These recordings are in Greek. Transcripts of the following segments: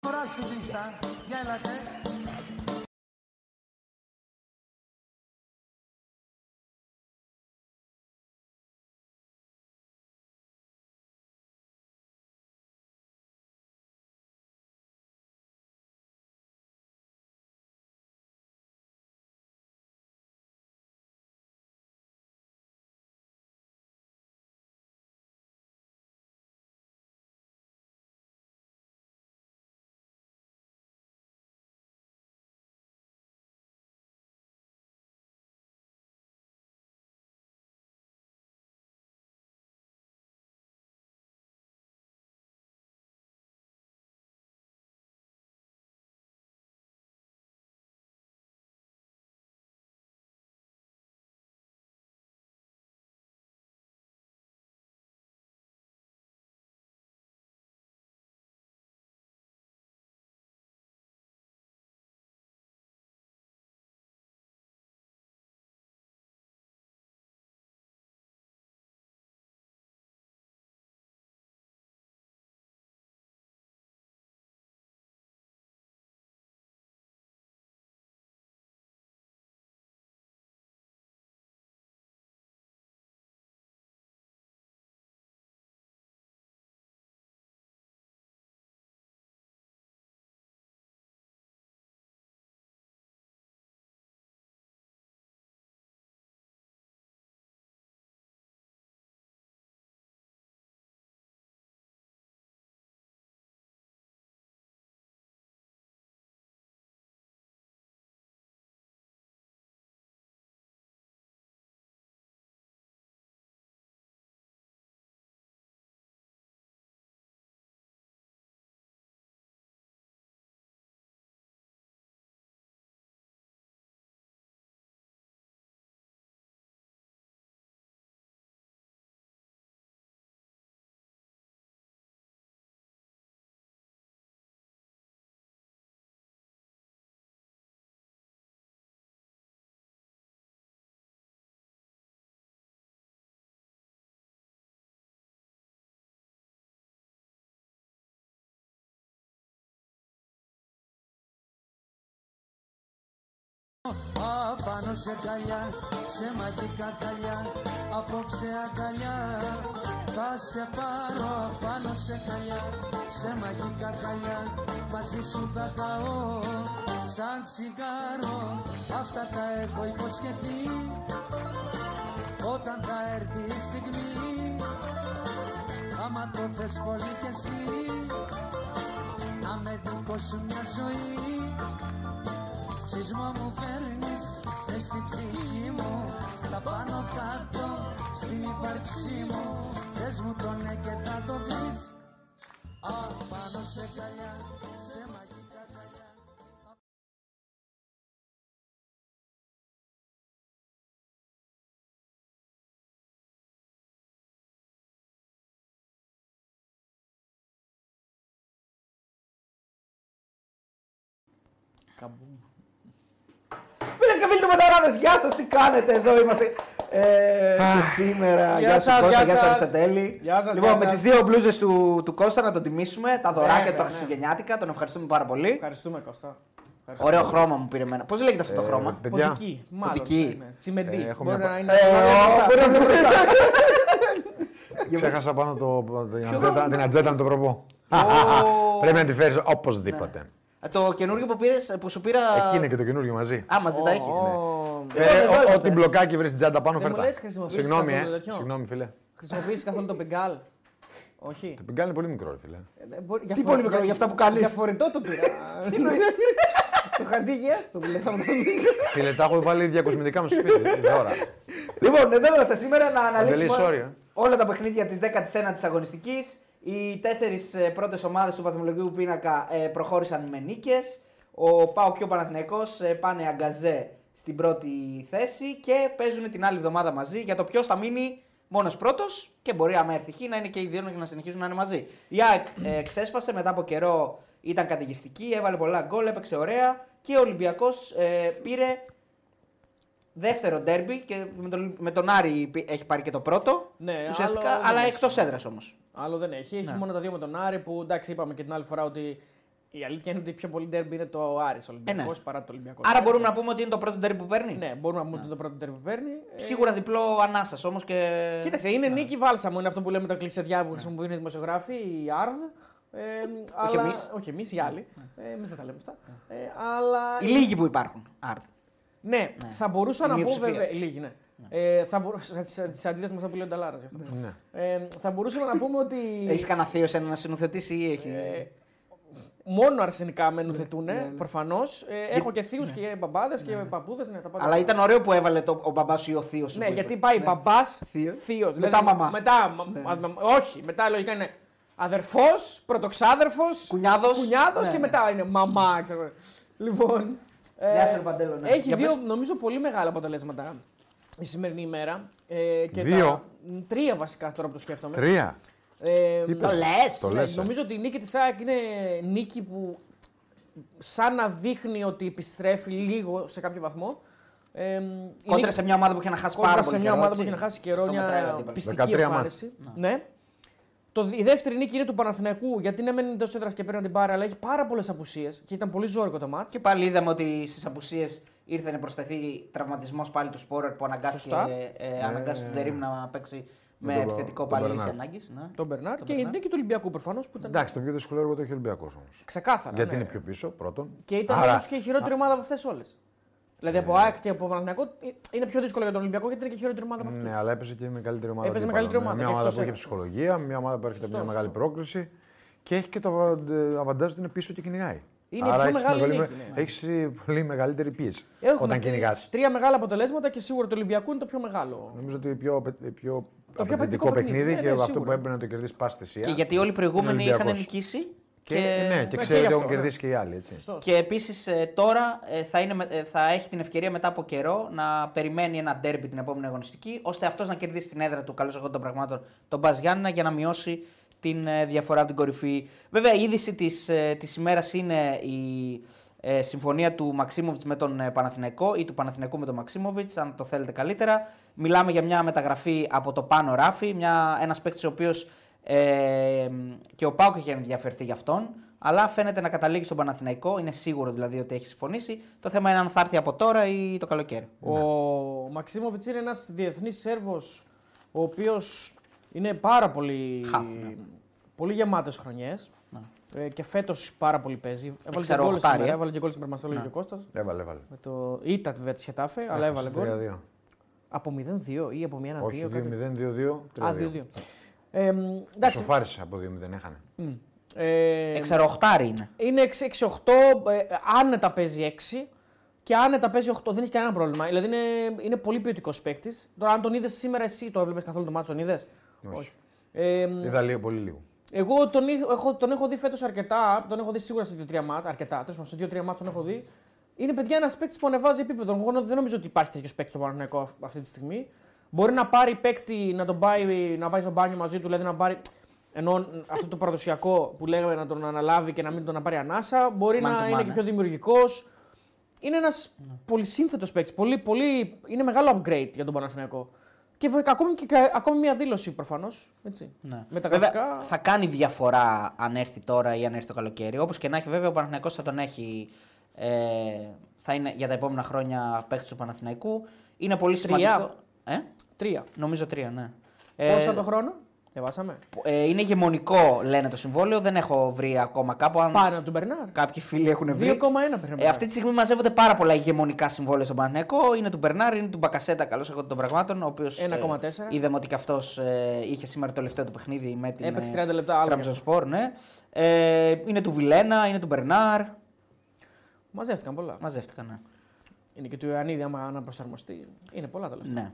φορά στη πίστα. Για έλατε. Απάνω σε καλιά, σε μαγικά καλιά, απόψε αγκαλιά. Θα σε πάρω απάνω σε καλιά, σε μαγικά καλιά, μαζί σου θα καώ. Σαν τσιγάρο, αυτά τα έχω υποσχεθεί, όταν θα έρθει η στιγμή. Άμα το θες πολύ κι εσύ, να με δικό σου μια ζωή. Σεισμό μου φέρνεις μες στην ψυχή μου Τα πάνω κάτω στην ύπαρξή μου Πες μου το ναι και θα το δεις Απάνω σε καλιά, σε μαγικά καλιά Καμπού. Φίλε και φίλοι του Μεταράδες, γεια σας, τι κάνετε, εδώ είμαστε. Ε, και σήμερα, γεια γεια σας, σας, Κώστα, γεια γεια σα, σας. Αριστοτέλη. Γεια σας, Λοιπόν, γεια με σας. τις δύο μπλούζες του, του Κώστα να τον τιμήσουμε, τα δωράκια Βέβαια, τα ναι. Χριστουγεννιάτικα, τον ευχαριστούμε πάρα πολύ. Ευχαριστούμε, Κώστα. Ευχαριστούμε. Ωραίο χρώμα μου πήρε εμένα. Πώς λέγεται Ε. αυτό το χρώμα, Ε, παιδιά, Ποντική, μάλλον. Ποντική. ναι, ναι. Τσιμεντή. Ε, έχω Μπορεί μια- να είναι. Ε, μπορεί να είναι ο- μπορεί να μπροστά. είναι μπροστά. Ξέχασα πάνω το, την, ατζέτα, την ατζέτα με το προπό. Πρέπει να τη φέρεις Ναι. οπωσδήποτε. Ε, Το καινούργιο που, πήρες, ε, που σου πήρα. Εκεί είναι και το καινούργιο μαζί. Α, μαζί τα ναι. Ε, έχεις. Ω, Φέρε, εδώ ό- είμαστε. Ό,τι μπλοκάκι βρει την τσάντα πάνω, Δεν Ε, μου φέρτα. λες, χρησιμοποιείς Συγγνώμη, καθόλου ε. τέτοιο. Συγγνώμη, φίλε. Χρησιμοποιείς καθόλου το μπεγκάλ. Όχι. Το πιγκάλι είναι πολύ μικρό, ρε, φίλε. Ε, δεν μπορεί- για Τι φορε- πολύ μικρό, για αυτά που ναι. κάνεις. Για φορητό το πήρα. Τι νοείς. Το χαρτί υγείας, το που λέγαμε. φίλε, τα έχω βάλει διακοσμητικά με στο σπίτι. Τώρα. Λοιπόν, εδώ είμαστε σήμερα να sorry, αναλύσουμε ε. όλα τα παιχνίδια της 19η αγωνιστικής. Οι τέσσερις πρώτες ομάδες του βαθμολογικού πίνακα ε, προχώρησαν με νίκες. Ο Πάο και ο Παναθυναϊκό πάνε αγκαζέ στην πρώτη θέση και παίζουν την άλλη εβδομάδα μαζί για το ποιος θα μείνει μόνος πρώτος και μπορεί, άμα έρθει χ, να είναι και οι δύο και να συνεχίζουν να είναι μαζί. Η ΑΕΚ ε, ξέσπασε μετά από καιρό, ήταν καταιγιστική, έβαλε πολλά γκολ, έπαιξε ωραία και ο Ολυμπιακός πήρε δεύτερο ντέρμπι και με τον, με τον Άρη πι- έχει πάρει και το πρώτο. Ναι, ουσιαστικά, άλλο δεν αλλά έχει. εκτός έδρας όμως. Άλλο δεν έχει. Έχει Ναι. μόνο τα δύο με τον Άρη που εντάξει, είπαμε και την άλλη φορά ότι Η αλήθεια είναι ότι πιο πολύ ντέρμπι είναι το Άρης Ολυμπιακό Ε, ναι. παρά το Ολυμπιακός. Άρα μπορούμε να πούμε ότι είναι το πρώτο τέρι που παίρνει. Ναι, μπορούμε να πούμε ότι το πρώτο ντέρμπι που παίρνει. Ε, Σίγουρα διπλό ανάσα όμως και. Κοίταξε, είναι νίκη βάλσα μου, είναι αυτό που λέμε τα κλεισεδιά που χρησιμοποιούν οι δημοσιογράφοι, οι ARD. Ε, αλλά... εμείς. Ναι, Όχι εμείς, οι άλλοι. Ε, εμείς δεν τα λέμε αυτά. Ε, αλλά. Οι λίγοι που υπάρχουν. Άρδ. Ναι, θα μπορούσα Η να πω μειοψηφία. βέβαια. Λίγοι, ναι. Ε, θα μπορούσα. Τι αντίθεση με αυτά που λέει ο Νταλάρα. Ναι. Ε, θα μπορούσαμε να πούμε ότι. Έχεις κανένα θείο σε ένα να συνοθετήσει ή έχει. Ε, μόνο αρσενικά με ενουθετούν, Ναι, προφανώς. Ε, έχω και θείους και μπαμπάδες και παππούδες. Ναι, τα πάντα. Αλλά ήταν ωραίο που έβαλε το, ο μπαμπάς σου ή ο θείος σου. Ναι, που γιατί είπε. πάει μπαμπάς, θείος. Θείος. Μετά μαμά. Ναι. Μετά, μα- μα- μα- όχι, μετά λογικά είναι αδερφός, πρωτοξάδερφος, Κουνιάδος. κουνιάδος Ναι, ναι. και μετά είναι μαμά, ξέρω. Λοιπόν. ε, Γεια σου, ρε Παντέλο, ναι. Έχει Για δύο, πες. νομίζω, πολύ μεγάλα αποτελέσματα η σημερινή ημέρα. Ε, και Δύο. Τα, μ, τρία βασικά τώρα που το σκέφτομαι. Τρία. Ε, Τι είπες? Το λες. Το ναι, λες, ε. νομίζω ότι η νίκη της ΑΕΚ είναι νίκη που σαν να δείχνει ότι επιστρέφει λίγο σε κάποιο βαθμό. Ε, η Κόντρα νίκη- σε μια ομάδα που είχε να χάσει κόντρα πάρα σε πολύ. μια καιρό, ομάδα που έτσι. έχει να χάσει καιρό, Αυτό μετράει ο μια αντίπαλος. πιστική 13 εμφάνιση. Ναι. Το, η δεύτερη νίκη είναι του Παναθηναϊκού, γιατί ναι, μεν εντός έδρας και παίρνει την πάρα, αλλά έχει πάρα πολλές απουσίες και ήταν πολύ ζώρικο το μάτσο. Και πάλι είδαμε ότι στις απουσίες ήρθε να προσθεθεί τραυματισμός πάλι του Σπόρερ που αναγκάστηκε, Σωστά. ε, ε, αναγκάστηκε τον Τερήμ να παίξει με τον- επιθετικό Ναι. τον πάλι Μπερνάρ. σε ανάγκη. Ναι. Τον Μπερνάρ και η Μπερνάρ. νίκη του Ολυμπιακού προφανώς που ήταν Εντάξει, το πιο δύσκολο έργο το έχει ο Ολυμπιακός όμως. ξεκάθαρα. Γιατί ναι. είναι πιο πίσω, πρώτον. Και ήταν Άρα- Άρα... και η χειρότερη ομάδα από αυτές όλες. Δηλαδή από ΑΕΚ και από Παναθηναϊκό ε, είναι πιο δύσκολο για τον Ολυμπιακό γιατί είναι και η χειρότερη ομάδα από αυτού. Ναι, αλλά έπαιζε και με καλύτερη ομάδα. Έπαιζε με αντίπαλο. καλύτερη ομάδα Μια και ομάδα εκτός που έχει έδρας. ψυχολογία, μια ομάδα που έρχεται από μια Σωστό, μεγάλη πρόκληση και έχει και το αβαν- αβαντάζ ότι είναι πίσω και κυνηγάει. Είναι η πιο έχεις μεγάλη μεγάλη- νίκη, ναι. έχεις, ε, πολύ μεγαλύτερη πίεση Έχουμε όταν τρι- κυνηγάς. Τρία μεγάλα αποτελέσματα και σίγουρα το Ολυμπιακού είναι το πιο μεγάλο. Νομίζω ότι το πιο, απαι- πιο πιο απαιτητικό απαιτητικό παιχνίδι, παιχνίδι ναι, και ναι, αυτό σίγουρα. που έπρεπε να το κερδίσει πάση θυσία. Και γιατί όλοι οι προηγούμενοι είναι ο είχαν Ολυμπιακός. νικήσει. Και, ναι, και και ξέρει γι' ότι αυτό, έχουν ναι. κερδίσει και οι άλλοι. Έτσι. Σωστό. Και επίσης τώρα ε, θα, είναι, με- ε, θα έχει την ευκαιρία μετά από καιρό να περιμένει ένα ντέρμπι την επόμενη αγωνιστική, ώστε αυτός να κερδίσει την έδρα του καλώ εγώ των πραγμάτων τον Μπας Γιάννενα για να μειώσει την ε, διαφορά από την κορυφή. Βέβαια, η είδηση της της ημέρας είναι η ε, συμφωνία του Μαξίμοβιτ με τον ε, Παναθηναϊκό ή του Παναθηναϊκού με τον Μαξίμοβιτ, αν το θέλετε καλύτερα. Μιλάμε για μια μεταγραφή από το πάνω ράφι, μια, ένας παίκτης ο οποίος ε, και ο Πάουκ είχε ενδιαφερθεί για αυτόν, αλλά φαίνεται να καταλήγει στον Παναθηναϊκό. Είναι σίγουρο δηλαδή ότι έχει συμφωνήσει. Το θέμα είναι αν θα έρθει από τώρα ή το καλοκαίρι. Ο Ναι. Μαξίμοβιτ είναι ένας διεθνής Σέρβος, ο οποίος είναι πάρα πολύ, Χαφ, ναι. πολύ γεμάτο χρονιέ. Ε, και φέτος πάρα πολύ παίζει. Έβαλε και Ξέρω, γκολ οχτάρι, σήμερα. ε. Έβαλε και γκολ σήμερα, μα το έλεγε και ο Κώστας. Έβαλε, έβαλε. Με το ήττα τη Βέτη Χετάφε, αλλά Έχασε έβαλε γκολ. 3-2. Από 0-2 ή από 1-2. Όχι, κάτι- 2-0, 2-2. Α, 3-2. 2-2. Ε, μ, εντάξει. Σοφάρισε από 2-0, έχανε. Ε, Εξαροχτάρι είναι. είναι 6-8, ε, άνετα παίζει 6 και άνετα παίζει 8. Δεν έχει κανένα πρόβλημα. Δηλαδή είναι, είναι πολύ ποιοτικός παίκτης. Τώρα, αν τον είδες σήμερα, εσύ το έβλεπες καθόλου το μάτι, τον είδες. Όχι. Ε, μ, Είδα λίγο, πολύ λίγο. εγώ τον είχ- έχω, τον έχω δει φέτος αρκετά. Τον έχω δει σίγουρα σε 2-3 μάτς. Αρκετά. Τέλος πάντων, σε 2-3 μάτς τον έχω δει. Είναι παιδιά ένας παίκτης που ανεβάζει επίπεδο. Εγώ δεν νομίζω ότι υπάρχει τέτοιος παίκτης στο Παναγενικό αυτή τη στιγμή. Μπορεί να πάρει παίκτη να τον πάει, να πάει στο μπάνιο μαζί του, δηλαδή να πάρει. Ενώ αυτό το παραδοσιακό που λέγαμε να τον αναλάβει και να μην τον να πάρει ανάσα, μπορεί Man to να είναι man, και ε. πιο δημιουργικός. Είναι ένας πολυσύνθετος παίκτης. Πολύ, πολύ, είναι μεγάλο upgrade για τον Παναθηναϊκό. Και βε- ακόμη, και, και ακόμη μια δήλωση προφανώς. Ναι. Με τα Βέβαια, γραφικά- θα κάνει διαφορά αν έρθει τώρα ή αν έρθει το καλοκαίρι. Όπως και να έχει, βέβαια, ο Παναθηναϊκός θα τον έχει. Ε, θα είναι για τα επόμενα χρόνια παίκτης του Παναθηναϊκού. Είναι πολύ Τρία. σημαντικό. Ε? Τρία. Ε, Νομίζω τρία, ναι. Πόσα το χρόνο, διαβάσαμε. ε, είναι γεμονικό, λένε το συμβόλαιο. Δεν έχω βρει ακόμα κάπου. Αν Πάνω από τον Μπερνάρ. κάποιοι φίλοι έχουν βρει. 2,1 πρέπει Ε, αυτή τη στιγμή μαζεύονται πάρα πολλά ηγεμονικά συμβόλαια στον Παναθηναϊκό. Είναι του Μπερνάρ, είναι του Μπακασέτα, καλώς εγώ των πραγμάτων. Ο οποίος, 1,4. Ε, είδαμε ότι και αυτός ε, είχε σήμερα το τελευταίο του παιχνίδι με την. Έπαιξε 30 λεπτά, άλλο Τραμπζονσπορ, ναι. Ε, είναι του Βιλένα, είναι του Μπερνάρ. Μαζεύτηκαν πολλά. Μαζεύτηκαν, ναι. Είναι και του Ιωαννίδη, άμα αναπροσαρμοστεί. Είναι πολλά τα λεφτά. ναι.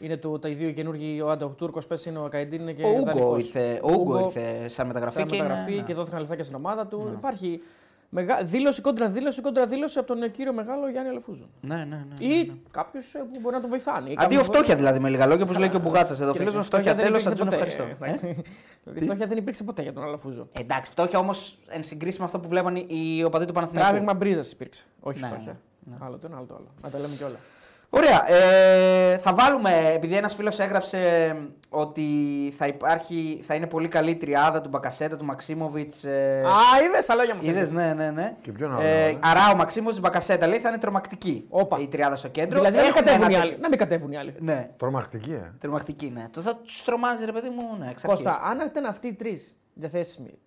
Είναι το, τα δύο καινούργιοι, ο Άντα, ο Τούρκος, πέσει είναι ο Καϊντίν και Ο Ούγκο Δανικός. ήρθε, ο Ο Ούγκο Ούγκο ήρθε σαν μεταγραφή, Μετά και, είναι- μεταγραφή ναι. και δόθηκαν λεφτά και στην ομάδα του. Υπάρχει μεγα... δήλωση κόντρα δήλωση κόντρα δήλωση από τον ε, κύριο Μεγάλο Γιάννη Αλεφούζου. Ναι, ναι, ναι. Ή κάποιο που μπορεί να τον βοηθάνει. Ή Αντί κάποιος ο φτώχεια που- δηλαδή με λίγα λόγια, όπως λέει και ο Μπουγάτσας εδώ. Κοίταξε, Φίλο με φτώχεια δεν τέλος, θα υπήρξε τον ποτέ, ευχαριστώ. ε, Ε? εντάξει. Δηλαδή, Φτώχεια δεν υπήρξε ποτέ για τον Αλαφούζο. Εντάξει, φτώχεια όμως εν συγκρίση με αυτό που Ναι, βλέπαν οι οι οπαδοί του Παναθηναϊκού. Τράβηγμα μπρίζας υπήρξε. Όχι Ναι, φτώχεια. Άλλο το ένα, άλλο το άλλο. Να τα λέμε κιόλα. Ωραία. Ε, θα βάλουμε, επειδή ένας φίλος έγραψε ότι θα, υπάρχει, θα είναι πολύ καλή η τριάδα του Μπακασέτα, του Μαξίμοβιτ. Ε, Α, είδες τα λόγια μου. είδες, ναι, ναι, ναι. Και ποιον άλλο, ε, ε? Αρά, ο Μαξίμοβιτ, Μπακασέτα λέει θα είναι τρομακτική Όπα. η τριάδα στο κέντρο. Δηλαδή να μην ναι. Έχουμε κατέβουν οι ένα- άλλοι. Να μην κατέβουν οι άλλοι. Ναι, Τρομακτική, ε. τρομακτική, ναι. Το θα τους τρομάζει, ρε παιδί μου, ναι, εξ αρχής. Κώστα, αν ήταν αυτοί οι τρεις διαθέσιμοι,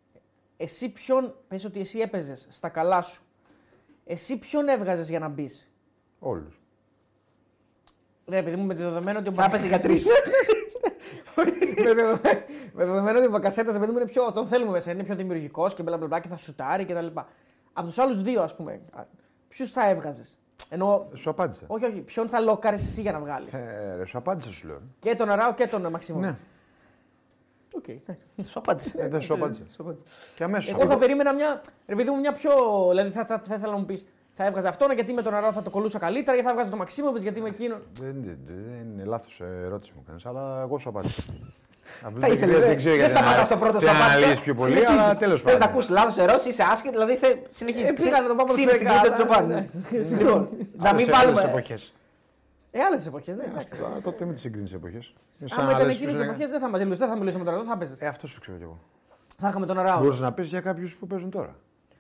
εσύ ποιον. Πες ότι εσύ έπαιζες στα καλά σου. Εσύ ποιον έβγαζες για να μπεις. Όλους. Ρε, παιδί μου, με το δεδομένο ότι ο Θα έπαιζε για τρει. με, δεδομένο, με δεδομένο ότι ο Μπακασέτας παιδί μου είναι πιο. Τον θέλουμε μέσα, είναι πιο δημιουργικός και μπλα μπλα μπλα και θα σουτάρει κτλ. Από τους άλλους δύο, ας πούμε, ποιους θα έβγαζες. Ενώ. Σου απάντησα. Όχι, όχι, ποιον θα λόκαρες εσύ για να βγάλεις. Ε, ρε, σου απάντησα, σου λέω. και τον Αράο και τον Μαξιμό. Ναι, Οκ, εντάξει. Σου απάντησε. ε, δεν σου απάντησα. Και αμέσως. Εγώ θα περίμενα μια. Ρε παιδί μου, μια πιο. Δηλαδή θα, θα, θα ήθελα να μου πεις. Θα έβγαζα αυτόν γιατί με τον Αράο θα το κολούσα καλύτερα ή θα έβγαζα τον Μαξίμοβιτ γιατί με εκείνον. Δεν, δεν- δεν είναι λάθος ερώτηση μου κάνεις, αλλά εγώ σου απάντησα. Απλά Τα ήθελε. δεν Δεν, ξέρω δεν γιατί να- σταματά το πρώτο τι να σου αναλύεις πιο πολύ, αλλά τέλος πάντων. Θες να ακούσει λάθος ερώτηση, είσαι άσχετο, δηλαδή θε... συνεχίζεις. Ε, πήγα να το πάω Ξύνεις την προσφυγικά, κλίτσα του Τσοπάνου. ναι. Ναι. Λοιπόν, να μην βάλουμε. Ε, άλλες εποχές, ναι, εντάξει. Τότε μην τις συγκρίνεις εποχές. Αν ήταν εκείνε τι εποχές δεν θα μαζί δεν θα μιλούσαμε τώρα, θα παίζε. Ε, αυτό σου ξέρω κι εγώ. Θα είχαμε τον Αράο. Μπορούσες να πεις για κάποιους που παίζουν τώρα.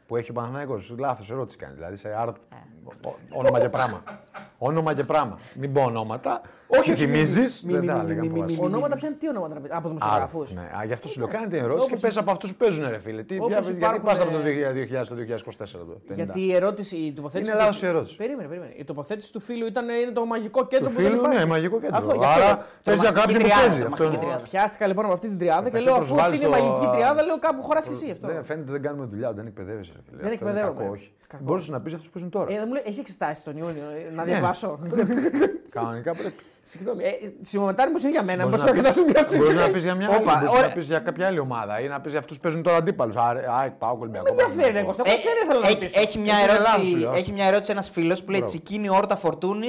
Που έχει ο Παναθηναϊκός. Λάθος ερώτηση κάνει. Δηλαδή σε άρ... Ε. ο- ο- όνομα και πράγμα. όνομα και πράγμα. Μην πω ονόματα. Όχι, θυμίζει. Δεν τα έλεγα φοβάσαι. Ονόματα πιάνουν τι ονόματα να πει. Από Άρα, δημοσιογραφού. ναι. Α, γι' αυτό σου λέω: Κάνετε ερώτηση και Όπως- πες από αυτούς που παίζουν, ρε φίλε. Τι, Όπως ποια- γιατί υπάρχουν, πας από το ε, 2000 στο 2024. Το, 50. Γιατί η ερώτηση, η τοποθέτηση. Είναι του- λάθος η ερώτηση. Περίμενε, περίμενε. Η τοποθέτηση του φίλου ήταν είναι το μαγικό κέντρο Του που δεν φίλου, υπάρχει. ναι, μαγικό κέντρο. Αυτό, γι' αυτό. Άρα πες για μαγική κάποιον που τριάδα, παίζει. το Αυτό μαγική είναι. τριάδα. Πιάστηκα λοιπόν από αυτή την τριάδα και Εντάξει, λέω αφού αυτή προσβάλλεις είναι η μαγική το- Ναι, τριάδα, λέω κάπου χωράς και εσύ γι' αυτό. Δεν, φαίνεται δεν κάνουμε δουλειά, δεν εκπαιδεύεσαι. Ρε, φίλε. Αυτό είναι εκπαιδεύομαι. Κακό, όχι. Κακό. Μπορούσε να πεις αυτούς που παίζουν τώρα. Ε, δεν μου λέει, έχει εξετάσει τον Ιούνιο, ε, να Ναι. διαβάσω. Κανονικά πρέπει. Συγγνώμη. Ε, Συμμετάρι μου είναι για μένα, Μπορείς πώ να κοιτάσω μια ψήφο. Μπορείς να πεις για μια άλλη, Όπα, μπορείς να ωραία. πεις για κάποια άλλη ομάδα ή να πεις για αυτούς που παίζουν τώρα αντίπαλους. ΑΕΚ, πάω κολυμπιακό. Με ενδιαφέρει, εγώ στο Κασέρι θέλω να έχει- ρωτήσω. Ε, Έχει μια Είναι λάθος, ερώτηση, λέω. έχει μια ερώτηση ένας φίλος που λέει Μπράβο. Τσικίνη Όρτα Φορτούνης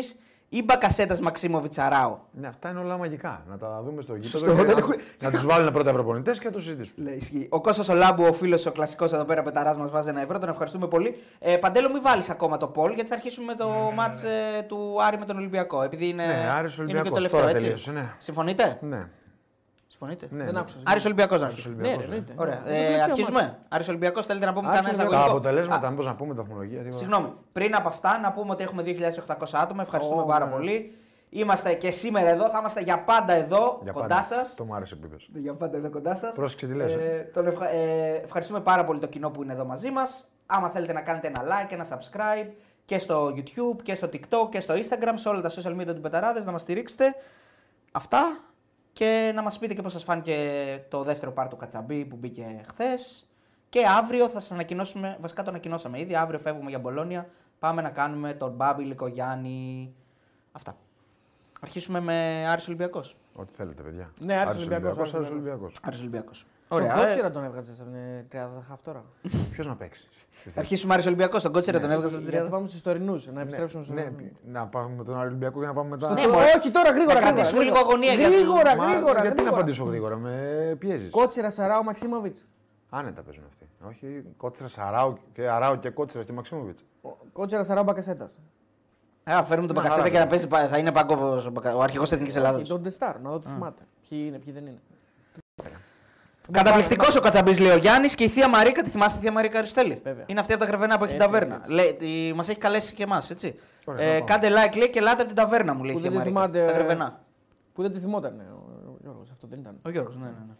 ή Μπακασέτα Μαξίμοβιτ Αράου. Ναι, αυτά είναι όλα μαγικά. Να τα δούμε στο γήπεδο. Σωστό, και δεν να, έχουν- να τους βάλουν πρώτα προπονητές και να το συζητήσουμε. Λέει, ισχύει. Ο Κώστας Ολάμπου, ο φίλος, ο κλασικός εδώ πέρα πεταράς, μας βάζει ένα ευρώ. Τον ευχαριστούμε πολύ. Ε, Παντέλο, μην βάλεις ακόμα το Πολ, γιατί θα αρχίσουμε με το μάτς ε, του Άρη με τον Ολυμπιακό. Επειδή είναι, Ναι, Άρης είναι Ολυμπιακός. και το τελευταίο, Τώρα έτσι. τελείωσε, ναι. Συμφωνείτε. Ναι, Συμφωνείτε. ναι. Δεν ναι. άκουσα. Άρης Ολυμπιακός να αρχίσουμε. Ολυμπιακός, Ναι, ε. εννοείται. Ωραία. Είναι το Ε, τελευταίο αρχίζουμε. μάτς. Άρης Ολυμπιακός, θέλετε να πούμε Άρης κανένα Ολυμπιακός. Τα εισαγωγικό. αποτελέσματα, Α, μήπω να πούμε βαθμολογία. τίποτα. Συγγνώμη, πριν από αυτά να πούμε ότι έχουμε 2.800 άτομα. Ευχαριστούμε Ω, πάρα ναι. πολύ. Είμαστε και σήμερα εδώ, θα είμαστε για πάντα εδώ Για κοντά πάντα. σας. Το μου άρεσε που είπες. Για πάντα εδώ κοντά σας. Πρόσεξε τι λες, ε. τον ευχα- ε, ευχαριστούμε πάρα πολύ το κοινό που είναι εδώ μαζί μας. Άμα θέλετε να κάνετε ένα like, ένα subscribe και στο YouTube και στο TikTok και στο Instagram, σε όλα τα social media του Πεταράδες να μας στηρίξετε. Αυτά και να μας πείτε και πώς σας φάνηκε το δεύτερο part του Κατσαμπή που μπήκε χθες. Και αύριο θα σας ανακοινώσουμε, βασικά το ανακοινώσαμε ήδη, αύριο φεύγουμε για Μπολόνια. Πάμε να κάνουμε τον Μπάμπη Λικογιάννη. Αυτά. Αρχίσουμε με Άρης Ολυμπιακός. Ό,τι θέλετε, παιδιά. Ναι, Άρης Άρης Ολυμπιακός, Ολυμπιακός, Άρης Άρης Ολυμπιακός. Άρης Ολυμπιακός. Τον Ωραία, ε. κότσιρα τον έβγαζες από την τριάδα, θα χαφ τώρα. Ναι. Ποιος να παίξει. Ναι, Θα Αρχίσουμε Άρης Ολυμπιακός, τον κότσερα τον έβγαζες από την Γιατί τριάδα. πάμε στους τωρινούς, να επιστρέψουμε στον. Ναι, να πάμε με τον Άρη Ολυμπιακό και να πάμε μετά. Στο Ναι, τω- μωρέ. Όχι τώρα, γρήγορα. Να γρήγορα, κρατήσουμε λίγο γρήγορα. αγωνία για Γρήγορα, Μα, γρήγορα. Γιατί να γρήγορα. απαντήσω γρήγορα, με πιέζεις. Κότσιρα Σαράου Μαξίμοβιτ. Άνετα παίζουν αυτοί. Όχι, κότσερα Αράου και, Αράου και κότσερα στη Μαξίμοβιτ. Κότσιρα Σαράου Μπακασέτα. Α, φέρουμε τον Ναι, Μπακασέτα χαρά και να παίζει, πα- θα είναι παγκόσμιος ο Μπακα- ο αρχηγός της Εθνικής Ελλάδας. Τον Τεστάρ, να δω τι θυμάται. Ποιοι είναι, ποιοι δεν είναι. Καταπληκτικός ο Κατσαμπής λέει ο Γιάννης και η Θεία Μαρίκα, τη θυμάστε τη Θεία Μαρίκα Αριστέλη. Βέβαια. Είναι αυτή από τα γραβενά που έχει την Έτσι, ταβέρνα. έτσι, Λέει, τη- μας έχει καλέσει και εμάς, έτσι. Ωραία, Ε, να πάμε. κάντε like λέει και ελάτε από την ταβέρνα μου λέει η Που Θεία δεν τη Μαρίκα, θυμάται. στα γραβενά. Που δεν τη θυμόταν ε, ο Γιώργος, αυτό δεν ήταν. Ο Γιώργος, ναι, ναι, ναι.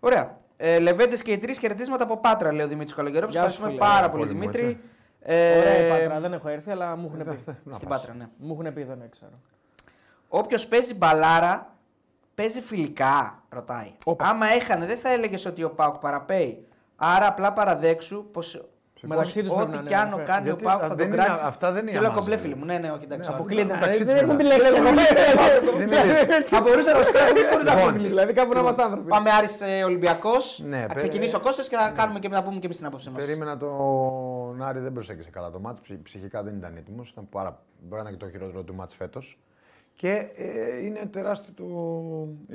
Ωραία. Ε, Λεβέντες και οι τρεις χαιρετίσματα από Πάτρα λέει ο Δημήτρης Καλογερόπης. Γεια σου, Ευχαριστούμε φίλε. πάρα πολύ Πολύ μου, Δημήτρη. έτσι. Ε, Ωραία η Πάτρα, δεν έχω έρθει, αλλά μου έχουν πει. Να Στην πας. Πάτρα, ναι. Μου έχουν πει, δεν ξέρω. Όποιος παίζει μπαλάρα, παίζει φιλικά, ρωτάει. Όπα. Άμα έχανε, δεν θα έλεγες ότι ο Πάουκ παραπέει. Άρα απλά παραδέξου πως. Μεταξύ τους πρέπει να Ό,τι είναι, κι αν αδερφέ. κάνει ο Γιατί Πάουκ α, θα δεν τον είναι- κράξει. αυτά δεν είναι Και λέω αμάζα, κομπλέ φίλε δηλαδή. μου. Ναι, ναι, όχι εντάξει. Ναι, αποκλείεται. αυτά- μεταξύ Δεν τους έχουμε πει μας. λέξη. Δεν μιλείς. Ναι, Θα μπορούσα να σου κάνω χωρίς να Λοιπόν, έχουμε μιλήσει. Δηλαδή κάπου να είμαστε άνθρωποι. Πάμε Άρης ε, Ολυμπιακός. Ναι, Θα παι- ξεκινήσει ο Κώστας και θα κάνουμε και να πούμε και εμείς την άποψή μας. Περίμενα τον Άρη, δεν προσέγγισε καλά το μάτς. Ψυχ- Ψυχικά δεν ήταν έτοιμος. Ήταν πάρα... Μπορεί να είναι και το χειρότερο του μάτς φέτος. Και ε, είναι τεράστιο το...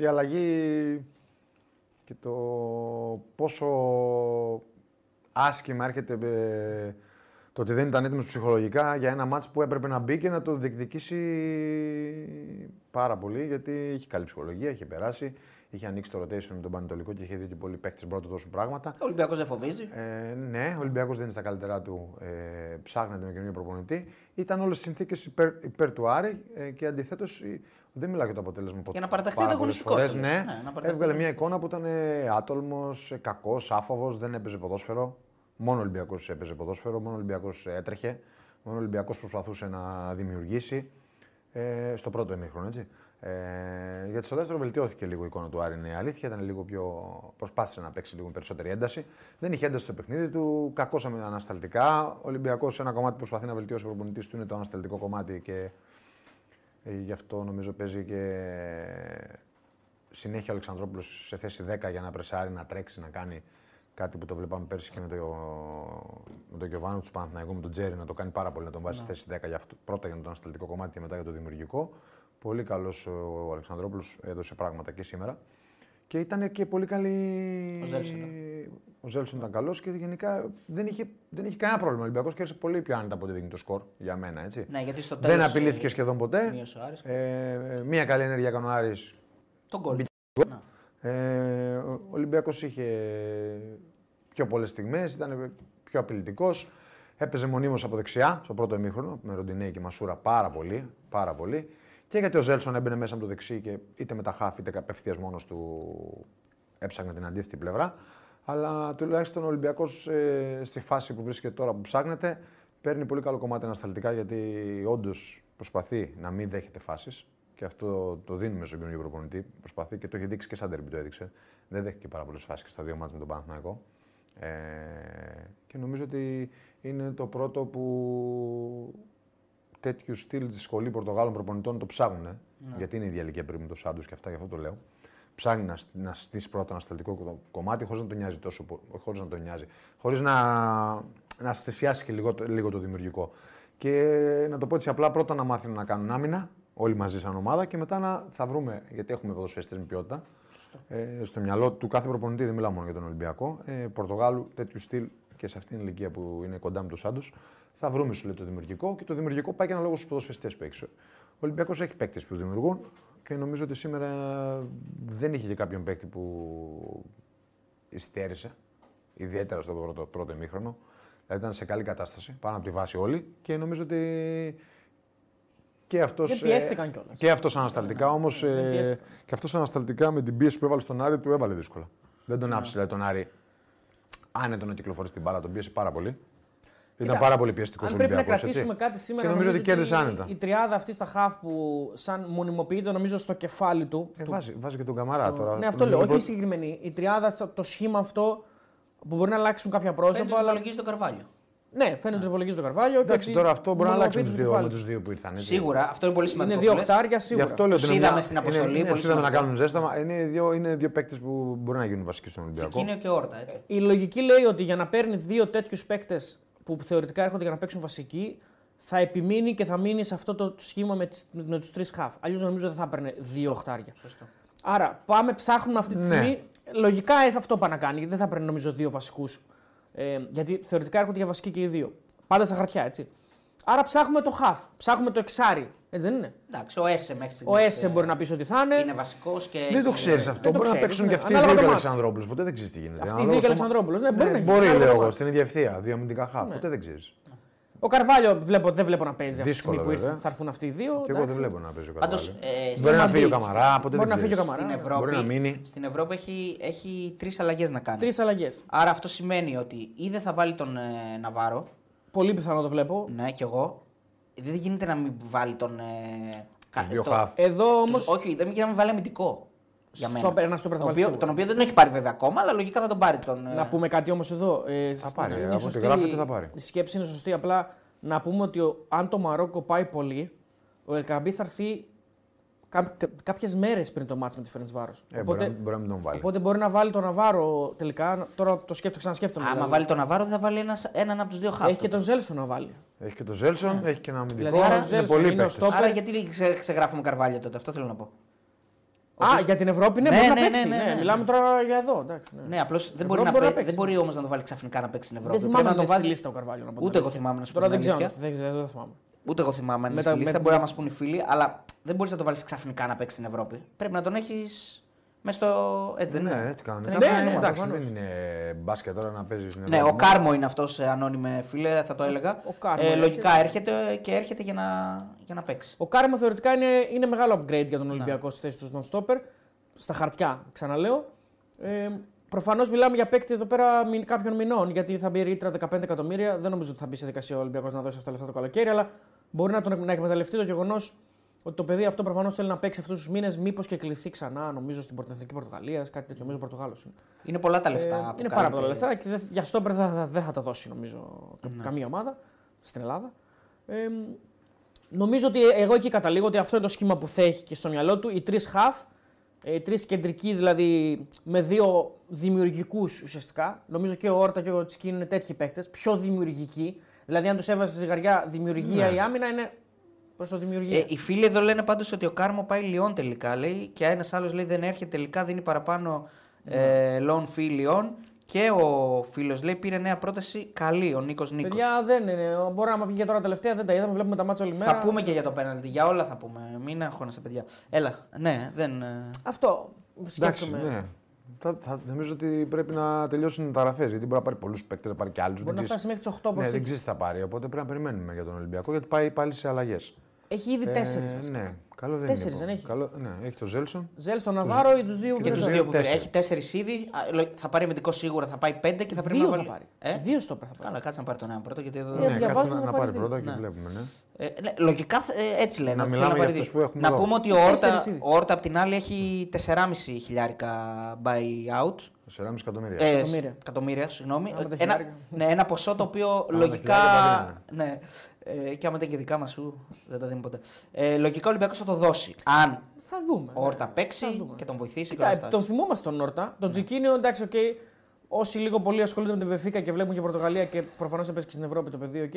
η αλλαγή και το πόσο άσχημα έρχεται ε, Το ότι δεν ήταν έτοιμος ψυχολογικά για ένα μάτς που έπρεπε να μπει και να το διεκδικήσει πάρα πολύ, γιατί είχε καλή ψυχολογία, είχε περάσει, είχε ανοίξει το rotation τον Πανετολικό και είχε δει ότι πολλοί παίχτε μπορούν να του δώσουν πράγματα. Ο Ολυμπιακός δεν φοβίζει. Ε, ναι, ο Ολυμπιακός δεν είναι στα καλύτερά του. Ε, ψάχνεται με καινούριο προπονητή. Ήταν όλες οι συνθήκες υπέρ, υπέρ, του Άρη ε, και αντιθέτως. Δεν μιλάω για το αποτέλεσμα που Για να παραταχθεί ανταγωνιστικός, Ναι, το λες. Ναι, να παραταχθεί. έβγαλε μια εικόνα που ήταν ε, άτολμος, κακός, άφοβος, δεν έπαιζε ποδόσφαιρο. Μόνο ο Ολυμπιακός έπαιζε ποδόσφαιρο, μόνο ο Ολυμπιακός έτρεχε. Μόνο ο Ολυμπιακός προσπαθούσε να δημιουργήσει. Ε, στο πρώτο ημίχρονο, έτσι. Ε, γιατί στο δεύτερο βελτιώθηκε λίγο η εικόνα του Άρη, είναι η αλήθεια. Ήταν λίγο πιο. προσπάθησε να παίξει λίγο με περισσότερη ένταση. Δεν είχε ένταση στο παιχνίδι του. Κακός ανασταλτικά. Ο Ολυμπιακός ένα κομμάτι που προσπαθεί να βελτιώσει ο προπονητής του είναι το ανασταλτικό κομμάτι και ε, γι' αυτό νομίζω παίζει και συνέχεια ο Αλεξανδρόπουλος σε θέση 10 για να πρεσάρει, να τρέξει, να κάνει κάτι που το βλέπαμε πέρσι και με τον με το Γιωβάνο του Παναθηναϊκού, με τον Τζέρι να το κάνει πάρα πολύ, να τον βάζει Ναι. στη θέση 10 για αυτό, πρώτα για το ανασταλτικό κομμάτι και μετά για το δημιουργικό. Πολύ καλός ο Αλεξανδρόπουλος έδωσε πράγματα και σήμερα. Και ήταν και πολύ καλή. Ο Ζέλσον. ναι. Ο Ζέλσον ήταν καλός και γενικά δεν είχε, δεν είχε κανένα πρόβλημα. Ο Ολυμπιακός κέρδισε πολύ πιο άνετα από ό,τι δείχνει το σκορ για μένα. Έτσι. Ναι, γιατί στο Δεν τέλος, απειλήθηκε ε, σχεδόν ποτέ. μείωσε ο Άρης. Ε, μία καλή ενέργεια έκανε ο Άρης. Τον κόλπο. Ε, ο Ολυμπιακός είχε πιο πολλές στιγμές, ήταν πιο απειλητικός. Έπαιζε μονίμως από δεξιά στο πρώτο ημίχρονο, με Ροντινέη και Μασούρα πάρα πολύ, πάρα πολύ. Και γιατί ο Ζέλσον έμπαινε μέσα από το δεξί και είτε με τα χάφ είτε απευθείας μόνος του έψαχνε την αντίθετη πλευρά. Αλλά τουλάχιστον ο Ολυμπιακός ε, στη φάση που βρίσκεται τώρα που ψάχνεται παίρνει πολύ καλό κομμάτι ανασταλτικά γιατί όντως προσπαθεί να μην δέχεται φάσεις. Και αυτό το δίνουμε στον καινούργιο προπονητή. Προσπαθεί και το έχει δείξει και σαν τερμπι το έδειξε. Δεν δέχτηκε πάρα πολλές φάσεις και στα δύο μάτια με τον Παναθηναϊκό. Ε, και νομίζω ότι είναι το πρώτο που τέτοιου στυλ τη σχολή Πορτογάλων προπονητών το ψάχνουν. ε. Γιατί είναι η διαλυκή πριν το Σάντος και αυτά, γι' αυτό το λέω. Ψάχνει να, σ- να στήσει πρώτα ένα σταλτικό κο- κομμάτι χωρίς να τον νοιάζει τόσο. Χωρίς να τον νοιάζει. Χωρίς να, να θυσιάσει και λίγο, το- λίγο το δημιουργικό. Και να το πω έτσι απλά, πρώτα να μάθουν να κάνουν άμυνα, όλοι μαζί σαν ομάδα, και μετά να, θα βρούμε, γιατί έχουμε ποδοσφαιριστές με ποιότητα, ε, στο μυαλό του κάθε προπονητή, δεν μιλάω μόνο για τον Ολυμπιακό, ε, Πορτογάλου τέτοιου στυλ και σε αυτήν την ηλικία που είναι κοντά με τον Σάντος, θα βρούμε σου λέει το δημιουργικό και το δημιουργικό πάει και αναλόγω στους ποδοσφαιριστές που έχει. Ο Ολυμπιακός έχει παίκτες που δημιουργούν και νομίζω ότι σήμερα δεν είχε και κάποιον παίκτη που υστέρησε, ιδιαίτερα στο πρώτο, πρώτο ημίχρονο. Δηλαδή ήταν σε καλή κατάσταση, πάνω από τη βάση όλοι και νομίζω ότι και αυτός, Δεν ε, πιέστηκαν κιόλας. Και αυτός ανασταλτικά όμω. δεν πιέστηκαν. Και αυτός ανασταλτικά με την πίεση που έβαλε στον Άρη του έβαλε δύσκολα. Δεν τον Ναι. άφησε δηλαδή τον Άρη άνετο να κυκλοφορεί την μπάλα, τον πίεσε πάρα πολύ. Ήταν πάρα πολύ πιεστικός ο Αν πρέπει να Ολυμπιακός. κρατήσουμε κάτι σήμερα. Και νομίζω ότι κέρδισε άνετα. Η τριάδα αυτή στα χαφ που σαν μονιμοποιείται νομίζω στο κεφάλι του. Ε, του- βάζει, βάζει και τον Καμαρά τώρα. ναι, αυτό λέω. Νομίζω Όχι η ότι- συγκεκριμένη. Η τριάδα, στο- το σχήμα αυτό που μπορεί να αλλάξουν κάποια Φαίνεται πρόσωπα. ότι Αλλά... υπολογίζει τον Καρβάλιο. Ναι, φαίνεται ότι υπολογίζει τον Καρβάλιο. και Εντάξει, ότι τώρα αυτό μπορεί να αλλάξει με μονιμοποιείται του το δύο, με κεφάλι του. τους Ε, δύο που ήρθαν. έτσι. Σίγουρα, αυτό είναι πολύ σημαντικό. Είναι δύο που λες. οχτάρια Γι' σίγουρα. αυτό λέω ότι Τους είναι μια- είδαμε στην αποστολή, Είναι, είναι, πολύ τους είδαμε να σημαντικό. κάνουν ζέσταμα. Είναι δύο, είναι δύο παίκτες που μπορεί να γίνουν βασικοί στον Ολυμπιακό. Τσικίνιο και Όρτα. Έτσι. Η λογική λέει ότι για να παίρνει δύο τέτοιους παίκτες που θεωρητικά έρχονται για να παίξουν βασική, θα επιμείνει και θα μείνει σε αυτό το σχήμα με, τις- με τους τρεις χαφ. Αλλιώς νομίζω δεν θα έπαιρνε δύο οχτάρια. Σωστό. Άρα πάμε, ψάχνουμε αυτή τη Ναι. στιγμή. Λογικά ε, αυτό πάει να κάνει. γιατί Δεν θα παίρνει νομίζω δύο βασικούς. Ε, γιατί θεωρητικά έρχονται για βασική και οι δύο. Πάντα στα χαρτιά, έτσι. Άρα ψάχνουμε το χαφ, ψάχνουμε το εξάρι. Έτσι δεν είναι. Εντάξει, ο Έσε μέχρι στιγμής. Ο Έσε μπορεί να πεις ότι θα είναι. είναι βασικός και. Δεν το ξέρει δεν αυτό. το Μπορεί να ξέρεις, παίξουν ναι. και αυτοί οι Ανάλογα δύο και το ο μάτς. Αλεξανδρόπουλος. Ποτέ δεν ξέρεις τι γίνεται. Αυτοί οι Ανάλογα δύο και στο ο μάτς. Αλεξανδρόπουλος. Ναι, μπορεί να γίνει. Μπορεί, Ανάλογα λέω το εγώ, μάτς. στην ίδια ευθεία. Δύο αμυντικά χάφ. Ποτέ δεν ξέρεις. Ο Καρβάλιο βλέπω, δεν βλέπω να παίζει Δύσκολο, αυτή τη στιγμή που βέβαια. ήρθε- θα έρθουν αυτοί οι Και δύο. εγώ δεν εντάξει. βλέπω να παίζει ο Πάντως, Καρβάλιο. ε, Μπορεί στην να φύγει ο Μαδρίτη, Καμαρά, ποτέ μπορεί δεν να φύγει ο ξέρεις. Καμαρά. Στην Ευρώπη, Μπορεί να μείνει. στην Ευρώπη έχει, έχει τρεις αλλαγές να κάνει. Τρεις αλλαγές. Άρα αυτό σημαίνει ότι ή δεν θα βάλει τον ε, Ναβάρο, Πολύ πιθανό το βλέπω. ναι κι εγώ, δεν γίνεται να μην βάλει τον. Ε, κα- Τους δύο το- χαφ. Εδώ όμως. Τους- Όχι, δεν γίνεται να μην βάλει αμυντικό. Για μένα. Στόπερ, ένα στόπερ θα τον, βάλει οποίο, σίγουρα. τον οποίο δεν τον έχει πάρει βέβαια ακόμα, αλλά λογικά θα τον πάρει τον. ε, Να πούμε κάτι όμως εδώ. Ε, σ- πάρει, είναι από ό,τι σωστή- γράφεται θα πάρει. Η σκέψη είναι σωστή. Απλά να πούμε ότι ο- αν το Μαρόκο πάει πολύ, ο Ελκαμπή θα έρθει κάποιες μέρες πριν το μάτσο με τη Φέρνη Βάρος. Ε, Μπορεί να- μπορεί να μην τον βάλει. οπότε μπορεί να βάλει τον Ναβάρο τελικά. Τώρα το σκέφτομαι, ξανασκέφτομαι. Άμα δηλαδή. βάλει τον Ναβάρο, θα βάλει ένας, έναν από τους δύο χάφ. Έχει και τον Ζέλσον να βάλει. Έχει και τον Ζέλσον, έχει και ένα αμυντικό. Ναι. Δηλαδή, άρα Είναι Ζέλσον πολύ είναι ο παίκτες. στόπερ. Άρα γιατί ξε- ξεγράφουμε καρβάλιο τότε, αυτό θέλω να πω. Α, για την Ευρώπη ναι, Ναι, μπορεί να ναι, ναι, παίξει. ναι, ναι. ναι, ναι. Μιλάμε τώρα για εδώ. εντάξει, ναι. Ναι, απλώς δεν, Ευρώπη μπορεί να μπορεί να παί- παίξει. δεν μπορεί όμως να το βάλει ξαφνικά να παίξει στην Ευρώπη. Δεν θυμάμαι Πρέπει να να το το βάλει. βάλει στη λίστα ο Καρβάλιο. να πω την Ούτε εγώ αλήθεια. θυμάμαι να σου πω Τώρα την δεν ξέρω. αλήθεια. Δεν, δεν, δεν το θυμάμαι. Ούτε εγώ θυμάμαι να Με είναι τα- στη λίστα. με- Μπορεί να μας πούν οι φίλοι, αλλά δεν μπορείς να το βάλεις ξαφνικά να παίξει στην Ευρώπη. Πρέπει να τον έχεις μέσα στο. Έτσι δεν Ναι, είναι. έτσι κάνουν. Τον Καλά, έχεις ναι, μέσα στο εντάξει, όνομα. δεν είναι μπάσκετ τώρα να παίζεις. Ναι, ο Κάρμο είναι αυτός ανώνυμε φίλε, θα το έλεγα. Ο Κάρμο Ε, έρχεται. λογικά έρχεται και έρχεται για να, για να παίξει. Ο Κάρμα θεωρητικά είναι, είναι μεγάλο upgrade για τον Ολυμπιακό στη θέση του non-stopper. Στα χαρτιά, ξαναλέω. Ε, Προφανώς μιλάμε για παίκτη εδώ πέρα μη- κάποιων μηνών, γιατί θα μπει ρήτρα 15 εκατομμύρια. Δεν νομίζω ότι θα μπει σε δικασία ο Ολυμπιακός να δώσει αυτά τα λεφτά το καλοκαίρι, αλλά μπορεί να, τον, να εκμεταλλευτεί το γεγονός ότι το παιδί αυτό προφανώς θέλει να παίξει αυτούς τους μήνες, μήπως και κληθεί ξανά, νομίζω στην Πορτο- Εθνική Πορτογαλίας, κάτι τέτοιο. Νομίζω Πορτογάλος είναι. Είναι πολλά τα Ε, λεφτά. που είναι πάρα καλύπτει. πολλά λεφτά και δεν- για στόπερ δεν θα, δεν θα τα δώσει νομίζω κα- Ναι. καμία ομάδα στην Ελλάδα. Ε, νομίζω ότι εγώ εκεί καταλήγω ότι αυτό είναι το σχήμα που θα έχει και στο μυαλό του. Οι τρεις half, ε, οι τρεις κεντρικοί δηλαδή με δύο δημιουργικούς ουσιαστικά. Νομίζω και ο Όρτα και ο Τσικίν είναι τέτοιοι παίκτες, πιο δημιουργικοί. Δηλαδή, αν τους έβαζες ζυγαριά δημιουργία ή άμυνα, είναι προς το δημιουργία. Ναι. Ε, οι φίλοι εδώ λένε πάντως ότι ο Κάρμο πάει Λιόν τελικά λέει και ένας άλλος λέει δεν έρχεται τελικά, δίνει παραπάνω ε, loan fee Λιόν. Και ο φίλος λέει πήρε νέα πρόταση καλή, ο Νίκος Νίκος. Παιδιά δεν είναι. Μπορεί να βγει και τώρα τελευταία, δεν τα είδαμε. Βλέπουμε τα μάτια όλη μέρα. Θα πούμε και για το πέναλτι, για όλα θα πούμε. Μην αγχώνεσαι, παιδιά. Έλα, ναι, δεν. ε, Αυτό Εντάξει, σκέφτομαι. ναι. Θα, θα, νομίζω ότι πρέπει να τελειώσουν οι ταραφέ. Γιατί μπορεί να πάρει πολλούς παίκτες, να πάρει και άλλους. Μπορεί να φτάσει μέχρι τις 8 Ναι, δεν προσήκη. ξέρεις τι θα πάρει. Οπότε πρέπει να περιμένουμε για τον Ολυμπιακό γιατί πάει πάλι σε αλλαγές. Έχει ήδη 4. Ε, ναι, καλό δεν Τέσσερις είναι. δεν έχει? Καλό, ναι, έχει το Ζέλσον. Ζέλσον, Ναβάρο ή τους δύο Και που τους τους δεν δύο που πήρε. τέσσερα. Έχει τέσσερις ήδη. α, λο- Θα πάρει αμυντικό σίγουρα, θα πάει πέντε και θα θα πρέπει δύο να θα βάλει. πάρει. Ε? Δύο στο θα πάρει. Καλά, κάτσε να πάρει τον ένα πρώτο. Γιατί εδώ... Ε, ναι, κάτσε διαβάζουμε να, να να πάρει πάρει δύο. πρώτα και Ναι. βλέπουμε. Ναι. Ε, ναι, λογικά ε, έτσι λένε. Να ότι μιλάμε θέλει για πάρει αυτούς δύο. που έχουμε Να εδώ. πούμε ότι ο Τέσσερις Όρτα, ήδη. ο Όρτα απ' την άλλη έχει 4,5 χιλιάρικα buyout. 4,5 εκατομμύρια. Ε, Εκατομμύρια. σ- εκατομμύρια, συγγνώμη. Άμα τα Ένα, χιλιάρικα. ναι, ένα ποσό το οποίο τα λογικά. χιλιάρικα Ναι, ε, και άμα ήταν και δικά μας, σου δεν τα δίνει ποτέ. Ε, λογικά ο Ολυμπιακός θα το δώσει. Αν Θα δούμε. ο Όρτα ναι. παίξει Θα δούμε. και τον βοηθήσει. και όλα Κοίτα, αυτά. τον Ναι. θυμόμαστε τον Όρτα. Τον Τζικίνιο, εντάξει, οκ. Όσοι λίγο πολύ ασχολούνται με την Πεφίκα και βλέπουν και Πορτογαλία και προφανώς έπαιξε και στην Ευρώπη το παιδί, οκ.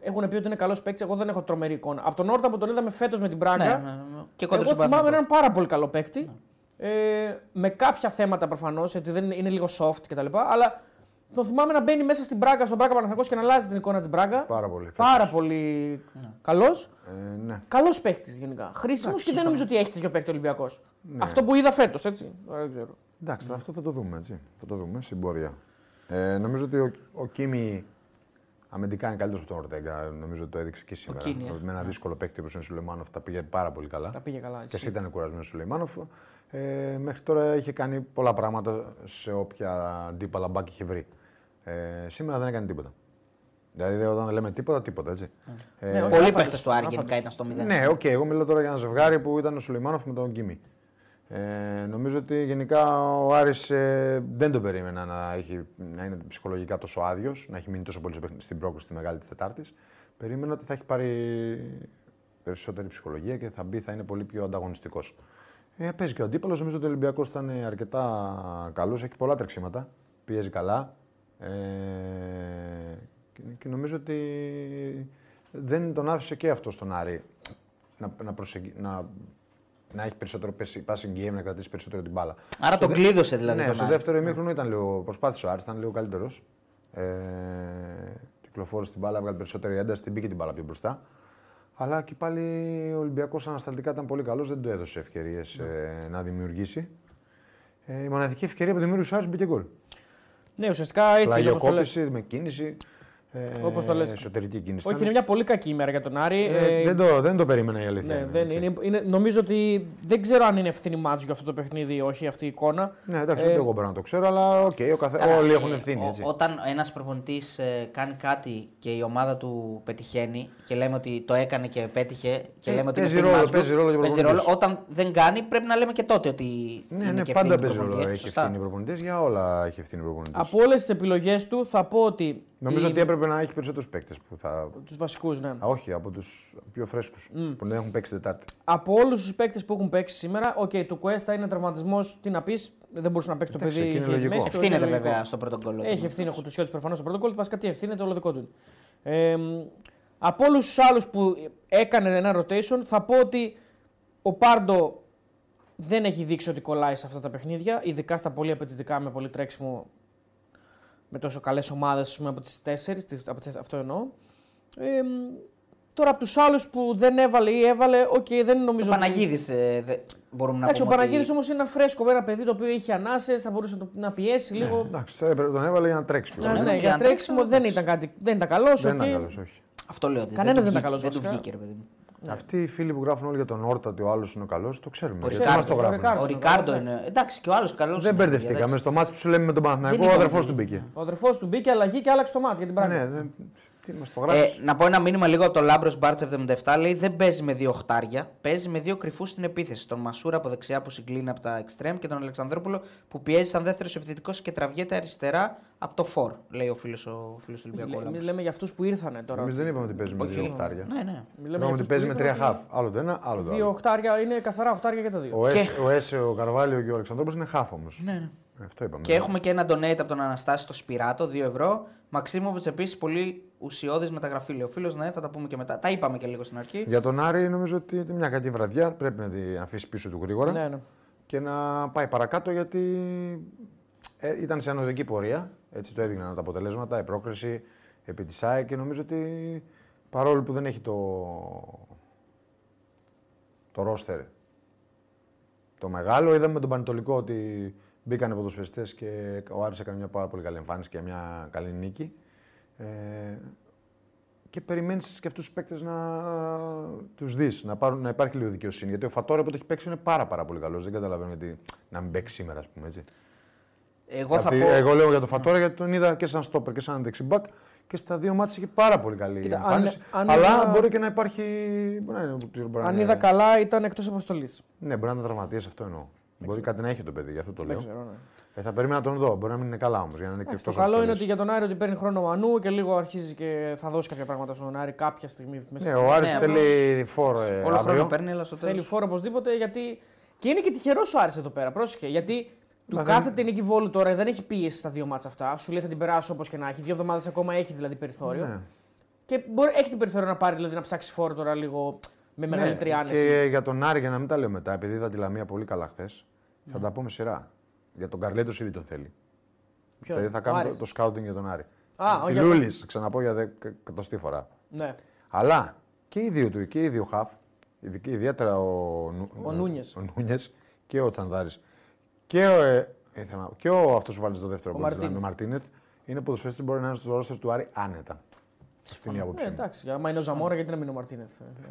Έχουν πει ότι είναι καλός παίκτης. Εγώ δεν έχω τρομερή εικόνα. Από τον Όρτα που τον είδαμε φέτος με την Πράγκα. Ναι, ναι, ναι. Και κόντρα Εγώ στον θυμάμαι Παναθηναϊκό. έναν πάρα πολύ καλό παίκτη. Ε, με κάποια θέματα προφανώς, έτσι δεν είναι, είναι λίγο soft κτλ. Αλλά τον θυμάμαι να μπαίνει μέσα στην Μπράγκα, στον Μπράγκα Παναθηναϊκός και να αλλάζει την εικόνα της Μπράγκα. Πάρα πολύ Πάρα φέτος. πολύ Ναι. καλός. Ε, ναι. Καλός παίκτης γενικά. Χρήσιμος και δεν νομίζω ότι έχει τέτοιο παίκτη Ολυμπιακός. Ναι. Αυτό που είδα φέτος, έτσι. Τώρα Δεν ξέρω. Εντάξει, αυτό θα το δούμε, έτσι. Θα το δούμε στην πορεία. Ε, νομίζω ότι ο, ο Κίμη αμυντικά είναι καλύτερος από τον Ορτέγκα. Νομίζω ότι το έδειξε και σήμερα. Κίνη, ε. με ένα δύσκολο παίκτη όπως είναι ο Σουλεϊμάνοφ τα πήγε πάρα πολύ καλά. Ναι. Τα πήγε καλά. Και εσύ Έτσι. ήταν κουρασμένος ο Σουλεϊμάνοφ. Ε, μέχρι τώρα είχε κάνει πολλά πράγματα σε όποια αντίπαλα μπακ είχε βρει. Ε, σήμερα δεν έκανε τίποτα. Δηλαδή όταν λέμε τίποτα, τίποτα έτσι. Ε, Ναι, όχι, Πολλοί άφαντος, παίχτε του Άρη γενικά άφαντος. ήταν στο 0. ναι, οκ, εγώ μιλάω τώρα για ένα ζευγάρι που ήταν ο Σουλεϊμάνοφ με τον Κίμη. Ε, νομίζω ότι γενικά ο Άρης ε, δεν τον περίμενα να, έχει, να είναι ψυχολογικά τόσο άδειος, να έχει μείνει τόσο πολύ στο παιχνίδι- στην πρόκληση τη Μεγάλη της Τετάρτης. Περίμενα ότι θα έχει πάρει περισσότερη ψυχολογία και θα μπει, θα είναι πολύ πιο ανταγωνιστικός. Ε, παίζει και ο αντίπαλος. Νομίζω ότι ο Ολυμπιακός ήταν ε, αρκετά καλός. Έχει πολλά τρεξίματα. Πιέζει καλά. Ε, και, και νομίζω ότι δεν τον άφησε και αυτός στον Άρη να, να, προσεγγι- να, να έχει περισσότερο passing- passing game, να κρατήσει περισσότερο την μπάλα. Άρα Στο τον δε- κλείδωσε δηλαδή. ναι, τον στο Άρη. δεύτερο ημίχρονο ήταν λίγο. Προσπάθησε ο Άρης, ήταν λίγο καλύτερος. Ε, κυκλοφόρησε την μπάλα, έβγαλε περισσότερη ένταση, την μπήκε την μπάλα πιο μπροστά. Αλλά και πάλι ο Ολυμπιακός ανασταλτικά ήταν πολύ καλός, δεν του έδωσε ευκαιρίες Ναι. ε, να δημιουργήσει. Ε, η μοναδική ευκαιρία που δημιούργησε ο Άρης μπήκε γκολ. Ναι, ουσιαστικά έτσι είναι. όπως το λες. Πλαγιοκόπηση με κίνηση. Ε, Όπως το λες. Εσωτερική κίνηση. Όχι, είναι ήταν. μια πολύ κακή ημέρα για τον Άρη. Ε, Ε, δεν, το, δεν το περίμενα η αλήθεια. Ναι, είναι, δεν έτσι. είναι, είναι, νομίζω ότι δεν ξέρω αν είναι ευθύνη μάτζου για αυτό το παιχνίδι ή όχι αυτή η εικόνα. Ναι, εντάξει, Ε, ούτε εγώ μπορώ να το ξέρω, αλλά οκ, ο καθε... Καλά, όλοι ε, έχουν ευθύνη. ο- Έτσι. Όταν ένας προπονητής κάνει κάτι και η ομάδα του πετυχαίνει και λέμε ότι το έκανε και πέτυχε και Ε, λέμε ότι παίζει είναι ευθύνη ρόλο, μας του, παίζει ρόλο και ο παίζει προπονητής. ρόλο. Όταν δεν κάνει, πρέπει να λέμε και τότε ότι. Ναι, είναι ναι, και πάντα ευθύνη του παίζει ρόλο. προπονητής, ε, Έχει σωστά. ευθύνη προπονητής για όλα. Έχει ευθύνη προπονητής. από όλες τις επιλογές του θα πω ότι. Νομίζω ότι έπρεπε να έχει περισσότερους παίκτες που θα. Τους βασικούς, ναι. Α, όχι, από τους πιο φρέσκους που δεν έχουν παίξει Τετάρτη. Από όλους τους παίκτες που έχουν παίξει σήμερα, οκ, του Κουέστα είναι τραυματισμός. Τι να πεις, δεν μπορούσε να παίξει το Εντάξει, παιδί. εκεί είναι είχε λογικό. μέση, το Ευθύνεται είναι λογικό. βέβαια στον πρώτο γκολ. Έχει ευθύνη ο Χουντουσιώτη προφανώ στον πρώτο γκολ. Βασικά τι ευθύνεται, όλο δικό του. είναι. Ε, μ, από όλους τους άλλους που έκανε ένα rotation, θα πω ότι ο Πάρντο δεν έχει δείξει ότι κολλάει σε αυτά τα παιχνίδια, ειδικά στα πολύ απαιτητικά με πολύ τρέξιμο με τόσο καλές ομάδες από τις 4, τις- από τις- αυτό εννοώ. Ε, μ, τώρα από τους άλλους που δεν έβαλε ή έβαλε, οκ, δεν νομίζω. Ο ότι- Παναγίδης ε, δεν μπορούμε να Εντάξει, ο πούμε. ότι- Παναγίδης όμως είναι ένα φρέσκο, ένα παιδί το οποίο είχε ανάσες, θα μπορούσε να το- να πιέσει Ναι. λίγο. Εντάξει, έπρεπε- τον έβαλε για να τρέξει. πιο Ναι, πολύ. ναι, έβαλε και για αν τρέξιμο δεν ήταν, κάτι, δεν ήταν καλός. Δεν ήταν ναι. καλός, όχι. Αυτό λέω ότι Κανένας του δεν ήταν βγήκε- καλός Δεν του βασικά. βγήκε, ρε παιδί μου. Αυτοί οι φίλοι που γράφουν όλοι για τον Όρτα ότι ο άλλος είναι ο καλός, το ξέρουμε. Ο Γιατί Ρικάρντο, μας το ο γράφουν. Ρικάρντο. Ο Ρικάρντο είναι. Εντάξει, και ο άλλος καλός. Δεν μπερδευτήκαμε. Στο μάτι που σου λέμε με τον Παναθηναϊκό, Δεν ο ήταν αδερφό πολύ. του μπήκε. Ο αδερφός του μπήκε αλλαγή και άλλαξε το μάτι για την πράγμα. Ναι, δεν- τι μας το Ε, γράφει. να πω ένα μήνυμα λίγο από το Λάμπρος Μπάρτ 77. Λέει δεν παίζει με δύο χτάρια. Παίζει με δύο κρυφούς στην επίθεση. Τον Μασούρα από δεξιά που συγκλίνει από τα εξτρέμ και τον Αλεξανδρόπουλο που πιέζει σαν δεύτερος επιθετικός και τραβιέται αριστερά από το φορ. Λέει ο φίλος ο φίλος του Ολυμπιακού. Εμείς Λάμπρος. λέμε για αυτούς που ήρθανε τώρα. Εμείς δεν είπαμε ότι παίζει με Όχι, δύο οχτάρια. Ναι, ναι. Μιλάμε Είπαμε για ότι αυτούς παίζει που με τρία ήρθαν χαφ. ότι Άλλο το ένα, άλλο το Δύο άλλο. οχτάρια είναι καθαρά οχτάρια και τα δύο. Ο Έσ- Ο Έσαι, ο Καρβάλιο και ο Αλεξανδρόπουλος είναι χάφ όμω. Αυτό είπαμε. ναι. Και έχουμε και ένα donate από τον Αναστάση στο Σπυράτο, 2 ευρώ. Μαξίμοβιτ επίσης πολύ ουσιώδης μεταγραφή, λέει ο φίλος. Ναι, θα τα πούμε και μετά. Τα είπαμε και λίγο στην αρχή. Για τον Άρη νομίζω ότι είναι μια κακή βραδιά πρέπει να την αφήσει πίσω του γρήγορα Ναι, ναι. και να πάει παρακάτω γιατί ε, ήταν σε ανωδική πορεία. Έτσι το έδειχναν τα αποτελέσματα, η πρόκριση επί της ΑΕ και νομίζω ότι παρόλο που δεν έχει το, το ρόστερ το μεγάλο, είδαμε με τον Πανετολικό ότι μπήκανε ποδοσφαιριστές και ο Άρης έκανε μια πάρα πολύ καλή εμφάνιση και μια καλή νίκη. Ε, και περιμένεις και αυτούς τους παίκτες να τους δεις, να, πάρουν- να υπάρχει λίγο δικαιοσύνη. Γιατί ο Φατόρε που το έχει παίξει είναι πάρα, πάρα πολύ καλός. Δεν καταλαβαίνω γιατί να μην παίξει σήμερα, ας πούμε έτσι. Εγώ θα Δηλαδή, πω. εγώ λέω για τον Φατόρε γιατί τον είδα και σαν στόπερ και σαν δεξιμπακ και στα δύο μάτια είχε πάρα πολύ καλή Κοίτα, αν- εμφάνιση. αν αλλά είδα- μπορεί και να υπάρχει. Μπορεί να είναι, ξέρω, μπορεί να Αν είναι- είδα καλά, ήταν εκτός αποστολής. Ναι, μπορεί να ήταν τραυματίες, αυτό εννοώ. Μπορεί κάτι να έχει το παιδί, γι' αυτό το λέω. ξέρω, ναι. Ε, θα περίμενα να τον δω. Μπορεί να μην είναι καλά όμως. Για να είναι και Το εκτός καλό είναι αποστολής. ότι για τον Άρη ότι παίρνει χρόνο ο Μανού και λίγο αρχίζει και θα δώσει κάποια πράγματα στον Άρη κάποια στιγμή. μέσα Ναι, στο- ο Άρης Ναι, θέλει φόρο ε, Όλο χρόνο αύριο. παίρνει, αλλά στο Θέλει τέλος. φόρο οπωσδήποτε γιατί. Και είναι και τυχερός ο Άρης εδώ πέρα. Πρόσεχε. Γιατί του Μα δεν- κάθεται η νίκη βόλου τώρα, δεν έχει πίεση στα δύο μάτσα αυτά. Σου λέει θα την περάσω όπως και να έχει. Δύο εβδομάδες ακόμα έχει δηλαδή περιθώριο. Ναι. Και μπορεί, έχει την περιθώριο να πάρει, δηλαδή να ψάξει φόρο τώρα λίγο με μεγαλύτερη άνεση. Ναι, Και για τον Άρη, για να μην τα λέω μετά, επειδή είδα τη Λαμία πολύ καλά χθες, Ναι. θα τα πούμε σειρά. Για τον Καρλέτο ήδη τον θέλει. Ποιον, Δηλαδή θα ο κάνουμε το, Άρης? το σκάουτινγκ για τον Άρη. Α, όχι, Τσιλούλης, ξαναπώ για δεκα- εκατοστή φορά. Ναι. Αλλά και οι δύο του, και οι δύο χαφ, ειδικ- ιδιαίτερα ο, Νου- Ο Νούνιες. ο Νούνιες και ο Τσανδάρης. Και ο, ε, ήθελα να- και ο αυτός που βάλει στο δεύτερο Ο γκολ της Λαμίας, ο Μαρτίνεθ. Μαρτίνεθ, είναι ποδοσφαιριστής που μπορεί να είναι στο ρόστερ του Άρη άνετα. Αυτή είναι η Ναι, άποψή μου. εντάξει, άμα είναι ο Ζαμόρα, γιατί να μην είναι ο Μαρτίνεθ.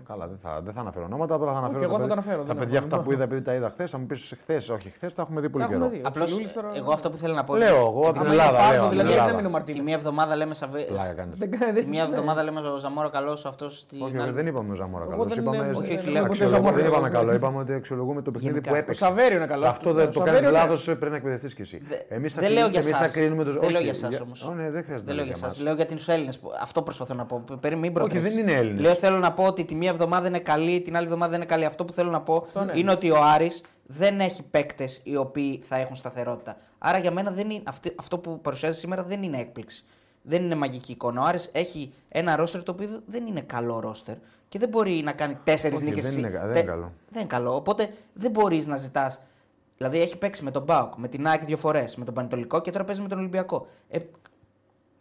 Καλά, δεν θα, δεν θα αναφέρω ονόματα, απλά θα αναφέρω. εγώ θα παιδι- τα αναφέρω, δεν παιδιά έχω αυτά που είδα, επειδή τα είδα χθες, θα μου πεις χθες, όχι χθες, τα έχουμε δει πολύ Τα έχουμε καιρό. δει. Ο Απλώ Τσιλούλης τώρα- ναι. εγώ αυτό που θέλω να πω. Λέω εγώ από Άμα την είναι Ελλάδα. πάρτο, Λέω, δηλαδή, από την γιατί να μην είναι ο Ελλάδα. Τη Μαρτίνεθ. μία εβδομάδα λέμε Σαβέ. Πλάκα κάνεις. Δεν κάνει. Τη μία εβδομάδα λέμε ο Ζαμόρο καλός, αυτός. την Όχι, άλλη. όχι, δεν είπαμε ο Ζαμόρα Εγώ καλός. δεν Είπαμε. είμαι- όχι, αξιολογούμε- λέμε ποτέ Ζαμόρα Δεν είπαμε καλό. καλό. Είπαμε ότι αξιολογούμε το παιχνίδι Γενικά. που Ο έπαιξε. Σαβέριο είναι καλό. Αυτό δεν το κάνει κάνει λάθο, πρέπει να εκπαιδευτείς κι εσύ. Δε- Εμείς θα δεν λέω κρίνουμε- για εμείς θα σας. κρίνουμε το. Δεν όχι, λέω για σας όμως. Ω, ναι, δεν χρειάζεται Δεν να λέω λέω για για εσά. μας. Λέω για του Έλληνε. Αυτό προσπαθώ να πω. Περίμενε, μην Όχι, μπερδεύεις. δεν είναι Έλληνες. Λέω θέλω να πω ότι τη μία εβδομάδα είναι καλή, την άλλη εβδομάδα είναι καλή. Αυτό που θέλω να πω ναι. είναι ότι ο Άρης δεν έχει παίκτες οι οποίοι θα έχουν σταθερότητα. Άρα για μένα δεν είναι, αυτή, αυτό που παρουσιάζει σήμερα δεν είναι έκπληξη. Δεν είναι μαγική εικόνα. Ο Άρης έχει ένα ρόστερ το οποίο δεν είναι καλό ρόστερ και δεν μπορεί να κάνει τέσσερις Όχι, νίκες. δεν είναι κα- δεν είναι καλό. Δεν είναι καλό. Οπότε δεν μπορείς να ζητάς. Δηλαδή έχει παίξει με τον Μπάουκ, με την ΑΕΚ δύο φορές, με τον Πανετολικό και τώρα παίζει με τον Ολυμπιακό. Ε,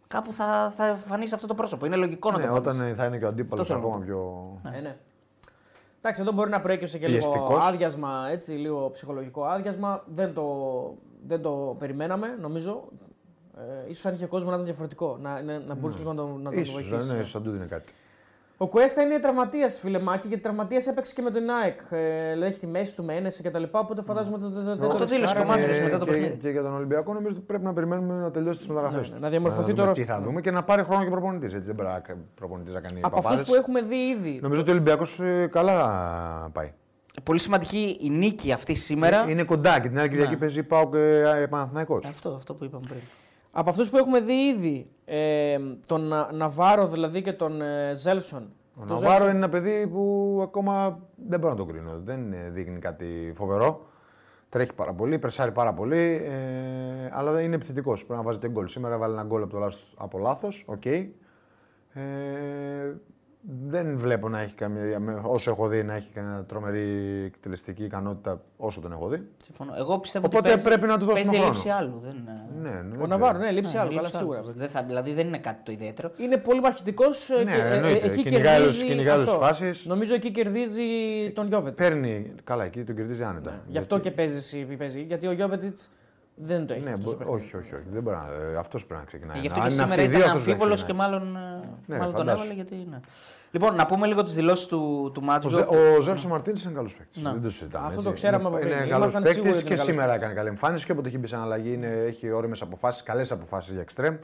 κάπου θα, θα εμφανίσει αυτό το πρόσωπο. Είναι λογικό να Ναι, το εμφανίσει. όταν θα είναι και ο αντίπαλος Αυτό θέλω ακόμα να πιο. Ε, ναι. Εντάξει, εδώ μπορεί να προέκυψε και λίγο Πιεστικός. άδειασμα, έτσι, λίγο ψυχολογικό άδειασμα. Δεν το, δεν το περιμέναμε, νομίζω. Ε, ίσως αν είχε κόσμο να ήταν διαφορετικό, να, να, να μπορούσε λίγο να τον, να τον Ναι. Ίσως, βοηθήσει. δεν είναι, σαν τούτο είναι κάτι. Ο Κουέστα είναι τραυματίας, φίλε Μάκη, γιατί τραυματίας έπαιξε και με τον ΑΕΚ. Ε, δηλαδή έχει τη μέση του με ένεση κτλ. Οπότε φαντάζομαι ότι δεν δεν το ρισκάρανε. δήλωσε και ο Μάνδρης Ε, μετά το και- παιχνίδι. Και για τον Ολυμπιακό νομίζω ότι πρέπει να περιμένουμε να τελειώσει τις μεταγραφές. ναι, να διαμορφωθεί το Τι roster. θα δούμε και να πάρει χρόνο και προπονητής. Έτσι δεν πρέπει να κα- προπονητής να κάνει Από παπάδες. αυτού που έχουμε δει ήδη. Νομίζω ότι ο Ολυμπιακός καλά πάει. Ε, Πολύ σημαντική η νίκη αυτή σήμερα. Ε, Είναι κοντά και την άλλη Ναι. Κυριακή παίζει ε, πάω και Παναθυναϊκό. Αυτό, αυτό που είπαμε πριν. Από αυτούς που έχουμε δει ήδη, ε, τον Να- Ναβάρο δηλαδή και τον ε, Ζέλσον. Ο Το Ναβάρο είναι ένα παιδί που ακόμα δεν μπορώ να το κρίνω. Δεν ε, δείχνει κάτι φοβερό. Τρέχει πάρα πολύ, περσάρει πάρα πολύ, ε, αλλά δεν είναι επιθετικός. Πρέπει να βάζετε γκολ. Σήμερα βάλει ένα γκολ από, το λάθος, από λάθος. Οκ. Ε, δεν βλέπω να έχει καμία. με- Όσο έχω δει να έχει κανένα τρομερή εκτελεστική ικανότητα όσο τον έχω δει. Συμφωνώ. Εγώ πιστεύω Οπότε ότι παίζει- πρέπει να του δώσουμε παίζει χρόνο. λήψη άλλου. Δεν... είναι- Ναι, ναι, δεν Ο ξέρω. Ναβάρο, ναι, λήψη Ναι, άλλο, καλά λήψη σίγουρα. άλλου. Δεν θα, δηλαδή δεν είναι κάτι το ιδιαίτερο. Είναι πολύ ε, μαχητικό Ναι, εννοείται. Κυνηγάει όλες- κυνηγάει όλες τις φάσεις. Ε, Νομίζω εκεί κερδίζει τον Γιώβετ. Παίρνει. Καλά, εκεί τον κερδίζει άνετα. Ναι, Γι' αυτό και παίζεις εσύ που παίζει. Γιατί ο Γιώβετιτ δεν το έχεις. Ναι, αυτός στο μπο- παιχνίδι. όχι, όχι, όχι. Δεν μπορεί να... ε, αυτός πρέπει να ξεκινάει. Γι' αυτό Αν και είναι σήμερα αυτοί οι ήταν δύο, αυτός πρέπει να αμφίβολος και ξεκινάει. μάλλον, ε, Ναι, μάλλον τον φαντάσου. έβαλε γιατί. Ναι. Λοιπόν, να πούμε λίγο τις δηλώσεις του, του Ο, Μάτζο. Ζε- ο Ζέρσο Μαρτίνη είναι καλός παίκτης. Ναι. Δεν το συζητάμε. Αυτό έτσι. το ξέραμε από Είναι- πριν. Είναι Ήμασταν καλό σίγουροι ότι παίκτη και είναι καλός σήμερα παίκτης. έκανε καλή εμφάνιση και όποτε έχει μπει σαν αλλαγή είναι, έχει όριμε αποφάσεις, καλές αποφάσεις για εξτρεμ.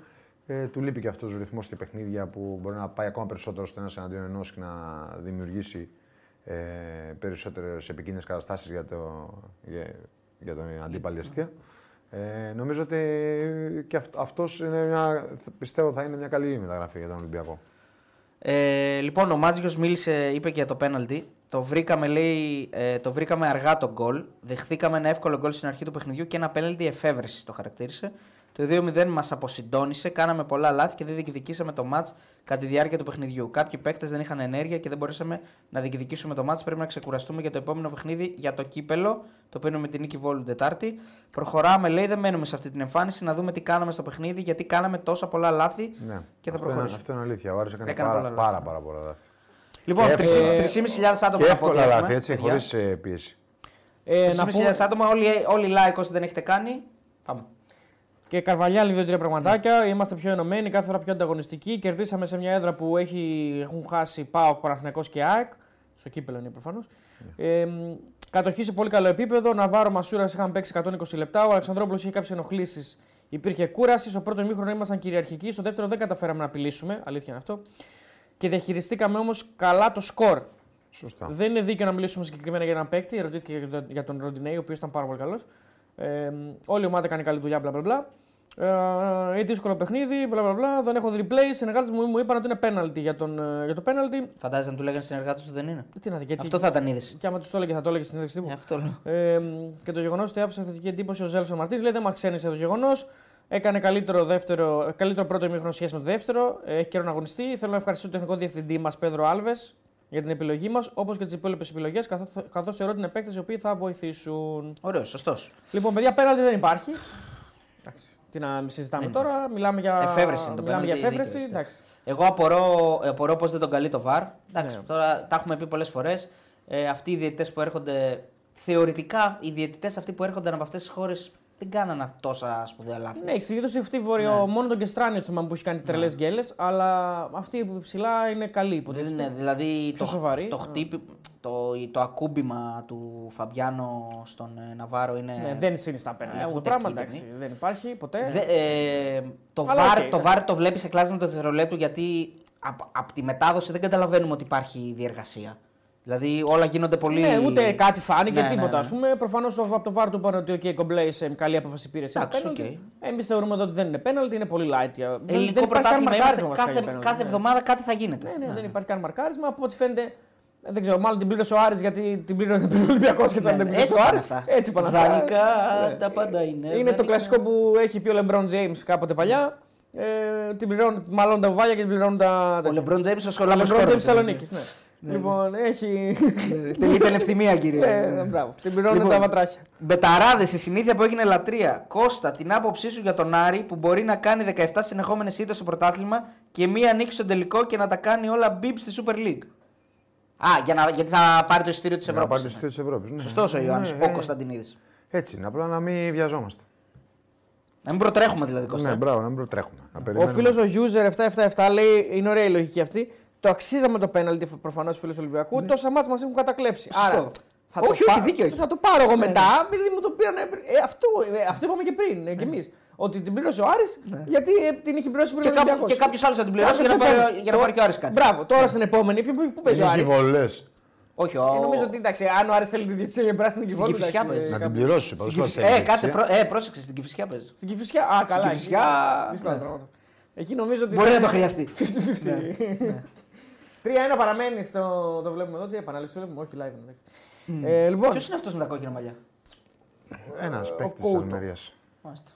Ε, του λείπει και αυτός ο ρυθμός και παιχνίδια που μπορεί να πάει ακόμα περισσότερο στο ένας εναντίον ενός και να δημιουργήσει ε, περισσότερες επικίνδυνες καταστάσεις για, το, για, για τον αντίπαλη αιστεία. Ε, νομίζω ότι και αυ, αυτός είναι μια, πιστεύω θα είναι μια καλή μεταγραφή για τον Ολυμπιακό. Ε, λοιπόν, ο Μάτζιο μίλησε, είπε και για το πέναλτι. Το βρήκαμε, λέει, ε, το βρήκαμε αργά το γκολ. Δεχθήκαμε ένα εύκολο γκολ στην αρχή του παιχνιδιού και ένα πέναλτι εφεύρεση το χαρακτήρισε. Το 2-0 μας αποσυντώνησε, κάναμε πολλά λάθη και δεν διεκδικήσαμε το μάτ κατά τη διάρκεια του παιχνιδιού. Κάποιοι παίκτες δεν είχαν ενέργεια και δεν μπορέσαμε να διεκδικήσουμε το μάτ. Πρέπει να ξεκουραστούμε για το επόμενο παιχνίδι για το κύπελο, το οποίο είναι με την νίκη Βόλου την Τετάρτη. Προχωράμε, λέει, δεν μένουμε σε αυτή την εμφάνιση, να δούμε τι κάναμε στο παιχνίδι, γιατί κάναμε τόσα πολλά λάθη Ναι. και θα αυτό, είναι, προχωρήσουμε. αυτό είναι αλήθεια. Ο Άρης έκανε, Έκανε πολλά πάρα, λάθη. πάρα, πάρα πολλά λάθη. Λοιπόν, Και 3.500 εύκολα. άτομα Και να πω ότι εύκολα έχουμε, λάθη, έτσι, παιδιά. χωρίς πίεση. Ε, να 3.500 πούμε- άτομα, όλοι, όλοι like όσοι δεν έχετε κάνει. Πάμε. Και καρβαλιάλι δύο-τρία πραγματάκια. Είμαστε πιο ενωμένοι, κάθε φορά πιο ανταγωνιστικοί. Κερδίσαμε σε μια έδρα που έχει, έχουν χάσει ΠΑΟΚ, Παναθηναϊκός και ΑΕΚ. Στο κύπελο είναι προφανώς. Ε, μ, κατοχή σε πολύ καλό επίπεδο. Ναβάρο Μασούρας είχαν παίξει 120 λεπτά. Ο Αλεξανδρόπουλος είχε κάποιες ενοχλήσεις. Υπήρχε κούραση. Στο πρώτο μήχρονο ήμασταν κυριαρχικοί. Στο δεύτερο δεν καταφέραμε να απειλήσουμε. Αλήθεια είναι αυτό. Και διαχειριστήκαμε όμως καλά το σκορ. Σωστά. Δεν είναι δίκαιο να μιλήσουμε συγκεκριμένα για έναν παίκτη. Ερωτήθηκε για τον- για τον Ροντινέη, ο οποίος ήταν πάρα πολύ καλός. Ε, μ, όλη η ομάδα κάνει καλή δουλειά, μπλα μπλα μπλα. Ε, ε, δύσκολο παιχνίδι, μπλα μπλα μπλα. Δεν έχω replay. Οι συνεργάτες μου, μου είπαν ότι είναι πέναλτι για, τον, ε, για το πέναλτι. Φαντάζεσαι να του λέγανε συνεργάτε του δεν είναι. Τι να δει, γιατί. Αυτό θα Ναι, ήταν είδηση. Και άμα τους το έλεγε, θα το έλεγε στην συνέντευξή μου. Αυτό λέω. Ε, μ, και το γεγονός ότι άφησε θετική εντύπωση ο Ζέλσον Μαρτή λέει δεν μας ξένησε το γεγονός. Έκανε καλύτερο, δεύτερο, καλύτερο πρώτο ημίχρονο σχέση με το δεύτερο. Ε, Έχει καιρό να αγωνιστεί. Θέλω να ευχαριστήσω τον τεχνικό διευθυντή μας, Πέδρο Άλβες, για την επιλογή μας, όπως και τις υπόλοιπες επιλογές, καθώς θεωρώ την επέκταση οι οποίοι θα βοηθήσουν. Ωραίος, σωστός. Λοιπόν, παιδιά, πέναλτι δεν υπάρχει. Εντάξει, τι να συζητάμε Δεν τώρα. Μιλάμε για Ναι, Εφεύρεση είναι το μιλάμε για πέναλτι, εφεύρεση. δίκαιο. Εντάξει. Εγώ απορώ, απορώ πώ δεν τον καλεί το βαρ. Εντάξει, Ναι. τώρα τα έχουμε πει πολλές φορές. Ε, αυτοί οι διαιτητές που έρχονται. Θεωρητικά οι διαιτητές αυτοί που έρχονταν από αυτές τις χώρες δεν κάνανε τόσα σπουδαία λάθη. Ναι, συνήθως αυτή η βόρειο, Ναι. μόνο τον Κεστράνιο θυμάμαι που έχει κάνει τρελές γκέλες, αλλά αυτή ψηλά είναι καλή. Δεν υποτίθεται. είναι, δηλαδή Πιο το, σοβαρή. το, Α. χτύπη, το, το ακούμπημα του Φαμπιάνο στον ε, Ναβάρο είναι. Ναι, δεν συνιστά πέναλτι Ε, αυτό το ούτε πράγμα. εκεί δεν Εντάξει, δεν υπάρχει ποτέ. Δε- ε, το, Αλλά βάρ, οκ, το ναι. βάρ το βλέπει σε κλάσμα του δευτερολέπτου γιατί από απ τη μετάδοση δεν καταλαβαίνουμε ότι υπάρχει διεργασία. Δηλαδή όλα γίνονται πολύ. Ναι, ούτε κάτι φάνηκε, Ναι, ναι, τίποτα. ναι. Ας πούμε, προφανώς από το βάρ του είπαν ότι okay, κομπλέ σε καλή απόφαση πήρε. Εντάξει, Εμείς θεωρούμε εδώ ότι δεν είναι πέναλτι, είναι πολύ light. Δεν- Ελληνικό δεν υπάρχει καν πρωτάθλημα είμαστε. μαρκάρισμα βασικά για Κάθε, penalty, κάθε ναι. εβδομάδα κάτι θα γίνεται. Ναι, ναι, δεν υπάρχει καν μαρκάρισμα. Από ό,τι φαίνεται. ε, Δεν ξέρω, μάλλον την πλήρωσε ο Άρης γιατί την πλήρωσε ο Ολυμπιακός και Ναι, τώρα ναι, δεν πλήρωσε έτσι ο πάνε Άρης. αυτά. Έτσι πάνε αυτά. Δανεικά Ναι. τα πάντα είναι. Είναι το δανεικά. κλασικό που έχει πει ο Λεμπρόν Τζέιμ κάποτε παλιά. Ε, την πληρώνουν μάλλον τα βουβάλια και την πληρώνουν τα. Ο τέτοια. Λεμπρόν Τζέιμ στο Ο σχολείο. Λεμπρόν Τζέιμ Θεσσαλονίκη, ναι. Λοιπόν, έχει. Ναι, Τελείται ευθυμία, Ε, κύριε. Μπράβο. Την πληρώνουν Λοιπόν. τα βατράχια. Μπεταράδες, η συνήθεια που έγινε λατρεία. Κώστα, την άποψή σου για τον Άρη που μπορεί να κάνει 17 συνεχόμενες ήττες στο πρωτάθλημα και μία νίκη στο τελικό και να τα κάνει όλα μπίπ στη Super League. Α, για να, γιατί θα πάρει το εισιτήριο της Να Ευρώπης. πάρει το στήριο τη Ευρώπης. Ναι. Σωστό ο Ιωάννης, Ναι, ο ε, Κωνσταντινίδης. Έτσι είναι, απλά να μην βιαζόμαστε. Να μην προτρέχουμε δηλαδή, Κώστα. Ναι, μπράβο, να μην προτρέχουμε. Να Ο περιμένουμε. φίλος ο user 777 λέει: Είναι ωραία η λογική αυτή. Το αξίζαμε το πέναλτι προφανώς φίλος Ολυμπιακού. Τόσα μάτς μας έχουν κατακλέψει. Άρα. Θα Όχι, το όχι, πα- δίκιο έχει. Θα το πάρω εγώ μετά, επειδή μου το πήραν. Ε, αυτό, ε, αυτό είπαμε και πριν, ε, κι εμείς. Ότι την πλήρωσε ο Άρης, γιατί ε, την είχε πληρώσει πριν Και, ο κάπο, Ολυμπιακός. και κάποιος άλλος θα την πληρώσει για Κάποιος να πάρει, επέμενε. για να πάρει και ο Άρης κάτι. Μπράβο, τώρα στην επόμενη. Πού, πού- πού παίζει ο Είναι Άρης. κυβολές. Όχι, Ε, ο... νομίζω ότι εντάξει, αν ο Άρης θέλει τη διετησία για να περάσει την Στην κυβόλη. Κηφισιά παίζει. Να την πληρώσει πάντω. Ε, κάτσε, προ... ε, πρόσεξε στην κυφισιά παίζει. Στην Κηφισιά. Α, καλά. εκεί- Κηφισιά, δύσκολα ναι. πράγματα. Εκεί νομίζω ότι. Μπορεί θα να το είναι χρειαστεί. Ναι, 50-50. 3-1 παραμένει στο. Το βλέπουμε εδώ. Τι επανάληψη βλέπουμε. Όχι, live. είναι, εντάξει. Ε, λοιπόν, Ποιος είναι αυτός με τα κόκκινα μαλλιά. Ένας παίκτη τη Κούτο. Λοιπόν. Αλμερία. Μάλιστα.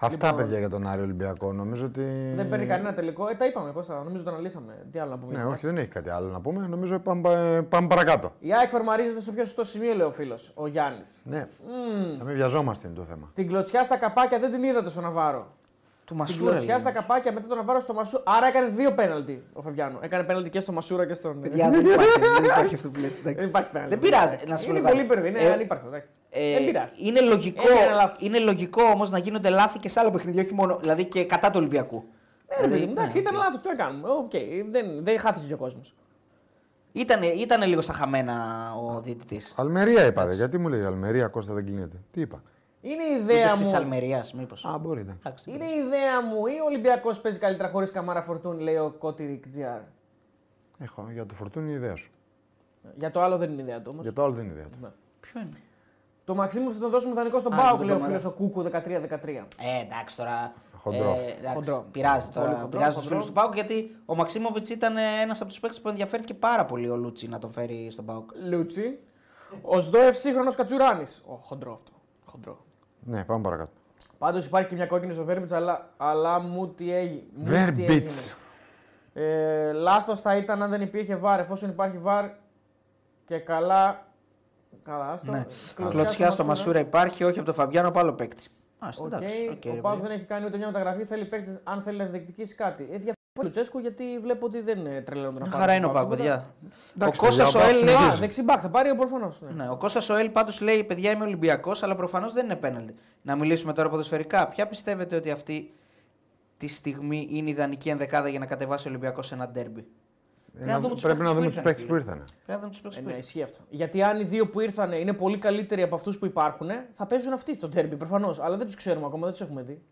Αυτά παιδιά για τον Άρη Ολυμπιακό. Νομίζω ότι. Δεν παίρνει κανένα τελικό. Ε, τα είπαμε, Κώστα. Νομίζω το αναλύσαμε. Τι άλλο να πούμε. Ναι, Εντάξει. όχι, δεν έχει κάτι άλλο να πούμε. Νομίζω πάμε, πάμε παρακάτω. Η ΑΕΚ φαρμαρίζεται στο πιο σωστό σημείο, λέει ο φίλος, ο Γιάννης. Ναι. Να μην βιαζόμαστε είναι το θέμα. Την κλωτσιά στα καπάκια δεν την είδατε στο Ναβάρο. Του δηλαδή. Την Μασούρα. κλωτσιά στα λέει. καπάκια μετά τον Ναβάρο στο Μασούρα. Άρα έκανε δύο πέναλτι ο Φαβιάνο. Έκανε πέναλτι και στο Μασούρα και στον. Παιδιά, δεν υπάρχει- δεν υπάρχει αυτό που λέτε. εντάξει. Δεν υπάρχει πέναλτι. Δεν πειράζει, να σου πω Είναι κάτι. πολύ υπερβή. Είναι Ε, ανύπαρκτο. εντάξει. Ε, Δεν πειράζει. Είναι λογικό, Έγινε λάθος. είναι λογικό όμως να γίνονται λάθη και σε άλλα παιχνίδια, όχι μόνο. Δηλαδή και κατά του Ολυμπιακού. Ναι, ρε παιδί μου, Δηλαδή, εντάξει, ναι. ήταν λάθος. Τι να κάνουμε. Οκ, δεν, δεν χάθηκε και ο κόσμος. ναι. Ήτανε, ήτανε λίγο στα χαμένα ο διαιτητής. Αλμερία είπατε. Γιατί μου λέει Αλμερία, Κώστα δεν κλείνεται. Τι είπα. Είναι η ιδέα Της μου. Αλμερίας, μήπως. Α, μπορείτε. Είναι η ιδέα μου ή ο Ολυμπιακός παίζει καλύτερα χωρίς καμάρα φορτούν, λέει ο Κώτηρικ GR. Έχω για το φορτούνι η ιδέα σου. Για το άλλο δεν είναι ιδέα του όμως. Για το άλλο δεν είναι ιδέα Ναι. του. Ποιο είναι. Το Μαξίμου θα τον δώσουμε δανεικό στον Α, Πάοκ, τον λέει ο Καμαρά. φίλος ο Κούκου 13-13. Ε, εντάξει τώρα. Χοντρό. Ε, εντάξει, Χοντρό. Πειράζει Πολύ τώρα. χοντρό, πειράζει τους χοντρό. φίλους του Πάουκ γιατί ο Μαξίμοβιτ ήταν ένας από τους παίκτες που ενδιαφέρθηκε πάρα πολύ ο Λούτσι να τον φέρει στον Πάουκ. Λούτσι. Ο Σδόεφ σύγχρονος Κατσουράνης. Ω, χοντρό αυτό. Χοντρό. Ναι, πάμε παρακάτω. Πάντως υπάρχει και μια κόκκινη στο Βέρμπιτ, αλλά, αλλά μου τι έγινε. Μου τι Βέρμπιτ. έγινε. Ε, Λάθος θα ήταν αν δεν υπήρχε βάρ. Εφόσον υπάρχει βάρ και καλά. Καλά, άστο. Ναι. Κλωτσιά Κλωτσιά στο Μασούρα. Μασούρα υπάρχει, όχι από τον Φαμπιάνο, από άλλο παίκτη. Α, Οκ, εντάξει. οκ, ρε ο Πάουκ παιδί. δεν έχει κάνει ούτε μια μεταγραφή. Θέλει παίκτες, αν θέλει να διεκδικήσει κάτι. Ε, διαφωνώ με τον Λουτσέσκου γιατί βλέπω ότι δεν ε, τρελαίνονται να Μια πάρουν. Χαρά είναι ο τον Πάουκ, παιδιά. Ο Εντάξει, Κώστας παιδιά, ο ο Πάουκ Ελ λέει- Α, συνεχίζει. δεξιμπάκ θα πάρει ο Πορφανός. Ναι. Ναι, ο Κώστας Οέλ πάντως λέει: Παιδιά, είμαι Ολυμπιακός, αλλά προφανώς δεν είναι πέναλτι. Να μιλήσουμε τώρα ποδοσφαιρικά. Ποια πιστεύετε ότι αυτή τη στιγμή είναι η ιδανική ενδεκάδα για να κατεβάσει ο Ολυμπιακός σε ένα ντέρμπι. Πρέπει να δούμε τους παίκτες που ήρθανε, που φίλε. ήρθανε. Πρέπει να δούμε τους παίκτες Ε, που ναι, ήρθαν. ισχύει αυτό. Γιατί αν οι δύο που ήρθαν είναι πολύ καλύτεροι από αυτούς που υπάρχουν, θα παίζουν αυτοί στο τέρμπι προφανώς. Αλλά δεν τους ξέρουμε ακόμα, δεν τους έχουμε δει.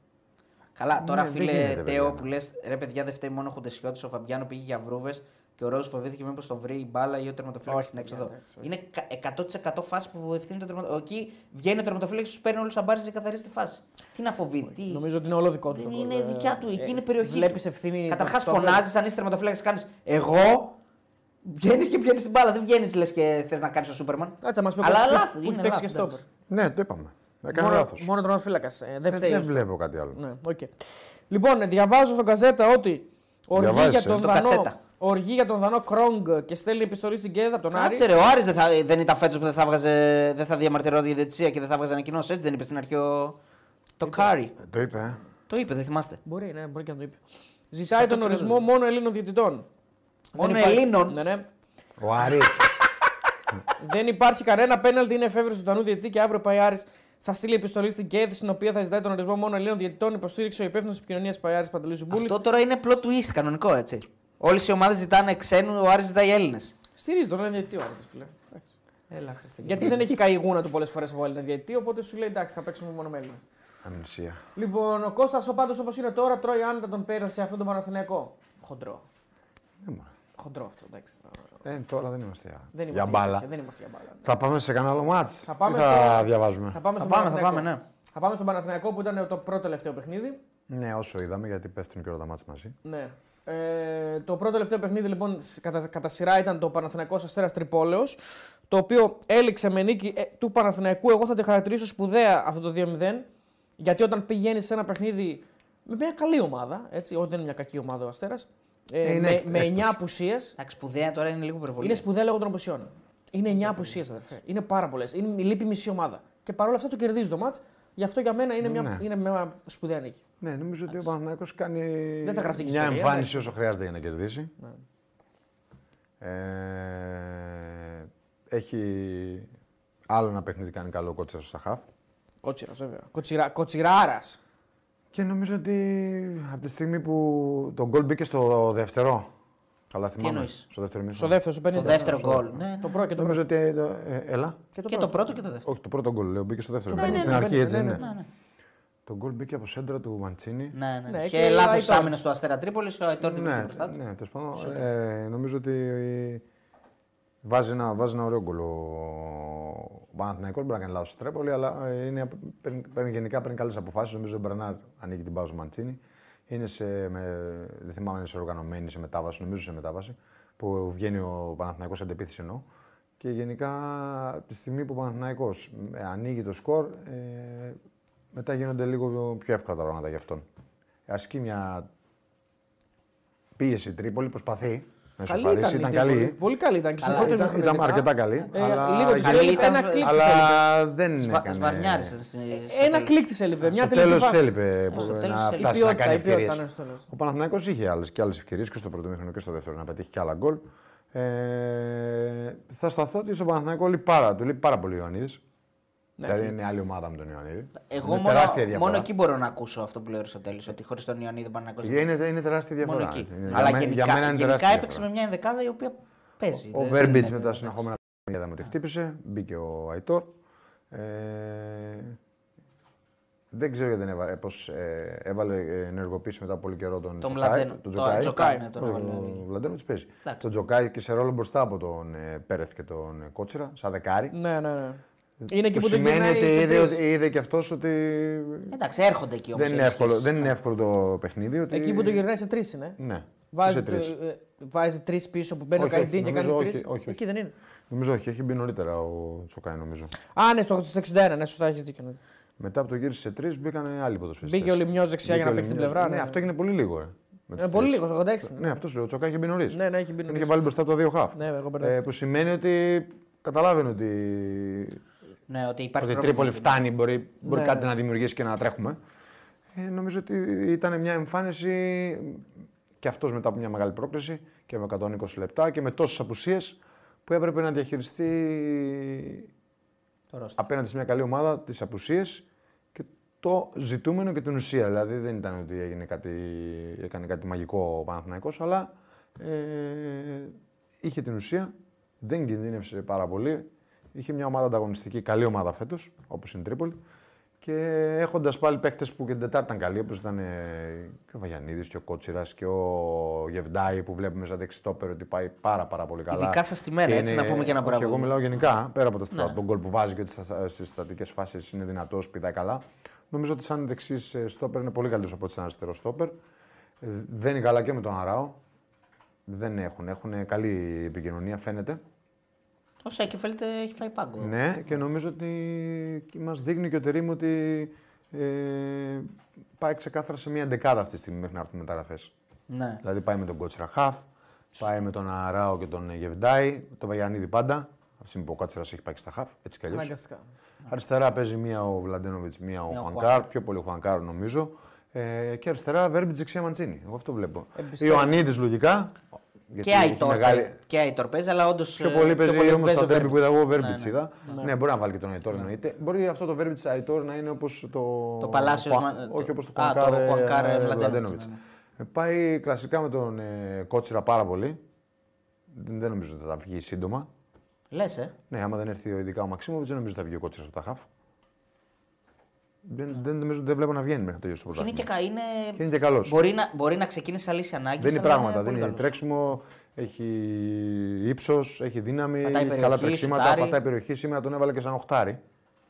Καλά, τώρα Ναι, δεν φίλε γίνεται, Τέο παιδιά. που λες: Ρε παιδιά, δεν φταίει μόνο ο Χουντεσιώτη, ο Φαμπιάνο πήγε για βρούβες και ο Ρόζο φοβήθηκε μήπως τον βρει η μπάλα ή ο τερματοφύλακας Όχι, στην παιδιά, έξοδο. εντάξει, όχι. Είναι κα- 100% φάση που ευθύνει το τερματοφύλακα. Εκεί βγαίνει ο τερματοφύλακας, τους παίρνει όλους αμπάρι και καθαρίζει τη φάση. Τι να φοβεί, τι. Νομίζω ότι είναι όλο δικό του. Δεν το είναι γκολ, ε. δικιά του, εκεί είναι περιοχή. Βλέπεις ευθύνη. Καταρχάς στο- στο- φωνάζεις αν είσαι τερματοφύλακας, κάνεις εγώ. Βγαίνεις και βγαίνει την μπάλα. Δεν βγαίνεις λες και θες να κάνεις τον Σούπερμαν. Κάτσε μας πει ο Αλλά Κώστας λάθη, που έχει είναι παίξει και λάθη, στόπερ. εντάξει. Ναι, το είπαμε. Έκανε Μόνο, λάθος. μόνο τον φύλακα. δεν φταίει. Ε, Δεν ο- βλέπω κάτι άλλο. Ναι, οκ. Λοιπόν, ε, διαβάζω στον καζέτα ότι οργή Διαβάζεις, για, ε, τον στο δανό, κατσέτα. οργή για τον Δανό Κρόγκ και στέλνει επιστολή στην Κέδα από τον Άρη. Κάτσε ρε, ο Άρης δεν, θα, δεν ήταν φέτος που δεν θα, βγάζε, δεν θα διαμαρτυρόταν η διαιτησία και δεν θα βγάζει ανακοινώσει. Έτσι δεν είπε στην αρχή ο... το Κάρι. Ε, Το είπε. ε. Το είπε, δεν θυμάστε. Μπορεί, ναι, μπορεί και να το είπε. Ζητάει τον ορισμό μόνο Ελλήνων διαιτητών. Μόνο Δεν υπάρχει- Ελλήνων. Ναι, ναι. Ο Άρης. Δεν υπάρχει κανένα πέναλτι, είναι εφεύρεση του Δανού διαιτητή και αύριο πάει Άρης θα στείλει επιστολή στην ΚΕΔ στην οποία θα ζητάει τον ορισμό μόνο Ελλήνων διαιτητών. Υποστήριξε ο υπεύθυνος επικοινωνίας Παϊάρης Παντελής Ζουμπούλης. Αυτό τώρα είναι plot twist κανονικό έτσι. Όλες οι ομάδες ζητάνε ξένου, ο Άρης ζητάει Έλληνες. Στηρίζει τον Έλληνα διαιτητή ο Άρης, ρε φίλε. Εντάξει. Έλα, Χριστέ. Γιατί δεν έχει καεί η γούνα του πολλές φορές από Έλληνα διαιτητή, οπότε σου λέει εντάξει θα παίξουμε μόνο με Έλληνες». Αμνησία. Λοιπόν, ο Κώστας ο πάντως όπως είναι τώρα τρώει άνετα τον πέρα σε αυτόν τον Παναθηναϊκό. Χοντρό. Ναι, μωρέ. Χοντρό αυτό, εντάξει. Ε, τώρα δεν είμαστε για, Δεν για είμαστε μπάλα. Δεν είμαστε για μπάλα. Θα πάμε σε κανένα άλλο μάτς. Θα πάμε Ή θα στο- διαβάζουμε. Θα πάμε, Θα στον πάμε, θα Παναθηναϊκό. πάμε, ναι. Θα πάμε στον Παναθηναϊκό που ήταν το πρώτο τελευταίο παιχνίδι. Ναι, όσο είδαμε, γιατί πέφτουν και όλα τα μάτς μαζί. Ναι. Ε, το πρώτο τελευταίο παιχνίδι λοιπόν σ- κατά, κατά σειρά ήταν το Παναθηναϊκός Αστέρας Τρυπόλεως το οποίο έληξε με νίκη ε, του Παναθηναϊκού. Εγώ θα τη χαρακτηρίσω σπουδαία αυτό το 2-0 γιατί όταν πηγαίνει σε ένα παιχνίδι με μια καλή ομάδα, έτσι, όχι δεν είναι μια κακή ομάδα ο Αστέρας, ε, Ε, είναι με, έκ- με 9 έκπληξη. απουσίες Εντάξει, σπουδαία τώρα είναι λίγο υπερβολή. Είναι σπουδαία λόγω των αποσιών. Είναι 9 απουσίε, αδερφέ. Είναι πάρα πολλές. Είναι λείπει μισή ομάδα. Και παρόλα αυτά το κερδίζεις το μάτ. Γι' αυτό για μένα είναι μια, Ναι. είναι μια σπουδαία νίκη. Ναι, νομίζω ότι ο Παναθηναϊκός κάνει Δεν θα γραφτεί και μια ιστορία, Ναι. εμφάνιση όσο χρειάζεται για να κερδίσει. Ε, έχει άλλο ένα παιχνίδι κάνει καλό ο Κότσας στο Σαχάφ. Κότσιρας, βέβαια. Κοτσιρα, κοτσιράρας. Και νομίζω ότι από τη στιγμή που το γκολ μπήκε στο δεύτερο. Καλά θυμάμαι. εννοείς? στο δεύτερο μισό. Στο δεύτερο, στο 50. Το δεύτερο γκολ. Ναι, Το πρώτο και το πρώτο. Νομίζω ότι. ε, ε, έλα. Και το πρώτο και το δεύτερο. Όχι, το πρώτο γκολ λέω, μπήκε στο δεύτερο. Ναι, γκολ. ναι, Στην ναι, αρχή ναι, έτσι ναι, δεν ναι, είναι. Το γκολ μπήκε από σέντρα του Μαντσίνη. Ναι, ναι. Ναι, ναι. και Και λάθος λάθο άμυνας του Αστέρα Τρίπολης, ο Αϊτόρ την πήγε Ναι, μπροστά του. ναι, τέλος πάντων. Ε, νομίζω ότι ε, βάζει ένα, βάζει ένα ωραίο γκολ ο ο Παναθηναϊκός. Μπορεί να κάνει λάθος στην Τρέπολη, αλλά ε, είναι, παίρνει, παίρνει γενικά παίρνει καλές αποφάσεις. Νομίζω ότι ο Μπρενάρ ανοίγει την πάυση του Μαντσίνη. Είναι σε, με, δεν θυμάμαι αν είναι σε οργανωμένη, σε μετάβαση, νομίζω σε μετάβαση, που βγαίνει ο Παναθηναϊκός αντεπίθεση εννοώ. Και γενικά από τη στιγμή που ο Παναθηναϊκός ε, ανοίγει το σκορ, ε, μετά γίνονται λίγο πιο εύκολα τα πράγματα για αυτόν. Ασκεί μια πίεση η Τρίπολη, προσπαθεί να ισοφαρίσει. η Ήταν Τρίπολη. καλή. Πολύ καλή ήταν. Και στο Καλά, πρώτο Ήταν, ημίχρονο ήταν αρκετά καλή. Ε, αλλά λίγο της Καλή έλειπε, ήταν, ένα κλικ της έλειπε. αλλά δεν Σβα- ναι, έκανε. σβαρνιάρισες στη- στο Ένα τέλος. κλικ της έλειπε. Μια Το τελική τέλο φάση. έλειπε στο που- τέλος να έλειπε. φτάσει Η να ποιότητα, κάνει η ποιότητα, ευκαιρίε. ναι, στο τέλος. Ο Παναθηναϊκός είχε άλλες, και άλλες ευκαιρίες και στο πρώτο μήχρονο και στο δεύτερο να πετύχει και άλλα γκολ. Ε, θα σταθώ ότι στον Παναθηναϊκό λείπει πάρα, του λείπει πάρα πολύ ο Ιωαννίδης. δηλαδή είναι άλλη ομάδα με τον Ιωαννίδη. Ναι. Εγώ είναι μόνο, τεράστια διαφορά. μόνο εκεί μπορώ να ακούσω αυτό που λέω στο τέλο. Ότι χωρίς τον Ιωαννίδη μπορεί να ακούσει. Είναι, είναι τεράστια διαφορά. μόνο εκεί. έτσι. Είναι- Αλλά για, μέ- γενικά, για μένα είναι γενικά τεράστια έπαιξε με διαφορά. μια ενδεκάδα η οποία παίζει. Ο Δεν- Βέρμπιτ δεν με είναι- τα συνεχόμενα για είδαμε ότι χτύπησε. Μπήκε ο Αϊτόρ. Ε, δεν ξέρω γιατί δεν έβαλε, πώς, ε, έβαλε ε, ενεργοποίηση μετά από πολύ καιρό τον, Τον Τζοκάη, Μλαντένο. Τον Τον Τζοκάη. Τζοκάη, ναι, τον Ο- έβαλε. ο Βλαντένοβιτς παίζει. Εντάξει. Τον Τζοκάη και σε ρόλο μπροστά από τον ε, Πέρεθ και τον ε, Κότσιρα, σαν δεκάρι. Ναι, ναι, ναι. Είναι εκεί Που που τον σημαίνει γυρνάει ότι σε είδε, τρεις. ότι- είδε και αυτός ότι. Εντάξει, έρχονται εκεί όμως. Δεν είναι, εύκολο, δεν είναι εύκολο το παιχνίδι. Ότι... Εκεί που τον γυρνάει σε τρεις είναι. Ναι. Βάζει, σε τρεις. το- ε, βάζει τρεις πίσω που μπαίνει Όχι, ο Καϊντίν όχι, και κάνει νομίζω τρει. όχι, όχι, όχι. Εκεί δεν είναι. Νομίζω όχι, έχει μπει νωρίτερα ο Τσοκάη, νομίζω. Α, ναι, στο στο 61, ναι, σωστά έχεις δίκιο. ναι. Μετά από το γύρισε σε τρεις, μπήκαν άλλοι ποδοσφαιριστές. Μπήκε ο Λιμιός δεξιά Μπήκε για να ο παίξει την Λιμιός. πλευρά, Ναι, ναι. αυτό έγινε πολύ λίγο. Ρε, με τους Ε, πολύ τρεις. λίγο, στο 86. Ναι, αυτό σου λέω. Ο Τσοκάη είχε μπει νωρίς. Ναι, ναι, έχει μπει. Είχε νωρίς. βάλει μπροστά από τα δύο χαφ. Ναι, εγώ ε, μπερδεύτηκα. που σημαίνει ότι καταλάβαινε ότι, Ναι, ότι ότι υπάρχει η πρόβλημα. Τρίπολη φτάνει, μπορεί, μπορεί Ναι, κάτι ναι. να δημιουργήσει και να τρέχουμε. Ε, νομίζω ότι ήταν μια εμφάνιση και αυτός μετά από μια μεγάλη πρόκληση και με 120 λεπτά και με τόσες απουσίες που έπρεπε να διαχειριστεί Το roster. απέναντι σε μια καλή ομάδα τις απουσίες και το ζητούμενο και την ουσία. Δηλαδή δεν ήταν ότι έγινε κάτι, έκανε κάτι μαγικό ο Παναθηναϊκός, αλλά ε, είχε την ουσία, δεν κινδύνευσε πάρα πολύ. Είχε μια ομάδα ανταγωνιστική, καλή ομάδα φέτος, όπως είναι η Τρίπολη. Και έχοντας πάλι παίκτες που και την Τετάρτη ήταν καλοί, όπως ήταν ε, και ο Βαγιανίδης και ο Κότσιρας και ο Γεβντάι που βλέπουμε σαν δεξιτόπερο ότι πάει πάρα, πάρα πολύ καλά. Ειδικά στα στημένα, Και έτσι, να πούμε και ένα όχι, μπράβο. Εγώ μιλάω γενικά, πέρα από το Ναι. ναι. τον κόλ που βάζει και στις στατικές φάσεις είναι δυνατός, πηδάει καλά. Νομίζω ότι σαν δεξίς στόπερ είναι πολύ καλύτερος από ότι σαν αριστερό στόπερ. Ε, Δεν είναι καλά και με τον Αράο. Δεν έχουν. Έχουν καλή επικοινωνία, φαίνεται. Ο Σέκεφελτ ε, έχει φάει πάγκο. Ναι, και νομίζω ότι μας δείχνει και ο Τερήμ ότι ε, πάει ξεκάθαρα σε μια δεκάδα αυτή τη στιγμή μέχρι να έρθουν οι μεταγραφές. Ναι. Δηλαδή πάει με τον Κότσιρα Χαφ, πάει με τον Αράο και τον Γεβντάι, τον Βαγιανίδη πάντα. Αυτή τη στιγμή που ο Κάτσερα έχει πάει και στα Χαφ, έτσι κι αλλιώς. Αναγκαστικά. Αριστερά παίζει μία ο Βλαντένοβιτ, μία ο Μία ο Χουανκάρ, πιο πολύ ο Χουανκάρ νομίζω. Ε, και αριστερά Βέρμπιτ δεξιά Μαντσίνη. Εγώ αυτό βλέπω. Ιωαννίδης λογικά. γιατί Και έχει Άιτορ μεγάλη- παίζει- και Άιτορ παίζει, αλλά ε, όντω. Ε, Πιο πολύ παίζει όμω το τα τρέπη που είδα εγώ, ο Βέρμπιτ Ναι, ναι. είδα. Ναι, μπορεί να βάλει και τον Αϊτόρ εννοείται. Μπορεί αυτό το Βέρμπιτ Αϊτόρ να είναι όπως το. Το Παλάσιος Χουα- Μα- Όχι το- όπως το Α, το Χουανκάρ ε, Χουανκάρ, ε, ε, Βλαντένοβιτς, Βλαντένοβιτς. ναι, Ε, Πάει κλασικά με τον ε, Κότσιρα πάρα πολύ. Δεν δεν νομίζω ότι θα τα βγει σύντομα. Λες, ε. Ναι, άμα δεν έρθει ο- ειδικά ο Μαξίμοβιτ, δεν νομίζω ότι θα βγει ο Κότσιρας από τα χαφ. Δεν, δεν, νομίζω, δεν βλέπω να βγαίνει μέχρι να τελειώσει το Είναι πρωτάθλημα. και, κα- είναι... Και είναι και καλός. Μπορεί, να, μπορεί να ξεκίνησε αλύση ανάγκη. Δεν είναι πράγματα. Δεν είναι τρέξιμο, έχει ύψος, έχει δύναμη, Πατάει έχει καλά περιοχή, τρεξίματα, σουτάρει. πατάει περιοχή. Σήμερα τον έβαλε και σαν οχτάρι.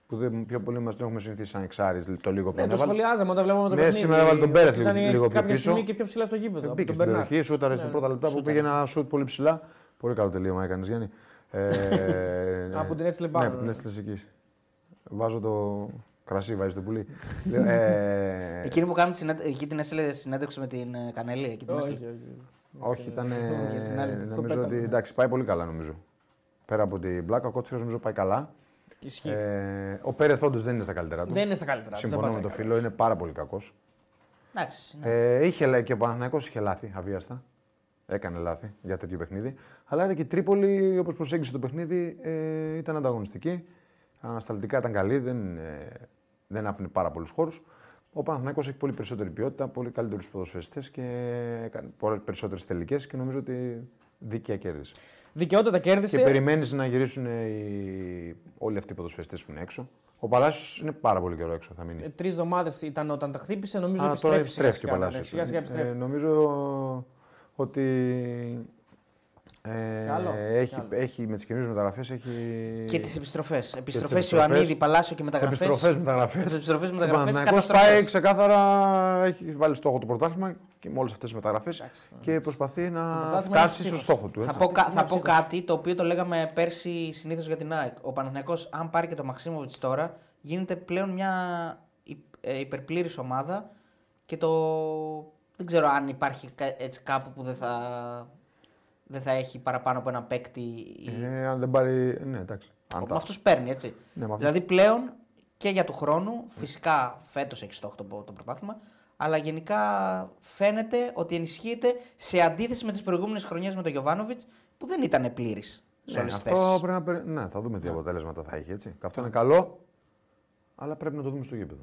Που δεν, πιο πολύ μας τον έχουμε συνηθίσει σαν εξάρι το λίγο που Ναι, τον το έβαλε. σχολιάζαμε όταν βλέπαμε το Ναι, παιχνίδι. σήμερα έβαλε τον Πέρεθ Ήταν λίγο- λίγο πιο κάποια πίσω. στιγμή και πιο ψηλά στο γήπεδο. από Ε, Μπήκε τον Ναι, στην Μπερνάρ. περιοχή, σούταρε στα πρώτα λεπτά που πήγε ένα σουτ πολύ ψηλά. Πολύ καλό τελείωμα έκανες, Γιάννη. Ε, Από την έστειλε Ναι, πάνω, από την ναι. έστειλες εκεί. Βάζω το κρασί, βάζεις το πουλί. Λέω, ε, Εκείνη που κάνουν τη συνάντε- εκεί την έστειλε συνέντευξη με την ε, Κανέλη. Εκεί την Όχι, έστειλε. όχι. Όχι, ήταν. ε, για την άλλη, στο ναι. νομίζω πέταλμα. ότι εντάξει, πάει πολύ καλά νομίζω. Πέρα από την πλάκα, ο Κότσιρα νομίζω πάει καλά. Ισχύει. Ε, ο Πέρεθ όντως δεν είναι στα καλύτερα του. Δεν είναι στα καλύτερα. του, Συμφωνώ δεν με πάτε τον καλά. φίλο, είναι πάρα πολύ κακός. Εντάξει. ναι. Ε, είχε λα- και ο Παναθηναϊκός είχε λάθη, αβίαστα. Έκανε λάθη για τέτοιο παιχνίδι. Αλλά και η Τρίπολη, όπως προσέγγισε το παιχνίδι, ε, ήταν ανταγωνιστική. Ανασταλτικά ήταν καλή, δεν, ε, δεν άφηνε πάρα πολλούς χώρους. Ο Παναθηναϊκός έχει πολύ περισσότερη ποιότητα, πολύ καλύτερους ποδοσφαιριστές και έκανε πολλέ περισσότερες τελικές και νομίζω ότι δίκαια κέρδισε. Δικαιότατα Και κέρδισε. περιμένεις να γυρίσουν ε, οι... όλοι αυτοί οι ποδοσφαιριστές που είναι έξω. Ο Παλάσιος είναι πάρα πολύ καιρό έξω, θα μείνει. Τρεις εβδομάδες Ε, ήταν όταν τα χτύπησε. Νομίζω Αλλά ότι τώρα επιστρέφει. επιστρέφει και ο σιγά-σιγά, ναι, Παλάσιος. Σιγά-σιγά επιστρέφει. Ε, νομίζω ότι ε, Καλό, έχει, καλό. έχει, με τις καινούριες μεταγραφές έχει... Και τις επιστροφές. Επιστροφέ Ε, επιστροφές. Ιωαννίδη, Παλάσιο και μεταγραφές. Επιστροφές, μεταγραφές. Τις επιστροφές, Ο μεταγραφές, Παναθηναϊκός καταστροφές. πάει ξεκάθαρα, έχει βάλει στόχο το πρωτάθλημα και με όλες αυτές τις μεταγραφές και προσπαθεί να πρωτάθλημα φτάσει στο είναι ψύχος. στόχο του. Θα Έτσι. πω, κα- θα πω ψύχος. κάτι το οποίο το λέγαμε πέρσι συνήθως για την ΑΕΚ. Ο Παναθηναϊκός, αν πάρει και το Μαξίμοβιτ τώρα, γίνεται πλέον μια. η- ε, υπερπλήρης ομάδα και το. Δεν ξέρω αν υπάρχει κα- έτσι κάπου που δεν θα, δεν θα έχει παραπάνω από ένα παίκτη. ή- Ε, αν δεν πάρει. Ναι, εντάξει. Αν με τα... αυτού παίρνει, έτσι. Ναι, με αυτούς. δηλαδή πλέον και για του χρόνου, φυσικά φέτος έχεις στόχο το, πο- το πρωτάθλημα, αλλά γενικά φαίνεται ότι ενισχύεται σε αντίθεση με τις προηγούμενες χρονιές με τον Γιωβάνοβιτ που δεν ήταν πλήρης σε Ναι, όλες τις αυτό θέσεις. πρέπει να περι- Ναι, θα δούμε τι αποτέλεσματα θα έχει έτσι. Και Αυτό είναι καλό, αλλά πρέπει να το δούμε στο γήπεδο.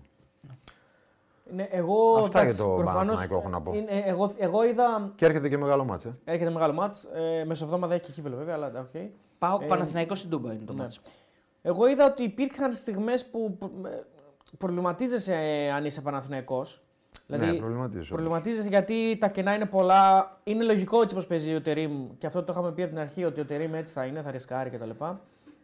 Ναι, εγώ, ε, Αυτά εντάξει, για το προφανώς, Παναθηναϊκό έχω να πω. είναι- ε, εγώ, εγώ είδα. Και έρχεται και μεγάλο μάτσε. Ε. Έρχεται μεγάλο μάτς, Ε, μεσοβδόμαδα έχει και κύπελο βέβαια, αλλά οκ. Πάω Ε, Παναθηναϊκός στην Τούμπα είναι το ναι. μάτσο. Εγώ είδα ότι υπήρχαν στιγμές που προ- ε, προβληματίζεσαι ε, αν είσαι Παναθηναϊκός. Δηλαδή, ναι, προβληματίζει. προβληματίζεσαι γιατί τα κενά είναι πολλά. Είναι λογικό έτσι πως παίζει ο Τερήμ και αυτό το είχαμε πει από την αρχή ότι ο Τερήμ έτσι θα είναι, θα ρισκάρει κτλ.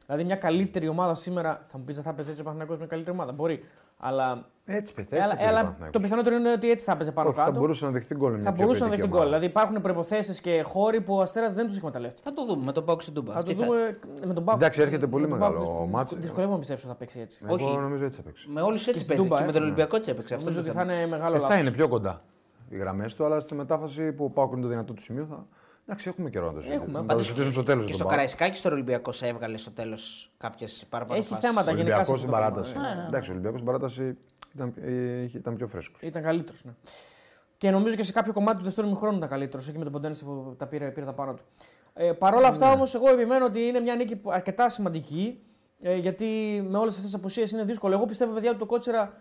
Δηλαδή μια καλύτερη ομάδα σήμερα. Θα μου πεις, θα παίζει έτσι ο Παναθηναϊκός με καλύτερη ομάδα. Μπορεί. Αλλά, Έτσι πεθαίνει. Ε, αλλά- Έτσι, αλλά αλλά, το πιθανότερο είναι ότι έτσι θα παίζει πάνω θα κάτω. μπορούσε να δεχτεί γκολ. μια θα πιο μπορούσε να ποιοτική δεχτεί γκολ. ομάδα. Δηλαδή υπάρχουν προποθέσει και χώροι που ο Αστέρας δεν τους εκμεταλλεύτηκε. Θα το δούμε με τον Πάο στην Τούμπα. Θα το Αυτή θα- δούμε με τον Πάουκ. Εντάξει, έρχεται με πολύ τον μεγάλο Πάουκ δυ- μάτς. δυ- Δυσκολεύομαι να πιστέψω ότι θα παίξει έτσι. Εγώ Όχι. νομίζω έτσι θα παίξει. Με όλου έτσι στην παίζει. Τούμπα, και ε. με τον Ολυμπιακό έτσι έπαιξε. Αυτό Νομίζω είναι ότι το θα θέμα. είναι μεγάλο Ε, θα είναι λάθο. πιο κοντά οι γραμμές του, αλλά στη μετάφαση που ο Πάουκ είναι το δυνατό του σημείο θα. Εντάξει, έχουμε καιρό να το συζητήσουμε. Έχουμε, Θα το Πάντως συζητήσουμε στο τέλος. Και στο Καραϊσκάκι στο Ολυμπιακό σε έβγαλε στο τέλος κάποιες παραπάνω. Έχει φάσεις. θέματα Ο γενικά σε Ολυμπιακό αυτό στην το πράγμα, παράταση. Ε, ναι. Εντάξει, ο Ολυμπιακός στην παράταση ήταν, ε, είχε- ήταν πιο φρέσκος. Ήταν καλύτερος. Ναι. Και νομίζω και σε κάποιο κομμάτι του δεύτερου μηχρόνου ήταν καλύτερος. Εκεί με τον Ποντένσε που τα πήρε, πήρε τα πάνω του. Ε, Παρ' όλα Ναι. αυτά όμως, εγώ επιμένω ότι είναι μια νίκη που- αρκετά σημαντική. Ε, γιατί με όλες αυτές τις απουσίες είναι δύσκολο. Εγώ πιστεύω, παιδιά, ότι το κότσερα.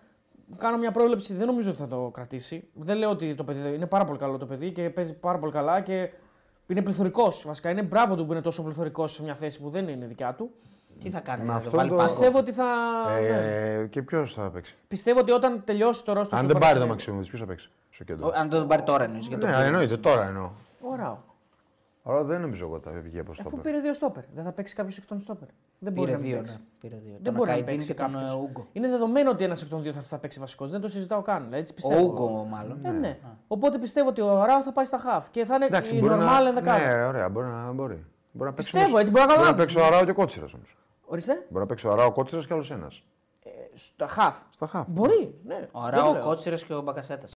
Κάνω μια πρόβλεψη, δεν νομίζω ότι θα το κρατήσει. Δεν λέω ότι το παιδί δεν- είναι πάρα πολύ καλό το παιδί και παίζει πάρα πολύ καλά και είναι πληθωρικός. Βασικά είναι μπράβο του που είναι τόσο πληθωρικός σε μια θέση που δεν είναι δικιά του. Τι θα κάνει, Με να το αυτό βάλει το- πάνω. Πιστεύω ότι θα. ναι. Ε, και ποιος θα παίξει. Πιστεύω ότι όταν τελειώσει το ρόστο. Αν δεν πάρει το Μαξιμούδη, ποιος θα παίξει στο κέντρο. Ο- Αν τον πάρει τώρα εννοείς, για το Ναι, πλήρη. εννοείται, τώρα εννοώ. Ωρα. Αλλά δεν νομίζω εγώ θα βγει από Αφού στόπερ. πήρε δύο στόπερ. Δεν θα παίξει κάποιος εκ των στόπερ. Δεν μπορεί Πήρε να μην δύο. παίξει. ναι, πήρε δύο. Δεν Τον μπορεί να Ακαϊτίν παίξει και τον ε, κάποιος. Ούγκο. Είναι δεδομένο ότι ένας εκ των δύο θα, θα παίξει βασικός. Δεν το συζητάω καν. Έτσι Ο πιστεύω. Ούγκο, μάλλον. Ε, ναι. Οπότε πιστεύω ότι ο Ράου θα πάει στα χαφ και θα είναι Εντάξει, η μπορεί normal να... ενδεκάδα. Ναι, ωραία, μπορεί να, μπορεί. μπορεί να παίξει Πιστεύω, όμως- έτσι, μπορεί να Μπορεί να καταλάβεις. παίξει ο Αράο και ο Κότσιρας όμως. Ορίστε. Μπορεί να παίξει ο Αράο Κότσιρας και άλλος ένας. Στα χαφ. Στα χαφ. Μπορεί. Ναι. Ε, Ο Δεν Ράο, το ο λέω. Κότσιρας και ο Μπακασέτας.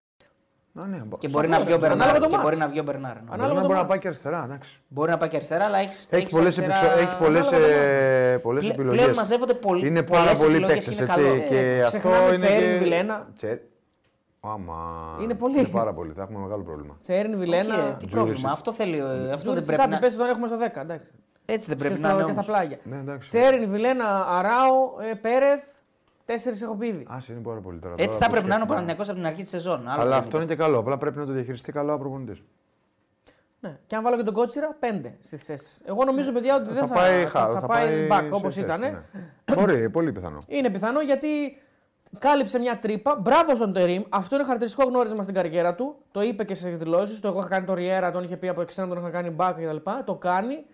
Να, ναι, μπο- Και Σαφώς. μπορεί να βγει ο Ανάλογα Μπερνάρ. το Και μάτς. μπορεί να βγει ο Μπερνάρ. ναι. Ανάλογα Μπορεί να το μπορεί να μάτς. πάει και αριστερά. Εντάξει. Μπορεί να πάει και αριστερά, αλλά έχεις. Έχει ε, πολλές Πλέ- πλέον επιλογέ. μαζεύονται πολλοί- Είναι πολλές πάρα πολλοί επιλογές παίκτες. και είναι καλό. έτσι. Ε, Και αυτό ξεχνάμε είναι. Τσέριν, και- Βιλένα. Τσέρ- Άμα. Είναι πολλοί. Είναι πάρα πολλοί. Θα έχουμε μεγάλο πρόβλημα. Τσέριν, Όχι, ε, Τι Βιλένα. Τζούρισιτς. πρόβλημα. Αυτό θέλει. ε, Αυτό δεν πρέπει Σάτι να. πέσει τον έχουμε στο 10. Εντάξει. Έτσι δεν Και, πρέπει να στο, είναι. και στα όμως. πλάγια. Ναι, εντάξει. Τσέριν, Βιλένα, Αράο, ε, Πέρεθ. Τέσσερις έχω πει ήδη. Α, είναι πάρα πολύ τώρα. Έτσι τώρα Ε, θα που πρέπει να είναι ο σκέφτομαι. Παναγιακό από την αρχή της σεζόν. Άλλο Αλλά δεν αυτό είναι και καλό. Απλά πρέπει να το διαχειριστεί καλά ο προπονητής. Ναι. Και αν βάλω και τον Κότσιρα, πέντε στις θέσεις. Εγώ νομίζω, παιδιά, ότι δεν Ναι. Θα θα, πάει θα, χα- θα θα πάει πάει back σε όπω θέση, ήταν. ναι. Μπορεί, πολύ πιθανό. Είναι πιθανό γιατί κάλυψε μια τρύπα. Μπράβο στον Τερήμ. Αυτό είναι χαρακτηριστικό γνώρισμα στην καριέρα του. Το είπε και σε δηλώσεις. Το εγώ είχα κάνει το Ριέρα, τον είχε πει από εξτρέμ, τον είχα κάνει back κτλ. Το κάνει.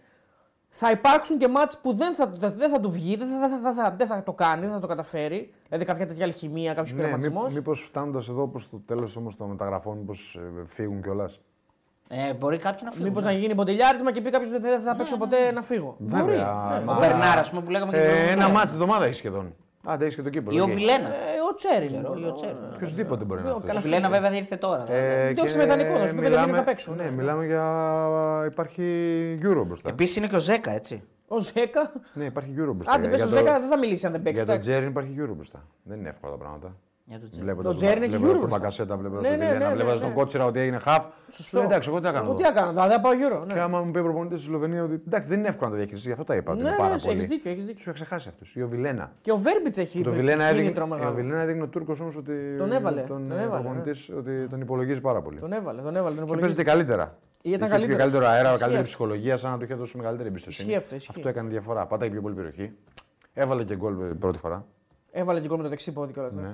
Θα υπάρξουν και μάτς που δεν θα, δεν θα του βγει, δεν θα, δεν θα, θα- δεν θα το κάνει, δεν θα το καταφέρει. Δηλαδή κάποια τέτοια αλχημία, κάποιος ναι, πειραματισμός. Μήπως φτάνοντας εδώ προς το τέλος όμως των μεταγραφών, μήπως φύγουν κιόλας. Ε, Μπορεί κάποιοι να φύγουν. Μήπως ναι. να γίνει μποντιλιάρισμα και πει κάποιος ότι δεν θα παίξω ποτέ να φύγω. Βέβαια, Μπορεί. Ναι. μα- Ο Μπερνάρ, ας πούμε, που λέγαμε και Ε, πριν. ένα μάτς τη εβδομάδα έχει σχεδόν. Άντε, έχεις και το κύπελο. Ή ο οκ. Βιλένα. Ε, ο Τσέρι. Ή ο Τσέρι. Οποιοςδήποτε μπορεί να είναι Ο αυτός. Ε, καλά- Ο Βιλένα βέβαια δεν ήρθε τώρα. δηλαδή. Ε, Δεν το και συμμετανικό, να σου πει, μιλάμε- δεν θα παίξω. Ναι, μιλάμε για. Υπάρχει Euro μπροστά. Επίσης είναι και ο Ζέκα, έτσι. Ο Ζέκα. Ναι, υπάρχει Euro μπροστά. Άντε, Για πε ο το- Ζέκα δεν θα μιλήσει αν δεν παίξει. Για τον εντάξει. Τζέριν υπάρχει Euro μπροστά. Δεν είναι εύκολα τα πράγματα. Για τον Τζέκα. Βλέποντας Το Τζέριν έχει Euro τον μπροστά. Μπακασέτα, βλέποντας Ναι, τον ναι, ναι, Βιλένα, ναι, βλέποντας ναι. τον Κότσιρα ότι έγινε half. Σωστό. Ε, Εντάξει, εγώ τι θα κάνω. Εγώ εδώ. τι να κάνω, θα πάω γύρω. Και Ναι, άμα μου πει ο προπονητής της Σλοβενίας ότι. Εντάξει, δεν είναι εύκολο να τα διαχειριστείς, γι' αυτό τα είπα. ότι ναι, είναι πάρα έχει πολύ. δίκιο, έχεις δίκιο. Του είχα ξεχάσει αυτού. Ή ο Βιλένα. Και ο Βέρμπιτ έχει Το Βιλένα έδειξε, κίνητρο μεγάλο. ο Βιλένα έδειχνε ο Τούρκος όμως ότι. Τον έβαλε, Τον, τον ε, έβαλε, ναι. προπονητής ότι τον υπολογίζει πάρα πολύ. Τον έβαλε, τον έβαλε. Τον Και υπολογίζει. παίζεται καλύτερα. Ήταν Είχε καλύτερος. πιο καλύτερος αέρα, Ισχύει καλύτερη αυτό. ψυχολογία, σαν να του είχε δώσει μεγαλύτερη εμπιστοσύνη. Ισχύει αυτό, ισχύει. αυτό έκανε διαφορά. Πατάει πιο πολύ περιοχή. Έβαλε και γκολ ε, πρώτη φορά. Έβαλε και γκολ με το δεξί πόδι κιόλας. Ναι. Ναι. Ε,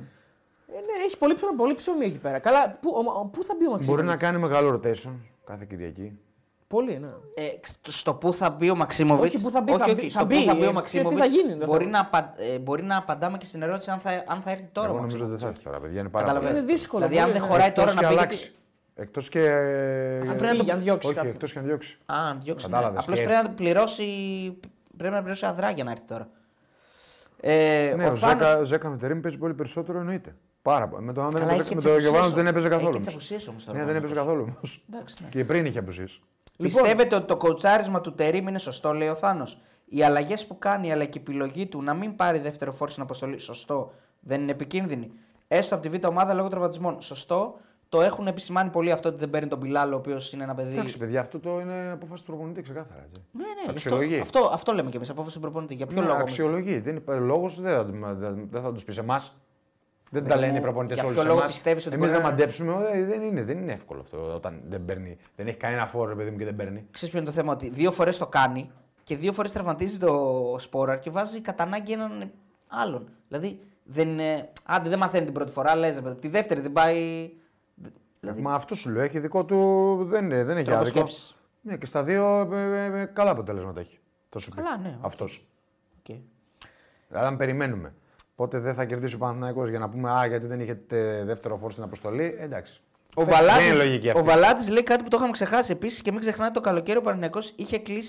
ναι, έχει πολύ, ψωμί- πολύ ψωμί εκεί πέρα. Καλά, πού, ο- ο- πού θα μπει ο Μαξίμοβιτ. Μπορεί να κάνει μεγάλο rotation κάθε Κυριακή. Πολύ, ναι. Ε, στο- στο που θα μπει ο Μαξίμοβιτ. Όχι, πού θα μπει, θα μπει, θα στο μπει, που θα μπει ο ε, τι- τι θα Μαξίμοβιτ. γίνει, δεν Μπορεί, θα- να απα- ε, μπορεί να απαντάμε και στην ερώτηση αν θα, αν θα έρθει τώρα. Εγώ ο νομίζω Μαξίμοβιτς. δεν θα έρθει τώρα, παιδιά. Είναι πάρα Καταλαβαίνεις. Είναι δύσκολο, Δηλαδή, αν μπορεί, δεν ναι. χωράει τώρα Εκτός να και πει. αλλάξει. Εκτός και. πρέπει να φύγει. το- αν διώξει Όχι, κάποιον. εκτός και αν διώξει. Α, αν διώξει. Ναι. Κατάλαβες. Απλώς Και- πρέπει να πληρώσει. Πρέπει να πληρώσει αδρά για να έρθει τώρα. Ε, Ναι, ο Θάνος- Ζέκα, Ζέκα με τερίμ παίζει πολύ περισσότερο εννοείται. Πάρα πολύ. Με τον Άνδρε Καλά, Μπερσέκη- είχε με τις τον απουσίες Γεβάνο όμως. δεν έπαιζε Έχει καθόλου. τις όμως. απουσίες όμως τώρα, Ναι, δεν ο έπαιζε Παναθηναϊκός. καθόλου όμως. Εντάξει, ναι. Και πριν είχε απουσίες. Λοιπόν- Πιστεύετε ότι το κοουτσάρισμα του Τερήμ είναι σωστό, λέει ο Θάνος. Οι αλλαγές που κάνει αλλά και η επιλογή του να μην πάρει δεύτερο φόρ στην αποστολή, σωστό. Δεν είναι επικίνδυνη. Έστω από τη β' ομάδα λόγω τραυματισμών, σωστό. Το έχουν επισημάνει πολύ αυτό ότι δεν παίρνει τον Πιλάλο, ο οποίος είναι ένα παιδί. Εντάξει, παιδιά, αυτό το είναι απόφαση του προπονητή ξεκάθαρα. Έτσι. Ναι, ναι, γι' αυτό, Αξιολογεί. αυτό, αυτό λέμε κι εμείς. Απόφαση του προπονητή. Για ποιο Ναι, λόγο. όμως. Αξιολογεί. Δεν υπάρχει λόγος, δεν, θα- δεν, δεν θα τους πεις εμάς. Δεν τα λένε οι μου, προπονητές Ε, για όλοι ποιο σε λόγο εμάς. πιστεύεις ότι Εμείς μπορεί να να- μαντέψουμε, ε, δεν είναι, δεν είναι εύκολο αυτό όταν δεν παίρνει. Δεν έχει κανένα φόρο, ρε παιδί μου, και δεν παίρνει. Ξέρεις ποιο είναι το θέμα, ότι δύο φορές το κάνει και δύο φορές τραυματίζει το σπόρα και βάζει κατά ανάγκη έναν άλλον. Δηλαδή, δεν, είναι- άντε δεν μαθαίνει την πρώτη φορά, λες, τη δεύτερη δεν πάει. Δηλαδή, Μα αυτό σου λέω, έχει δικό του. Δεν, είναι- δεν έχει Τρόπος άδικο. σκέψης. Ναι, και στα δύο ε, ε, ε, καλά αποτελέσματα έχει. Θα σου πει. Καλά, ναι. Αυτός. οκ. Δηλαδή, αν περιμένουμε πότε δεν θα κερδίσει ο Παναθηναϊκός για να πούμε Α, γιατί δεν είχε ε, δεύτερο φόρ στην αποστολή. ε, Εντάξει. Ο Δεν- δεν είναι λογική Βαλάτης, αυτή. ο Βαλάτης λέει κάτι που το είχαμε ξεχάσει επίσης και μην ξεχνάτε το καλοκαίρι ο Παναγιακό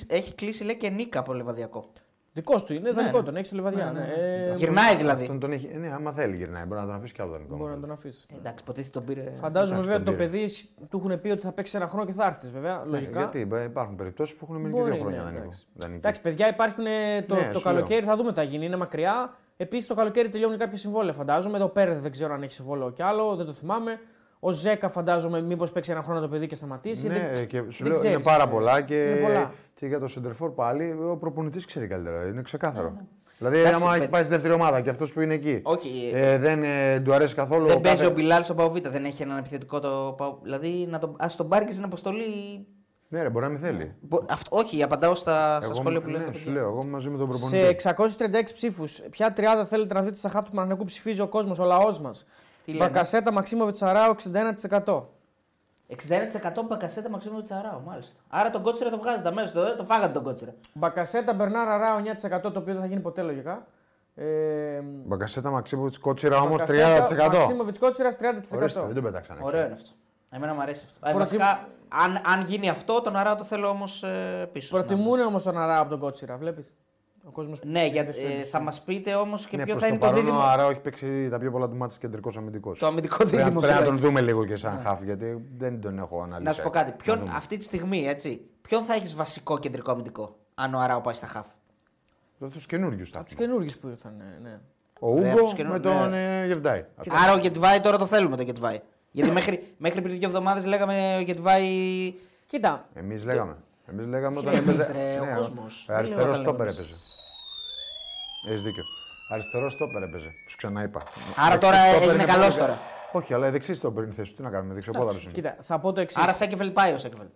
έχει κλείσει λέει και νίκα από λεβαδιακό. Δικό του είναι, δανεικό ναι. τον έχει στο λιβαδιά. Ναι, ναι, ναι. ναι. Ε, Γυρνάει δηλαδή. Αυτόν τον έχει... Ναι, άμα θέλει γυρνάει. Μπορεί να τον αφήσει κι άλλο δανεικό. Μπορεί να τον αφήσει. Εντάξει, ποτέ τον πήρε. Φαντάζομαι Ε, εντάξει, βέβαια ότι το τον πήρε. παιδί σ- του έχουν πει ότι θα παίξει ένα χρόνο και θα έρθεις βέβαια. Ναι, Λογικά. Γιατί ε, υπάρχουν περιπτώσεις που έχουν μείνει και Μπορεί, δύο χρόνια ναι, δανεικό. εντάξει. δανεικοί. Εντάξει, παιδιά, υπάρχουν ε, το, Ναι, το σου καλοκαίρι, θα δούμε τι θα γίνει, είναι μακριά. Επίσης το καλοκαίρι τελειώνουν κάποια συμβόλαια, φαντάζομαι. Εδώ πέρα δεν ξέρω αν έχει συμβόλαιο κι άλλο, δεν το θυμάμαι. Ο Ζέκα, φαντάζομαι, μήπως παίξει ένα χρόνο το παιδί και σταματήσει. Ναι, δεν, και σου δεν λέω, είναι ξέρεις. πάρα πολλά και, Είναι πολλά. και για το Σεντερφόρ πάλι ο προπονητής ξέρει καλύτερα. Είναι ξεκάθαρο. Δηλαδή, Ναι, Εντάξει, άμα παιδιά. πάει στη δεύτερη ομάδα και αυτός που είναι εκεί Όχι, ε, ε, δεν ε, του αρέσει καθόλου. δεν ο παίζει κάθε- ο Μπιλάλ στον Παουβίτα, δεν έχει έναν επιθετικό το Παου- Δηλαδή, να τον, ας τον πάρει και στην αποστολή. Ναι, ρε, μπορεί να μην θέλει. Μπο- αυτό- όχι, απαντάω στα, στα Εγώ- σχόλια που ναι, λέτε. τα σου παιδιά. λέω, εγώ μαζί με τον Σε προπονητή. 636 ψήφους, ποια 30 θέλετε να δείτε στα χάφη του Παναγενικού ψηφίζει ο κόσμος, ο λαός μας. Τι λένε? Μπακασέτα Μαξίμοβιτ Σαράου 61%. 61% μπακασέτα Μαξίμου Τσαράου, μάλιστα. Άρα τον κότσερα το βγάζετε αμέσως. Το, το φάγατε τον κότσερα. Μπακασέτα Μπερνάρα Ράου 9%, το οποίο δεν θα γίνει ποτέ λογικά. Ε, Μπακασέτα Μαξίμοβιτ Κότσιρα όμω 30%. Μαξίμοβιτ Κότσιρα 30%. Ορίστε, δεν τον πέταξαν. έξω. Ωραίο είναι αυτό. Εμένα μου αρέσει αυτό. Α, Προτιμ- βασικά, αν, αν γίνει αυτό, τον Αράο το θέλω όμως πίσω. Προτιμούν όμως τον Αρά από τον Κότσιρα, βλέπεις. Ο κόσμος. Ναι, για, ε, θα μας πείτε όμως και Ναι, ποιο προς θα είναι το το παρόν δίδυμο. ο Αράο έχει παίξει τα πιο πολλά του μάτια κεντρικός αμυντικός. Το αμυντικό Πρέπει δίδυμο. πρέπει να φυλάκι. τον δούμε λίγο και σαν χαφ, γιατί δεν τον έχω αναλύσει. Να σου πω κάτι. Να Ποιον, δούμε. ναι. αυτή τη στιγμή, έτσι, ποιον θα έχεις βασικό κεντρικό αμυντικό, αν ο Αράο πάει στα χαφ. Τους καινούριους τα Του καινούργιου που ήρθαν, ναι, ναι. Ο Ωραία, Ούγκο τους καινού- με ναι. τον ε, Γεβδάη. ας πούμε. Άρα ο Γετβάη τώρα το θέλουμε το Γετβάη. Γιατί μέχρι, μέχρι πριν δύο εβδομάδες λέγαμε ο Γετβάη. Κοίτα, Εμείς λέγαμε. Εμείς λέγαμε όταν Εμείς, έπαιζε. ρε, ο Ναι, κόσμος. ο Δεν λέω Αριστερό όταν στόπερ λέγαμε έπαιζε. Έχεις δίκιο. Αριστερό στόπερ έπαιζε. Σου ξαναείπα. Άρα Δεξί τώρα στόπερ έγινε είναι καλός πολύ κα- τώρα. Όχι, αλλά δεξί στόπερ είναι η θέση του. Τι να κάνουμε, δεξιοπόδαρος είναι. κοίτα, θα πω το εξής. Άρα Σέκεφελτ πάει ο Σέκεφελτ.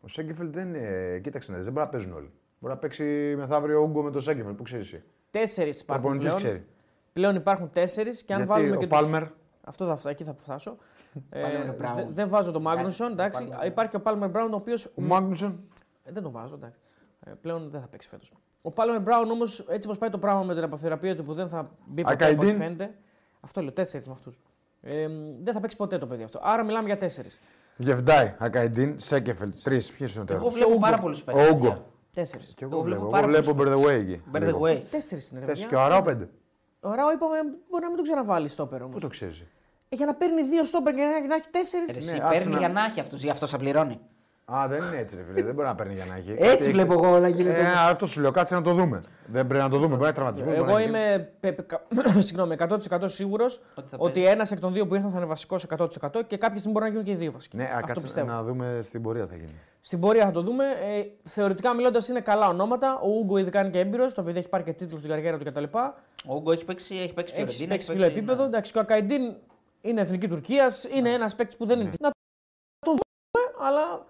Ο Σέγκεφελ δεν. ε, Κοίταξε να δεις, δεν μπορεί να παίζουν όλοι. Μπορεί να παίξει μεθαύριο ο Ούγκο με τον Σέγκεφελ που ξέρεις. εσύ. Τέσσερις υπάρχουν. προπονητής Πλέον. ξέρει. πλέον υπάρχουν τέσσερις και αν Γιατί βάλουμε ο και. Πάλμερ. Τους... Αυτό, αυτό, εκεί θα φτάσω. Πάλμερ ε, είναι Brown. δε- δεν βάζω τον Μάγνουσον, εντάξει. Palmer. Υπάρχει και ο Πάλμερ Μπράουν, ο οποίος. Ο Μάγνουσον. δεν τον βάζω, εντάξει. Ε, πλέον δεν θα παίξει φέτος. Ο Πάλμερ Μπράουν όμως, έτσι όπως πάει το πράγμα με την αποθεραπεία του που δεν θα μπει ποτέ από ό,τι Ακαϊντίν. φαίνεται. Αυτό λέω, τέσσερις με αυτούς. Ε, μ, δεν θα παίξει ποτέ το παιδί αυτό. Άρα μιλάμε για τέσσερις. Γεβδάη, Ακαϊντίν, Σέκεφελ. Τρει. Ποιο είναι ο Εγώ τέταρτο. βλέπω Ούγκο. πάρα πολλού Ο παίκτε. Ούγκο. Τέσσερις. Και εγώ Εγώ βλέπω βλέπω. πάρα Εγώ βλέπω πολλούς Μπερδεουέι εκεί. By the Λίγο. way, Τέσσερις είναι Τέσσερις ρε παιδιά. και ο Αράο πέντε. Ο Ράο είπαμε μπορεί να μην τον ξαναβάλει στόπερ όμως. Πού το ξέρεις. Ε, Για να παίρνει δύο στόπερ και να, να έχει ρε, τέσσερι. εσύ, Ναι, άσε παίρνει να- για να έχει αυτό, γι' αυτό θα πληρώνει. Α, δεν είναι έτσι, ρε φίλε. δεν μπορεί να παίρνει για να έχει. Έτσι βλέπω εγώ να γίνεται. Ε, αυτό σου λέω, κάτσε να το δούμε. Δεν πρέπει να το δούμε, μπορεί να είναι τραυματισμό. μπορεί Εγώ να γίνει. είμαι πε- πε- κα- συγγνώμη, 100% σίγουρος Ότι θα ότι ένας εκ των δύο που ήρθαν θα είναι βασικός 100% και κάποια στιγμή μπορεί να γίνουν και οι δύο βασικοί. Ναι, α, Αυτό κάτσε πιστεύω. να δούμε στην πορεία θα γίνει. Στην πορεία θα το δούμε. Ε, θεωρητικά μιλώντας είναι καλά ονόματα. Ο Ούγκο ήδη κάνει και έμπειρος, το παιδί έχει πάρει και τίτλο στην καριέρα του κτλ. Ο Ούγκο έχει παίξει, έχει παίξει Έχει Φιωρεντίνα, παίξει ψηλό επίπεδο. ναι. Εντάξει, και ο Ακαϊντίν είναι εθνική Τουρκίας, είναι ένας παίκτης Ναι. που δεν είναι. Να τον δούμε, αλλά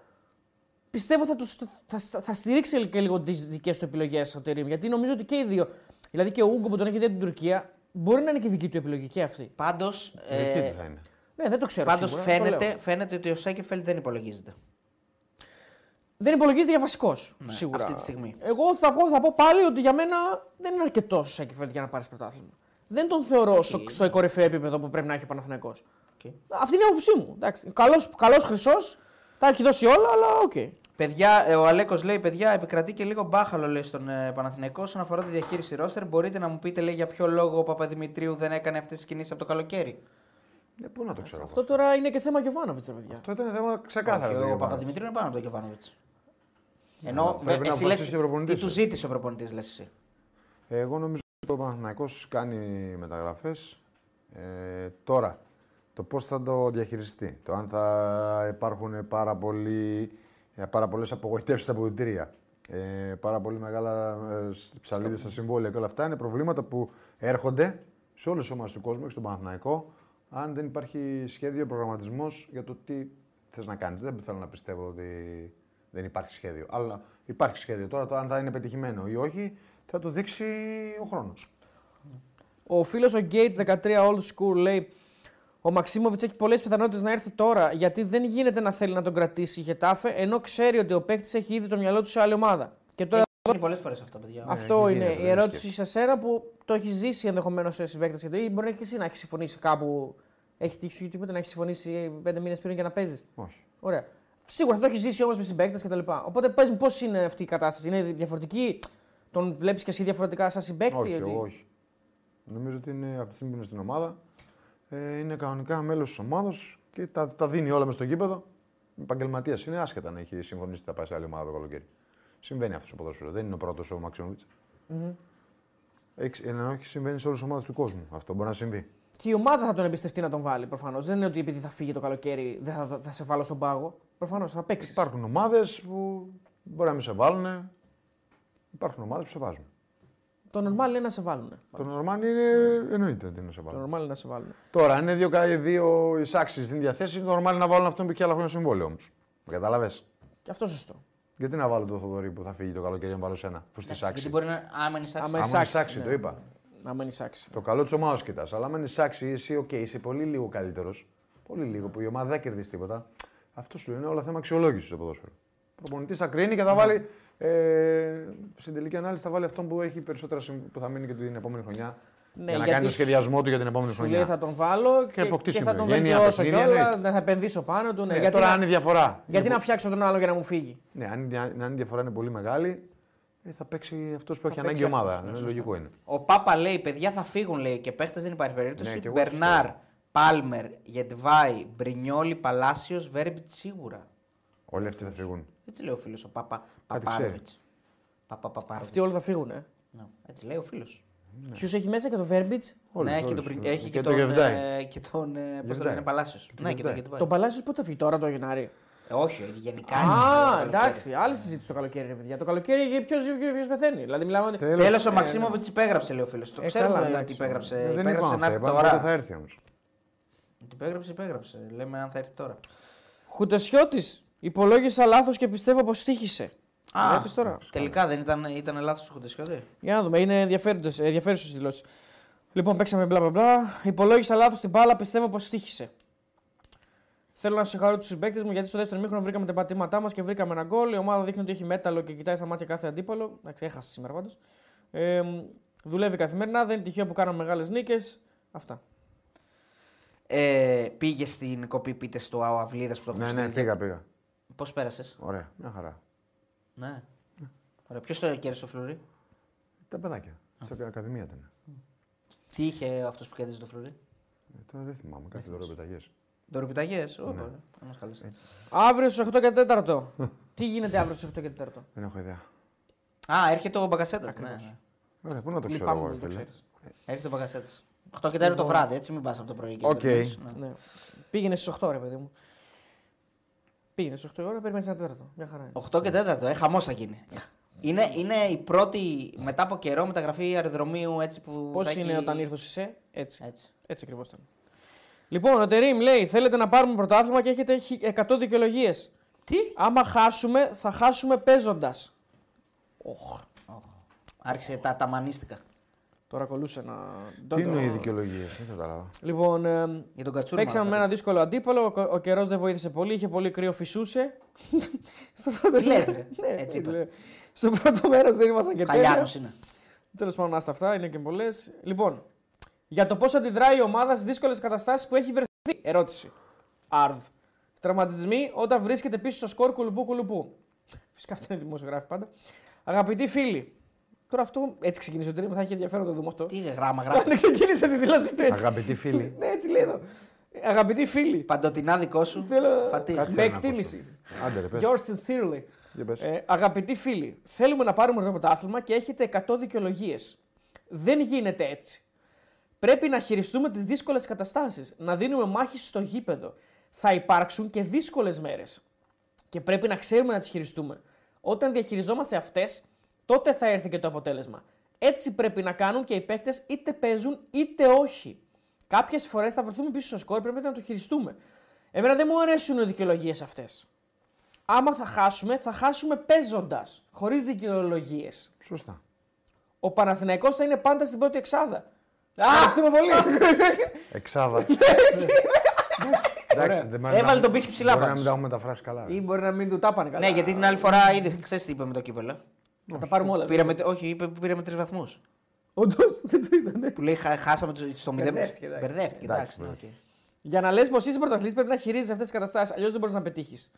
πιστεύω θα, τους, θα, θα στηρίξει και λίγο τις δικές του επιλογές από το Ερήμ. Γιατί νομίζω ότι και οι δύο. Δηλαδή και ο Ούγκο που τον έχει δει από την Τουρκία, μπορεί να είναι και δική του επιλογή και αυτή. Πάντως. Ε, Εκεί τι θα είναι. Ναι, δεν το ξέρω. Πάντως σίγουρα, το ε, φαίνεται, λέω. φαίνεται ότι ο Σέκεφελτ δεν υπολογίζεται. Δεν υπολογίζεται για βασικός. σίγουρα. Ναι, αυτή τη στιγμή. Εγώ θα, βγω, θα πω πάλι ότι για μένα δεν είναι αρκετός ο Σέκεφελτ για να πάρεις πρωτάθλημα. Δεν τον θεωρώ στο, στο κορυφαίο επίπεδο που πρέπει να έχει ο Παναθηναϊκός. Οκ. Αυτή είναι η άποψή μου. Καλός καλός χρυσός, τα έχει δώσει όλα, αλλά οκ. Okay. Παιδιά, ε, ο Αλέκος λέει: Παιδιά, επικρατεί και λίγο μπάχαλο λέει, στον ε, Παναθηναϊκό όσον αφορά τη διαχείριση ρόστερ. Μπορείτε να μου πείτε λέει, για ποιο λόγο ο Παπαδημητρίου δεν έκανε αυτές τις κινήσεις από το καλοκαίρι. Ε, πού να το ξέρω. Αυτό Αυτό, τώρα είναι και θέμα Γιωβάνοβιτς, ρε παιδιά. αυτό ήταν θέμα ξεκάθαρα. Όχι, του ο Γιωβάνοβιτς. Παπαδημητρίου είναι πάνω από τον Γιωβάνοβιτ. Ενώ πρέπει ε, να εσύ αποφασίσει ο λες, προπονητής, τι του ε. ζήτησε ο προπονητής, λες εσύ. Ε, Εγώ νομίζω ότι ο Παναθηναϊκός κάνει μεταγραφές. Ε, τώρα, το πώς θα το διαχειριστεί. Το αν θα υπάρχουν πάρα, πολλοί, ε, πάρα πολλές απογοητεύσεις στα αποδητήρια. Ε, πάρα πολύ μεγάλα ε, σ- ψαλίδια στα συμβόλαια και όλα αυτά είναι προβλήματα που έρχονται σε όλες τις ομάδες του κόσμου και στον Παναθηναϊκό αν δεν υπάρχει σχέδιο, προγραμματισμός για το τι θες να κάνεις. Δεν θέλω να πιστεύω ότι δεν υπάρχει σχέδιο. Αλλά υπάρχει σχέδιο. Τώρα το αν θα είναι πετυχημένο ή όχι θα το δείξει ο χρόνος. Ο φίλος ο Gate 13 Old School λέει: Ο Μαξίμοβιτ έχει πολλές πιθανότητες να έρθει τώρα γιατί δεν γίνεται να θέλει να τον κρατήσει η Γετάφε ενώ ξέρει ότι ο παίκτης έχει ήδη το μυαλό του σε άλλη ομάδα. Και τώρα Είναι πολλές φορές αυτό, παιδιά. αυτό Ε, δεν είναι γίνεται, η δεν ερώτηση σκέφτεται. σε σένα που το έχει ζήσει ενδεχομένως σε συμπαίκτε και το ή μπορεί και εσύ να έχεις συμφωνήσει κάπου. Έχει τύχει σου τίποτα να έχεις συμφωνήσει πέντε μήνες πριν για να παίζεις. Όχι. Ωραία. Σίγουρα θα το έχει ζήσει όμως με συμπαίκτες κτλ. Οπότε πες μου πώς είναι αυτή η κατάσταση. Είναι διαφορετική. Τον βλέπεις και εσύ διαφορετικά σαν συμπαίκτη. όχι, γιατί- εγώ όχι. Νομίζω ότι είναι από τη στιγμή που είναι στην ομάδα, ε, είναι κανονικά μέλος της ομάδας και τα, τα δίνει όλα μες στο γήπεδο. Επαγγελματίας είναι άσχετα να έχει συμφωνήσει ότι θα πάει σε άλλη ομάδα το καλοκαίρι. Συμβαίνει αυτός στο ποδόσφαιρο. Δεν είναι ο πρώτος ο μαξιμοβιτ Ενώ έχει συμβαίνει σε όλες τις ομάδες του κόσμου. Αυτό μπορεί να συμβεί. Και η ομάδα θα τον εμπιστευτεί να τον βάλει προφανώς. Δεν είναι ότι επειδή θα φύγει το καλοκαίρι δεν θα, θα σε βάλω στον πάγο. Προφανώς θα παίξεις. Υπάρχουν ομάδες που μπορεί να μην σε βάλουν. Υπάρχουν ομάδες που σε βάζουν. Το normal είναι να σε βάλουν. Το νορμάν είναι εννοείται ότι είναι σε βάλουν. Το normal είναι να σε βάλουν. Τώρα, αν είναι δύο, κα- δύο εισάξεις στην διαθέση, είναι normal να βάλουν αυτόν που έχει άλλα χρόνια συμβόλαιο όμως. Κατάλαβες. Και αυτό σωστό. Γιατί να βάλω τον Θοδωρή που θα φύγει το καλοκαίρι να βάλω σένα που στη Γιατί σάξη. μπορεί να. Άμα είναι σάξη. Άμα Άμα εισάξει, είναι σάξη, ναι. το είπα. Να μένει σάξη. Το καλό της ομάδας κοιτάς. Αλλά άμα είναι σάξη, εσύ, οκ, είσαι πολύ λίγο καλύτερος. Πολύ λίγο που η ομάδα δεν κερδίζει τίποτα. Αυτό σου είναι όλα θέμα αξιολόγησης στο ποδόσφαιρο. Ο προπονητής θα κρίνει και θα βάλει. Ε, στην τελική ανάλυση θα βάλει αυτόν που έχει περισσότερα συμ- που θα μείνει και την επόμενη χρονιά. Ναι, για να γιατί κάνει το σου- σχεδιασμό του για την επόμενη Σου λέει χρονιά. θα τον βάλω και, και, αποκτήσει θα τον οικογένεια, βελτιώσω παιχνίδια, κιόλα. εννοείται. Να θα επενδύσω πάνω του. Ναι. Ναι, γιατί τώρα να, αν η διαφορά. γιατί είναι να φτιάξω τον άλλο για να μου φύγει. Ναι, αν, η- αν η διαφορά είναι πολύ μεγάλη, ε, θα παίξει αυτός που έχει ανάγκη παίξει η ομάδα. αυτός, ναι, Ναι, σωστά. λογικό είναι. Ο Πάπα λέει: Παιδιά θα φύγουν λέει, και παίχτες δεν υπάρχει περίπτωση. Ναι, και εγώ έτσι Μπερνάρ, θεωρώ. Πάλμερ, Γετβάη, Μπρινιόλι, Παλάσιος, Βέρμπιτ σίγουρα. Όλοι αυτοί θα φύγουν. Έτσι λέει ο φίλος ο Πάπα Κάτι ξέρει. Παπάροβιτ. Παπα Παπάροβιτ. Αυτοί όλοι θα φύγουν. Ε. Ναι, έτσι λέει ο φίλος. Ναι. Ποιου έχει μέσα και το Βέρμπιτ. Όλους, ναι, έχει, όλους. τον, πρι- έχει και, Ε, Και τον τον, Γεβδάη. ε, και τον, ε, πώς το Γεβδάη. λένε, Παλάσιος. Και Ναι, τον και τον Γεβδάι. Γετβάη. Τον Παλάσιος πότε θα φύγει τώρα το Γενάρη. Ε, όχι, γενικά. Α, εντάξει, άλλη συζήτηση το καλοκαίρι, ρε παιδιά. Το καλοκαίρι ποιο πεθαίνει. Δηλαδή μιλάμε ότι. Τέλος. Τέλος ο Μαξίμοβιτ υπέγραψε, λέει ο φίλος. Το Ε, ξέρουμε καλά, ότι εντάξει. υπέγραψε. Ε, δεν υπέγραψε είπαμε αυτά. να έρθει Είπαμε πότε τώρα. θα έρθει όμως. Ότι Υπέγραψε, υπέγραψε. Λέμε αν θα έρθει τώρα. Χουτεσιώτης. Υπολόγισα λάθος και πιστεύω πως τύχησε. Βλέπεις τώρα. Τελικά δεν ήταν, ήταν λάθος ο Χοντεσιώτη. Για να δούμε, είναι ενδιαφέρουσες δηλώσεις. Λοιπόν, παίξαμε μπλα μπλα μπλα. Υπολόγισα λάθος την μπάλα, πιστεύω πως τύχησε. Θέλω να συγχαρώ τους συμπαίκτες μου γιατί στο δεύτερο μήχρονο βρήκαμε τα πατήματά μας και βρήκαμε ένα γκολ. Η ομάδα δείχνει ότι έχει μέταλλο και κοιτάει στα μάτια κάθε αντίπαλο. Εντάξει, έχασε σήμερα πάντως. Ε, μ, δουλεύει καθημερινά, δεν είναι τυχαίο που κάναμε μεγάλες νίκες. Αυτά. Ε, πήγε στην κοπή πίτε του Αυλίδας που το Ναι, ναι, πήγα, πήγα. Πώς πέρασες. Ωραία, μια χαρά. Ναι. Ωραία. Ποιος το κέρδισε ο Φλουρί. Τα παιδάκια. Στην ακαδημία ήταν. Τι είχε αυτός που κέρδισε το Φλουρί. Ε, τώρα δεν θυμάμαι, κάτι τώρα πεταγέ. Το ροπιταγέ. Όχι. Ναι. Να μας καλέσει. Αύριο στις 8 και 4. Τι γίνεται αύριο στις 8 και 4. Δεν έχω ιδέα. Α, έρχεται ο Μπαγκασέτας. Ναι. ναι. Ωραία, πού να το ξέρω Λυπάμαι εγώ, που ρε δεν το φίλε. ξέρεις. Έρχεται ο Μπαγκασέτας. 8 και 4 το Λοιπόν. βράδυ, έτσι μην πας από το πρωί. και Οκ. περιμένεις. Ναι. Ναι. Πήγαινε στις 8, ρε παιδί μου. Πήγαινε στι 8 η ώρα, περιμένεις ένα τέταρτο. Μια χαρά. είναι. 8 και 4, ε, χαμός θα γίνει. Είναι, είναι η πρώτη μετά από καιρό μεταγραφή αεροδρομίου έτσι που. Πώ θα έχει- είναι όταν ήρθες ο Σισε, έτσι. Έτσι. Έτσι ακριβώς ήταν. Λοιπόν, ο Τερήμ λέει: Θέλετε να πάρουμε πρωτάθλημα και έχετε χι- 100 δικαιολογίες. Τι? Άμα χάσουμε, θα χάσουμε παίζοντας. Οχ. Άρχισε τα ταμανίστηκα. Τώρα κολούσε να. Τι είναι οι δικαιολογίε, δεν κατάλαβα. Λοιπόν, ε, Για τον Κατσούρμα. παίξαμε με ένα δύσκολο αντίπαλο. Ο, ο καιρός δεν βοήθησε πολύ. Είχε πολύ κρύο, φυσούσε. Στο πρώτο Τι λες, ρε. Ναι, Έτσι είπα. λέω. Στο πρώτο μέρος δεν ήμασταν και τέλεια. Καλιάνο είναι. Τέλος πάντων, άστα αυτά, είναι και πολλές. Λοιπόν, για το πώς αντιδράει η ομάδα στις δύσκολες καταστάσεις που έχει βρεθεί. Ερώτηση. Αρδ. Τραυματισμοί όταν βρίσκεται πίσω στο σκορ κουλουπού κουλουπού. Φυσικά αυτή είναι δημοσιογράφη πάντα. Αγαπητοί φίλοι, τώρα αυτό έτσι ξεκίνησε το τρίμα, θα έχει ενδιαφέρον να το δούμε αυτό. Τι γράμμα γράφει. Αν ξεκίνησε τη δήλωση του έτσι. Αγαπητοί φίλοι. Ναι, έτσι λέει εδώ. Αγαπητοί φίλοι, Παντοτινά δικό σου. Θέλω- Φατίχ. Κάτσε με να ακούσω. εκτίμηση. Άντε ρε, πες. Yours sincerely. Για πες. Ε, αγαπητοί φίλοι, θέλουμε να πάρουμε το πρωτάθλημα και έχετε 100 δικαιολογίες. Δεν γίνεται έτσι. Πρέπει να χειριστούμε τις δύσκολες καταστάσεις, να δίνουμε μάχη στο γήπεδο. Θα υπάρξουν και δύσκολες μέρες. Και πρέπει να ξέρουμε να τις χειριστούμε. Όταν διαχειριζόμαστε αυτές, τότε θα έρθει και το αποτέλεσμα. Έτσι πρέπει να κάνουν και οι παίκτες είτε παίζουν είτε όχι. Κάποιες φορές θα βρεθούμε πίσω στο σκορ, πρέπει να το χειριστούμε. Εμένα δεν μου αρέσουν οι δικαιολογίες αυτές. Άμα θα χάσουμε, θα χάσουμε παίζοντας, χωρίς δικαιολογίες. Σωστά. Ο Παναθηναϊκός θα είναι πάντα στην πρώτη εξάδα. Α, ευχαριστούμε πολύ. Εξάβα. Εντάξει, δεν μ' αρέσει να- Έβαλε τον πύχη ψηλά Μπορεί να μην τα πάντω. έχω μεταφράσει καλά. Ή μπορεί να μην του τα πάνε καλά. Ναι, γιατί την άλλη φορά είδες, ξέρεις τι είπε με το κύπελο. Θα τα πάρουμε όλα. Πήραμε, όχι, είπε, πήραμε τρεις βαθμούς. Όντως, δεν το είδανε. Που λέει χα- χάσαμε το- στο 0. Μπερδεύτηκε, εντάξει. Μπερδεύτηκε, εντάξει. ναι, οκ. Για να λες πως είσαι πρωταθλητής, πρέπει να χειρίζει αυτές τις καταστάσεις. Αλλιώς δεν μπορείς να πετύχεις.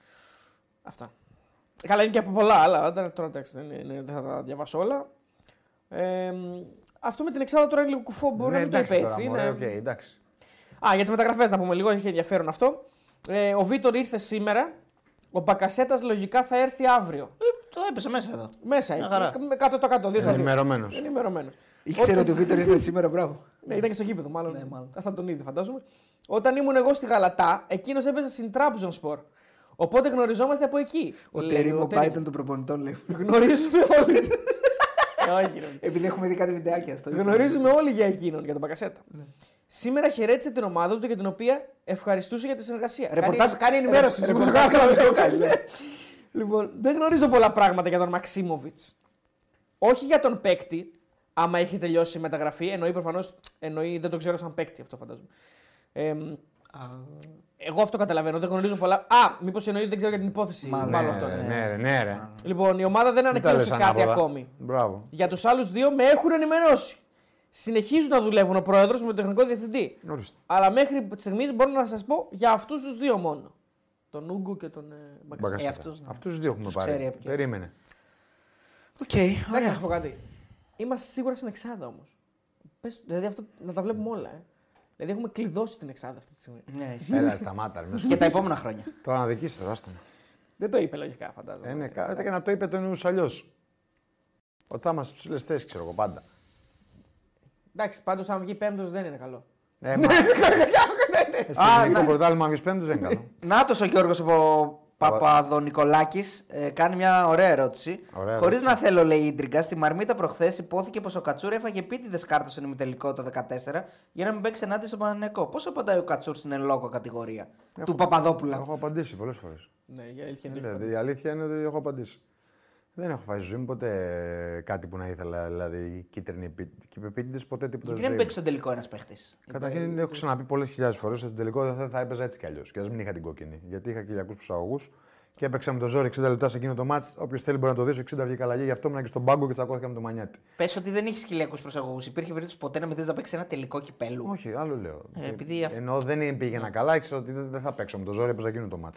Αυτά. Καλά, είναι και από πολλά άλλα. Τώρα τώρα, εντάξει, δεν, είναι- δεν θα τα διαβάσω όλα. Ε, μ, αυτό με την εξάδα τώρα είναι λίγο κουφό. Μπορεί να μην το είπε έτσι. Ναι, είναι- οκ, εντάξει. Α, για τις μεταγραφές να πούμε λίγο, έχει ενδιαφέρον αυτό. Ε, ο Βίτορ ήρθε σήμερα. Ο Μπακασέτας λογικά θα έρθει αύριο. Ε, Το έπεσε μέσα εδώ. Μέσα Μια χαρά. εκεί. Με 100% το 100. Ενημερωμένος. Ενημερωμένος. Ήξερε ότι ο Βίτερ ήρθε σήμερα, μπράβο. Ναι, ήταν και στο γήπεδο, μάλλον. Ναι, μάλλον. Θα τον είδε, φαντάζομαι. Όταν ήμουν εγώ στη Γαλατά, εκείνος έπαιζε στην Τράμπζον Σπορ. Οπότε γνωριζόμαστε από εκεί. Ο λέει Τερίμ, ο Τερίμ. Biden των προπονητών λέει. Γνωρίζουμε όλοι. Ε, Όχι, ρε. Επειδή έχουμε δει κάτι βιντεάκια στο. Γνωρίζουμε όλοι για εκείνον, για τον Πακασέτα. Σήμερα χαιρέτησε την ομάδα του για την οποία ευχαριστούσε για τη συνεργασία. Ρεπορτάζ, κάνει ενημέρωση. Κάνει... Ρεπορτάζ, Ρεπορτάζ, κάνει, κάνει, ναι. Λοιπόν, δεν γνωρίζω πολλά πράγματα για τον Μαξίμοβιτ. Όχι για τον παίκτη, άμα έχει τελειώσει η μεταγραφή. Εννοεί προφανώς. Εννοεί, δεν το ξέρω σαν παίκτη αυτό, φαντάζομαι. Ε, εγώ αυτό καταλαβαίνω. Δεν γνωρίζω πολλά. Α, μήπως εννοεί δεν ξέρω για την υπόθεση. Μάλλον, Ναι, αυτό. ρε, ναι. Ναι, ρε, ναι, ρε. Λοιπόν, η ομάδα δεν Μην τα λες ανακοίνωσε κάτι ανάποδα. ακόμη. Μπράβο. Για τους άλλους δύο με έχουν ενημερώσει. Συνεχίζουν να δουλεύουν ο πρόεδρος με τον τεχνικό διευθυντή. Ορίστε. Αλλά μέχρι στιγμής μπορώ να σας πω για αυτούς τους δύο μόνο. Τον Ούγκο και τον ε, Μπακασέτα. Μπαγκασέτα. αυτούς, ναι. Αυτούς τους δύο έχουμε ξέρει πάρει. από εκεί. Περίμενε. Οκ, Εντάξει, να σου πω κάτι. Είμαστε σίγουρα στην Εξάδα όμως. Δηλαδή αυτό να τα βλέπουμε όλα. Ε. Δηλαδή έχουμε κλειδώσει την Εξάδα αυτή τη στιγμή. Ναι, ισχύει. Έλα, σταμάτα. ρε, με Και σκοτ- τα επόμενα χρόνια. Τώρα να δικήσεις τώρα, άστο. με. Δεν το είπε λογικά, Ε, φαντάζομαι. ναι, κάτι και να το είπε τον Ιούς αλλιώς. Ο Τάμας στις ψηλές θέσεις, ξέρω εγώ πάντα. Εντάξει, πάντως αν βγει πέμπτος δεν είναι καλό. Ε, μα... Ναι, Στην Ε, ελληνικό πρωτάλληλο, αν βγεις πέμπτος, δεν είναι καλό. Νάτο ο Γιώργος ο Παπαδονικολάκης ε, κάνει μια ωραία ερώτηση. Ωραία Χωρί ερώτηση. να θέλω, λέει ίντριγκα, στη Μαρμίτα προχθές υπόθηκε πως ο Κατσούρ έφαγε επίτηδες κάρτα στον ημιτελικό το 14 για να μην παίξει ενάντια στον Παναναναϊκό. Πώς απαντάει ο Κατσούρ στην εν λόγω κατηγορία του Παπαδόπουλα. Έχω απαντήσει πολλές φορές. Ναι, για αλήθεια είναι. Δηλαδή, η αλήθεια είναι ότι έχω απαντήσει. Δεν έχω φάει στη ζωή μου ποτέ κάτι που να ήθελα, δηλαδή κίτρινη επίτηδε, ποτέ τίποτα. στη Γιατί δεν ζωή μου. παίξει στον τελικό ένας παίχτης. Καταρχήν έχω ξαναπεί πολλές χιλιάδες φορές ότι τον τελικό δεν θα, θα έπαιζα έτσι κι αλλιώς. Και ας μην είχα την κόκκινη. Γιατί είχα κυλιακούς ψαγωγού και έπαιξα με το ζόρι 60 λεπτά σε εκείνο το μάτ. Όποιος θέλει μπορεί να το δει, στο 60 βγήκα αλλαγή. Γι' αυτό ήμουν και στον πάγκο και τσακώθηκα με το μανιάτι. Πες ότι δεν έχεις χιλιακού προσαγωγού. Υπήρχε περίπτωση ποτέ να μην θες να παίξεις ένα τελικό κυπέλου. Όχι, άλλο λέω. Ε, Ε, επειδή αυ- Ενώ δεν Ναι. πήγαινα καλά, ήξερα ότι δεν δεν θα παίξω με το ζόρι, έπαιζα εκείνο το μάτ.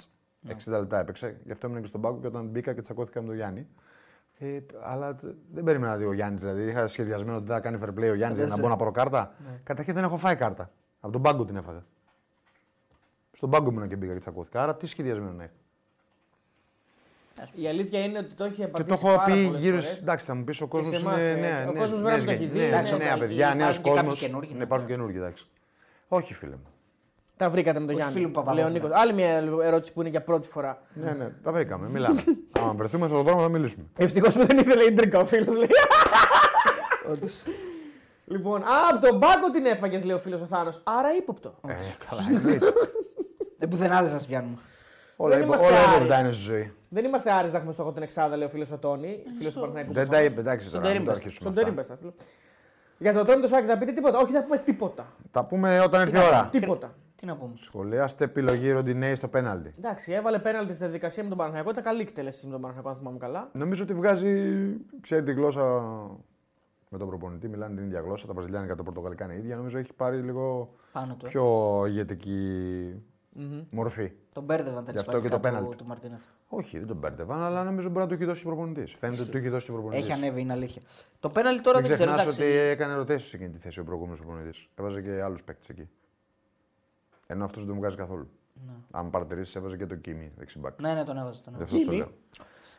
60 λεπτά έπαιξε, γι' αυτό ήμουν και στον πάγκο και όταν μπήκα και τσακώθηκα με τον Γιάννη. Ε, αλλά τε- δεν περίμενα να δει ο Γιάννης. Δηλαδή είχα σχεδιασμένο ότι θα κάνει fair play ο Γιάννης για να μπω να πάρω κάρτα. Ναι. Καταρχήν δεν έχω φάει κάρτα. Από τον πάγκο την έφαγα. Στον πάγκο ήμουν και μπήκα και τσακώθηκα. Άρα τι σχεδιασμένο να έχω. Η αλήθεια είναι ότι το έχει Και απαντήσει. το έχω πάρα πει πολλές γύρω. φορές. σ- Εντάξει, θα μου πεις ο κόσμος. σε εμάς, Είναι ε, νέα. ο ναι, κόσμος νέες πρέπει να το έχει γενιές. δει, Εντάξει, ναι, νέα το έχει- παιδιά, νέο υπάρχουν και κάποιοι κόσμο. καινούργοι, ναι. Υπάρχουν καινούργοι, εντάξει. Όχι, φίλε μου. Τα βρήκατε με τον Όχι, φίλου Γιάννη. Παπαδόπουλου. Λέει ο Νίκος. Άλλη μια ερώτηση που είναι για πρώτη φορά. Ναι, ναι, τα βρήκαμε. Μιλάμε. Άμα βρεθούμε στον δρόμο θα μιλήσουμε. Ευτυχώς που δεν ήθελε ίντρικα ο φίλος, λέει. Λοιπόν, α, από τον πάγκο την έφαγες, λέει ο φίλος ο Θάνος. Άρα ύποπτο. Ε, καλά, εννοείς. Δεν πουθενά δεν σας πιάνουμε. Όλα Δεν υπο- είμαστε όλα Άρης. ύποπτα είναι στη ζωή. Δεν είμαστε άρεστοι να έχουμε στόχο την εξάδα, λέει ο φίλος ο Τόνι. Φίλο του Παναγιακού. Δεν τα είπε, εντάξει τώρα, μην το Τέρι Στον αρχίσουμε. Τόνι αυτά. πες τα, φίλο. Για τον Τόνι το Σάκη θα πείτε τίποτα. Όχι, θα πούμε τίποτα. Τα πούμε όταν έρθει η ώρα. Τίποτα. Τι να πούμε. Σχολιάστε επιλογή Ροντινέη στο πέναλτι. Εντάξει, έβαλε πέναλτι στη διαδικασία με τον Παναγιακό. Ήταν καλή εκτέλεση με τον Παναγιακό, αν θυμάμαι καλά. Νομίζω ότι βγάζει, ξέρει τη γλώσσα με τον προπονητή, μιλάνε την ίδια γλώσσα. Τα βραζιλιάνικα, τα πορτογαλικά είναι ίδια. Νομίζω έχει πάρει λίγο Πάνω του. ε. πιο ηγετική Μορφή. Τον μπέρδευαν τα Γι' αυτό και ρησπαϊκά το του, πέναλτι. του Μαρτίνεθ. Όχι, δεν τον μπέρδευαν, αλλά νομίζω μπορεί να το έχει δώσει ο προπονητής. Φαίνεται ότι το έχει δώσει ο προπονητής. Έχει ανέβει, είναι αλήθεια. Το πέναλτι τώρα Μην δεν ξέρω. ξεχνάς ότι εντάξει. έκανε ρωτήσει σε εκείνη τη θέση ο προηγούμενος προπονητής. Έβαζε και άλλους παίκτες εκεί. Ενώ αυτός δεν τον βγάζει καθόλου. Αν παρατηρήσεις, έβαζε και τον Κίμη δεξιμπάκ. Ναι, ναι, τον έβαζε. Τον Γι' έβαζε. αυτό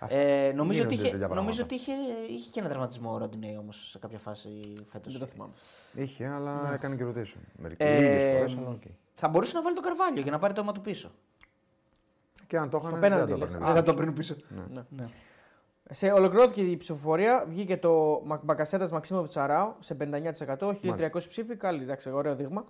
το λέω. Ε, νομίζω γίνονται ότι, είχε, τέτοια νομίζω πράγματα. ότι είχε, είχε και ένα τραυματισμό ο Ραντινέη όμως σε κάποια φάση φέτος. Δεν το θυμάμαι. Είχε, αλλά έκανε και ρωτήσει. Μερικέ Ναι. Ε, φορές, αλλά οκ. Θα μπορούσε να βάλει τον Καρβάλιο για να πάρει το αίμα του πίσω. Και αν το είχαν, δεν πέναλτι, το λες. έπαιρνε. Α, πίσω. θα το παίρνει πίσω. Ναι. Σε ολοκληρώθηκε η ψηφοφορία, βγήκε το Μπακασέτα Μαξίμοβιτ Τσαράου σε 59%, 1300 ψήφοι. Καλή, εντάξει, ωραίο δείγμα.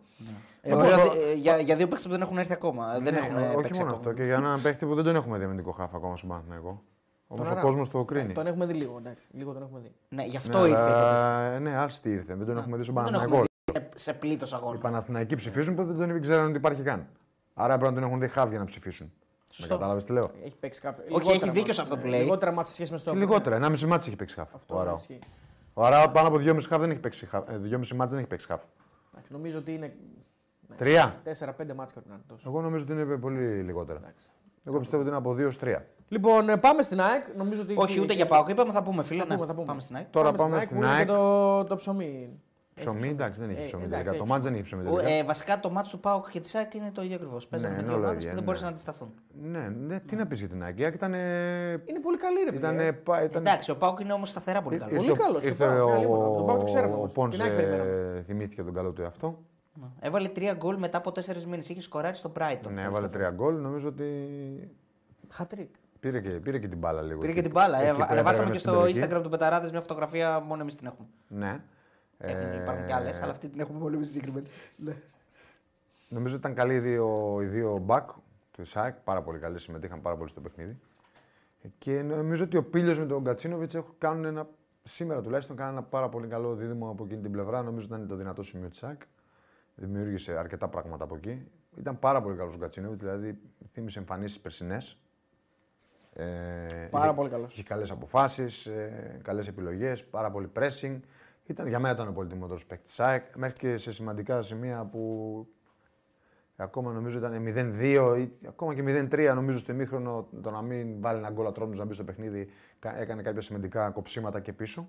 Ε, ωραία, δι- ε, για, για δύο παίχτε που δεν έχουν έρθει ακόμα. δεν Ναι, έχουν όχι μόνο παίξει ακόμα. αυτό. Και για έναν παίχτη που δεν τον έχουμε δει αμυντικό χάφ ακόμα στον Παναθηναϊκό. Όμως ο Άρα, κόσμος το κρίνει. Τον έχουμε δει λίγο, εντάξει. Λίγο τον έχουμε δει. Ναι, γι' Ναι, Ε, αυτό ήρθε. αλλά- Ναι, άστι ήρθε. Δεν τον έχουμε δει στον Δεν τον έχουμε Παναθηναϊκό. δει σε, σε πλήθος Οι αγώνα. Παναθηναϊκοί ψηφίζουν που δεν τον ξέρουν ότι υπάρχει καν. Άρα πρέπει να τον έχουν δει χάβ για να ψηφίσουν. Με Σωστό. κατάλαβες τι λέω. Έχει παίξει κάποιο. Όχι, έχει δίκιο σε αυτό που λέει. Λιγότερα μάτια σε σχέση με στο. Και λιγότερα. Ένα μισή μάτσο έχει παίξει χάφ. Αυτό ο Αράο. ισχύει. Ο Αράο πάνω από δυόμιση χάφ δεν έχει παίξει χάφ. ε, Δυόμιση μάτς δεν έχει παίξει χάφ. Εντάξει, Νομίζω ότι είναι Ναι. Τρία. 4-5 μάτια πρέπει να είναι τόσο. Εγώ νομίζω ότι είναι πολύ λιγότερα. Εγώ πιστεύω ότι είναι από δύο ως τρία. Λοιπόν, ε, πάμε στην ΑΕΚ. Νομίζω ότι Όχι, ούτε για πάω. Είπαμε θα πούμε, φίλε. Θα ναι. πούμε, θα πούμε. Πάμε στην ΑΕΚ. Τώρα πάμε στην που είναι ΑΕΚ. και Το, το ψωμί. Ψωμί, εντάξει, δεν έχει Ε, ψωμί εντάξει, τελικά. Το έχει. μάτς δεν έχει ψωμί Ο, τελικά. ε, βασικά το μάτσο του Πάουκ και της ΑΕΚ είναι το ίδιο ακριβώς. Ναι, Παίζανε με είναι δύο όλα ομάδε που ίδια, δεν ναι. μπορούσαν να αντισταθούν. Ναι, ναι, τι να πεις για την Άγκη. Ήταν. Είναι πολύ καλή ρε Ήταν. Ε, παιδιά. Ε, Εντάξει, ο Πάουκ είναι όμως σταθερά πολύ καλό. ε, πολύ καλός και Ήρθε πάρα- ναι, λοιπόν, τον Πάο ο, το ξέραμε ο όμως. Την Άκη Πόνσε περιμέναμε. θυμήθηκε τον καλό του εαυτό. Ναι. Έβαλε τρία γκολ μετά από τέσσερις μήνες. Είχε σκοράρει στο Brighton. Ναι, έβαλε τρία γκολ. Νομίζω ότι Χατρίκ. πήρε και, πήρε και την μπάλα λίγο. Πήρε εκεί. και την μπάλα. Εκεί Ε, που ανεβάσαμε έβρεγαμε και στην στο τελική. Instagram του Πεταράδες μια φωτογραφία, μόνο εμείς την έχουμε. Ναι. Έχουν, υπάρχουν κι ε. άλλε, αλλά αυτή την έχουμε πολύ εμεί συγκεκριμένη. Ναι. Νομίζω ότι ήταν καλοί οι δύο, οι δύο back του Ισάκ. Πάρα πολύ καλοί, συμμετείχαν πάρα πολύ στο παιχνίδι. Και νομίζω ότι ο Πίλιος με τον Κατσίνοβιτ κάνουν ένα. Σήμερα τουλάχιστον κάνουν ένα πάρα πολύ καλό δίδυμο από εκείνη την πλευρά. Νομίζω ότι ήταν το δυνατό σημείο της ΣΑΚ. Δημιούργησε αρκετά πράγματα από εκεί. Ήταν πάρα πολύ καλός ο Κατσίνοβιτ, δηλαδή θύμισε εμφανίσεις περσινές. Ε, Πάρα είχε- πολύ καλός. Είχε καλές αποφάσεις, ε, καλές επιλογές, πάρα πολύ pressing. Ήταν, για μένα ήταν ο πολύτιμότερο παίκτη τη ΑΕΚ. Μέχρι και σε σημαντικά σημεία που Ακόμα νομίζω ήταν 0-2 ή ακόμα και 0-3 νομίζω στο ημίχρονο το να μην βάλει ένα γκολ ατρόμιο να μπει στο παιχνίδι κα- έκανε κάποια σημαντικά κοψίματα και πίσω.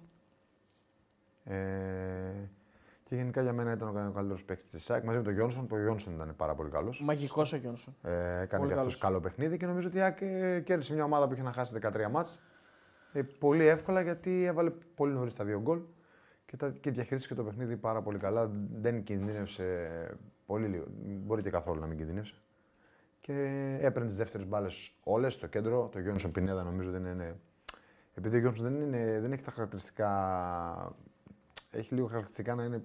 Ε, και γενικά για μένα ήταν ο κα- ο καλύτερος παίκτης της ΑΕΚ μαζί με τον Γιόνσον. που Ο Γιόνσον ήταν πάρα πολύ καλός. Μαγικός ο Γιόνσον. Ε, έκανε Πολύ και αυτός καλός. καλό παιχνίδι και νομίζω ότι η ΑΕΚ ε, κέρδισε μια ομάδα που είχε να χάσει 13 μάτς. Ε, πολύ εύκολα γιατί έβαλε πολύ νωρίς τα δύο γκολ και, τα, και διαχειρίστηκε το παιχνίδι πάρα πολύ καλά. Δεν κινδύνευσε πολύ λίγο. Μπορεί και καθόλου να μην κινδύνευσε. Και έπαιρνε τις δεύτερες μπάλες όλες στο κέντρο. Το Γιόνσον Πινέδα νομίζω δεν είναι. Επειδή ο Γιόνσον δεν, είναι, δεν έχει τα χαρακτηριστικά. Έχει λίγο χαρακτηριστικά να είναι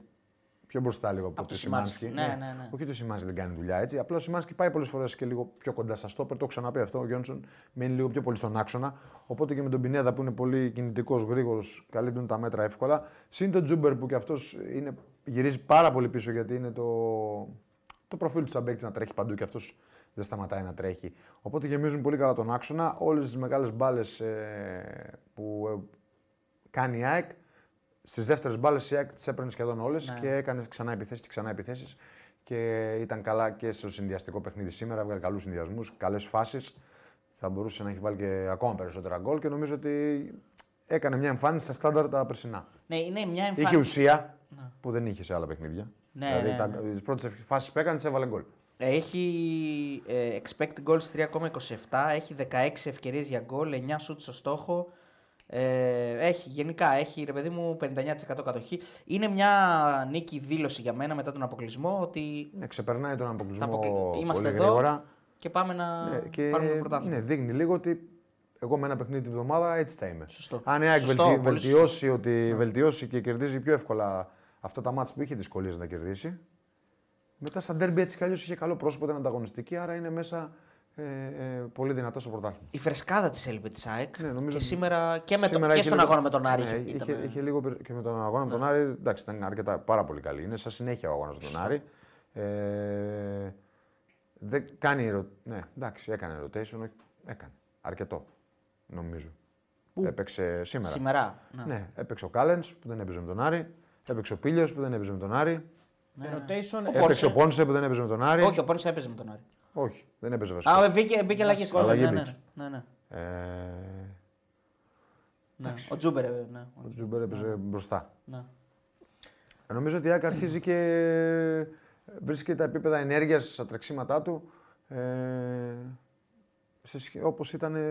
πιο μπροστά λίγο από, Από το το Σιμάνσκι. Σιμάνσκι. Ναι, ναι, ναι. Όχι ότι ο Σιμάνσκι δεν κάνει δουλειά έτσι. Απλά ο Σιμάνσκι πάει πολλές φορές και λίγο πιο κοντά στα στόπερ. Το έχω ξαναπεί αυτό. Ο Γιόνσον μένει λίγο πιο πολύ στον άξονα. Οπότε και με τον Πινέδα που είναι πολύ κινητικός, γρήγορος, καλύπτουν τα μέτρα εύκολα. Συν τον Τζούμπερ που και αυτό γυρίζει πάρα πολύ πίσω γιατί είναι το, το προφίλ του Σαμπέκτη να τρέχει παντού και αυτός δεν σταματάει να τρέχει. Οπότε γεμίζουν πολύ καλά τον άξονα. Όλες τις μεγάλες μπάλες που ε, κάνει η ΑΕΚ. Στις δεύτερες μπάλες η ΑΕΚ τις έπαιρνε σχεδόν όλες Ναι. και έκανε ξανά επιθέσεις και ξανά επιθέσεις. Και ήταν καλά και στο συνδυαστικό παιχνίδι σήμερα. Έβγαλε καλούς συνδυασμούς, καλές φάσεις. Θα μπορούσε να έχει βάλει και ακόμα περισσότερα γκολ και νομίζω ότι έκανε μια εμφάνιση στα στάνταρ τα περσινά. Ναι, είναι μια Είχε εμφάνιση. ουσία που δεν είχε σε άλλα παιχνίδια. Ναι, δηλαδή ναι, τα- ναι. τις πρώτες φάσεις που έκανε τις έβαλε γκολ. Έχει ε, expected goals 3,27, έχει 16 ευκαιρίες για γκολ, 9 σουτ στο στόχο. Ε, έχει γενικά, έχει ρε παιδί μου 59% κατοχή. Είναι μια νίκη δήλωση για μένα μετά τον αποκλεισμό ότι Ναι, ξεπερνάει τον τα αποκλεισμό αποκλει... είμαστε πολύ εδώ γρήγορα. και πάμε να Ναι, και πάρουμε το πρωτάθλημα. ναι, δείχνει λίγο ότι εγώ με ένα παιχνίδι τη βδομάδα έτσι θα είμαι. Σωστό. Αν η ΑΕΚ Σωστό, βελτι... πολύ σωστό. Ναι. βελτιώσει, ότι βελτιώσει και κερδίζει πιο εύκολα αυτά τα μάτια που είχε δυσκολίες να κερδίσει. Μετά στα ντέρμπι έτσι κι αλλιώς είχε καλό πρόσωπο, ήταν ανταγωνιστική, άρα είναι μέσα ε, ε, πολύ δυνατά στο πρωτάθλημα. Η φρεσκάδα της έλειπε της ΑΕΚ Ναι, νομίζω και ότι- σήμερα και, με το- Σήμερα και είχε στον λίγο- αγώνα με τον Άρη. Ναι, είχε- είχε, ήταν- ε. Ναι. είχε λίγο περι- και με τον αγώνα με τον Άρη. Εντάξει, ήταν αρκετά πάρα πολύ καλή. Είναι σαν συνέχεια ο αγώνας με τον Άρη. Ε, δεν κάνει ερω... Ναι, εντάξει, έκανε rotation. όχι- Έκανε. Αρκετό, νομίζω. Έπαιξε σήμερα. Σήμερα. ναι. Ναι, έπαιξε ο Κάλεν που δεν έπαιζε με τον Άρη. Έπαιξε ο Πίλιο που δεν έπαιζε με τον Άρη. Ναι. Rotation. ε, Έπαιξε ο Πόνσε που δεν έπαιζε με τον Άρη. Όχι, ο Πόνης έπαιζε με τον Άρη. Όχι, δεν έπαιζε βασικό. Α, μπήκε, μπήκε Λάκης Βασικός. Ναι, Αλλαγή ναι, ναι, ναι, Ε, ναι. Ο Τζούμπερ, ε, ναι. ο Τζούμπερ έπαιζε μπροστά. ναι. Νομίζω ότι η ΑΕΚ αρχίζει και βρίσκει τα επίπεδα ενέργειας στα τρεξίματά του. Ε, σε σχέ- όπως ήταν ε,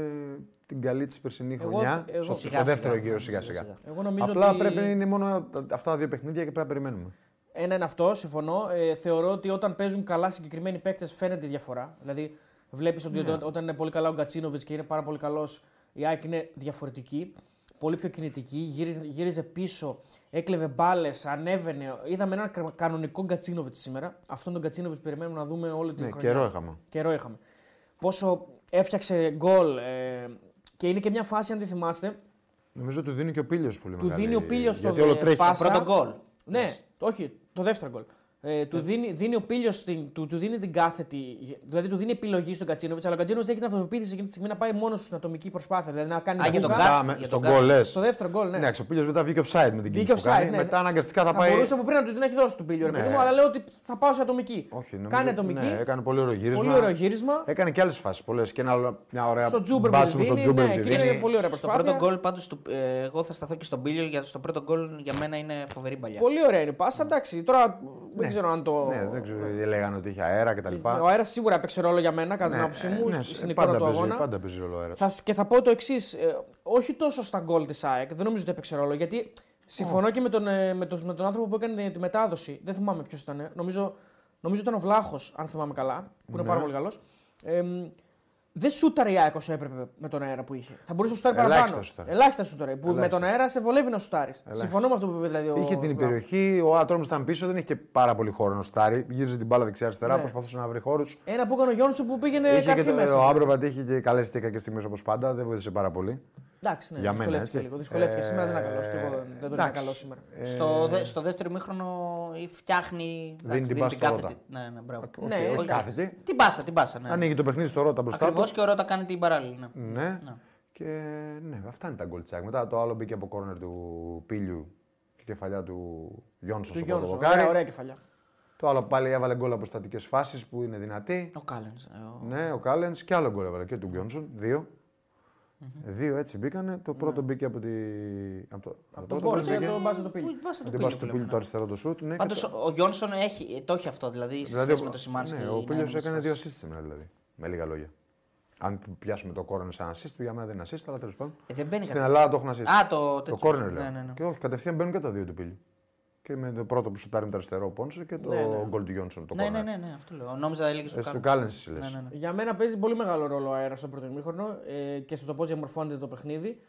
την καλή της περσινή Εγώ- χρονιά, εγώ- στο, στο Σιγά-σιγά. δεύτερο γύρο σιγά σιγά. Εγώ νομίζω Απλά ότι... πρέπει να είναι μόνο τα- αυτά τα δύο παιχνίδια και πρέπει να περιμένουμε. Ένα είναι αυτό, συμφωνώ. Ε, θεωρώ ότι όταν παίζουν καλά συγκεκριμένοι παίκτες φαίνεται η διαφορά. Δηλαδή, βλέπεις Ναι. ότι όταν- όταν είναι πολύ καλά ο Γκατσίνοβιτ και είναι πάρα πολύ καλός, η ΑΕΚ είναι διαφορετική. Πολύ πιο κινητική, γύριζε, γύριζε πίσω, έκλεβε μπάλες, ανέβαινε. Είδαμε έναν κρα- κανονικό Γκατσίνοβιτ σήμερα. Αυτόν τον Γκατσίνοβιτ περιμένουμε να δούμε όλη την Ναι, χρονιά. καιρό είχαμε. Καιρό είχαμε. Πόσο έφτιαξε γκολ. Ε, και είναι και μια φάση, αν τη θυμάστε, Νομίζω του δίνει και ο Πίλιο πολύ μεγάλη. δίνει ο Πίλιος Γιατί το, όλο ε, τρέχει. πας- Πρώτο Σαν- γκολ. ναι, όχι, το δεύτερο γκολ. Ε, Ναι. του δίνει, δίνει ο Πίλιο, του, του δίνει την κάθετη, δηλαδή του δίνει επιλογή στον Κατσίνοβιτ, αλλά ο Κατσίνοβιτ έχει την αυτοπεποίθηση εκείνη τη στιγμή να πάει μόνος του στην ατομική προσπάθεια. Δηλαδή να κάνει. Α, για τον βούγα. Γκάτ. Μετά Κάτσε, με- για Στον τον Κάτσε. γκολ λες. Στο δεύτερο γκολ, ναι. Εντάξει, ο Πίλιο μετά βγήκε offside με την Βγήκε κίνηση που offside, κάνει. ναι. Μετά αναγκαστικά θα, θα πάει. μπορούσε από πριν να του την έχει δώσει του Πίλιο, ρε Ναι. παιδί μου, αλλά λέω ότι θα πάω σε ατομική. Όχι, νομίζω, Κάνει ατομική. Ναι, έκανε πολύ ωραίο γύρισμα. Ε, πολύ ωραίο γύρισμα. Έκανε και άλλες φάσεις πολλές. Και ένα, άλλο- μια ωραία Στο Τζούμπερ μπάση που τη μου στον δίνει, Τζούμπερ ναι, που τη εκεί είναι δίνει. πολύ ωραία Στο προσπάθεια. πρώτο γκολ, πάντως, εγώ θα σταθώ και στον Πίλιο γιατί στο πρώτο γκολ για μένα είναι φοβερή παλιά. Πολύ ωραία είναι η πάσα. Εντάξει, τώρα δεν ξέρω αν το. Ναι, δεν ξέρω, λέγανε ότι είχε αέρα κτλ. Ο αέρας σίγουρα έπαιξε ρόλο για μένα, Ναι, κατά την άποψή μου, στην εικόνα του αγώνα. ε, Πάντα παίζει ρόλο ο αέρας. Θα, σου- και θα πω το εξής. όχι τόσο στα γκολ της ΑΕΚ, δεν νομίζω ότι έπαιξε ρόλο. Γιατί συμφωνώ και με τον, ε, με, τον, με τον άνθρωπο που έκανε τη μετάδοση. Δεν θυμάμαι ποιος ήταν. ε. Νομίζω, νομίζω ήταν ο Βλάχος, αν θυμάμαι καλά, που Ναι. είναι πάρα πολύ καλός. Ε, μ, δεν σούταρε η ΑΕΚ όσο έπρεπε με τον αέρα που είχε. Θα μπορούσε να σουτάρει Ελάχιστα παραπάνω. σούταρε. Ελάχιστα σούταρε. Που με Ελάχιστα. τον αέρα σε βολεύει να σουτάρεις. Συμφωνώ με αυτό που είπε δηλαδή. ο Είχε την Βλάχος. περιοχή, ο Άτρομ ήταν πίσω, δεν είχε και πάρα πολύ χώρο να στάρει. Γύριζε την μπάλα δεξιά-αριστερά, Ναι. προσπαθούσε να βρει χώρους. Ένα που έκανε ο Γιόνσου που πήγαινε Είχε και καρφί το, ε, μέσα. ο Άμπροπαντ είχε και καλέ τέκακε στιγμές όπως πάντα, δεν βοήθησε πάρα πολύ. Εντάξει, ναι, για μένα, δυσκολεύτηκε έτσι. λίγο. Δυσκολεύτηκε. σήμερα δεν είναι Ε, καλό. Δεν τον είναι εντάξει. Ε, καλό σήμερα. Στο, δε, στο δεύτερο μήχρονο φτιάχνει. Δίνει την πάσα στο κάθετη. Ρότα. Ναι, ναι, μπράβο. Όχι, Ναι, όχι εντάξει. κάθετη. Την πάσα, την πάσα. Ναι. Ανοίγει το παιχνίδι στο Ρότα μπροστά Ακριβώς του. και ο Ρότα κάνει την παράλληλη. Ναι. Ναι. Ναι. Και ναι, αυτά είναι τα γκολ της ΑΕΚ. Μετά το άλλο μπήκε από κόρνερ του Πίλιου και κεφαλιά του Γιόνσον στο Του Γιόνσου. πρωτοβοκάρι. Ωραία, ωραία κεφαλιά. Το άλλο πάλι έβαλε γκολ από στατικές φάσεις που είναι δυνατή. ε, Ο Κάλεν. Ναι, ο Κάλεν και άλλο γκολ έβαλε και του Γιόνσον. δύο. Δύο έτσι μπήκανε. Ναι. Το πρώτο μπήκε από τη. Από το, από Τον πρώτο Πόλ, μπήκε και τον Μπάζα το πήλιο. από την πάση του Πίλιου το αριστερό το σουτ. Ναι, Πάντω κατα- ο Γιόνσον έχει, το έχει αυτό, δηλαδή, σε δηλαδή, σχέση ο- με το Σιμάνσκι. Ναι, να ο είναι Πίλιο μέσα έκανε στη δύο φάση. assists σήμερα δηλαδή. Με λίγα λόγια. Αν πιάσουμε το κόρνερ σαν assist, για μένα δεν είναι assist, αλλά τέλος πάντων. Ε, δεν μπαίνει Στην κάτι. Ελλάδα το έχουν assist. Α, το, Το τέτοιο. κόρνερ λέω. ναι, ναι, ναι. Και όχι, κατευθείαν μπαίνουν και τα δύο του πύλη. Και με το πρώτο που σουτάρει με το αριστερό ο Πόνσε και το Ναι, ναι. γκολ του Γιόνσον. Το Ναι, ναι, corner. ναι, ναι, αυτό λέω. Νόμιζα έλεγες Ε, στο στο Κάλεν. Κάλεν εσύ λες. Ναι, ναι, ναι. Για μένα παίζει πολύ μεγάλο ρόλο ο αέρας στο πρώτο ημίχρονο ε, και στο πώς διαμορφώνεται το παιχνίδι.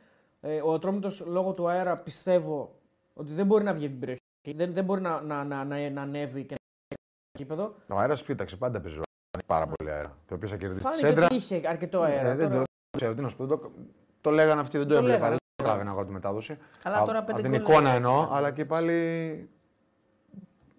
Ε, ο Ατρόμητος λόγω του αέρα πιστεύω ότι δεν μπορεί να βγει από την περιοχή. Δεν, δεν μπορεί να, να, να, να, να ανέβει και να στο γήπεδο. Ο αέρας πίταξε πάντα παίζει ρόλο. Έχει Πάρα πολύ αέρα. Το οποίο θα κερδίσει τη Φάνηκε σέντρα. ότι είχε αρκετό Ε, αέρα. δεν Τώρα, το ξέρω τι να σου πω. δεν Το, το λέγανε αυτοί, δεν το Το έβλεπα. λέγανε, Δεν το καταλάβαινα εγώ από τη μετάδοση. Καλά, Α- τώρα από πέντε την γκολ. εικόνα εννοώ, αλλά και πάλι.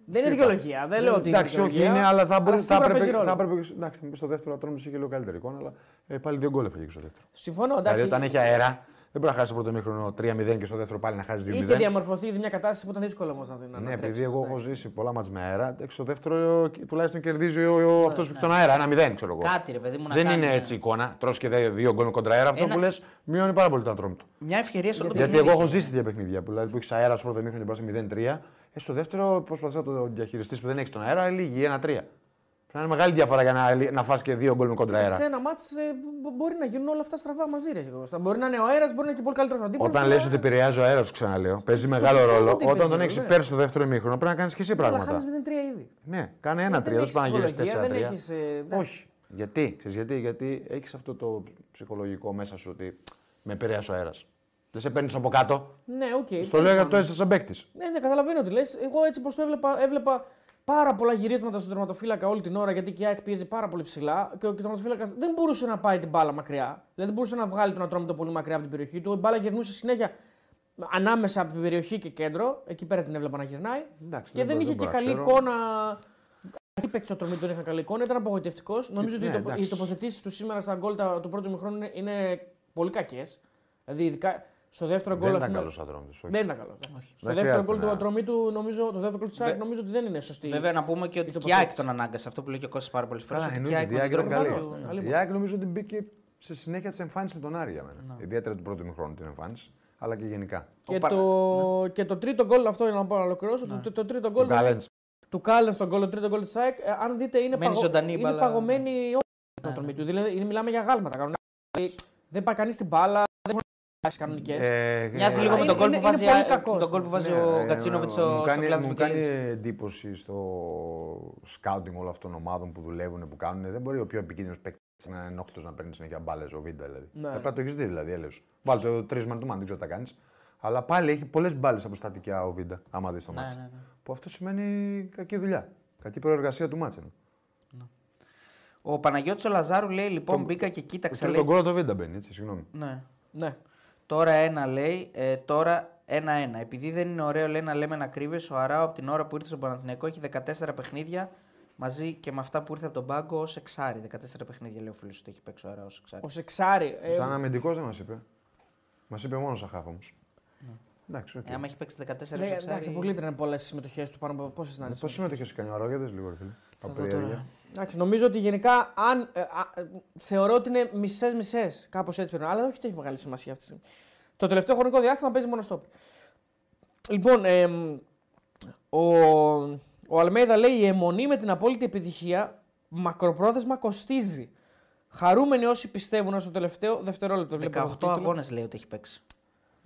Δεν είναι δικαιολογία. Δεν λέω ότι είναι Εντάξει, όχι δικαιολογία, είναι, αλλά θα, μπορεί, θα, σίγουρα παίζει έπρεπε, ρόλο. θα έπρεπε. Εντάξει, θα μου πει στο δεύτερο ατρόμιο είχε λίγο καλύτερη εικόνα, αλλά ε, πάλι δύο γκολ έφαγε και στο δεύτερο. Συμφωνώ. Δηλαδή Εντάξει, όταν έχει αέρα, δεν μπορεί να χάσει το πρώτο μήχρονο 3-0 και στο δεύτερο πάλι να χάσει 2-0. είχε διαμορφωθεί ήδη μια κατάσταση που ήταν δύσκολο όμως να την Ναι, ανατρέψει. επειδή εγώ Ναι. έχω ζήσει πολλά μάτς με αέρα, εντάξει, στο δεύτερο ε, τουλάχιστον κερδίζει ο, ο, αυτός που έχει τον αέρα, ένα μηδέν, ξέρω εγώ. Κάτι, ρε παιδί μου, να Δεν κάνει, είναι ναι. έτσι η εικόνα. Τρως και δε- δύο γκολ κοντρα αέρα, αυτό Ένα- που λες μειώνει πάρα πολύ το ατρόμο του. Μια ευκαιρία στο Γιατί εγώ ναι. έχω ζήσει τέτοια παιχνίδια που, δηλαδή, που έχεις αέρα στο πρώτο μήχρονο και πας 0-3. Ε, στο δεύτερο προσπαθεί να το διαχειριστείς που δεν έχεις τον αέρα, ε, λίγη 1-3. Πρέπει να είναι μεγάλη διαφορά για να, να φας και δύο γκολ με κοντρα αέρα. Σε ένα μάτς ε, μπο- μπορεί να γίνουν όλα αυτά στραβά μαζί. Ρε, Κώστα. μπορεί να είναι ο αέρας, μπορεί να είναι και πολύ καλύτερος αντίπαλος. Όταν λες ότι επηρεάζει ο αέρας, σου ξαναλέω, παίζει μεγάλο πιστεύω ρόλο. ότι Όταν παίζει τον ρόλο, έχει ναι. πέρσι στο δεύτερο μήχρονο, πρέπει να κάνεις και εσύ Αλλά πράγματα. χάνει 0-3 ήδη. Ναι, κάνε ένα δεν τρία. Δεν έχεις πάει να γυρίσεις ψυχολογία, τέσσερα δεν τρία. έχεις, ε, ναι. Όχι. Γιατί, ξέρεις, γιατί, γιατί έχεις αυτό το ψυχολογικό μέσα σου ότι με επηρέασε ο αέρας. Δεν σε παίρνεις από κάτω. Ναι, οκ. Στο λέω για το έσαι σαν παίκτης. Ναι, ναι, καταλαβαίνω ότι λες. Εγώ έτσι πω το έβλεπα, έβλεπα πάρα πολλά γυρίσματα στον τερματοφύλακα όλη την ώρα γιατί και η ΑΕΚ πίεζε πάρα πολύ ψηλά και ο τερματοφύλακας δεν μπορούσε να πάει την μπάλα μακριά. Δηλαδή δεν μπορούσε να βγάλει τον ατρόμητο πολύ μακριά από την περιοχή του. Η μπάλα γυρνούσε συνέχεια ανάμεσα από την περιοχή και κέντρο. Εκεί πέρα την έβλεπα να γυρνάει. Εντάξει, και δεν, μπο- είχε και μπορώ να καλή ξέρω. εικόνα. Κάποιοι παίκτες του ατρόμητου δεν είχαν καλή εικόνα, ήταν απογοητευτικός. Νομίζω ναι, ότι οι τοπο- εντάξει. οι τοποθετήσεις του σήμερα στα γκολ τα- του πρώτου μηχρόνου είναι, είναι πολύ κακές. Δηλαδή ειδικά Στο δεύτερο γκολ. Δεν ας ήταν πούμε, καλός ατρόμητο. Δεν ήταν καλός. εντάξει. Στο Δεν δεύτερο χρειάζεται γκολ του να- Ατρομήτου, νομίζω, το δεύτερο γκολ του Σάικ, Βε- νομίζω ότι δεν είναι σωστή. Βέβαια να πούμε και ότι η και η ΑΕΚ τοποθέτηση. τον ανάγκασε. Αυτό που λέει και ο Κώστας πάρα πολλές φορές. Καλά, εννοείται. Η ΑΕΚ ήταν τον καλή. Γκάλο, ναι. Η ΑΕΚ νομίζω ότι μπήκε σε συνέχεια της εμφάνισης με τον Άρη για μένα. Ιδιαίτερα του πρώτου μηχρόνου την εμφάνιση, αλλά και γενικά. Και, Ο Πα- Ναι. το... και το τρίτο γκολ, αυτό είναι να πω να ολοκληρώσω. το- Το, το τρίτο γκολ Ο Γκάλεντς. του Κάλεν στον γκολ, το τρίτο γκολ της ΑΕΚ, ε, αν δείτε είναι, Μένει παγω... ζωντανή η είναι μπάλα. παγωμένη η ναι, του Ατρομήτου. Δηλαδή είναι- μιλάμε για γάλματα. Κανονικά. Δηλαδή, Δεν πάει κανείς την μπάλα, δεν έχουν αλλάξει κανονικές. Ε, Μοιάζει ε, λίγο με τον Είναι- κόλ που είναι βάζει, πολύ α- κακός. τον κόλ που βάζει Ναι, ο ε, Γκατσίνοβιτ μου στο κάνει- κλάδο Μου του κάνει Βικελίδη. εντύπωση στο σκάουτινγκ όλων αυτών των ομάδων που δουλεύουν, που κάνουν. Δεν μπορεί ο πιο επικίνδυνος παίκτης να είναι ενόχλητος να παίρνει συνέχεια μπάλες, ο Βίντα δηλαδή. Ναι. Ε, Πρέπει να το έχεις δει δηλαδή, έλεος. Βάλτε το τρεις man του man, δεν ξέρω τι θα κάνεις. Αλλά πάλι έχει πολλές μπάλες από στατικά ο Βίντα, άμα δεις το μάτσο. ναι, ναι. Που αυτό σημαίνει κακή δουλειά. Κακή προεργασία του μάτσου. Ο Παναγιώτης ο Λαζάρου λέει λοιπόν Το- μπήκα και κοίταξα. Τον λέει, κόλλο το Βίντα μπαίνει, έτσι, συγγνώμη. Ναι. Ναι. Τώρα ένα λέει, ε, τώρα ένα-ένα. Επειδή δεν είναι ωραίο λέει, να λέμε να κρύβεις, ο Αράο από την ώρα που ήρθε στον Παναθηναϊκό έχει 14 παιχνίδια μαζί και με αυτά που ήρθε από τον πάγκο ως εξάρι. 14 παιχνίδια λέει ο φίλος ότι έχει παίξει ο Αράος ως εξάρι. Ως εξάρι. ε, Σαν αμυντικός δεν μας είπε. Μας είπε μόνος σαν χάφο όμω. Εντάξει, οκ. Ε, άμα έχει παίξει 14 ως ναι, εξάρι. Εντάξει, αποκλείται να είναι πολλές συμμετοχές του πάνω από πόσες να είναι. Πώ συμμετοχέ κάνει ο Αρόγεδε λίγο, ρε φίλε. Από δω τώρα. περιέργεια. Εντάξει, νομίζω ότι γενικά αν, ε, α, ε, θεωρώ ότι είναι μισέ-μισέ. Κάπως έτσι πρέπει να είναι, Αλλά όχι ότι έχει μεγάλη σημασία αυτή τη στιγμή. Το τελευταίο χρονικό διάστημα παίζει μόνο στόπ. Λοιπόν, εμ, ο, ο Αλμέιδα λέει: Η αιμονή με την απόλυτη επιτυχία μακροπρόθεσμα κοστίζει. Χαρούμενοι όσοι πιστεύουν ω το τελευταίο δευτερόλεπτο. Βλέπω εγώ 18 τίτλο. αγώνες λέει ότι έχει παίξει.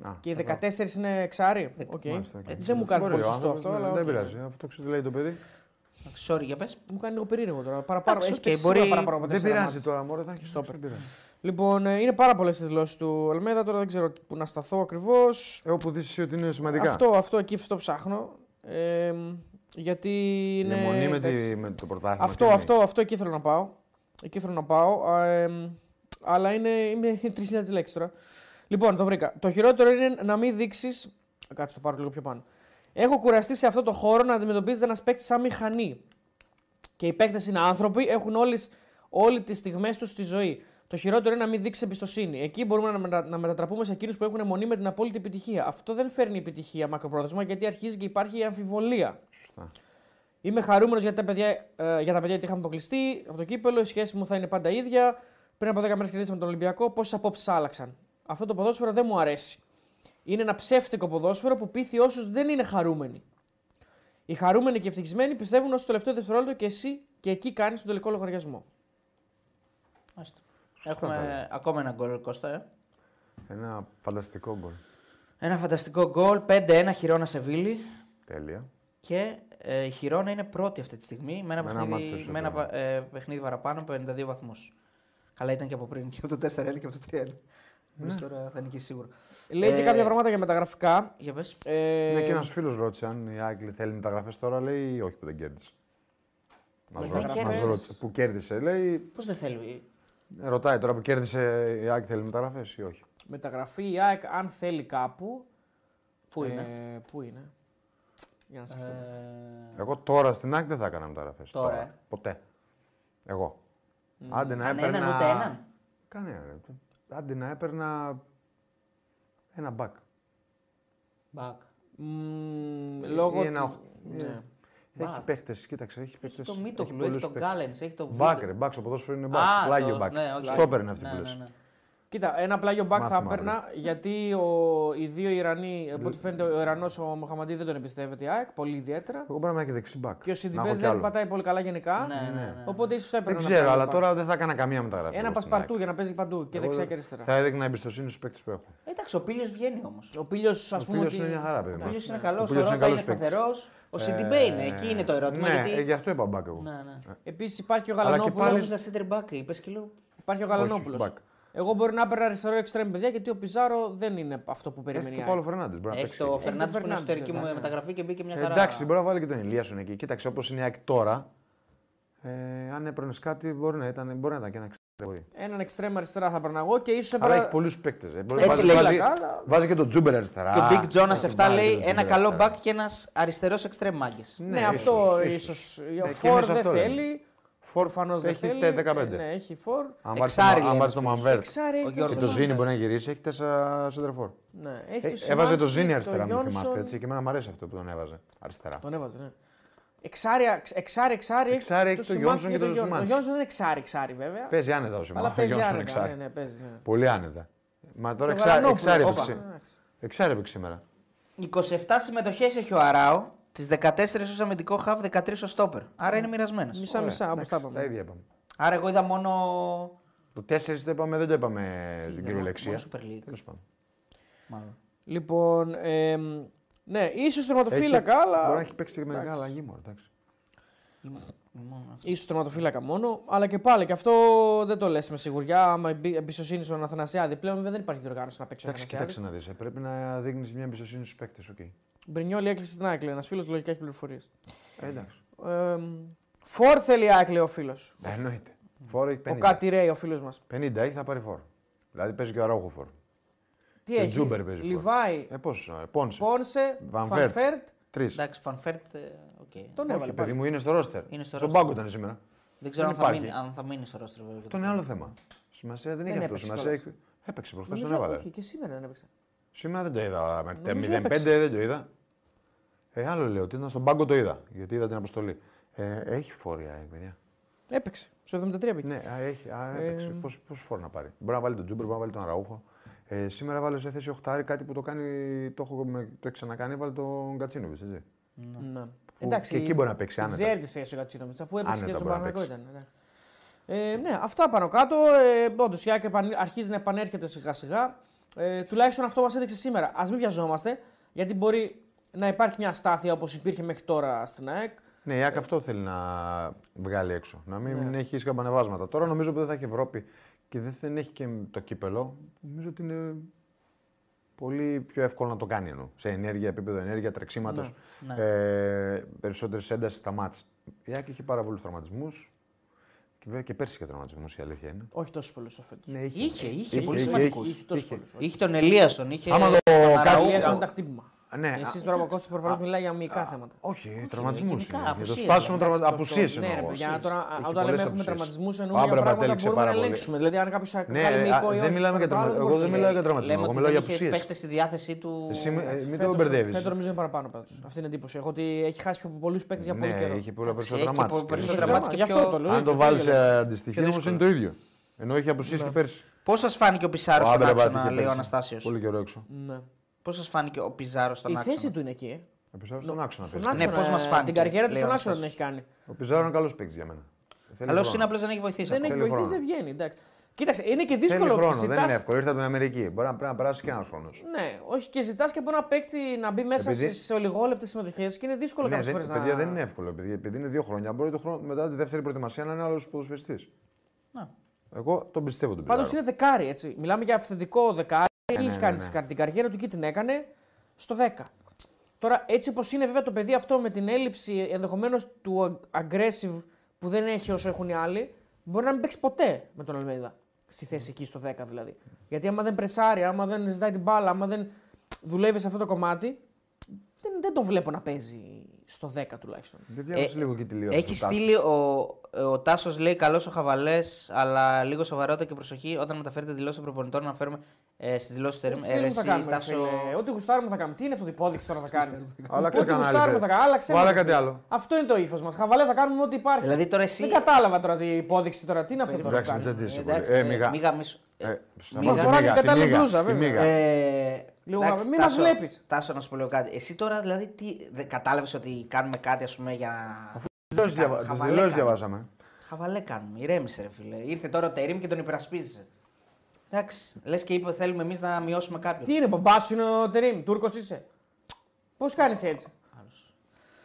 Α, Και οι εδώ. 14 είναι εξάρι. Οκ. Ε, Μάλιστα, οκ. Έτσι δεν μου κάνει Μπορεί πολύ ο σωστό άνθρωπος, αυτό. ναι, αλλά Δεν οκ. πειράζει. Αυτό ξέρει τι λέει το παιδί. Sorry για πες. Μου κάνει λίγο περίεργο τώρα. Παραπάνω. Εντάξει, Έχει οκ, παίξει μπορεί- σίγουρα παραπάνω από Δεν τέσσερα πειράζει μάτς. τώρα, Μωρέ, θα έχει Στόπερ. δεν πειράζει. Λοιπόν, ε, είναι πάρα πολλές οι δηλώσεις του Αλμέδα. Τώρα δεν ξέρω πού να σταθώ ακριβώς. Ε, όπου δεις εσύ ότι είναι σημαντικά. Αυτό, αυτό εκεί στο ψάχνω. Ε, γιατί Η είναι. αιμονή με, τη, εντάξει. με το πρωτάθλημα. Αυτό, τι είναι. αυτό, αυτό εκεί θέλω να πάω. Εκεί θέλω να πάω. Α, εμ, αλλά είναι, είναι 3.000 λέξει τώρα. Λοιπόν, το βρήκα. Το χειρότερο είναι να μην δείξεις. Κάτσε το πάρω λίγο πιο πάνω. Έχω κουραστεί σε αυτό το χώρο να αντιμετωπίζεται ένας παίκτης σαν μηχανή. Και οι παίκτες είναι άνθρωποι, έχουν όλες, όλοι τις στιγμές τους στη ζωή. Το χειρότερο είναι να μην δείξει εμπιστοσύνη. Εκεί μπορούμε να, μετα- να μετατραπούμε σε εκείνους που έχουν αιμονή με την απόλυτη επιτυχία. Αυτό δεν φέρνει επιτυχία μακροπρόθεσμα γιατί αρχίζει και υπάρχει η αμφιβολία. Σωστά. Είμαι χαρούμενος γιατί τα παιδιά, ε, για τα παιδιά γιατί είχαμε αποκλειστεί από το κύπελο. Η σχέση μου θα είναι πάντα ίδια. Πριν από 10 μέρες κερδίσαμε τον Ολυμπιακό. Πόσες απόψεις άλλαξαν. Αυτό το ποδόσφαιρο δεν μου αρέσει. Είναι ένα ψεύτικο ποδόσφαιρο που πείθει όσους δεν είναι χαρούμενοι. Οι χαρούμενοι και ευτυχισμένοι πιστεύουν ω το τελευταίο δευτερόλεπτο και εσύ και εκεί κάνεις τον τελικό λογαριασμό. Άστο. Σωστά τα λέει. Έχουμε ακόμα ένα γκολ, Κώστα. Ε. Ένα φανταστικό γκολ. Ένα φανταστικό γκολ. 5-1 χειρόνα Σεβίλη. Τέλεια. Και ε, η Χιρόνα είναι πρώτη αυτή τη στιγμή με ένα, Με ένα μάτς παιχνίδι, με περισσότερο. ένα πα- ε, παιχνίδι παραπάνω από 52 βαθμούς. Καλά, ήταν και από πριν και από το 4L και από το 3L. Ναι. Τώρα θα νικήσει σίγουρα. Λέει και Ε, κάποια πράγματα για μεταγραφικά. Για πες. Ε, Ναι, και ένας φίλος ρώτησε αν η Άγγλη θέλει μεταγραφέ τώρα, λέει ή όχι που δεν κέρδισε. Μα Δεν ρώτησε, μας κέρδισε. ρώτησε. Που κέρδισε, λέει. Πώς δεν θέλει. ε, Ρωτάει τώρα που κέρδισε η Άγγλη θέλει μεταγραφέ ή όχι. Μεταγραφή η ΑΕΚ αν θέλει κάπου. Πού Ε, είναι. πού είναι. Για να σκεφτούμε. Ε, Εγώ τώρα στην Άγγλη δεν θα έκανα μεταγραφέ. Τώρα, ε. Ποτέ. Εγώ. Άντε να Κανέναν έπαιρνα. ούτε έναν. Κανένα. ρε. Άντε να έπαιρνα ένα μπακ. Μπακ. Μμμ, λόγω ή ε, ένα Ε. του- οχ- ναι. Έχει Μπακ. παίχτες, κοίταξε. Έχει παίχτε. Έχει το Μίτογλου, έχει τον Γκάλεντ, έχει τον Μπακ, Βίλντ. ρε, μπακ, στο ποδόσφαιρο είναι Α, μπακ. Πλάγιο το- μπακ. ναι, όχι, Στόπερ είναι αυτή ναι, που ναι, λες. ναι. Κοίτα, ένα πλάγιο μπακ θα Μάθημα αύριο. έπαιρνα γιατί ο, οι δύο Ιρανοί, από ό,τι φαίνεται ο Ιρανός ο Μοχαμαντής δεν τον εμπιστεύεται η ΑΕΚ, πολύ ιδιαίτερα. Εγώ πρέπει να είμαι και δεξί μπακ. Και ο Να έχω Σιντιμπέ κι δεν άλλο. πατάει πολύ καλά γενικά. Ναι, ναι, ναι. Οπότε ίσως θα Δεν έπαιρνα. ένα ξέρω, πλάγιο αλλά μπακ. τώρα δεν θα έκανα καμία μεταγραφή. Ένα εγώ στην πασπαρτού ΑΕΚ. για να παίζει παντού και Εγώ δεξιά δεν- και αριστερά. Θα έδειχνα εμπιστοσύνη στους παίκτες που έχω. Ε, Εντάξει, ο Πίλιο βγαίνει όμως. Ο Πίλιο, ας Ο πούμε. Πίλιος ότι- είναι μια χαρά, παιδί Ο μου. Πίλιο είναι Ναι. καλός, Ο ο Πίλιος Σορόκα είναι είναι καλός παίκτης. Ε, σταθερός. Ο Σιντιμπέ είναι, εκεί είναι το ερώτημα. Ναι, ε, γιατί... γι' αυτό είπα μπακ εγώ. Ναι, ναι. Επίσης υπάρχει και ο Αλλά και Γαλανόπουλος. πάλι- Πάλι στα center back, είπες και λέω. Υπάρχει ο Όχι, Γαλανόπουλος. back. Εγώ μπορεί να έπαιρνα αριστερό εξτρέμ, παιδιά, γιατί ο Πιζάρο δεν είναι αυτό που Έχει περιμένει. η το ΑΕΚ. Παύλο Φερνάντες. Μπορεί να Έχει παίξει. το εκεί. Φερνάνδη που είναι Φερνάνδης, εσωτερική βέβαια, μου ναι. μεταγραφή και μπήκε μια χαρά. Ε, Εντάξει, μπορεί να βάλει και τον Ηλίασον εκεί. Κοίταξε όπως είναι η ΑΕΚ τώρα. ε, αν έπαιρνες κάτι, μπορεί να ήταν, μπορεί να ήταν και ένα ξένο. Έναν εξτρέμ αριστερά θα έπαιρνα εγώ και ίσως Αλλά έχει ε. έπαιρνα. πολλού παίκτε. Έτσι λέει. Βάζει, Αλλά- βάζει και τον Τζούμπερ αριστερά. Και ο Big Βάζει Jonas 7 και λέει τον ένα Τζούμπερ καλό αριστερά. μπακ και ένας αριστερός εξτρεμ μάγκες. Ναι, αυτό ίσως, ίσως. Ο Ναι, και Φόρ μέσα δεν αυτό είναι. θέλει. Φορφανώ δεν Έχει θέλει. τε- 15. Ναι, έχει φορ. Αν πάρει Εξάρι το- αν είναι πάρει το αυτός. Μανβέρ Εξάρι έχει Γιώργος και το Γιώργος. Ζήνη μπορεί να γυρίσει, έχει τέσσερα σεντερφόρ. Ναι, έχει Ε, το Έβαζε το Σιμάνσκι, Ζήνη το αριστερά, μην Γιόνσον. θυμάστε έτσι. Και εμένα μου αρέσει αυτό που τον έβαζε αριστερά. Τον έβαζε, ναι. Εξάρι, εξ- εξάρι, εξάρι. έχει Εξάρι έχει το Σιμάνσκι Γιόνσον και τον το Γιόν- Σιμάνσκι. Το Γιόνσον δεν είναι εξάρι, εξάρι βέβαια. Παίζει άνετα ο Σιμάνσκι. αλλά ο παίζει Γιόνσον άνετα. εξάρι. Ναι, ναι, παίζει. Ναι. Πολύ άνετα. Μα τώρα Και ο εξάρι- Βαρανόπουλος, εξάρι όπα. έπαιξε. Εντάξει. Εξάρι έπαιξε σήμερα. 27 συμμετοχές έχει ο Αράο, τις 14 ως αμυντικό χαβ, 13 ως στόπερ. Άρα Ναι. είναι μοιρασμένο. Μισά μισά, όπως τα Τα είπαμε. ίδια είπαμε. Άρα εγώ είδα μόνο. Το 4 το είπαμε, δεν το είπαμε στην μόνο- κυριολεξία. μόνο Super League. Τέλος πάντων. Μάλλον. Λοιπόν, εμ, ναι, ίσως τερματοφύλακα, Έχει- Ε, Μπορεί να αλλά. έχει παίξει και μερικά αλλαγή μόνο. εντάξει. ίσως τερματοφύλακα μόνο. Αλλά και πάλι, και αυτό δεν το λες με σιγουριά. Άμα η μπι- εμπιστοσύνη στον Αθανασιάδη πλέον δεν υπάρχει διοργάνωση να παίξει ο Εντάξει, Αθανασιάδης. κοίταξε να δεις. Πρέπει να δείχνεις μια εμπιστοσύνη στους παίκτες. Okay. Μπρινιόλη έκλεισε την Άκλη. Ένας φίλος λογικά έχει πληροφορίες. Ε, εντάξει. Φορ θέλει Άκλη ο φίλος. Ε, εννοείται. Φόρο έχει 50. Ο Κάτι Ρέι, ο φίλος μας. 50 έχει, θα πάρει φόρο. Δηλαδή παίζει και ο Αρόχο φόρο. Τι Και έχει. Τζούμπερ παίζει φόρ. Λιβάι, Ε, πόσο, ε, πόνσε. Πόνσε, Βανφέρτ. Φανφέρτ. Τρεις. Εντάξει, φανφέρτ. ε, οκ. Τον Όχι, έβαλε παιδί πάλι. μου, είναι στο ρόστερ. Είναι στο Στον roster. πάγκο ήταν σήμερα. Δεν ξέρω αν Δεν θα, υπάρχει. μείνει, αν θα μείνει στο ρόστρο. βέβαια. Αυτό είναι άλλο θέμα. Σημασία δεν έχει αυτό. έπαιξε Σημασία κιόλας. έχει. Έπαιξε προχθές, τον Νομίζω έβαλε. όχι, και σήμερα δεν έπαιξε. Σήμερα δεν το είδα. Με τα Νομίζω 0-5 έπαιξε. δεν το είδα. Ε, άλλο λέω. ότι ήταν στον πάγκο το είδα. Γιατί είδα την αποστολή. Ε, έχει φόρια η παιδιά. Έπαιξε. Στο 73 πήγε. Ναι, α, έχει. Α, έπαιξε. Ε... Πώς, πώς φόρ να πάρει. Μπορεί να βάλει τον Τζούμπερ, μπορεί να βάλει τον Αραούχο. Ε, σήμερα βάλε σε θέση 8 κάτι που το, κάνει, το, έχω, με- το έχει ξανακάνει, βάλει τον Κατσίνοβιτ. Έτσι. Ναι. Που και εκεί μπορεί να παίξει την άνετα. Ξέρει τη θέση ο Κατσίνοβιτ, αφού έπαιξε Άνετα και στον μπορεί να Παναγενικό παίξει. ήταν. εντάξει. Ε, ναι, αυτά πάνω κάτω. Ε, Όντως η ΑΕΚ επαν- αρχίζει να επανέρχεται σιγά σιγά. Ε, τουλάχιστον αυτό μας έδειξε σήμερα. Ας μην βιαζόμαστε, γιατί μπορεί να υπάρχει μια αστάθεια όπως υπήρχε μέχρι τώρα στην ΑΕΚ. Ναι, η ΑΕΚ αυτό θέλει να βγάλει έξω. Να μην Ναι. έχει σκαμπανεβάσματα. Τώρα νομίζω ότι δεν θα έχει Ευρώπη και δεν, δεν έχει και το κύπελο. Νομίζω ότι είναι πολύ πιο εύκολο να το κάνει ενώ. Σε ενέργεια, επίπεδο ενέργεια, τρεξίματος. Ναι, Ε, Περισσότερης έντασης στα μάτς. Η ΑΕΚ είχε πάρα πολλούς τραυματισμούς. Και βέβαια και πέρσι είχε τραυματισμού, η αλήθεια είναι. Όχι τόσο πολλούς φέτο. Ναι, Είχε, είχε, Είχε, πολύ είχε, σημαντικού. είχε, τόσο πολλού. Είχε τον Ελίασον, είχε. Άμα το τον κάτσεις- Αραούχο. Εσύ Είχε. ήταν Ε, τα χτύπημα. Ναι, α- Εσεί τώρα από κόστο προφανώ μιλάει για μυϊκά θέματα. Όχι, τραυματισμούς. γενικά, Για το απουσίες, σπάσιμο εντάξει, τραυμα... απουσίες Ναι, ρε παιδιά, τώρα, όταν λέμε έχουμε τραυματισμούς, εννοούμε Ο για Άμπραμπατ πράγματα που έλειξε μπορούμε να πάρα πολύ. ελέγξουμε. Δηλαδή, αν κάποιος Ναι, κάνει ρε, μυϊκό α, ή δεν όχι, μιλάμε για το άλλο τραυμα- δεν εγώ δεν μπορεί. μιλάω για τραυματισμό. Λέμε Εγώ ότι μιλάω δεν για είχε απουσίες. παίχτε στη διάθεσή του. Εσύ μη- ε, μην το Φέτος- μπερδεύεις. Φέτος νομίζω είναι παραπάνω πάντως. Αυτή είναι η εντύπωση. Έχω ότι έχει χάσει πιο πολλούς παίκτες για πολύ καιρό. Ναι, είχε πολλά Έχει περισσότερα και μάτς. πολύ περισσότερα Είχε μάτς Τραυματισμό, και γι' αυτό πιο- το λέω. Αν το και βάλει πιο σε γελάει. αντιστοιχεία όμως είναι το ίδιο. Ενώ είχε απουσίε και πέρσι. Πώς σας φάνηκε ο Πισάρος Ο στον Άμπραμπατ άξονα, είχε Ναι. λέει ο πέρσι. Αναστάσιος. Πολύ καιρό έξω. Ναι. Πώς σας φάνηκε ο Πιζάρος στον Η άξονα. θέση του είναι εκεί. ε. Ο Πιζάρος στον άξονα Στον παίζει. άξονα, Ναι, πώς μας ε, φάνηκε, Την καριέρα του λέει στον ο άξονα την έχει Αναστάσης. κάνει. Ο Πιζάρος είναι καλός παίκτη για μένα. Θέλει Καλός χρόνο. είναι, απλώς δεν έχει βοηθήσει. Δεν έχει ακόμα. θέλει βοηθήσει, χρόνο. δεν βγαίνει. εντάξει. Κοίταξε, είναι και Θέλει δύσκολο. χρόνο, δεν ζητάς- είναι εύκολο. Ήρθε από την Αμερική. Μπορεί να, πρέπει να περάσεις και ένας χρόνος. Ναι, όχι και ζητάς και από ένα παίκτη να μπει μέσα Επειδή- σε- σε ολιγόλεπτες συμμετοχές και είναι δύσκολο Ναι, κάποιες δεν, φορές να. παιδιά, δεν είναι εύκολο. Επειδή, επειδή είναι δύο χρόνια, μπορεί το χρόνο, μετά τη δεύτερη προετοιμασία να είναι άλλος ποδοσφαιριστής. Να. Εγώ τον πιστεύω τον Πάντως Πιζάρο. είναι δεκάρι, έτσι. Μιλάμε για αυθεντικό δεκάρι. Εκεί ναι, έχει ναι, κάνει ναι. τις- την καριέρα του, εκεί την έκανε στο 10. Τώρα, έτσι όπως είναι βέβαια το παιδί αυτό με την έλλειψη ενδεχομένως του ag- aggressive που δεν έχει όσο έχουν οι άλλοι, μπορεί να μην παίξει ποτέ με τον Αλμέιδα στη θέση εκεί στο 10 δηλαδή. Γιατί άμα δεν πρεσάρει, άμα δεν ζητάει την μπάλα, άμα δεν δουλεύει σε αυτό το κομμάτι, δεν, δεν τον βλέπω να παίζει στο 10 τουλάχιστον. Δεν διάβασε Ε, λίγο και τη λίγο. Έχει στείλει ο, ο Τάσος, λέει καλό ο Χαβαλές, αλλά λίγο σοβαρότητα και προσοχή όταν μεταφέρετε δηλώσεις των προπονητών να φέρουμε ε, στις δηλώσεις του Ερήμ. Ό,τι θέλουμε θα κάνουμε, ρε φίλε. Ό,τι γουστάρουμε θα κάνουμε. Τι είναι αυτό το υπόδειξη τώρα θα κάνει. Άλλαξε κανάλι. γουστάρουμε θα παιδί. κάνουμε. Άλλαξε. Βάλε ρε κάτι φίλε. άλλο. Αυτό είναι το ύφος μας. Χαβαλέ θα κάνουμε ό,τι υπάρχει. Δηλαδή τώρα εσύ. Ε, Δεν κατάλαβα τώρα την υπόδειξη τώρα. Τι είναι αυτό τώρα Εντάξει, που μην κάνει. τσαντήσει. Εντάξει, Ε, ε, μίγα. μίγα μισο- Ε, Μα σταμάτα, φοράει μίγα, την τη κατάλληλη μίγα, μπλούζα, τη βέβαια. μίγα. Ε, Λίγο εντάξει, να- μην μας Τάσο- βλέπεις. Τάσο, να σου πω λέω κάτι. Εσύ τώρα δηλαδή τι. δεν Κατάλαβες ότι κάνουμε κάτι, ας πούμε, για να. Δηλώσεις διαβα- τις Χαβαλέ δηλώσεις κάνουμε. διαβάσαμε. Χαβαλέ κάνουμε. Ηρέμησε, ρε φίλε. Ήρθε τώρα ο Τερήμ και τον υπερασπίζεσαι. Εντάξει. Λες και είπε, θέλουμε εμείς να μειώσουμε κάποιον. Τι είναι, μπαμπά σου είναι ο Τερήμ, Τούρκος είσαι. Πώς κάνεις έτσι.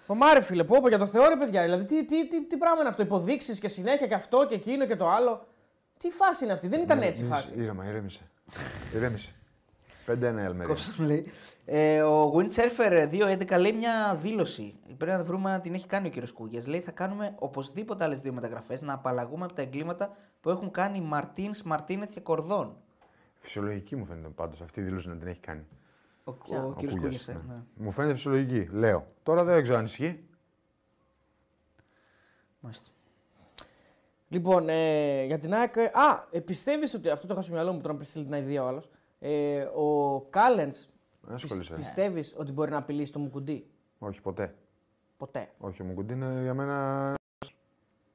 Πομάρε φίλε, πω, πω για το Θεό ρε παιδιά. Δηλαδή τι, τι, τι, τι πράγμα είναι αυτό. Υποδείξεις και συνέχεια και αυτό και εκείνο και το άλλο. Τι φάση είναι αυτή, δεν ήταν έτσι η Μίλησε, φάση. Ναι, Ήρεμα, ηρέμησε. ηρέμησε. 5-1 η Αλμερία. Κόψε μου λέει. Ε, ο Windsurfer 2.11 λέει μια δήλωση. Πρέπει να βρούμε αν την έχει κάνει ο κύριος Κούγιας. Λέει θα κάνουμε οπωσδήποτε άλλες δύο μεταγραφές να απαλλαγούμε από τα εγκλήματα που έχουν κάνει Μαρτίν, Μαρτίνεθ και Κορδόν. Φυσιολογική μου φαίνεται πάντως αυτή η δήλωση να την έχει κάνει. Ο, ο, ε, Ο κύριος Κούγιας, Κούγιας. ναι. Μου φαίνεται φυσιολογική. Λέω. Τώρα δεν ξέρω αν ισχύει. Λοιπόν, ε, για την ΑΕΚ. ε, Α, ε, πιστεύει ότι. Αυτό το είχα στο μυαλό μου τώρα πριν στείλει την ιδέα ο άλλος. Ε, ο Κάλεν. Δεν ασχολείσαι. Ναι. Πιστεύεις ότι μπορεί να απειλήσει το Μουκουντή. Όχι, ποτέ. Ποτέ. Όχι, ο Μουκουντή είναι για μένα ένας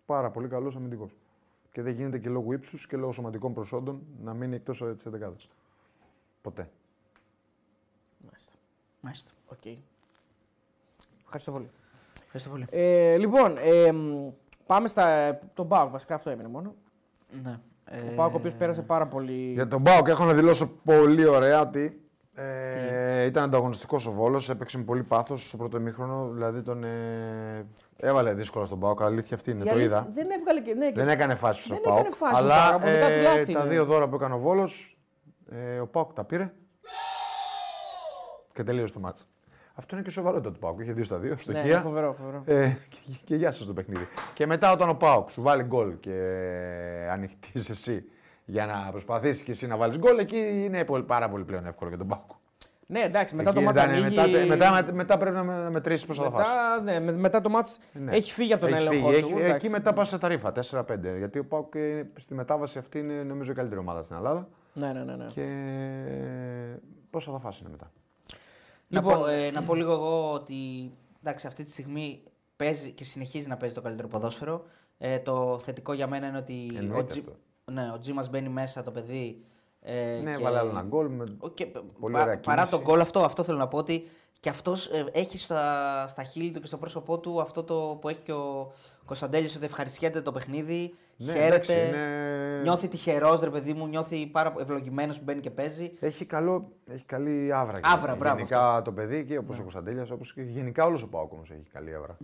πάρα πολύ καλός αμυντικός. Και δεν γίνεται και λόγω ύψους και λόγω σωματικών προσόντων να μείνει εκτός τη 11 Ποτέ. Μάλιστα. Μάλιστα. Οκ. Ευχαριστώ πολύ. Ευχαριστώ πολύ. Ε, λοιπόν, ε, μ, πάμε στα. Τον Πάοκ, βασικά αυτό έμεινε μόνο. Ναι. Ε, Ο Πάοκ, ο οποίος πέρασε πάρα πολύ. Για τον Μπάουκ έχω να δηλώσω πολύ ωραία ότι ε, ήταν ανταγωνιστικός ο Βόλος, έπαιξε με πολύ πάθος στο πρώτο ημίχρονο. Δηλαδή τον ε, έβαλε δύσκολα στον Μπάουκ. Αλήθεια αυτή είναι, Η το αλήθεια- είδα. Δεν έβγαλε και. Ναι, και- Δεν έκανε φάση στον Δεν Πάουκ. έκανε φάση ο Αλλά ε, Πάοκ, αποδικά του λάθη τα είναι. δύο δώρα που έκανε ο Βόλος, ε, ο Πάουκ τα πήρε και τελείωσε το μάτσα. Αυτό είναι και σοβαρότητα του Πάουκ. Είχε δύο στα δύο ναι, στοιχεία. φοβερό, φοβερό. Ε, και, και γεια σας το παιχνίδι. Και μετά όταν ο Πάουκ σου βάλει γκολ και ανοιχτείς εσύ για να προσπαθήσεις και εσύ να βάλεις γκολ, εκεί είναι πολύ- πάρα πολύ πλέον εύκολο για τον Πάουκ. Ναι, εντάξει, μετά Εκεί το μάτς ήταν, ανοίγει... μετά, τε- μετά, μετά, πρέπει να με- να μετρήσεις πώ θα τα φας. μετά, ναι, με- μετά το μάτς Ναι. έχει φύγει από τον Έχει έλεγχο φύγει, του. έχει- εντάξει. εκεί μετά πας σε τα ρήφα 4-5. Γιατί ο Πάουκ ε, στη μετάβαση αυτή είναι νομίζω η καλύτερη ομάδα στην Ελλάδα. Ναι, ναι, ναι. ναι. Και πόσα θα φάσει είναι μετά. Λοιπόν, Λοιπόν, να, πω, ε, να πω λίγο εγώ ότι εντάξει, αυτή τη στιγμή παίζει και συνεχίζει να παίζει το καλύτερο ποδόσφαιρο. Ε, το θετικό για μένα είναι ότι ο Εννοείται Τζι, αυτό. ναι, ο Τζι μας μπαίνει μέσα το παιδί. Ε, ναι, και- βάλε άλλο ένα γκολ. Με... Ο- Και, Πολύ πα- ωραία παρά κίνηση. τον γκολ αυτό, αυτό θέλω να πω ότι και αυτός ε, έχει στα, στα χείλη του και στο πρόσωπό του αυτό το που έχει και ο Κωνσταντέλης ότι ευχαριστιέται το παιχνίδι, Ναι, χαίρεται, εντάξει, είναι- νιώθει τυχερός ρε παιδί μου, νιώθει πάρα ευλογημένος που μπαίνει και παίζει. Έχει, καλό, έχει καλή άβρα. Άβρα, γενικά. μπράβο, Γενικά το παιδί και όπως ο Κωνσταντέλια, όπως και γενικά όλος ο Πάοκ όμως έχει καλή άβρα.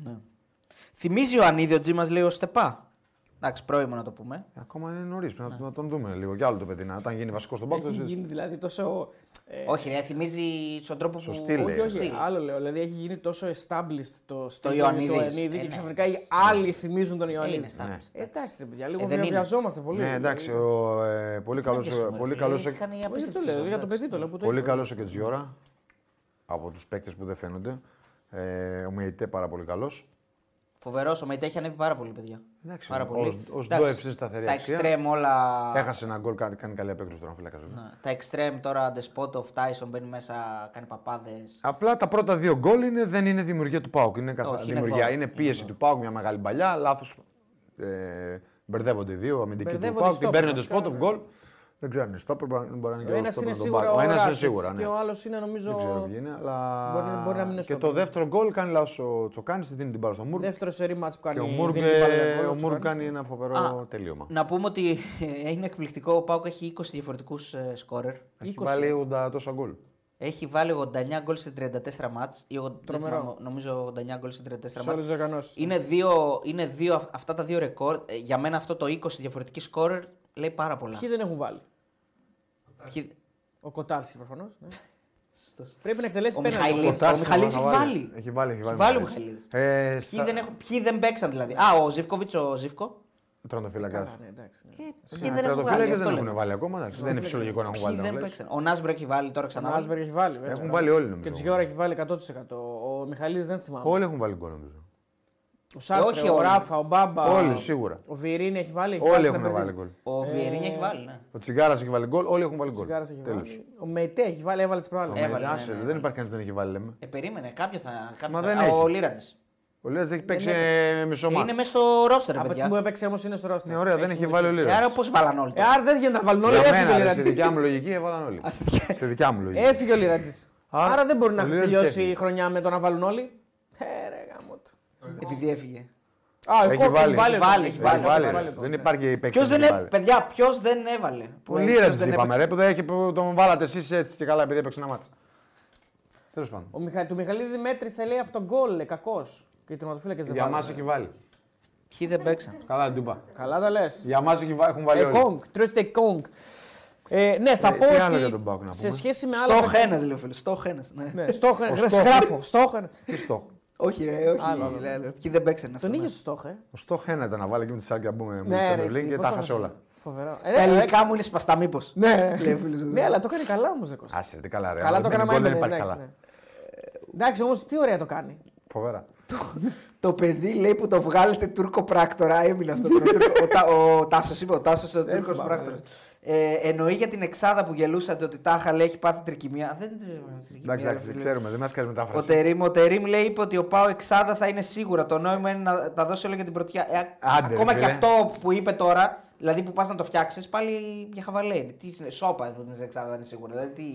Θυμίζει ο Ανίδη, ο Τζίμας λέει ο Στεπά. Εντάξει, πρώιμο να το πούμε. Ακόμα είναι νωρίς, πρέπει να, να τον δούμε λίγο κι άλλο το παιδί. Να, όταν γίνει βασικό στον Πάοκ. Έχει θα- γίνει δηλαδή τόσο. ε, όχι, ρε, θυμίζει στον τρόπο που. Σωστή λέει. όχι, όχι, Σωστή. άλλο λέω. Δηλαδή έχει γίνει τόσο established το στυλ Ιωαννίδης. του Ε, Ιωαννίδη ναι. και ξαφνικά οι άλλοι θυμίζουν τον Ε, Ιωαννίδη. είναι στα- Ναι. Ε, Εντάξει, ρε παιδιά, Ε, λίγο δεν είναι. βιαζόμαστε πολύ. Ναι, εντάξει, ο, ε, πολύ καλό Πιαστούμε, πολύ ρε, καλός, ο- είχαν οι Όχι, απίστευτες το λέω, σεζόν, για το εντάξει. παιδί το λέω. που το πολύ είπα. καλός ο Κετζιόρα από τους παίκτες που δεν φαίνονται. Ε, ο Μεϊτέ πάρα πολύ καλός. Φοβερός, ο Μεϊτέ έχει ανέβει πάρα πολύ, παιδιά. Εντάξει, πάρα ο- ο- ο Σντόεφ Εντάξει, είναι σταθερή Τα αξία. εξτρέμ όλα. Έχασε ένα γκολ, κάνει, κάνει καλή απέκτηση στον φύλακα. βέβαια. Ναι, Τα εξτρέμ τώρα, Ντεσπότοφ, Τάισον μπαίνει μέσα, κάνει παπάδες. Απλά τα πρώτα δύο γκολ είναι, δεν είναι δημιουργία του Πάουκ. Είναι, καθα... Όχι, είναι δημιουργία. δώρο. είναι πίεση Ναι. του Πάουκ, μια μεγάλη παλιά. Λάθος. Ε, μπερδεύονται οι δύο αμυντικοί του Μπερδεύονται Πάουκ. οι Την παίρνει ο στόπερ, βασικά, Ντεσπότοφ γκολ. Δεν ξέρω αν είναι στόπερ, μπορεί να- μπορεί να είναι και Ο ο ένα στόπερ είναι τον σίγουρα. Πάουκ. Ο ένας είναι Ράσιτς σίγουρα. ναι. Και ο άλλος είναι νομίζω. Δεν ξέρω ποιοι είναι, αλλά. Μπορεί να- μπορεί να μην είναι και στόπερ. το δεύτερο γκολ κάνει λάθος ο Τσοκάνης, τη δίνει την μπάλα στο Μούργκ. Δεύτερο σερή μάτς που κάνει. Και ο Μούργκ δίνει την μπάλα για ε, γκολ, ο ο Μούργκ Τσουκάνης. κάνει ένα φοβερό Α. τελείωμα. Να πούμε ότι ε, είναι εκπληκτικό. Ο Πάουκ έχει 20 διαφορετικού σκόρερ. Έχει 20. βάλει 80 τόσα γκολ. Έχει βάλει 89 γκολ σε 34 μάτς. Ή, ο- δεν Τρομερό. θυμάμαι, νομίζω 89 γκολ σε 34 Σε όλες μάτς. τις διοργανώσεις. Είναι δύο, είναι δύο, αυ- αυτά τα δύο ρεκόρ. Ε, Για μένα αυτό το 20 διαφορετική σκόρερ λέει πάρα πολλά. Ποιοι δεν έχουν βάλει. Ποιοι- Ο Κοτάρση προφανώ. Σωστός. Πρέπει να εκτελέσει Ο πέναντι. Μιχαηλίδης. Τάσης Ο Μιχαλίδης να έχει βάλει. Έχει βάλει, έχει Έχει βάλει. βάλει ο Μιχαηλίδης. Μιχαηλίδης. Ε, Ποιοι στα- δεν, έχουν, ποιοι δεν παίξαν δηλαδή. Α, ο Ζήφκοβιτ, ο Ζήφκο. Τερματοφύλακας. Ναι, εντάξει. Ε, ναι. Ποιοι δεν έχουν Τερματοφύλακες βάλει. αυτό δεν λέμε. έχουν βάλει ακόμα. εντάξει, Δεν είναι φυσιολογικό να έχουν Ποιοι βάλει. δεν να βλέπεις. παίξαν. Ο Νάσμπερ έχει βάλει τώρα Ο ξανά. Άσμπεργκ έχει βάλει. βέβαια. Έχουν βάλει όλοι νομίζω. Και Τζιόρα έχει βάλει 100%. Ο Μιχαηλίδης δεν θυμάμαι. Όλοι έχουν βάλει γκολ νομίζω. Ο Σάστρε, όχι ο όλοι. Ράφα, ο Μπάμπα. Όλοι σίγουρα. Ο Βιερίνη έχει βάλει. έχει Όλοι βάλει έχουν στην βάλει Αμπερντίν. γκολ. Ο Βιερίνια έχει βάλει. Ναι. Ο Τσιγκάρας έχει βάλει γκολ. Όλοι έχουν βάλει γκολ. Ο Τσιγκάρας έχει Τέλος. βάλει. Ο Μεϊτέ έχει βάλει, έβαλε τις Ο προάλλες. Έβαλε, Μενάς, ναι, ναι, ε, ναι. Δεν υπάρχει κανεί που δεν έχει βάλει, λέμε. Ε, περίμενε, κάποιο θα. Κάποιο Μα θα- δεν Α, Ο έχει. Λίρατζη. Ο Λίρατζ έχει παίξει ε, μισό Είναι μάτσο. μέσα στο ρόστερ, Από τη στιγμή που παιδιά. έπαιξε όμως είναι στο ρόστο. Ναι, ωραία, δεν έχει βάλει ο Ε, Άρα Λίρατζ. πώ βάλαν όλοι. Ε, άρα δεν γίνεται να βάλουν όλοι. Για Έφυγε μένα, ρε, ο στη Λιραντζή. δικιά μου λογική έβαλαν όλοι. Στη δικιά μου λογική. Έφυγε ο Λιραντζή. Άρα, Άρα δεν μπορεί ο να Λιραντζής τελειώσει έφυγε. η χρονιά με το να βάλουν όλοι. Ε, ρε γάμο του. Επειδή έφυγε. Α, ο Έχει Κόκκιν βάλει. βάλει. Βάλει, Έχει Έχει βάλει. βάλει, έχει βάλει. το. Δεν υπάρχει παίκτης. Ποιος που δεν έχει έβαλε. βάλει. Παιδιά, ποιος δεν έβαλε. Που Ο λέει, ποιος Λίρατζ δεν είπαμε, έπαιξε. ρε, που δεν έχει- που τον βάλατε εσείς έτσι και καλά επειδή έπαιξε ένα μάτσο. Τέλος πάντων. Ο Μιχα... Του Μιχαλίδη μέτρησε λέει αυτόν γκολ, λέει, κακός. Και οι τερματοφύλακες δεν Για βάλανε. μας έχει βάλει. Ποιοι δεν παίξαν. Καλά, ντουμπα. Καλά τα λες. Για μας έχουν βάλει Ε, όλοι. κόγκ, τρώστε κόγκ. Ε, ναι, θα Ε, πω τι ότι άλλο για τον Πάοκ να σε πούμε. σχέση με άλλα... Στόχο ένα, λέει ο φίλο. Στόχο ένας. Ναι, στόχο Ο ένα. Στόχ. Γράφω, στόχο ένας. Τι στόχο. Όχι, ρε, όχι. Άλλο, άλλο. λέει, λέει, Ποιοι δεν παίξαν. αυτό, Τον είχε ναι. στο στόχο, ε. Ο στόχο ένα ήταν να βάλει και με τη Σάρκα μπούμε με τη Ναι, ρε, Champions League εσύ, και πώς τα χάσε το έχασε. όλα. Φοβερό. Ε, Τα ρε, ελληνικά μου είναι σπαστά, μήπως. Ναι, Λέει ο φίλος εδώ. ναι, αλλά το έκανε καλά όμως. Άσε, τι καλά, ρε. Καλά το με έκανε γκολ μάλλον. ναι. Δεν υπάρχει καλά. Εντάξει όμως, τι ωραία το κάνει. Φοβερά. το παιδί λέει που το βγάλετε Τούρκο πράκτορα. Έμεινε αυτό. το Τούρκο- ο Τα- ο Τάσος είπε, ο Τάσος ο Τούρκο θυμάμαι, πράκτορα. εννοεί για την εξάδα που γελούσατε ότι τάχα λέει έχει πάθει τρικυμία. Δεν τρικυμία. Εντάξει, ρε εντάξει, δεν φίλε. ξέρουμε, δεν μας κάνεις Ο μετάφραση. Τερίμ, ο Τερίμ λέει είπε ότι ο Πάο Εξάδα θα είναι σίγουρα. Το νόημα είναι να τα δώσει όλα για την πρωτιά. Ε, α- Άντε, ρε, ακόμα και φίλε. αυτό που είπε τώρα, δηλαδή που πας να το φτιάξεις, πάλι για χαβαλέ είναι. Τι είναι, σώπα που είναι Εξάδα, δεν είναι σίγουρα. Δηλαδή, τι...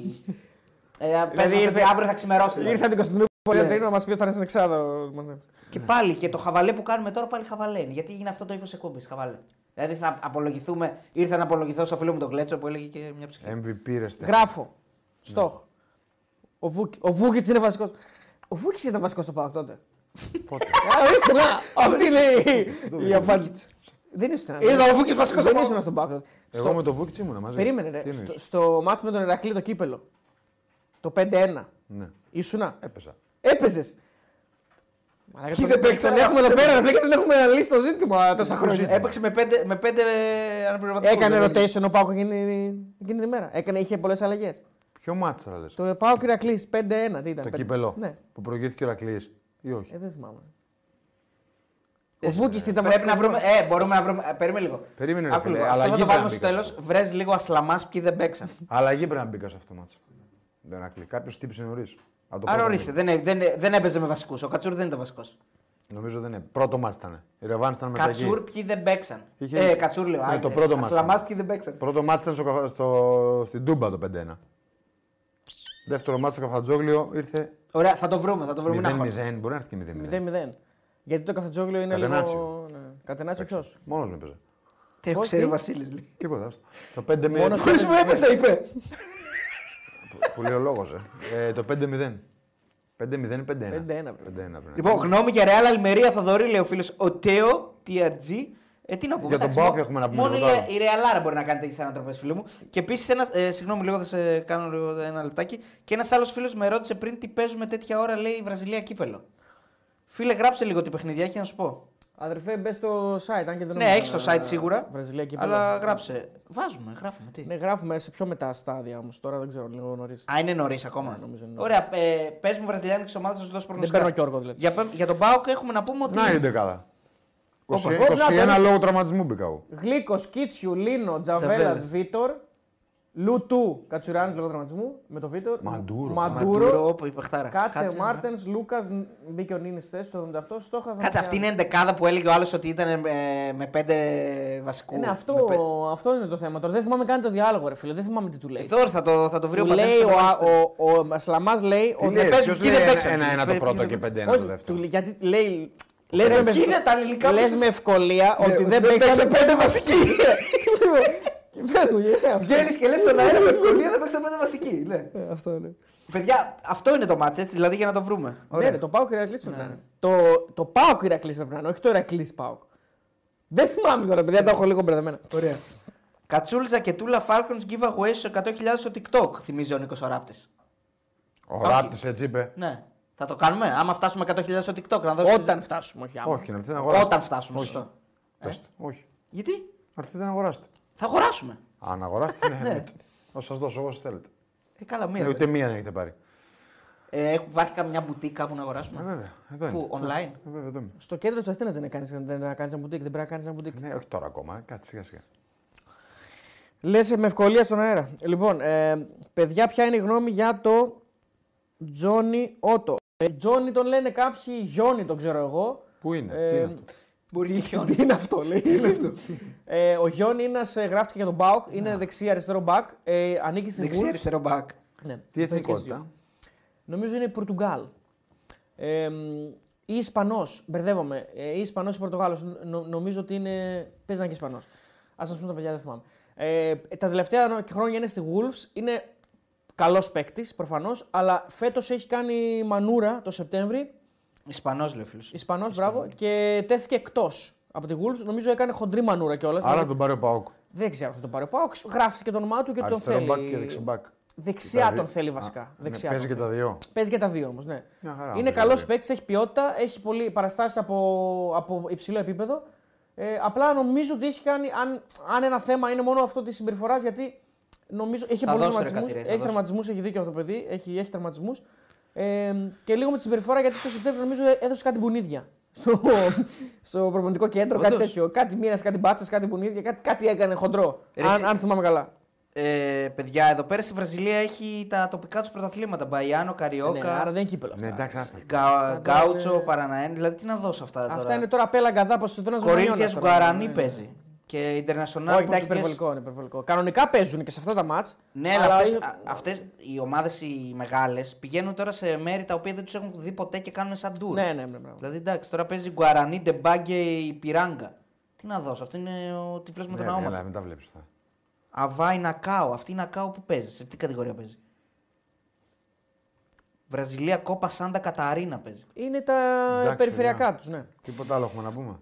ε, α, πες Δηλαδή μας ότι ήρθε- αύριο θα ξημερώσει. δηλαδή. Ήρθαν την Κωνσταντινούπολη να να μας πει ότι θα είναι στην Εξάδα. ο ναι. Μανέ. Και πάλι και το χαβαλέ που κάνουμε τώρα πάλι χαβαλέ είναι. Γιατί έγινε αυτό το ύφος εκπομπής, χαβαλέ. Δηλαδή θα απολογηθούμε, ήρθα να απολογηθώ στο φίλο μου τον Κλέτσο που έλεγε και μια Ε, ψυχή. MVP ρε Στέφη. Γράφω. Στόχ. Ο Βούκη- Ο Βούκιτ είναι βασικός. Ο Βούκιτ ήταν βασικός στο Πάοκ τότε. Πότε. Α, Ορίστε να! Ε, Αυτή είναι η- η απάντηση. Δεν ήσουν. Ήταν ο Βούκιτς βασικός στο Δεν Πάοκ. ήσουν στον Πάοκ τότε. Εγώ Στο- με το Βούκιτ ήμουνα μαζί. Περίμενε, Τι ρε. εννοείς? Στο, στο μάτς με τον Ερακλή το κύπελο. Το 5-1. Ναι, Ήσουνα. έπεσα. Έπαιζε. Ποιοι δεν παίξανε, Έχουμε εδώ πέρα, ρε, και δεν έχουμε αναλύσει το ζήτημα τόσα χρόνια. Λοιπόν, Έπαιξε με πέντε, με πέντε ε, αναπληρωματικούς. Έκανε δηλαδή. rotation ο Πάοκ εκείνη, εκείνη την ημέρα. Έκανε, είχε πολλές αλλαγές. Ποιο μάτσα λες. Το, Το Πάοκ Ηρακλής 5-1. Τι ήταν, το πέντε- κύπελο Ναι. που προηγήθηκε ο Ρακλή ή όχι. Ε, δεν θυμάμαι. Ο Βούκης ήταν Πρέπει βασικός. να βρούμε. Ε, μπορούμε να βρούμε. ε, περίμενε λίγο. Περίμενε, ρε Άκου φίλε, λίγο, Αυτό θα αλλαγή το πρέπει βάλουμε να στο μπει τέλος. Βρες λίγο ασλαμάς ποιοι δεν παίξαν. Αλλαγή πρέπει να μπήκα σε αυτό το μάτσα. Δεν ακλεί. Κάποιο χτύπησε νωρί. Άρα ορίστε, δεν, έ- δεν, έ- δεν έπαιζε με βασικούς. Ο Κατσούρ δεν ήταν βασικός. Νομίζω δεν είναι. Πρώτο μάτσα ήταν. Η Ρεβάν ήταν μετά Κατσούρ εκεί. ποιοι δεν παίξαν. Είχε- Ε, Κατσούρ λέω. Ναι, άντε, το πρώτο μας Ασλαμάς ήταν. ποιοι δεν παίξαν. Πρώτο μάτσα ήταν στο, Καφα- στο, στην Τούμπα το 5-1. Δεύτερο μάτσα στο Καφατζόγλιο ήρθε Ωραία, θα το βρούμε. Θα το βρούμε. μην 0-0. αγχώνεσαι. Μπορεί να έρθει και 0-0. 0-0. Γιατί το καφετζόγλιο είναι Κατενάτσιο. λίγο. ναι. Κατενάτσιο ποιος. Μόνος με έπαιζε. Τι Πώς, ξέρει τι? ο Βασίλη. Τίποτα. άστο. Το 5-0. Μόνος Χωρίς μου έπεσε, είπε. Που λέει ο λόγος. Ε. Ε, το 5-0. 5-0 5-1. 5-1 πρέπει. 5-1 πρέπει. Λοιπόν, γνώμη για Real Αλμερία Θοδωρή λέει ο φίλος ο Τέο TRG. Ε, τι να πούμε. Για τον εντάξει, Πάοκ μο- έχουμε να πούμε Μόνο η, τίποτα άλλο. η Ρεαλάρα μπορεί να κάνει τέτοιες ανατροπές, φίλο μου. Και επίσης, ένας. Ε, συγγνώμη, λίγο θα σε κάνω λίγο ένα λεπτάκι. Και ένας άλλος φίλος με ρώτησε πριν τι παίζουμε τέτοια ώρα, λέει η Βραζιλία κύπελο. Φίλε, γράψε λίγο την παιχνιδιά και να σου πω. Αδερφέ, μπες στο site. Αν και δεν ναι, νομίζω έχεις το να- ε, site σίγουρα. Βραζιλία και αλλά Ιαπωνία. γράψε. Βάζουμε, γράφουμε. Τι. Ναι, γράφουμε σε πιο μετά στάδια όμως. Τώρα δεν ξέρω, λίγο νωρίς. Α, είναι νωρίς ακόμα. Ναι, νομίζω είναι Ωραία, ε, πες μου βραζιλιάνικες ομάδες, να σου δώσω προγνωστικά. παίρνω και όργο, δηλαδή. Για, πε- για τον Πάοκ έχουμε να πούμε ότι. Να είναι δεκάδα. 20 Όπα. 21 λόγω τραυματισμού μπήκα εγώ. Γλίκο, Κίτσιου, Λίνο, Τζαβέλας, Τζαβέλας. Βίτορ. Λουτού, Κατσουράνη λόγω τραυματισμού. Με το Βίτορ. Μαντούρο. Μαντούρο, Μαντούρο. όπου η παιχτάρα. Κάτσε, ναι. Μάρτεν, Λούκας, μπήκε ο Νίνης θέσης το 78. Στόχα θα Ε, Κάτσε, μας αυτή κάνει. είναι η εντεκάδα που έλεγε ο άλλος ότι ήταν ε, με πέντε βασικού. Ε, Ναι, αυτό, Με πέ- αυτό είναι το θέμα. Τώρα δεν θυμάμαι καν το διάλογο, ρε φίλε. Δεν θυμάμαι τι του λέει. Εδώ θα το, θα το βρει Του ο πατέρα. λέει ο, α- ο, ο, Σλαμάς λέει Τι ότι λέει, παίζουν, ποιος τι λέει δεν ένα- παίξαν, τι ένα-ένα δεν το πρώτο παίξαν. και πέντε-ένα το Όχι, του, δεύτερο. λέει- γιατί λέει. Λες με, εκεί είναι τα ελληνικά που λες σας- με ευκολία ότι δεν παίξαν παίξαν. πέντε βασικοί. Πες μου, γεια, αυτό. Βγαίνεις και λες Ναι. στον αέρα με ευκολία δεν παίξαν πέντε βασικοί. Ναι. Ε, Αυτό είναι. Παιδιά, αυτό είναι το μάτς, έτσι, δηλαδή για να το βρούμε. Ναι, Ωραία. ρε, το Πάοκ Ηρακλής πρέπει να είναι. Το, το Πάοκ Ηρακλής πρέπει να είναι, όχι το Ηρακλής Πάοκ. Δεν θυμάμαι τώρα, παιδιά, τα έχω λίγο μπερδεμένα. Ωραία. Κατσούλζα και τούλα Falcons giveaway στους 100.000 στο TikTok, θυμίζει ο Νίκος Οράπτη. Ο Ράπτης έτσι είπε. Ναι. Θα το κάνουμε, άμα φτάσουμε 100.000 στο TikTok. Να δώσεις... Όταν φτάσουμε, όχι άμα. Όχι, να έρθει να αγοράσετε. Όταν Ε. φτάσουμε, Όχι. σωστά. Πες το. Όχι. Γιατί Να έρθετε να αγοράσετε. θα αγοράσουμε. Αν αγοράσετε, ναι. εννοείται. Θα σας δώσω όσες θέλετε. Ε, καλά, μία. Ε, δεν- Ούτε μία δεν έχετε πάρει. Ε, έχ- υπάρχει καμιά μπουτίκα κάπου να αγοράσουμε. Ε, βέβαια. Εδώ είναι. Πού, online. Ε, βέβαια, εδώ είμαι. Στο κέντρο της Αθήνας δεν κάνεις ένα μπουτίκ, δεν πρέπει να κάνεις ένα μπουτίκ. Ναι, όχι τώρα ακόμα. ε. Κάτσε σιγά σιγά. Λες ε, με ευκολία στον αέρα. Λοιπόν, ε, παιδιά, ποια είναι η γνώμη για το Τζόνι Ότο. Ε, Τζόνι τον λένε κάποιοι, Γιόνι τον ξέρω εγώ. Πού είναι, Ε, τι είναι αυτό. Μπορεί και χιόνι. Τι είναι αυτό, λέει. ε, ο Γιόνι είναι ένας, γράφτηκε για τον Μπάουκ, είναι δεξί-αριστερό μπακ. Ε, ανήκει στην Δεξί Wolves. αριστερό μπακ. Ναι, Τι θα έχεις εθνικότητα. δύο. Νομίζω είναι Πορτουγκάλ. Ε, μ, ή Ισπανός. Μπερδεύομαι. Ε, ή Ισπανός ή Πορτογάλος. νομίζω ότι είναι. Παίζαν και Ισπανός. Ας πούμε τα παιδιά, δεν θυμάμαι. Ε, τα τελευταία νο- χρόνια είναι στη Wolves. Είναι καλός παίκτης προφανώς, αλλά φέτος έχει κάνει μανούρα το Σεπτέμβρη. Ισπανός λέει ο φίλος. Ισπανός, μπράβο. Και τέθηκε εκτός από τη Wolves. Νομίζω έκανε χοντρή μανούρα κιόλας. Άρα τον πάρει ο Πάοκ. Δεν ξέρω αν θα το πάρει. ο Πάοκ γράφτηκε το όνομά του και τον Αριστερό θέλει. μπακ και δεξιμπακ. Δεξιά τον θέλει βασικά. Δεξιά Παίζει τον και τα δύο. Παίζει και τα δύο όμως, ναι. Μια χαρά, είναι όμως, καλό δηλαδή. παίκτης, έχει ποιότητα, έχει πολύ παραστάσεις από, από υψηλό επίπεδο. Ε, απλά νομίζω ότι έχει κάνει, αν, αν ένα θέμα είναι μόνο αυτό της συμπεριφοράς, γιατί νομίζω έχει Θα πολλούς δώσω, ρε, τραυματισμούς. κάτι, ρε, θα Έχει δώσω. τραυματισμούς, έχει δίκιο αυτό το παιδί, έχει, έχει τραυματισμούς. Ε, και λίγο με τη συμπεριφορά γιατί το Σεπτέμβριο νομίζω ε, έδωσε κάτι μπουνίδια. Στο, στο προπονητικό κέντρο, κάτι Όντως. τέτοιο. Κάτι μοίρασε, κάτι μπάτσες, κάτι μπουνίδια, κάτι, κάτι έκανε χοντρό. Ρε, εσύ- αν, αν θυμάμαι καλά. Ε, παιδιά, εδώ πέρα στη Βραζιλία έχει τα τοπικά τους πρωταθλήματα. Μπαϊάνο, Καριόκα, Ναι, άρα δεν είναι κύπελο αυτά. Ναι, εντάξει, άστα. Γκά- τώρα Γκάουτσο, είναι- Παραναέν. Δηλαδή, τι να δώσω αυτά τώρα. Αυτά είναι τώρα πέλα καδά που στον Κορίνθια Γκουαρανί παίζει. Και Ιντερνασιονάλ. ναι. Όχι, εντάξει, υπερβολικό, είναι υπερβολικό. Κανονικά παίζουν και σε αυτά τα μάτς. Ναι, αλλά αυτές, α- αυτές οι ομάδες οι μεγάλες πηγαίνουν τώρα σε μέρη τα οποία δεν τους έχουν δει ποτέ και κάνουν σαν tour. Ναι, ναι, ναι. μπράβο. Δηλαδή εντάξει, τώρα παίζει Γκουαρανί, Ντεμπάγκε, η Πιράγκα. Τι να δώσω, αυτό είναι ο τυφλός με Ναι, τον ναι, Αόμα. αλλά μην τα βλέπεις αυτά. Αβάη Νακάο. Αυτή η Νακάο που παίζει. Σε τι κατηγορία παίζει. Βραζιλία Κόπα Σάντα Καταρίνα παίζει. Είναι τα παιδιά. περιφερειακά τους, ναι. Τίποτα άλλο έχουμε να πούμε.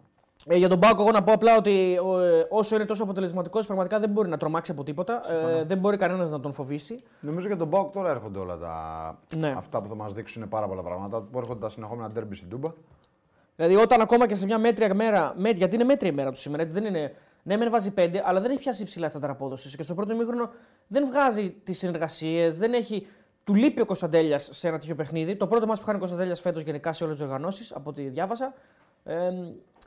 Ε, για τον Πάουκ, εγώ να πω απλά ότι ο, ε, όσο είναι τόσο αποτελεσματικός, πραγματικά δεν μπορεί να τρομάξει από τίποτα. Ε, δεν μπορεί κανένας να τον φοβήσει. Νομίζω για τον Πάοκ τώρα έρχονται όλα τα. Ναι. Αυτά που θα μας δείξουν πάρα πολλά πράγματα. Που έρχονται τα συνεχόμενα ντέρμπι στην Τούμπα. Δηλαδή, όταν ακόμα και σε μια μέτρια μέρα. Μέτρια, γιατί είναι μέτρια η μέρα του σήμερα, έτσι δεν είναι. Ναι, μεν βάζει πέντε, αλλά δεν έχει πιάσει υψηλά στα απόδοση. Και στο πρώτο μήχρονο δεν βγάζει τις συνεργασίες, δεν έχει. Του λείπει ο Κωνσταντέλιας σε ένα τέτοιο παιχνίδι. Το πρώτο μα που χάνει ο Κωνσταντέλιας φέτος γενικά σε όλες τις οργανώσεις, από ό,τι διάβασα. Ε,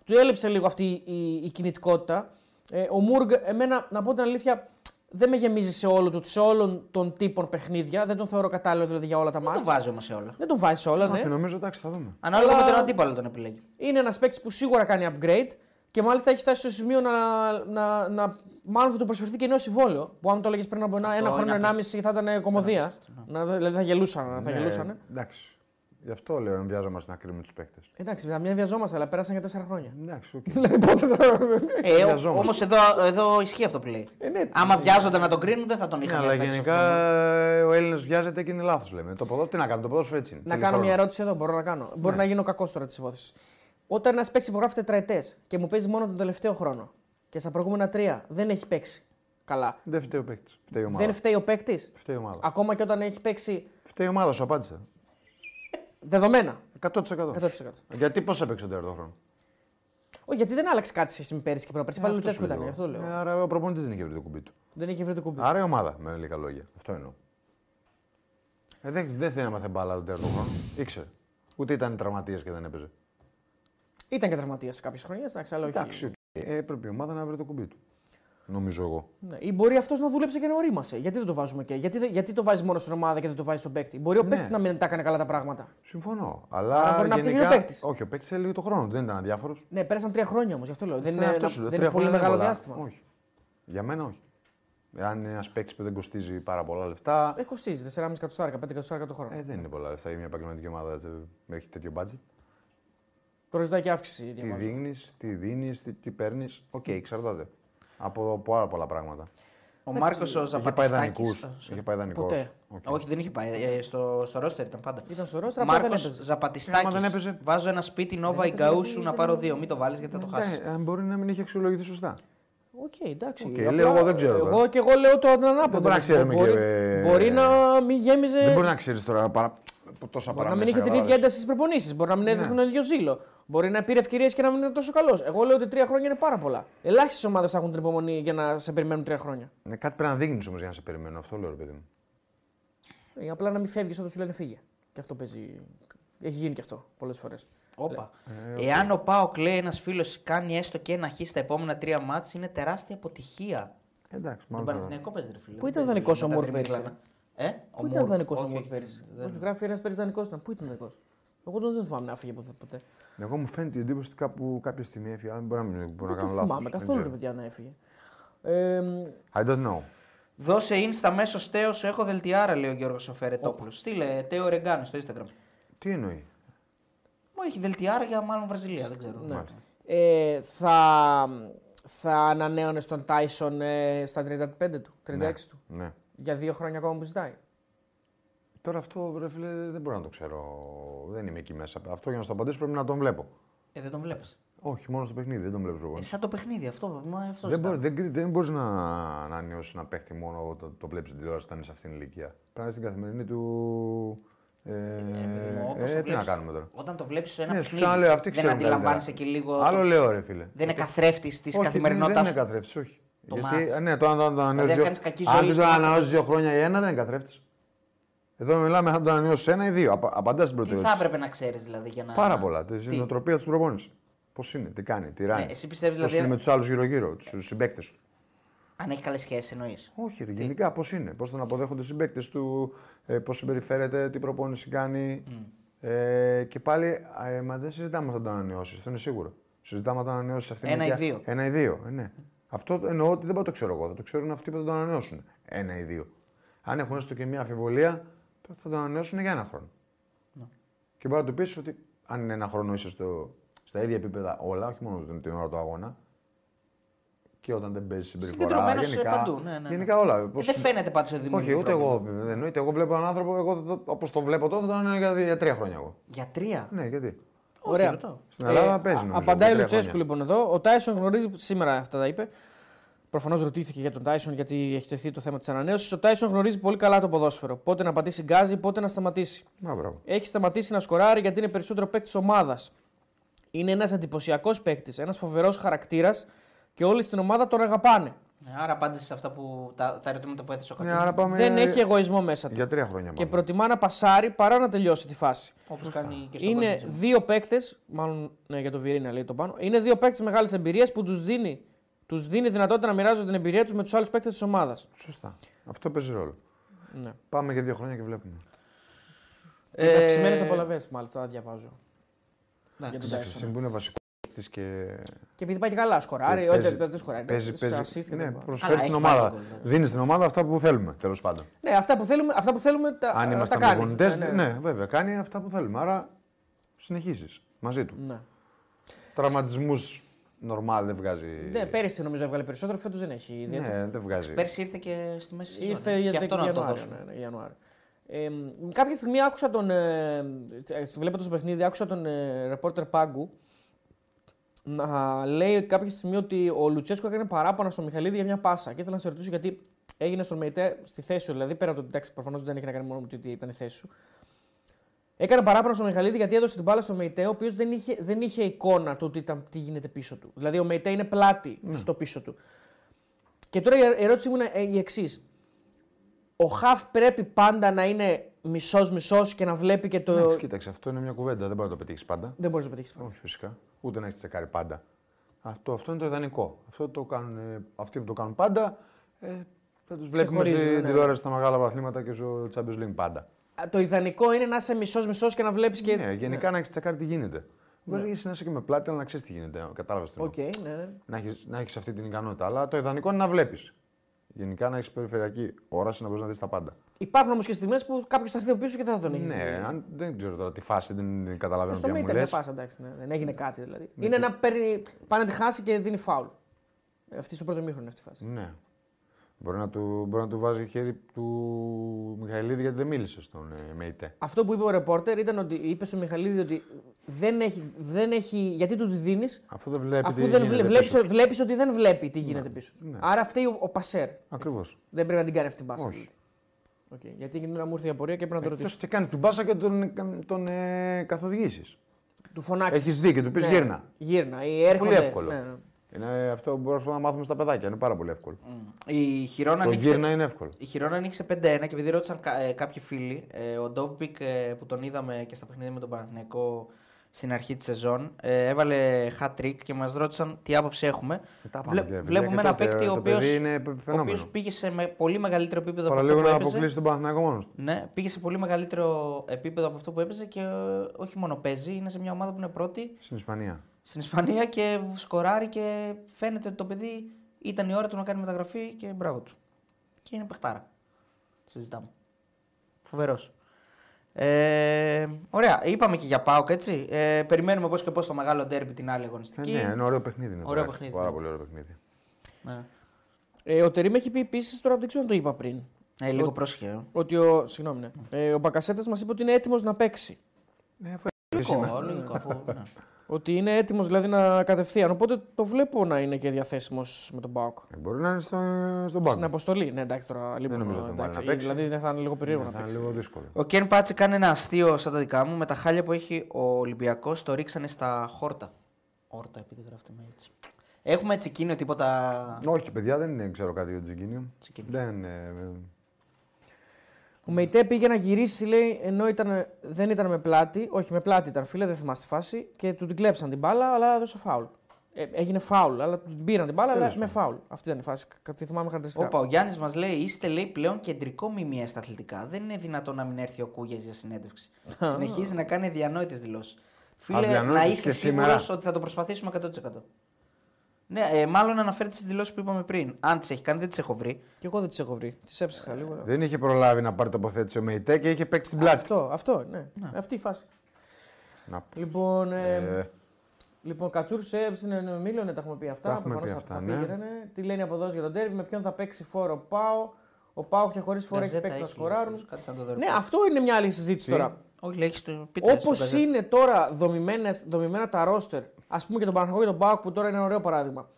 του έλειψε λίγο αυτή η, η κινητικότητα. Ε, ο Μούργ, εμένα, να πω την αλήθεια, δεν με γεμίζει σε, όλο του, σε όλων των τύπων παιχνίδια. Δεν τον θεωρώ κατάλληλο δηλαδή για όλα τα Δεν το μάτια. βάζει όμως σε όλα. Δεν τον βάζει σε όλα, ναι. Και νομίζω εντάξει θα δούμε. Ανάλογα με Αλλά- τον αντίπαλο τον επιλέγει. Είναι ένας παίκτης που σίγουρα κάνει upgrade και μάλιστα έχει φτάσει στο σημείο να. να, να μάλλον θα του προσφερθεί και νέο συμβόλαιο. Που αν το έλεγες πριν από ένα, Αυτό ένα είναι χρόνο, απίστευτο. ναι. ενάμιση θα ήταν κομμωδία. Να, δηλαδή θα γελούσαν. Θα Ναι, γελούσαν. Εντάξει. Γι' αυτό λέω εμβιάζομαστε να κρίνουμε τους παίκτες. Εντάξει, μια βιαζόμαστε, αλλά πέρασαν για τέσσερα χρόνια. Ναι, Εντάξει, οκ. Δηλαδή πότε θα. Ε, Βιαζόμαστε. Όμως εδώ, εδώ ισχύει αυτό που λέει. Άμα βιάζονταν να τον κρίνουν, δεν θα Ε, τον Ναι, είχαν αλλά φέτος γενικά αυτόν. ε, ο Έλληνας βιάζεται και είναι λάθος λέμε. Το ποδόσφαιρο τι να κάνουμε, το ποδόσφαιρο έτσι είναι. να Τελικό κάνω μια λόγο. ερώτηση εδώ, μπορώ να κάνω. Ναι. Μπορεί να γίνω κακός τώρα της υπόθεσης. Όταν ένας παίκτης υπογράφει τετραετές και μου παίζει μόνο τον τελευταίο χρόνο και στα προηγούμενα τρία δεν έχει παίξει καλά. Δεν φταίει ο παίκτης. Φταίει η ομάδα. Δεν φταίει ο παίκτης. Φταίει η ομάδα. Ακόμα και όταν έχει παίξει Φταίει η ομάδα, σου απάντησα. δεδομένα. 100%. 100%. Γιατί πώς έπαιξε τον χρόνο. Όχι, γιατί δεν άλλαξε κάτι σε σχέση με πέρυσι και προπέρυσι. Πάλι Ε, Αυτό σου Λουτσέσκου λέω. ήταν, γι' αυτό λέω. Ε, Άρα ο προπονητής δεν είχε βρει το κουμπί του. Δεν είχε βρει το κουμπί. Άρα η ομάδα, με λίγα λόγια. Αυτό εννοώ. Ε, δεν, δεν θέλει να μάθει μπάλα τον τέταρτο χρόνο. Ήξερε. Ούτε ήταν τραυματίας και δεν έπαιζε. Ήταν και τραυματίας σε κάποιες χρονιές, εντάξει, αλλά όχι. Εντάξει, οκ. Ε, έπρεπε η ομάδα να βρει το κουμπί του. Νομίζω εγώ. Ναι. Ή μπορεί αυτός να δούλεψε και να ορίμασε. Γιατί δεν το βάζουμε και. Γιατί, δεν- γιατί το βάζει μόνο στην ομάδα και δεν το βάζει στον παίκτη. Μπορεί ο Ναι. παίκτης να μην τα έκανε καλά τα πράγματα. Συμφωνώ. Αλλά μπορεί να φτύχει γενικά... ο παίκτης. Όχι, ο παίκτης έλεγε το χρόνο του, δεν ήταν αδιάφορος. Ναι, πέρασαν τρία χρόνια όμως, γι' αυτό λέω. Δεν είναι, Ε, Ναι, αυτό ένα- σου λέω, Ναι, δεν τρία είναι πολύ χρόνια μεγάλο πολλά. διάστημα. Όχι. Για μένα όχι. Αν είναι ένας παίκτης που δεν κοστίζει πάρα πολλά λεφτά. Ε, κοστίζει 4,5 κατοστάρικα, 5 κατοστάρικα το χρόνο. Ε, δεν είναι πολλά λεφτά για μια επαγγελματική ομάδα δεν έχει τέτοιο budget. Το ρεζιδάκι και αύξηση. Τι διαβάζω. δίνεις, τι δίνεις, τι, τι παίρνεις. Οκ, εξαρτάται. Από, από πάρα πολλά πράγματα. Ο Μάρκος ο Είχε πάει Ζαπατιστάκης. δανεικού. Είχε πάει δανεικός. Ποτέ. Όχι, δεν είχε πάει. Ε, στο, στο ρόστερ ήταν πάντα. Ήταν στο ρόστερ, απλά δεν Μάρκος έπαιζε. Ε, άμα δεν Ζαπατιστάκη. έπαιζε. Ναι, Βάζω ένα σπίτι Νόβα Ιγκαούσου να πάρω δύο. Μην το βάλεις γιατί θα το χάσεις. αν μπορεί να μην έχει αξιολογηθεί σωστά. Οκ, εντάξει. Οκ, λέω, εγώ δεν ξέρω Εγώ τώρα. και εγώ λέω το ανάποδο. Δεν μπορεί να ρε, ξέρουμε Μπορεί, και, ε, μπορεί να μην γέμιζε. Δεν μπορεί να ξέρεις τώρα παρα... τόσα Ε, Μπορεί πράγματα. να μην είχε την ίδια ένταση στις προπονήσεις. Μπορεί να μην έδειχνε τον ίδιο ζήλο. Μπορεί να πήρε ευκαιρίες και να μην ήταν τόσο καλός. Εγώ λέω ότι τρία χρόνια είναι πάρα πολλά. Ελάχιστες ομάδες θα έχουν την υπομονή για να σε περιμένουν τρία χρόνια. Ναι, κάτι πρέπει να δείχνεις όμως για να σε περιμένω. Αυτό λέω, ρε παιδί μου. Ε, απλά να μην φεύγεις όταν σου λένε φύγε. Και αυτό παίζει. Έχει γίνει και αυτό πολλές φορές. Όπα. Ε, Εάν ο Πάοκ λέει ένας φίλος κάνει έστω και ένα χ στα επόμενα τρία μάτς, είναι τεράστια αποτυχία. Εντάξει, Τον μάλλον. θα- Παναθηναϊκό παίζει ρε φίλε. Πού Δεν ήταν παίζει δανεικός ο με τα Μουρ πέρυσι, τριμικλάνα. Ε, Πού ήταν δανεικός ο όχι, Μόρ όχι, πέρυσι. δεν- Όχι, γράφει ένας πέρυσι δανεικός ήταν. Πού ήταν δανεικός. Εγώ τον δεν θυμάμαι να φύγε ποτέ. ποτέ. Εγώ μου φαίνεται η εντύπωση ότι κάπου κάποια στιγμή έφυγε. αλλά Μπορεί να, μην- μπορεί να Δεν κάνω το λάθο. θυμάμαι καθόλου ρε παιδιά να έφυγε. Ε, I don't know. Δώσε insta μέσω στέο, έχω δελτιάρα, λέει ο Γιώργος Σοφερετόπουλος. Στείλε Τέο Ρεγκάνος στο Instagram. Τι εννοεί. Μου έχει δελτιάρα για μάλλον Βραζιλία, δεν ξέρω. ναι. Μάλιστα. ε, θα, θα ανανέωνε τον Τάισον ε, στα 35 του, 36 Ναι. του. Ναι. Για δύο χρόνια ακόμα που ζητάει. Τώρα αυτό, ρε φίλε, δεν μπορώ να το ξέρω. Δεν είμαι εκεί μέσα. Αυτό για να σου το απαντήσω πρέπει να τον βλέπω. Ε, δεν τον βλέπεις. Όχι, μόνο στο παιχνίδι, δεν τον βλέπω εγώ. Ε, σαν το παιχνίδι αυτό. Μα, αυτό Λοιπόν. Δεν, ζητάω. μπορεί, δεν, κρι- δεν μπορείς να, να νιώσεις να παίχτη μόνο όταν το βλέπεις στην τηλεόραση όταν είσαι αυτήν την ηλικία. Πρέπει να είσαι στην καθημερινή του. Ε, Εννοώ, ε, όπως το τι να βλέπεις. κάνουμε τώρα. Όταν το βλέπεις σε ένα Ναι, σου παιχνίδι, ξαναλέω, αυτοί δεν ξέρουν. καλύτερα. αντιλαμβάνεσαι και λίγο. Άλλο το- λέω, ρε φίλε. Δεν είναι καθρέφτης της Όχι, καθημερινότητάς Δεν σου. είναι καθρέφτης, όχι. Το Γιατί, μάτς. ε, ναι, τώρα να το ανανεώσεις. αν κάνεις κακή ζωή, Αν το το μάτς ανανεώσεις δύο χρόνια ή ένα, δεν είναι καθρέφτης. Εδώ μιλάμε αν τον ανανεώσει ένα ή δύο. Απα, Απαντάς στην πρώτη Τι θα ερώτηση. έπρεπε να ξέρεις δηλαδή για να. Πάρα πολλά. Τη Τι? νοοτροπία του προπόνησης. Πώς είναι, τι κάνει, τι ράνει. Ναι, εσύ πιστεύεις, Πώς δηλαδή, είναι με τους άλλους γύρω-γύρω, τους συμπαίκτες του. Αν έχει καλές σχέσεις εννοείς. Όχι, ρε, γενικά πώς είναι, πώς τον αποδέχονται οι συμπαίκτες του, ε, πώς συμπεριφέρεται, τι προπόνηση κάνει. Ε, και πάλι, ε, μα δεν συζητάμε αν θα το ανανεώσεις, αυτό είναι σίγουρο. Συζητάμε αν το ανανεώσεις αυτήν Ένα ηλικία. ή δύο. Ένα ή δύο, ε, ναι. Αυτό εννοώ ότι δεν μπορώ να το ξέρω εγώ. Θα το ξέρουν αυτοί που θα το ανανεώσουν. Ένα ή δύο. Αν έχουν έστω και μια αμφιβολία, τότε θα το ανανεώσουν για ένα χρόνο. Και μπορεί να του πεις ότι αν είναι ένα χρόνο είσαι στο, στα ίδια επίπεδα όλα, όχι μόνο την, την ώρα του αγώνα, και όταν δεν παίζεις συμπεριφορά. Συγκεντρωμένος, ε, Γενικά, παντού, ναι, ναι, ναι. γενικά όλα. Ε, Πώς- δεν φαίνεται πάντως ο όχι, δημιουργικό. ούτε εγώ. Δεν εννοείται. Εγώ βλέπω έναν άνθρωπο, εγώ όπως το βλέπω τώρα, θα τον έλεγα για, για τρία χρόνια εγώ. Για τρία. Ναι, γιατί. Ωραία. ρωτάω. Στην Ελλάδα παίζουν. Ε, α- νομίζω, Απαντάει ο τρία χρόνια. Λουτσέσκου λοιπόν εδώ. Ο Τάισον γνωρίζει σήμερα αυτά τα είπε. Προφανώς ρωτήθηκε για τον Τάισον γιατί έχει τεθεί το θέμα της ανανέωσης. Ο Τάισον γνωρίζει πολύ καλά το ποδόσφαιρο. Πότε να πατήσει γκάζι, πότε να σταματήσει. Μα μπράβο. Ναι, Έχει σταματήσει να σκοράρει γιατί είναι περισσότερο παίκτης ομάδας. Είναι ένας εντυπωσιακός παίκτης, ένας φοβερός χαρακτήρας και όλοι στην ομάδα τον αγαπάνε. Ναι, Άρα απάντησε σε αυτά που. τα, τα ερωτήματα που έθεσε ο Ναι, Κατσούκη. άρα πάμε Δεν έχει εγωισμό μέσα του. για τρία χρόνια. Και πάμε. προτιμά να πασάρει παρά να τελειώσει τη φάση. Όπως κάνει και στο Είναι Παρτίζαν. δύο παίκτες, μάλλον ναι, για το Βιρίνα λέει το πάνω. Είναι δύο παίκτες μεγάλης εμπειρίας που τους δίνει, τους δίνει δυνατότητα να μοιράζονται την εμπειρία τους με τους άλλους παίκτες της ομάδας. Σωστά. Αυτό παίζει ρόλο. Ναι. Πάμε για δύο χρόνια και βλέπουμε. Ε... Και αυξημένες απολαυές, μάλιστα, να διαβάζω. Εντάξει. Για Εντάξει, τον Τάισον. αυτή που είναι βασικό της και. Και επειδή πάει και καλά, σκοράρει. και Όχι, Ε, παίζει- δεν δεν σκοράρει. Παίζει, σε παίζει. assist και Ναι, τα λοιπά. προσφέρει Αλλά στην έχει βάλει ομάδα. γκολ, βέβαια. Δίνει στην ομάδα αυτά που θέλουμε, τέλος πάντων. ναι, αυτά που θέλουμε, αυτά που θέλουμε τα, Αν είμαστε ε, τα κάνει. ανταγωνιστές, ναι, βέβαια, κάνει αυτά που θέλουμε. Άρα συνεχίζεις μαζί του. Ναι. Τραυματισμούς νορμάλ δεν βγάζει. ναι, πέρυσι νομίζω έβγαλε περισσότερο, φέτος δεν έχει ιδιαίτερα. Ναι, δεν βγάζει. Πέρσι ήρθε και στη μέση της Ήρθε για Και αυτό να το Ιανουάριο, δώσουμε. ναι, ναι, Ιανουάριο. Ε, μ, κάποια στιγμή άκουσα τον. Ε, ε, βλέποντας το παιχνίδι, άκουσα τον ε, ρεπόρτερ Πάγκου να λέει κάποια στιγμή ότι ο Λουτσέσκο έκανε παράπονα στον Μιχαλίδη για μια πάσα. Και ήθελα να σε ρωτήσω γιατί έγινε στον Μεϊτέ στη θέση σου. Δηλαδή, πέρα από το εντάξει, προφανώς δεν έχει να κάνει μόνο με το ότι ήταν η θέση σου. Έκανε παράπονα στον Μιχαλίδη γιατί έδωσε την μπάλα στον Μεϊτέ, ο οποίος δεν είχε, δεν είχε εικόνα του ότι ήταν, τι γίνεται πίσω του. Δηλαδή, ο Μεϊτέ είναι πλάτη Ναι. στο πίσω του. Και τώρα η ερ- ερώτησή μου είναι ε, η εξής. Ο Χαφ πρέπει πάντα να είναι μισό-μισό και να βλέπει και το. Εντάξει, κοίταξε, αυτό είναι μια κουβέντα. Δεν μπορεί να το πετύχεις πάντα. δεν μπορείς να πετύχει. Ναι, Όχι, φυσικά. Ούτε να έχεις τσεκάρει πάντα. Αυτό, αυτό είναι το ιδανικό. Αυτό το κάνουν, ε, αυτοί που το κάνουν πάντα ε, θα τους βλέπουμε Ξεχωρίζουν, στη ναι. τηλεόραση στα μεγάλα παθλήματα και στο Champions League πάντα. Α, Το ιδανικό είναι να είσαι μισό-μισό και να βλέπεις και. Ναι. Ναι, γενικά να έχεις τσεκάρει τι γίνεται. Μπορεί να είσαι και με πλάτη, αλλά να ξέρεις τι γίνεται. Κατάλαβες τι εννοώ. Οκ, ναι, ναι. να έχεις, να έχεις αυτή την ικανότητα. Αλλά το ιδανικό είναι να βλέπεις. Γενικά να έχεις περιφερειακή όραση να μπορείς να δεις τα πάντα. Υπάρχουν όμως και στιγμές που κάποιος θα έρθει από πίσω και δεν θα τον έχεις. Ναι, αν, δεν ξέρω τώρα τη φάση, δεν καταλαβαίνω Στο ποια μου Μίτερ δεν λες. πας, εντάξει. Ναι, δεν έγινε κάτι δηλαδή. είναι να παίρνει. Πάει να τη χάσει και δίνει φάουλ. Ε, Αυτή στο πρώτο μήχρονο αυτή η φάση. Ναι. Μπορεί να, του, μπορεί να του βάζει χέρι του Μιχαηλίδη γιατί δεν μίλησε στον ε, ΜΕΙΤΕ. Αυτό που είπε ο ρεπόρτερ ήταν ότι είπε στον Μιχαλίδη ότι δεν έχει. Δεν έχει γιατί του τη δίνεις, Αφού δεν βλέπει αφού τι δεν βλέ, γίνεται βλέπεις, πίσω. βλέπεις ότι δεν βλέπει τι γίνεται πίσω. ναι. Άρα φταίει ο, ο πασέρ. Ακριβώς. Δεν πρέπει να την κάνει αυτή την πάσα. Όχι. δηλαδή. Οκ, Γιατί εκείνη την ώρα μου ήρθε η απορία και έπρεπε να το Ε, ρωτήσω. Εκτός και κάνεις την πάσα και τον, τον ε, καθοδηγήσεις. Του φωνάξεις. Έχεις δίκιο, του πεις Ναι. γύρνα. Γύρνα. Ή έρχονται. Πολύ εύκολο. Ναι, ναι. Είναι αυτό που μπορούμε να μάθουμε στα παιδάκια. Είναι πάρα πολύ εύκολο. Η Χιρόνα Το ανοίξε- γύρνα είναι εύκολο. Η Χιρόνα ανοίξε 5-1 και επειδή ρώτησαν κα- ε, κάποιοι φίλοι, ε, ο Ντόμπικ ε, που τον είδαμε και στα παιχνίδια με τον Παναθηναϊκό στην αρχή της σεζόν, ε, έβαλε hat-trick και μας ρώτησαν τι άποψη έχουμε. Και τα πάμε, Βλέ- ρε παιδιά, βλέπουμε και ένα τότε, παίκτη ο το παιδί οποίο είναι φαινόμενο. πήγε σε με πολύ μεγαλύτερο επίπεδο από αυτό Παραλίγο να που έπαιζε. αποκλείσει τον Παναθηναϊκό μόνος του. Ναι, πήγε σε πολύ μεγαλύτερο επίπεδο από αυτό που έπαιζε και ε, όχι μόνο παίζει, είναι σε μια ομάδα που είναι πρώτη Στην Ισπανία. στην Ισπανία και σκοράρει και φαίνεται ότι το παιδί ήταν η ώρα του να κάνει μεταγραφή και μπράβο του. Και είναι παιχτάρα. Συζητάμε. Φοβερός. Ε, ωραία, είπαμε και για ΠΑΟΚ έτσι. Ε, περιμένουμε πώς και πώς το μεγάλο ντέρμπι την άλλη Ε, αγωνιστική. ναι, είναι ωραίο παιχνίδι. Είναι Ωραίο τώρα. παιχνίδι, Πάρα ναι. πολύ ωραίο παιχνίδι. Ναι. Ε, ο Τερήμ έχει πει επίσης, τώρα δεν ξέρω αν το είπα πριν, Ε, λίγο πρόσχε. ε. ότι ο, συγγνώμη, ναι. ε, ο Μπακασέτας μας είπε ότι είναι έτοιμος να παίξει. Ναι, Λογικό, λογικό. αφού- ναι. Ότι είναι έτοιμος δηλαδή να κατευθείαν. Οπότε το βλέπω να είναι και διαθέσιμος με τον Μπάουκ. Μπορεί να είναι στο, στον Στην πάγκο. αποστολή. Ναι, εντάξει τώρα λίγο. νομίζω ότι θα βάλει να παίξει. Δηλαδή θα είναι λίγο περίεργο Ναι, να θα είναι παίξει. λίγο δύσκολο. Ο Κέν Πάτσι κάνει ένα αστείο σαν τα δικά μου με τα χάλια που έχει ο Ολυμπιακός το ρίξανε στα χόρτα. Όρτα, επειδή γράφεται με έτσι. Έχουμε τσικίνιο τίποτα. Όχι, παιδιά, δεν ε, είναι, ξέρω κάτι για τον Τζιγκίνιο. Τζιγκίνιο. Δεν. ε, ε, Ο Μεϊτέ πήγε να γυρίσει, λέει, ενώ ήταν, δεν ήταν με πλάτη. Όχι, με πλάτη ήταν, φίλε, δεν θυμάστε τη φάση. Και του την κλέψαν την μπάλα, αλλά έδωσε φάουλ. Ε, έγινε φάουλ, αλλά του την πήραν την μπάλα, αλλά με φάουλ. Αυτή ήταν η φάση. Κάτι θυμάμαι χαρακτηριστικά. Όπα, ο Γιάννης μας λέει: Είστε λέει πλέον κεντρικό μιμιέ στα αθλητικά. Δεν είναι δυνατόν να μην έρθει ο Κούγιας για συνέντευξη. Συνεχίζει να κάνει αδιανόητες δηλώσεις. Φίλε, Αδιανόητες να είσαι και σήμερα. σίγουρος ότι θα το προσπαθήσουμε 100%. Ναι, ε, μάλλον αναφέρεται στις δηλώσεις που είπαμε πριν. Αν τις έχει κάνει, δεν τις έχω βρει. Και εγώ δεν τις έχω βρει. Τις έψαχα λίγο. Δεν είχε προλάβει να πάρει τοποθέτηση ο Μεϊτέ και είχε παίξει την πλάτη. Αυτό, αυτό, ναι. Αυτή η φάση. Να πω. Λοιπόν, ε, Ε, λοιπόν Κατσούρσε στην Μίλωνε ναι, τα έχουμε πει αυτά. Τα έχουμε πει προφανώς αυτά αυτά, ναι. πήγαινανε. Τι λένε από εδώ για τον τέρμι, με ποιον θα παίξει φόρο πάω. Ο Πάο και χωρίς φόρο έχει Γκαζέτα παίξει να έχει, σκοράρουν. Κάτσε να το δω. Ε, Ναι, αυτό είναι μια άλλη συζήτηση τώρα. Όχι, λέει, έχεις το. πείτε, Όπως στο Γκαζέτα. είναι τώρα δομημένες, δομημένα τα ρόστερ, ας πούμε και τον Παναγό και τον Πάοκ που τώρα είναι ένα ωραίο παράδειγμα.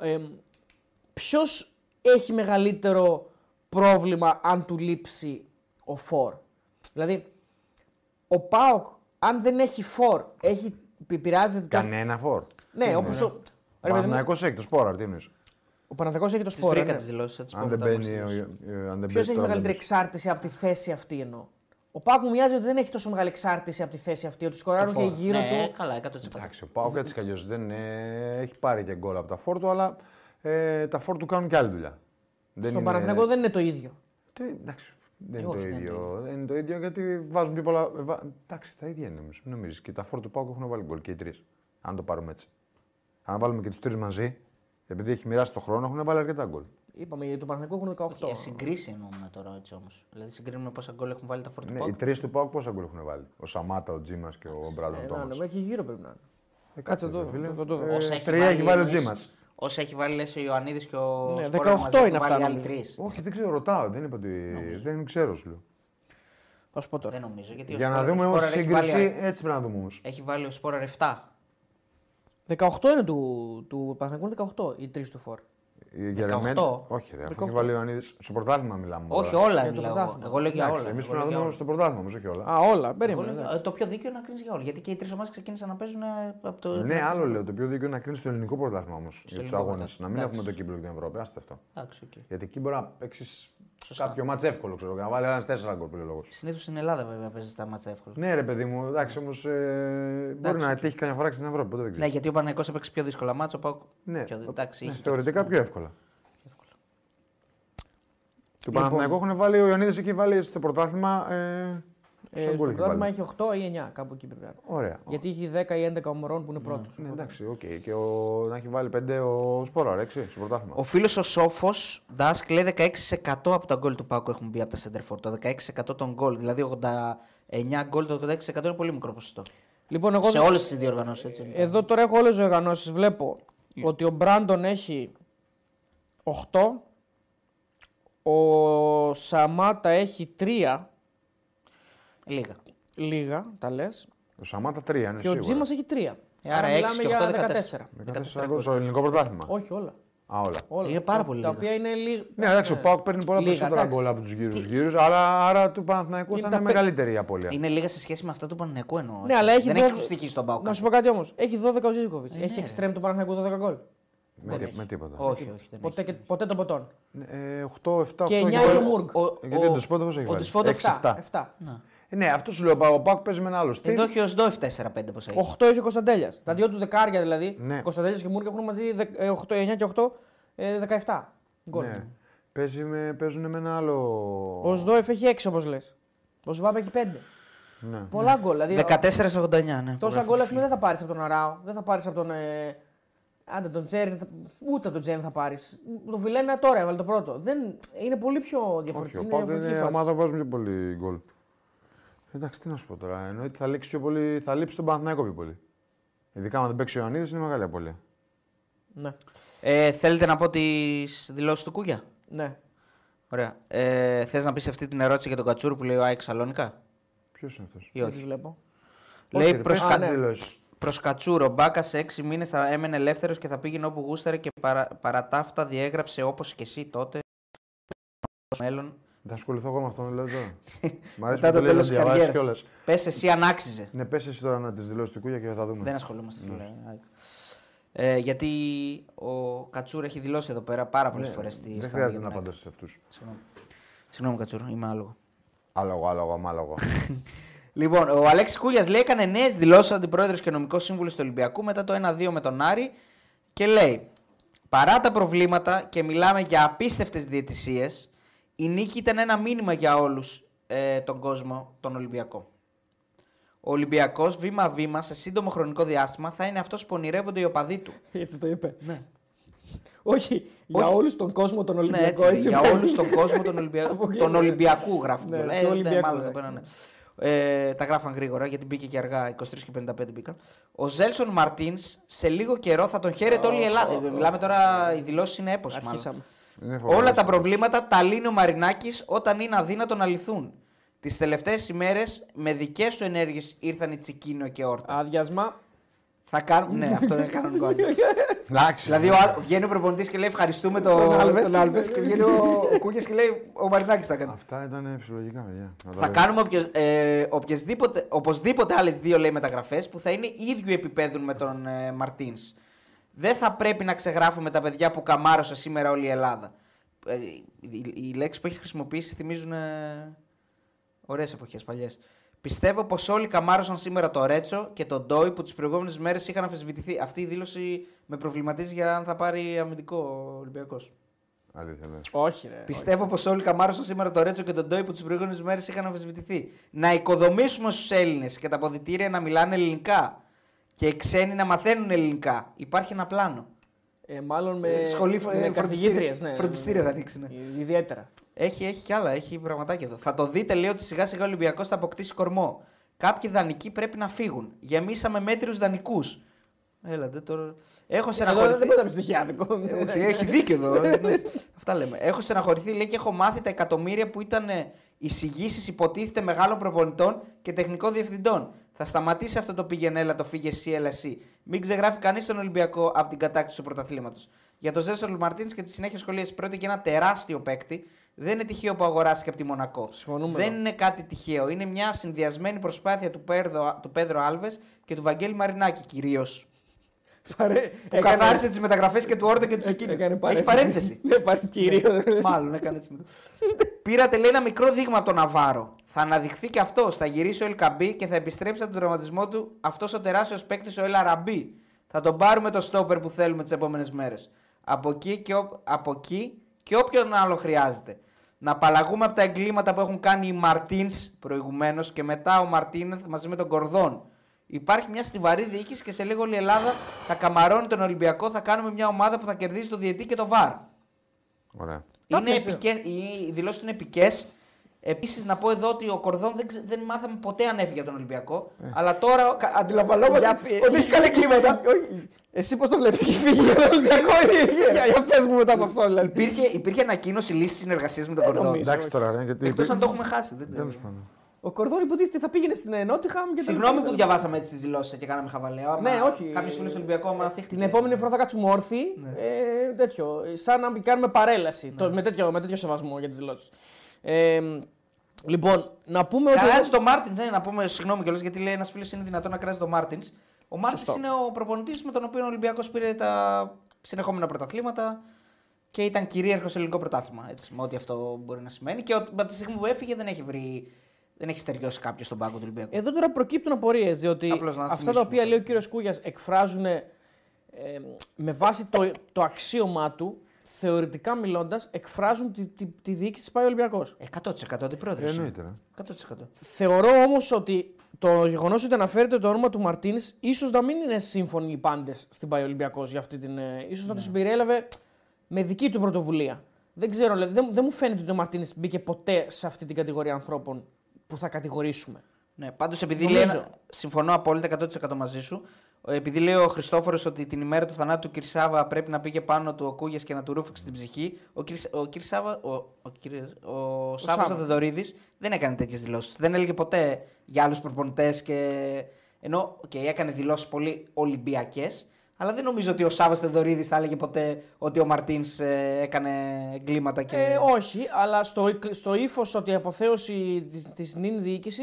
Ε, Ποιος έχει μεγαλύτερο πρόβλημα αν του λείψει ο Φορ. Δηλαδή, ο Πάοκ, αν δεν έχει Φορ, έχει, πη- πειράζεται. τόσο- Κανένα φόρ. Ναι, όπως. Ο, ρε παιδί μου, Παναθυναϊκό έκτο πόρα, τι εννοείς. ο Παναθηναϊκός έχει το Τις σπόρο. βρήκα ναι. τις δηλώσεις, θα τις πω Αν δεν μετά μπαίνει. όμως. ο- ε, αν δεν Ποιος παίζει έχει τώρα, μεγαλύτερη δεν εξάρτηση από τη θέση αυτή εννοώ. Ο Πάοκ μου μοιάζει ότι δεν έχει τόσο μεγάλη εξάρτηση από τη θέση αυτή. Ότι σκοράρουν και Φόρ. γύρω ναι, του. καλά, 100%. παίζει. Εντάξει, ο Πάοκ έτσι κι αλλιώς δεν ε, έχει πάρει και γκολ από τα φόρ του, αλλά ε, τα φόρ του κάνουν και άλλη δουλειά. Δεν Στον είναι- Παναθηναϊκό δεν είναι το ίδιο. Τι, εντάξει, δεν είναι όχι, το δεν είναι το ίδιο. Δεν είναι το ίδιο γιατί βάζουν πιο πολλά. ε, βα- Εντάξει, τα ίδια είναι νομίζω. Μην νομίζεις. Και τα φόρ του Πάουκ έχουν βάλει γκολ και οι τρεις. Αν το πάρουμε έτσι. Αν βάλουμε και τους τρεις μαζί, επειδή έχει μοιράσει το χρόνο, έχουν βάλει αρκετά γκολ. Είπαμε για τον Παναθηναϊκό έχουν 18. Ε, συγκρίσει εννοούμε τώρα έτσι όμως. Δηλαδή συγκρίνουμε πόσα γκολ έχουν βάλει τα Ναι, φορτοπάκια. οι τρεις του Πάουκ πόσα γκολ έχουν βάλει. Ο Σαμάτα, ο Τζίμας και ο Μπράντον Ε, Τόμα. να, ναι, εκεί γύρω πρέπει να είναι. Ε, Κάτσε εδώ, φίλε. το- το- το- Ε, Όσα έχει Τρία έχει βάλει ο λες, Τζίμας. Όσα έχει βάλει λες, ο Ιωαννίδης και ο Ναι, Σπόρος 18 μαζί, έχουν είναι αυτά, βάλει άλλοι νομίζω. τρεις. Όχι, δεν ξέρω, ρωτάω. Δεν είπα ότι. Δεν ξέρω, σου λέω. Θα σου πω τώρα. Δεν νομίζω. Γιατί Για ο να Σπόρα- δούμε ο όμω Σπόραρ έχει βάλει- σύγκριση, έτσι πρέπει να δούμε όμως. Έχει βάλει ο Σπόρα 7. 18 είναι του, του Παναθηναϊκού, είναι 18 οι τρεις του φορ. Ε, Όχι, ρε, αφού έχει βάλει ο Ιωαννίδης. Στο πρωτάθλημα μιλάμε. Όχι όλα. όλα Για το μιλάω. εγώ. πρωτάθλημα. Εγώ λέω για όλα. Εμείς Εγώ πρέπει να λέω για δούμε όλα. στο πρωτάθλημα όμω, όχι όλα. Α, όλα. Εγώ Περίμενε. λέω- εντάξει. ε, Το πιο δίκαιο είναι να κρίνεις για όλα. Γιατί και οι τρεις ομάδες ξεκίνησαν να παίζουν ε, από το. Ναι, άλλο λέω. Το πιο δίκαιο είναι να κρίνεις το ελληνικό πρωτάθλημα όμως για τους ελληνικό αγώνες. πρωτάθλημα. Να μην Εντάξει. έχουμε το κύπλο για την Ευρώπη. Άστε αυτό. Εντάξει, οκ. Γιατί εκεί μπορεί να παίξεις κάποιο μάτς εύκολο, ξέρω. και Να βάλει ένας τέσσερα γκολ πριν λόγος. Συνήθως στην Ελλάδα βέβαια παίζεις τα μάτσα εύκολα. Ναι, ρε παιδί μου, εντάξει όμως. μπορεί να τύχει καμιά φορά και στην Ευρώπη. Ποτέ δεν Ναι, ξέρει. γιατί ο Παναγικός έπαιξε πιο δύσκολα μάτσα. Ο Πάουκ. Ναι, πιο... ναι, εντάξει, είχε το- θεωρητικά πιο εύκολα. Του Παναθηναϊκού έχουν βάλει, ο Ιωαννίδης έχει βάλει στο πρωτάθλημα. Ε, Ε, σαν στο γκολ έχει πρωτάθλημα βάλει. έχει 8 ή 9, κάπου εκεί πρέπει να είναι. Ωραία. Γιατί έχει 10 ή 11 ομορών που είναι πρώτος. Ναι, εντάξει, οκ. Και ο, να έχει βάλει πέντε ο Σπόρα, έξι, στο πρωτάθλημα. Ο φίλος ο Σόφος, Ντάσκ, λέει 16% από τα γκολ του Πάκου έχουν μπει από τα Σέντερφορ. Το 16% των γκολ. Δηλαδή 89 γκολ, το 86% είναι πολύ μικρό ποσοστό. Λοιπόν, εγώ Ε, Σε όλες τις διοργανώσεις έτσι. λοιπόν. εδώ τώρα έχω όλες τις οργανώσει. Βλέπω Ναι. ότι ο Μπράντον έχει 8. Ο Σαμάτα έχει 3 Λίγα. λίγα, τα λες. Ο Σαμάτα τρία είναι Και ο Ναι, σίγουρα. Τζίμα έχει 3. Ε, άρα έξι και οκτώ, 14. 14 γκολ στο ελληνικό πρωτάθλημα. Όχι όλα. Α, όλα. όλα. Είναι πάρα Τα- πολύ Τα λίγα. οποία είναι λίγα. Ναι, εντάξει, ο Πάουκ παίρνει πολλά Λίγα, περισσότερα εντάξει. γκολ από τους γύρους γύρους, αλλά άρα του Παναθηναϊκού Είναι θα τα είναι πέ- μεγαλύτερη η απώλεια. Είναι λίγα σε σχέση με αυτά του Παναγενικού εννοώ. Ναι, έτσι. αλλά έχει Δεν δώδε- έχει στοιχεί στον Πάουκ. Να σου πω κάτι όμως. Έχει 12 ο Ζήκοβιτ. Ε, έχει ναι. εξτρέμ του Παναγενικού 12 γκολ. Με, ναι. τί- με τίποτα. Όχι, όχι. δεν Ποτέ, και, ποτέ των ποτών. Ε, 8, 7, 8. Και 9 έχει ο Μουργκ. Ε, Γιατί ο Ντοσπότοφος έχει ο βάλει. Ντοσπότοφ Έξι, εφτά. 7. Ε, Ναι, αυτό σου λέω. Ο Πάουκ παίζει με ένα άλλο Ε, έχει. Εδώ στυλ. έχει ο Σντόεφ 4-5 πώ έχει. 8 έχει ο Κωνσταντέλιας. Τα δύο του δεκάρια δηλαδή. Ναι. Κωνσταντέλιας και Μουργκ έχουν μαζί 8, 9 και 8, ε, 17 γκολ. Ναι. Παίζει με, παίζουν με ένα άλλο. Ο Σδόεφ έχει 6 όπως λες. Ο Σβάμπ έχει 5. Ναι. Πολλά γκολ. Δηλαδή, ε, 14-89, ναι. τόσα γράφει. γκολ ας πούμε, δεν θα πάρεις από τον Αράο, δεν θα πάρεις από τον. Ε, άντε τον Τσέριν, θα- ούτε τον Τσέριν θα πάρεις. Το Βιλένα τώρα έβαλε το πρώτο. Δεν, είναι πολύ πιο Όχι, διαφορετικό. ο είναι Πάουκ διαφορετική είναι ε, φάση. ομάδα που βάζουν πιο πολύ γκολ. Εντάξει, τι να σου πω τώρα. Εννοεί ότι θα λήξει πιο πολύ, θα λείψει τον Παναθηναϊκό πιο πολύ. Ειδικά αν δεν παίξει ο Ιωαννίδης είναι μεγάλη απώλεια. Ναι. Ε, θέλετε να πω τις δηλώσεις του Κούγια. ναι. Ωραία. Ε, Θες να πεις αυτή την ερώτηση για τον Κατσούρ που λέει ο Άιξ Σαλόνικα Ποιος είναι αυτός. ή Δεν τις όχι. βλέπω. Λέει προς, πες κα... τις ναι. προς Κατσούρο, Μπάκα σε έξι μήνες θα έμενε ελεύθερος και θα πήγαινε όπου γούσταρε και παρα... παρά τα αυτά διέγραψε όπως και εσύ τότε στο μέλλον. Θα ασχοληθώ εγώ με αυτόν, δηλαδή τώρα. Μ' αρέσει που Μετά το το λέει να τέλος της διαβάσει καριέρας. κιόλας. Πες εσύ αν άξιζε. Ναι, πες εσύ τώρα να τις δηλώσεις του Κούγια και θα δούμε. Δεν ασχολούμαστε φίλε. Ε, γιατί ο Κατσούρο έχει δηλώσει εδώ πέρα πάρα πολλές φορές στη Ναι, Δεν στάντα χρειάζεται για να τον απαντά Άκη. σε αυτούς. Συγγνώμη Κατσούρο, είμαι άλογο. Άλογο, άλογο, αμάλογο. Λοιπόν, ο Αλέξης Κούλια λέει: Έκανε νέες δηλώσεις αντιπρόεδρος και νομικός σύμβουλος του Ολυμπιακού μετά το 1-2 με τον Άρη και λέει: Παρά τα προβλήματα και μιλάμε για απίστευτες διαιτησίες, η νίκη ήταν ένα μήνυμα για όλους ε, τον κόσμο, τον Ολυμπιακό. Ο Ολυμπιακός βήμα-βήμα σε σύντομο χρονικό διάστημα θα είναι αυτός που ονειρεύονται οι οπαδοί του. Έτσι το είπε. Όχι, για όλους τον κόσμο τον Ναι, Ολυμπιακό. έτσι, λέει, για όλους τον κόσμο τον, Ολυμπια... Από εκεί τον είναι. Ολυμπιακού γράφουν. Ναι, Ναι, του ε, ναι, Ολυμπιακού μάλλον το γράφουν. πέρανε. Ε, τα γράφαν γρήγορα γιατί μπήκε και αργά, 23 και 55 μπήκαν. Ο Ζέλσον Μαρτίν σε λίγο καιρό θα τον χαίρεται όλη η Ελλάδα. Ε, Μιλάμε τώρα, οι δηλώσεις είναι έπος. Αρχίσαμε. Είναι φοβερό Όλα τα σύντομο. προβλήματα τα λύνει ο Μαρινάκης όταν είναι αδύνατο να λυθούν. Τις τελευταίες ημέρες με δικές σου ενέργειες ήρθαν η Τσικίνο και Όρτα. Άδειασμα. Θα κάνουν. ναι, αυτό είναι κανονικό. άδειο. Εντάξει. ναι. δηλαδή, ο, άλλο- βγαίνει ο προπονητής και λέει: Ευχαριστούμε τον Άλβες. τον Άλβες και βγαίνει ο, ο Κούγιας και λέει: Ο Μαρινάκης θα κάνει. Αυτά ήταν φυσιολογικά, παιδιά. Να τα Θα λέμε. κάνουμε οποιος, ε, οποιασδήποτε- οπωσδήποτε άλλες δύο λέει μεταγραφές που θα είναι ίδιου επίπεδου με τον ε, Μαρτίν. Δεν θα πρέπει να ξεγράφουμε τα παιδιά που καμάρωσε σήμερα όλη η Ελλάδα. Ε, οι, οι λέξεις που έχει χρησιμοποιήσει θυμίζουν ε, ωραίες εποχές παλιές. Πιστεύω πως όλοι καμάρωσαν σήμερα το Ρέτσο και τον Ντόι που τις προηγούμενες μέρες είχαν αμφισβητηθεί. Αυτή η δήλωση με προβληματίζει για αν θα πάρει αμυντικό ο Ολυμπιακός. Αλήθεια, ναι. Όχι, ρε. Πιστεύω πως όλοι καμάρωσαν σήμερα το Ρέτσο και τον Ντόι που τις προηγούμενες μέρες είχαν αμφισβητηθεί. Να οικοδομήσουμε στους Έλληνες και τα αποδητήρια να μιλάνε ελληνικά. Και οι ξένοι να μαθαίνουν ελληνικά. Υπάρχει ένα πλάνο. Ε, μάλλον με, Σχολή φρο- με ε, καθηγήτριες, ναι. Ε, φροντιστήρια θα ανοίξει, ναι. Ιδιαίτερα. Έχει, έχει κι άλλα, έχει πραγματάκια εδώ. Θα το δείτε, λέει ότι σιγά σιγά ο Ολυμπιακός θα αποκτήσει κορμό. Κάποιοι δανεικοί πρέπει να φύγουν. Γεμίσαμε μέτριους δανεικού. Έλατε τώρα. Έχω Εδώ δεν στεναχωρηθεί. μπορεί να πει το χιάδικο. Ε, Όχι, έχει δίκιο εδώ. Ναι. Αυτά λέμε. Έχω στεναχωρηθεί λέει και έχω μάθει τα εκατομμύρια που ήταν εισηγήσεις υποτίθεται μεγάλων προπονητών και τεχνικών διευθυντών. Θα σταματήσει αυτό το πηγενέλα, το φύγε εσύ, έλα εσύ. Μην ξεγράφει κανείς τον Ολυμπιακό από την κατάκτηση του πρωταθλήματος. Για τον Ζέσσερ Μαρτίν και τη συνέχεια σχολεία πρόκειται για ένα τεράστιο παίκτη. Δεν είναι τυχαίο που αγοράστηκε από τη Μονακό. Συμφωνούμε Δεν εδώ. είναι κάτι τυχαίο. Είναι μια συνδυασμένη προσπάθεια του, Πέρδο, του Πέδρο Άλβες και του Βαγγέλη Μαρινάκη κυρίως. Παρέ... Που καθάρισε τις μεταγραφές και του Όρτο και του Τσεκίνη. Έκανε Έχει παρένθεση. παρένθεση. Ναι, παρέ... κύριο. Μάλλον έκανε έτσι με το. Πήρατε λέει ένα μικρό δείγμα από τον Ναβάρο. Θα αναδειχθεί και αυτό. Θα γυρίσει ο Ελκαμπή και θα επιστρέψει από τον τραυματισμό του αυτός ο τεράστιος παίκτης ο Ελαραμπή. Θα τον πάρουμε το στόπερ που θέλουμε τις επόμενες μέρες. Από εκεί και, ο... από εκεί και όποιον άλλο χρειάζεται. Να απαλλαγούμε από τα εγκλήματα που έχουν κάνει οι Μαρτίν προηγουμένως και μετά ο Μαρτίνεθ μαζί με τον Κορδόν. Υπάρχει μια στιβαρή διοίκηση και σε λίγο όλη η Ελλάδα θα καμαρώνει τον Ολυμπιακό. Θα κάνουμε μια ομάδα που θα κερδίζει το διαιτή και το βαρ. Ωραία. Είναι ε. επικές, οι δηλώσεις είναι επικές. Επίσης, να πω εδώ ότι ο Κορδόν δεν, ξε- δεν μάθαμε ποτέ αν έφυγε από τον Ολυμπιακό. Αλλά τώρα κα- αντιλαμβανόμαστε Ε. Για- ότι έχει κάνει κλίματα. Εσύ πώς το βλέπεις, έχει φύγει για τον Ολυμπιακό ή Ε, εσύ. Για- Για πες μου μετά από αυτό, δηλαδή. υπήρχε, υπήρχε ανακοίνωση λύσης συνεργασίας με τον Κορδόν. Ε, νομίζω. Εντάξει τώρα, ρε, γιατί. Εκτός αν το έχουμε χάσει. Δεν ξέρω. Τέλο πάντων. Ο Κορδόν υποτίθεται θα πήγαινε στην Νότιχαμ και. Συγγνώμη που διαβάσαμε έτσι τις δηλώσεις και κάναμε χαβαλέα. άμα Ναι, όχι. Κάποιο φίλο του Ολυμπιακού, άμα θύχτηκε. Ναι. Την επόμενη φορά θα κάτσουμε όρθιοι. Ε, τέτοιο. ε, Σαν να κάνουμε παρέλαση. Το- με, τέτοιο, με τέτοιο σεβασμό για τις δηλώσεις. Ε, λοιπόν, να πούμε ότι. Κράζει τον Μάρτιν, ναι, να πούμε συγγνώμη κιόλας γιατί λέει ένας φίλος είναι δυνατόν να κράζει τον Μάρτιν. Ο Μάρτιν Σωστό. είναι ο προπονητής με τον οποίο ο Ολυμπιακός πήρε τα συνεχόμενα πρωταθλήματα και ήταν κυρίαρχος στο ελληνικό πρωτάθλημα. Έτσι, με ό,τι αυτό μπορεί να σημαίνει. Και ότι από τη στιγμή που έφυγε δεν έχει βρει. Δεν έχεις στεριώσει κάποιος στον πάγκο του Ολυμπιακού. Εδώ τώρα προκύπτουν απορίες, διότι Απλώς να αυτά τα θυμίσουμε. οποία λέει ο κύριος Κούγιας εκφράζουν ε, με βάση το, το αξίωμά του, θεωρητικά μιλώντας, εκφράζουν τη, τη, τη διοίκηση της πάει ο Ολυμπιακό. Ε, 100% αντιπρόεδρος. Ε, εννοείται, ναι. ρε. 100%. Θεωρώ όμως ότι το γεγονός ότι αναφέρεται το όνομα του Μαρτίνης ίσως να μην είναι σύμφωνοι οι πάντες στην Πάη Ολυμπιακός για αυτή την. Ε, ίσως να του συμπεριέλαβε με δική του πρωτοβουλία. Δεν ξέρω, δηλαδή, δεν, δεν μου φαίνεται ότι ο Μαρτίνης μπήκε ποτέ σε αυτή την κατηγορία ανθρώπων που θα κατηγορήσουμε. Ναι, πάντως επειδή Νομίζω. λέει. ένα- Συμφωνώ απόλυτα 100% μαζί σου. Ε, Επειδή λέει ο Χριστόφορος ότι την ημέρα του θανάτου του Κυρσάβα πρέπει να πήγε πάνω του ο Κούγια και να του ρούφηξε την ψυχή, ο, Κυρσ- ο Κυρσάβα. Ο, ο, Κυρ- ο, Σάββας ο Σάββας. Θεοδωρίδης δεν έκανε τέτοιες δηλώσεις. Δεν έλεγε ποτέ για άλλους προπονητές και. Ενώ okay, έκανε δηλώσεις πολύ Ολυμπιακές, αλλά δεν νομίζω ότι ο Σάββας Θεοδωρίδης θα έλεγε ποτέ ότι ο Μαρτίν έκανε εγκλήματα και. Ε, όχι, αλλά στο, στο ύφος ότι η αποθέωση τη νυν διοίκηση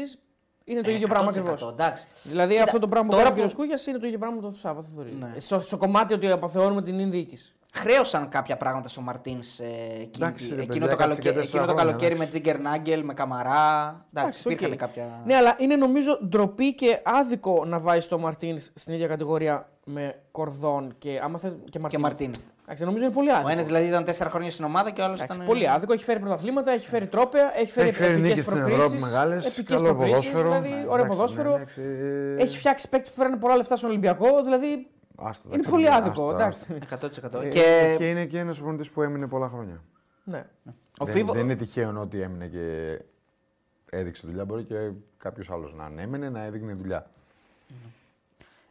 είναι το ίδιο 100%, πράγμα ακριβώς. Εντάξει. Δηλαδή Κοίτα, αυτό το πράγμα που τώρα κάνει ο που- κ. Κούγιας είναι το ίδιο πράγμα που το Σάββατο θεωρεί. Ναι. Στο, στο κομμάτι ότι αποθεώνουμε την νυν διοίκηση. Χρέωσαν κάποια πράγματα στο Μαρτίν ε, εκεί- Εντάξει, ρε παιδιά, εκείνο, το έκατσε και καλοκαίρι, τέσσερα εκείνο το χρόνια, καλοκαίρι με εντάξει. Τζίγκερ Νάγκελ, με Καμαρά. Εντάξει, οκ. υπήρχαν κάποια. Ναι, αλλά είναι νομίζω ντροπή και άδικο να βάζει το Μαρτίν στην ίδια κατηγορία με Κορδόν και, άμα θες, και Μαρτίν. Μαρτίν. Εντάξει, νομίζω είναι πολύ άδικο. Ο ένας δηλαδή ήταν τέσσερα χρόνια στην ομάδα και ο άλλος Εντάξει, ήταν. ε, πολύ άδικο. Έχει φέρει πρωταθλήματα, έχει φέρει τρόπαια, έχει φέρει, Έχει φέρει επικές νίκες στην προκρίσεις, Ευρώπη μεγάλες, επικές καλό προκρίσεις, ποδόσφαιρο. Δηλαδή, Ναι, ωραίο εντάξει, ποδόσφαιρο. ναι, εντάξει. Έχει φτιάξει παίκτες που φέρνουν πολλά λεφτά στον Ολυμπιακό. Δηλαδή Άστα τα είναι κρίνια, πολύ άστα, άδικο. άστα. Εντάξει. 100%. Ε, και και είναι και ένα προπονητή που έμεινε πολλά χρόνια. Ναι. ο δεν, Φίβο- δεν είναι τυχαίο ότι έμεινε και έδειξε δουλειά. Μπορεί και κάποιος άλλος να ανέμενε να έδειχνε δουλειά.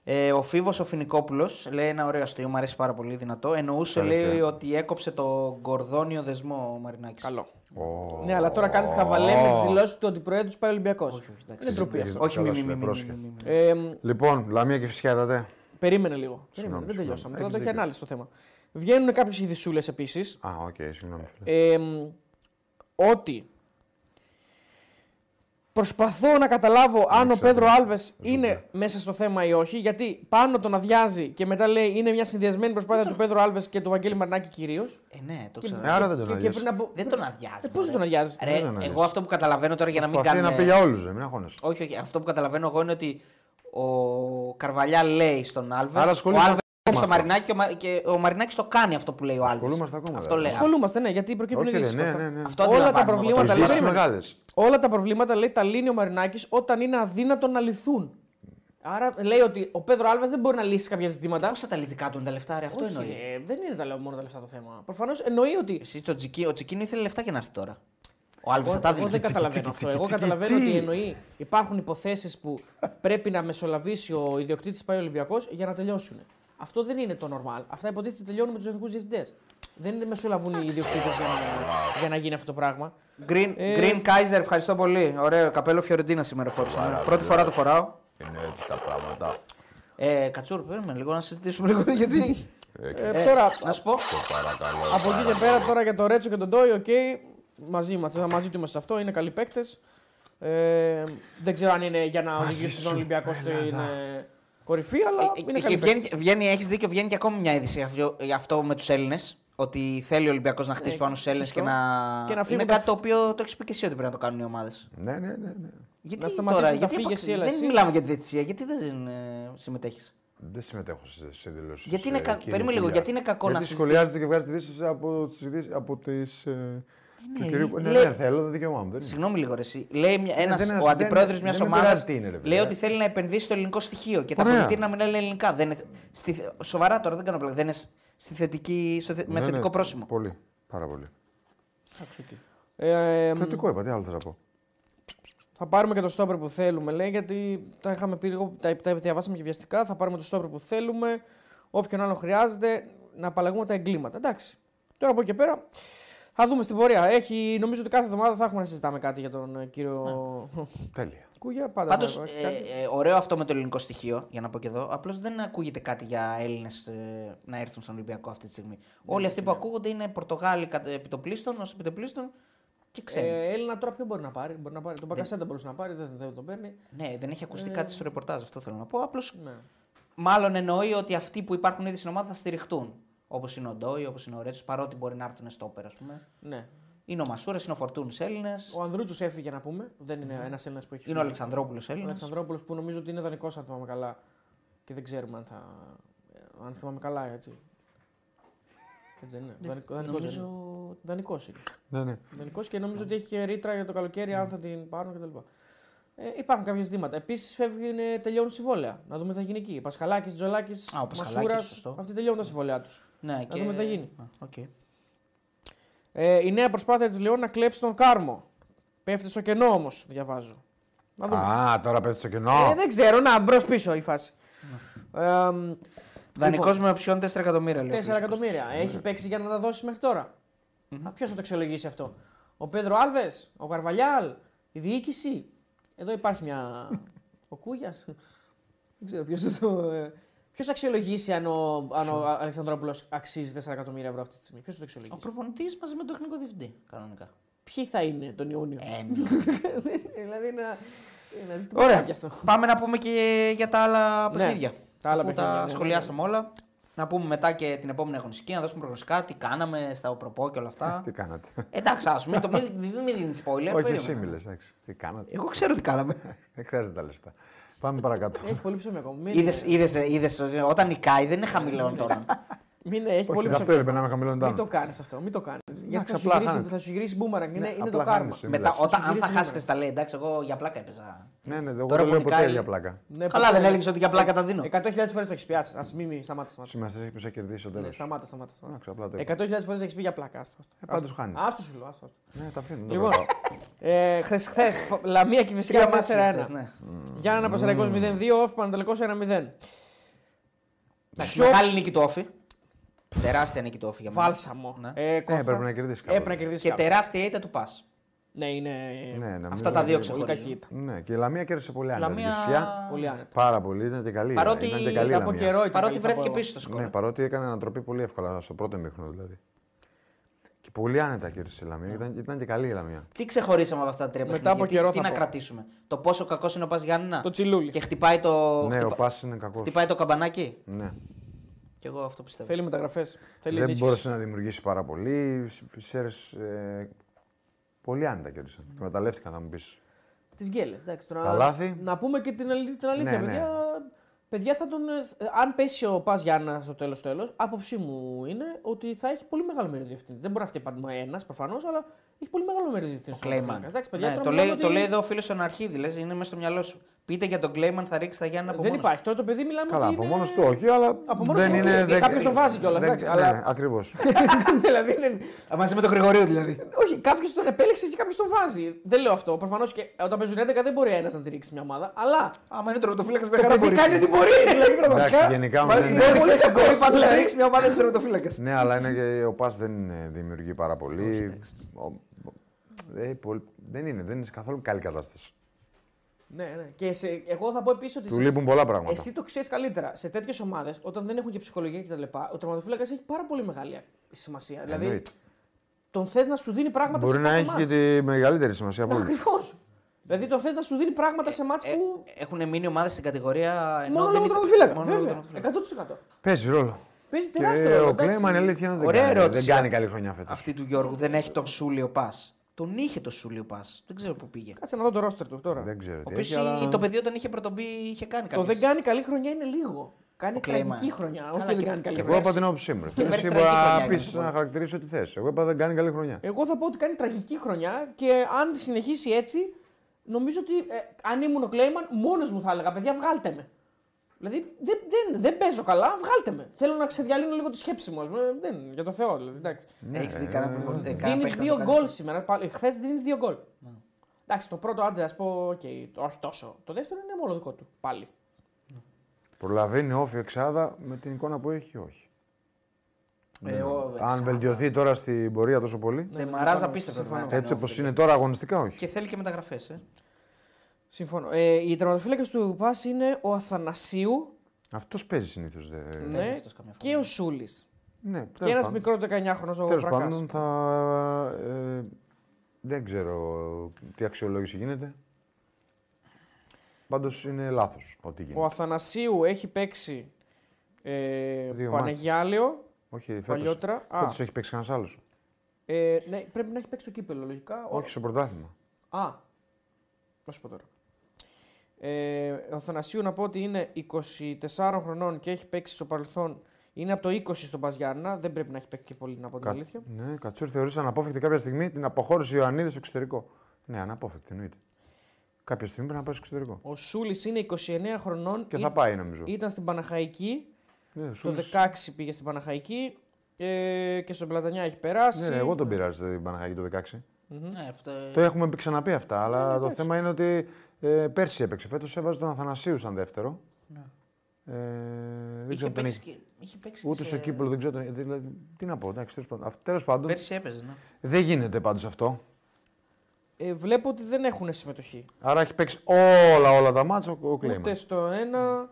Ε, ο Φίβο ο Φινικόπουλος λέει ένα ωραίο αστείο, μου αρέσει πάρα πολύ δυνατό. Εννοούσε Μ' αρέσει, λέει ε. ότι έκοψε το κορδόνιο δεσμό ο Μαρινάκης. Καλό. Ω. Ναι, αλλά τώρα κάνεις χαβαλέ με τις δηλώσεις του αντιπροέδρου του πάει ο Ολυμπιακό. Είναι ντροπή Συζητήσεις αυτό. Όχι, μη, καλά μη, σου, μη, ναι, μη, πρόσεχε. μη, μη, μη. Ε, μ, Λοιπόν, Λαμία και φυσικά είδατε. περίμενε λίγο. Περίμενε, Συγγνώμη, δεν τελειώσαμε. συγγνώμη. Τώρα το έχει Έχεις ανάλυση το θέμα. Βγαίνουν κάποιες ειδισούλε επίσης. Α, οκ, συγγνώμη. φίλε. Ε, μ, ότι προσπαθώ να καταλάβω αν ο ξέρω. Πέδρο Άλβες Ζούπια. είναι μέσα στο θέμα ή όχι, γιατί πάνω τον αδειάζει και μετά λέει είναι μια συνδυασμένη προσπάθεια του Πέδρο Άλβες και του Βαγγέλη Μαρνάκη κυρίως. Ε, ναι, το Και- ξέρω. Ε, άρα δεν και- τον και αδειάζει. πριν από- Δεν τον αδειάζει. Ε, πώς μωρέ. δεν τον αδειάζει. Ρε, Δεν τον αδειάζει. εγώ αυτό που καταλαβαίνω τώρα για να μην Προσπαθεί κάνουμε. να πει για όλους, μην αγώνεσαι. Όχι, όχι. Αυτό που καταλαβαίνω εγώ είναι ότι ο Καρβαλιά λέει στον Άλβες. Άρα Ο ασχολούμαστε Άλβες ακόμα στο αυτό. Μαρινάκη και ο, Μα... και ο Μαρινάκης το κάνει αυτό που λέει ο Άλβες. Ασχολούμαστε ακόμα, Αυτό βέβαια. λέει. Ασχολούμαστε, ναι, γιατί προκύπτουν Όχι, ρε, ειδήσεις. ναι, ναι, ναι. Αυτό Όλα τα αντιλαμβάνομαι. προβλήματα Περίμενε. λέει. Ειδήσεις μεγάλες. Όλα τα προβλήματα λέει τα λύνει ο Μαρινάκης όταν είναι αδύνατο να λυθούν. Άρα λέει ότι ο Πέδρο Άλβε δεν μπορεί να λύσει κάποια ζητήματα. Πώς θα τα λυζικά του είναι τα λεφτά, ρε, αυτό Όχι, εννοεί. ε, δεν είναι τα λέω μόνο τα λεφτά το θέμα. Προφανώς εννοεί ότι. Εσύ το Τζικί- ο Τζικίνο ήθελε λεφτά για να έρθει τώρα. Ο Άλβε θα Εγώ, τα εγώ δίνει. δεν καταλαβαίνω αυτό. Εγώ καταλαβαίνω ότι εννοεί υπάρχουν υποθέσεις που πρέπει να μεσολαβήσει ο ιδιοκτήτης πάει Ολυμπιακός για να τελειώσουν. Αυτό δεν είναι το normal. Αυτά υποτίθεται τελειώνουν με τους εθνικούς διευθυντές. Δεν είναι- μεσολαβούν οι ιδιοκτήτες για, να- για να γίνει αυτό το πράγμα. Green, Ε. Green Kaiser, ευχαριστώ πολύ. Ωραίο καπέλο Φιωρεντίνα σήμερα φόρησα. ναι. Πρώτη φορά το φοράω. Είναι έτσι τα πράγματα. Ε, Κατσούρ, περίμενε λίγο να συζητήσουμε λίγο. Γιατί. Ε, τώρα, να σου πω. από εκεί και πέρα τώρα για το Ρέτσο και τον Ντόι, οκ. μαζί μας, μαζί του είμαστε σε αυτό, είναι καλοί παίκτες. Ε, δεν ξέρω αν είναι για να οδηγήσουν τον Ολυμπιακό στην ε, κορυφή, αλλά Ε, είναι ε, καλοί βγαίνει, παίκτες. βγαίνει, έχεις δίκιο, βγαίνει και ακόμη μια είδηση αυτό- για αυτό με τους Έλληνες. Ότι θέλει ο Ολυμπιακός να χτίσει Ναι, πάνω στους Έλληνες και σωστό. να. Και να είναι φύγουν τα κάτι φ- το οποίο το έχεις πει και εσύ ότι πρέπει να το κάνουν οι ομάδες. Ναι, ναι, ναι. ναι. Γιατί Να σταματήσουν τώρα, τα γιατί φύγε υπάρξει- εσύ, έλα δεν εσύ. μιλάμε για τη διαιτησία, γιατί δεν ε, συμμετέχεις. Δεν συμμετέχω σε, σε ε, δηλώσεις. Γιατί είναι κα- περίμενε λίγο, γιατί είναι κακό να συζητήσουμε- σχολιάζετε και βγάζετε ειδήσεις από τις. ειδήσεις- Από τις, ε, του Ναι, κυρίου- ναι, λέει- ναι, θέλω, δεν δικαιωμά μου. Δεν είναι. Συγγνώμη λίγο, ρε, εσύ. Λέει Ε, μια, ένας, δεν- ο δεν- αντιπρόεδρος δεν μια με ομάδα πειράζει τι είναι, ρε, παιδιά. λέει ότι θέλει να επενδύσει στο ελληνικό στοιχείο και τα Ωραία. πολιτήρια να μιλάνε ελληνικά. Δεν είναι- στη, σοβαρά τώρα, δεν κάνω πλάκα. Δεν είναι στη θετική, στο θε- με Ναι, ναι, θετικό πρόσημο. Πολύ. Πάρα πολύ. Ε, ε, Θετικό είπα, τι άλλο θε να πω. Θα πάρουμε και το στόπερ που θέλουμε, λέει, γιατί τα είχαμε πει λίγο, τα, τα διαβάσαμε και βιαστικά. Θα πάρουμε το στόπερ που θέλουμε, όποιον άλλο χρειάζεται, να απαλλαγούμε από τα εγκλήματα. Εντάξει. Τώρα από εκεί και πέρα θα δούμε στην πορεία. Έχει, νομίζω ότι κάθε εβδομάδα θα έχουμε να συζητάμε κάτι για τον ε, κύριο Τέλεια. Κούγια. Πάντα Πάντως, θα έχει Ναι. ε, κάτι. ε, ωραίο αυτό με το ελληνικό στοιχείο, για να πω και εδώ. Απλώς δεν ακούγεται κάτι για Έλληνες να έρθουν στον Ολυμπιακό αυτή τη στιγμή. Όλοι αυτοί που ακούγονται είναι Πορτογάλοι κατ- επιτοπλίστων, ως επιτοπλίστων και ξένοι. Ε, Έλληνα τώρα ποιο μπορεί να πάρει. Μπορεί να πάρει. Τον Μπακασέτα μπορούσε να πάρει, δεν, δεν τον παίρνει. ναι, δεν έχει ακουστεί κάτι στο ρεπορτάζ, αυτό θέλω να πω. Απλώς Ναι. Μάλλον εννοεί ότι αυτοί που υπάρχουν ήδη στην ομάδα θα στηριχτούν. Όπως είναι ο Ντόι, όπως είναι ο Ρέτσος, παρότι μπορεί να έρθουν στο όπερα, ας πούμε. ναι. Είναι ο Μασούρας, είναι ο Φορτούνης Έλληνες. Ο Ανδρούτσος έφυγε να πούμε. Δεν είναι ένας Έλληνας που Είναι έχει ο φύγει. Αλεξανδρόπουλος Ο Έλληνα. Αλεξανδρόπουλος που νομίζω ότι είναι δανεικός, αν θυμάμαι καλά. Και δεν ξέρουμε αν θα. ε, Αν θυμάμαι καλά, έτσι. Έτσι δεν είναι. Δανεικό Νομίζω. είναι. Ναι, ναι. Δανεικός και νομίζω ότι έχει και ρήτρα για το καλοκαίρι, Ναι. αν θα την πάρουν κτλ. Ε, υπάρχουν κάποια ζητήματα. Επίσης φεύγουν, ε, τελειώνουν συμβόλαια. Να δούμε τι θα γίνει εκεί. Πασχαλάκης, Τζολάκης, Α, ο Πασχαλάκης, σωστό. Αυτοί τελειώνουν τα συμβόλαια τους. Ναι, και... δούμε τι θα γίνει. Α, οκ. Ε, η νέα προσπάθεια της Λεόν να κλέψει τον Κάρμο. Πέφτει στο κενό όμως, διαβάζω. Να δούμε. Α, τώρα πέφτει στο κοινό. Ε, δεν ξέρω, να μπρος πίσω η φάση. Ε, Δανεικός Λοιπόν. με οψιόν 4 εκατομμύρια. λέει ο 4 φίλος. εκατομμύρια. Έχει παίξει για να τα δώσει μέχρι τώρα. Ποιος θα το αξιολογήσει αυτό, Ο Πέδρο Άλβες, ο Καρβαλιάλ, η διοίκηση. Εδώ υπάρχει μια. ο Κούγιας. Δεν ξέρω ποιος θα το. Ποιο αξιολογήσει αν ο, αν ο Αλεξανδρόπουλος αξίζει 4 εκατομμύρια ευρώ αυτή τη στιγμή. Ποιος θα το Ο αξιολογήσει. προπονητής μαζί με τον τεχνικό διευθυντή. Κανονικά. Ποιοι θα είναι τον Ιούνιο. Ε, δηλαδή ένα, ένα ζήτημα Ωραία. κι αυτό. Πάμε να πούμε και για τα άλλα Ναι, παιχνίδια. τα άλλα Αφού παιχνίδια, τα ναι. σχολιάσαμε όλα. Να πούμε μετά και την επόμενη αγωνιστική, να δώσουμε προγνωστικά τι κάναμε στα προπό και όλα αυτά. Ε, Τι κάνατε. Εντάξει, ας πούμε, το μην, μην, μην δίνει spoiler. Όχι, περίμενα. εσύ μιλες, εντάξει. Τι κάνατε. Εγώ ξέρω τι κάναμε. Δεν χρειάζεται τα λεφτά. Πάμε παρακάτω. Έχει πολύ ψωμί ακόμα. Μην- Είδες όταν νικάει δεν είναι χαμηλών τώρα. Μην έχει πολύ Όχι, ψωμί. αυτό έπρεπε να είμαι χαμηλών Μην το τόνων. κάνεις αυτό, μην το κάνεις. Γιατί θα απλά σου, γυρίσει, χάνεται. θα σου γυρίσει boomerang. Είναι, Ναι, είναι το απλά κάρμα. χάνεσαι. Μετά, μιλάς. όταν, αν θα Συγκρίνεις χάσει και νούμερα. τα λέει, εντάξει, εγώ για πλάκα έπαιζα. Ναι, ναι, εγώ Τώρα δεν που λέω ποτέ νικάει- για πλάκα. Ναι, Καλά, ποτέ δεν έλεγες ότι για πλάκα τα δίνω. 100.000 φορές το έχεις πιάσει. Ας μην σταμάτα. σταμάτα. Σημασία έχει που σε κερδίσει στο Ναι, Ε, τέλο. σταμάτα, σταμάτα. σταμάτα. Εντάξει, απλά το είπα. 100.000 φορές έχεις πει για πλάκα. Άστο. Ε, πάντως χάνεις. Άστο σου λέω. άστο, άστο. Ναι, τα αφήνω. Λοιπόν, Λοιπόν, ε, χθες Λαμία και φυσικά 4-1. ναι. ναι. Γιάννα Mm. ένα Πασαραϊκό 0-2, Όφη Πανατολικό 1-0. Εντάξει, Πιο Μεγάλη νίκη του όφη. Τεράστια νίκη του όφη για μένα. βάλσαμο. Ναι. Ε, Κώστα, έπρεπε να κερδίσει κάποιο. Έπρεπε να κερδίσει. Και κάποιο. τεράστια ήττα του πας. Ναι, είναι. Ναι, να μην- Αυτά τα δύο Πολύ κακή ξεχωρίζουν. ήταν. Ναι, και η Λαμία κέρδισε πολύ άνετα. Λαμία- Λαμία... Πολύ άνετα. Πάρα πολύ, ήταν και καλή. Παρότι ήταν και καλή η από Λαμία. καιρό ήταν Παρότι καλή, θα βρέθηκε πω πίσω στο σκορ. Ναι, παρότι έκανε ανατροπή πολύ εύκολα στο πρώτο μήχρονο δηλαδή. Και πολύ άνετα κέρδισε η Ναι. Λαμία. Ήταν, ήταν και καλή η Λαμία. Τι ξεχωρίσαμε από αυτά τα τρία Μετά παιχνίδια. από τι- καιρό τι, θα να πω. κρατήσουμε. Το πόσο κακός είναι ο Πας Γιάννηνα. Το τσιλούλι. Και χτυπάει το, ναι, χτυπα- ο Πάση είναι κακός. χτυπάει το καμπανάκι. Ναι. Και εγώ αυτό πιστεύω. Θέλει μεταγραφές. Θέλει Δεν ενίσχυση. μπόρεσε να δημιουργήσει πάρα πολύ. Οι Σέρες, ε, πολύ άνετα κέρδισαν. Ναι. Εκμεταλλεύτηκαν, θα μου πεις. Τις γκέλες. Τα λάθη. Να πούμε και την, αλή- την αλήθεια, Ναι, ναι. παιδιά. Παιδιά, θα τον, ε, ε, αν πέσει ο Πας Γιάννα στο τέλος τέλος, άποψή μου είναι ότι θα έχει πολύ μεγάλο μερίδιο ευθύνη. Δεν μπορεί να φταίει πάντα ένας προφανώς, αλλά έχει πολύ μεγάλο μερίδιο ευθύνη. Ο Κλέιμαν. Εντάξει, παιδιά, Ναι, τώρα το, μιλάμε λέει, ότι το λέει εδώ ο φίλος Αναρχίδη, λες, δηλαδή, είναι μέσα στο μυαλό σου. Πείτε για τον Κλέιμαν, θα ρίξει τα Γιάννη από Ε, Δεν μόνος υπάρχει. Τώρα το παιδί μιλάμε Καλά, ότι. από είναι- μόνος του όχι, αλλά. Από μόνος δεν του όχι, είναι. γιατί κάποιος το βάζει κιόλας, εντάξει, Ναι, αλλά- ακριβώς. δηλαδή δεν. του. Μαζί με τον Γρηγορίου δηλαδή. Όχι, κάποιος τον επέλεξε και κάποιος τον βάζει. Δεν λέω αυτό. Προφανώς και όταν παίζουν 11 δεν μπορεί ένας να τη ρίξει μια ομάδα. Αλλά Άμα είναι τερματοφύλακα, με το χαρά παιδί μπορεί. κάνει ό,τι μπορεί. Δηλαδή Εντάξει, πραγματικά. γενικά Μα- δεν είναι είναι. πολύ Ε, κακό. Πάντα θα δηλαδή. ρίξει μια ομάδα τερματοφύλακα. Ναι, αλλά είναι και ο Πας δεν ε, δημιουργεί πάρα πολύ. Ο- ε, πολύ- Δεν είναι, δεν είναι σε καθόλου καλή κατάσταση. Ναι, ναι. Και σε- εγώ θα πω επίσης ότι. Του σε- λείπουν πολλά πράγματα. Εσύ το ξέρεις καλύτερα. Σε τέτοιες ομάδες, όταν δεν έχουν και ψυχολογία κτλ., ο τερματοφύλακας έχει πάρα πολύ μεγάλη σημασία. Δηλαδή, Εννοείται. τον θες να σου δίνει πράγματα Μπορεί σε να κάθε έχει και μάτς. τη μεγαλύτερη σημασία από όλους. Ακριβώς. Δηλαδή, τον θες να σου δίνει πράγματα σε μάτς που. Έχουν μείνει ομάδες στην κατηγορία. ενώ μόνο Ε, δεν λόγω είναι- τερματοφύλακα. μόνο λόγω Βέβαια. τερματοφύλακα. 100%. Παίζει ρόλο. Παίζει τεράστιο Και ρόλο. ο εντάξει. Κλέιμαν η αλήθεια είναι ότι Ωραία δεν κάνει- δεν ερώτηση κάνει αυτή. καλή χρονιά φέτος. Αυτή του Γιώργου δεν έχει τον Σούλιο Πας. Τον είχε τον Σούλιο Πας. Δεν ξέρω πού πήγε. Κάτσε να δω το ρόστερ του τώρα. Δεν ξέρω Ο τι οποίος έχει, αλλά... ή- το παιδί όταν είχε πρωτομπεί είχε κάνει Το κάτι. δεν κάνει καλή χρονιά είναι λίγο. Κάνει Ο Κλέιμαν. τραγική χρονιά. Καλά, Όχι δεν και- κάνει καλή και Εγώ χρονιά. είπα την άποψή μου. Εσύ πέρσι μπορεί τραγική να χρονιά Ε. πεις, έκανε. να χαρακτηρίσει ό,τι θες. Εγώ είπα δεν κάνει καλή χρονιά. Εγώ θα πω ότι κάνει τραγική χρονιά και αν συνεχίσει έτσι, νομίζω ότι ε, αν ήμουν ο Κλέιμαν, μόνος μου θα έλεγα: Παιδιά, βγάλτε με. Δηλαδή δεν, δεν, δεν παίζω καλά, βγάλτε με. Θέλω να ξεδιαλύνω λίγο τη σκέψη μου. ας πούμε. Δεν, για το Θεό, δηλαδή. Εντάξει. Έχει δει κανένα που Δίνει δύο γκολ σήμερα. Χθες δίνει δύο γκολ. Ναι. Εντάξει, το πρώτο άντε, ας πω, οκ, το- όχι τόσο. Το δεύτερο είναι μόνο δικό του. Πάλι. Προλαβαίνει όφη εξάδα με την εικόνα που έχει όχι. Ε, Ναι. Αν βελτιωθεί τώρα στην πορεία τόσο πολύ, Τε μαράζα πίστευε. έτσι όπω είναι τώρα αγωνιστικά όχι. Ναι, Και θέλει και μεταγραφές. Ε. Συμφωνώ. Ε, οι τερματοφύλακες του Πας είναι ο Αθανασίου Αυτός παίζει συνήθως. Δε... ναι, αυτός καμιά φορά. και ο Σούλης. Ναι, Και τέλος ένας πάντων. μικρός 19χρονο ο Τέλος Βρακάς. πάντων, θα. ε, δεν ξέρω τι αξιολόγηση γίνεται. Πάντως είναι λάθος ό,τι γίνεται. Ο Αθανασίου έχει παίξει ε, Δύο Πανεγιάλιο Όχι, φέτος. παλιότερα. Α, Φέτος έχει παίξει κανένας άλλος. ε, ναι, πρέπει να έχει παίξει το κύπελο λογικά. Ο- Όχι στο πρωτάθλημα. Α, να σου πω τώρα. Ε, ο Αθανασίου να πω ότι είναι 24 χρονών και έχει παίξει στο παρελθόν. Είναι από το 20 στον Παζιάννα. Δεν πρέπει να έχει παίξει και πολύ, να πω την Κα- αλήθεια. Ναι, Κατσούρ θεωρήσε αναπόφευκτη κάποια στιγμή την αποχώρηση Ιωαννίδης στο εξωτερικό. Ναι, αναπόφευκτη εννοείται. Κάποια στιγμή πρέπει να πάει στο εξωτερικό. Ο Σούλης είναι 29 χρονών. Και ή- θα πάει νομίζω. Ήταν στην Παναχαϊκή. Ναι, σου Το λες- 16 πήγε στην Παναχαϊκή. Ε, και στον Πλατανιά έχει περάσει. Ναι, ναι, εγώ τον πήρα στην Παναχάκη το 16. Ναι, αυτό- Το έχουμε ξαναπεί αυτά, αλλά το θέμα είναι ότι ε, πέρσι έπαιξε. Φέτος έβαζε τον Αθανασίου σαν δεύτερο. Ε, δεν Ναι. είχε ξέρω τον παίξει έχει. και- είχε παίξει και Ούτε σε- στο κύπελο δεν ξέρω. τον έχει. Δηλαδή, τι να πω, εντάξει, τέλος πάντων. Τέλος πάντων, Πέρσι έπαιζε. Ναι. δεν γίνεται πάντως αυτό. Ε, βλέπω ότι δεν έχουν συμμετοχή. Άρα έχει παίξει όλα, όλα τα μάτσα ο, ο Κλέιμαν. Ούτε στο ένα,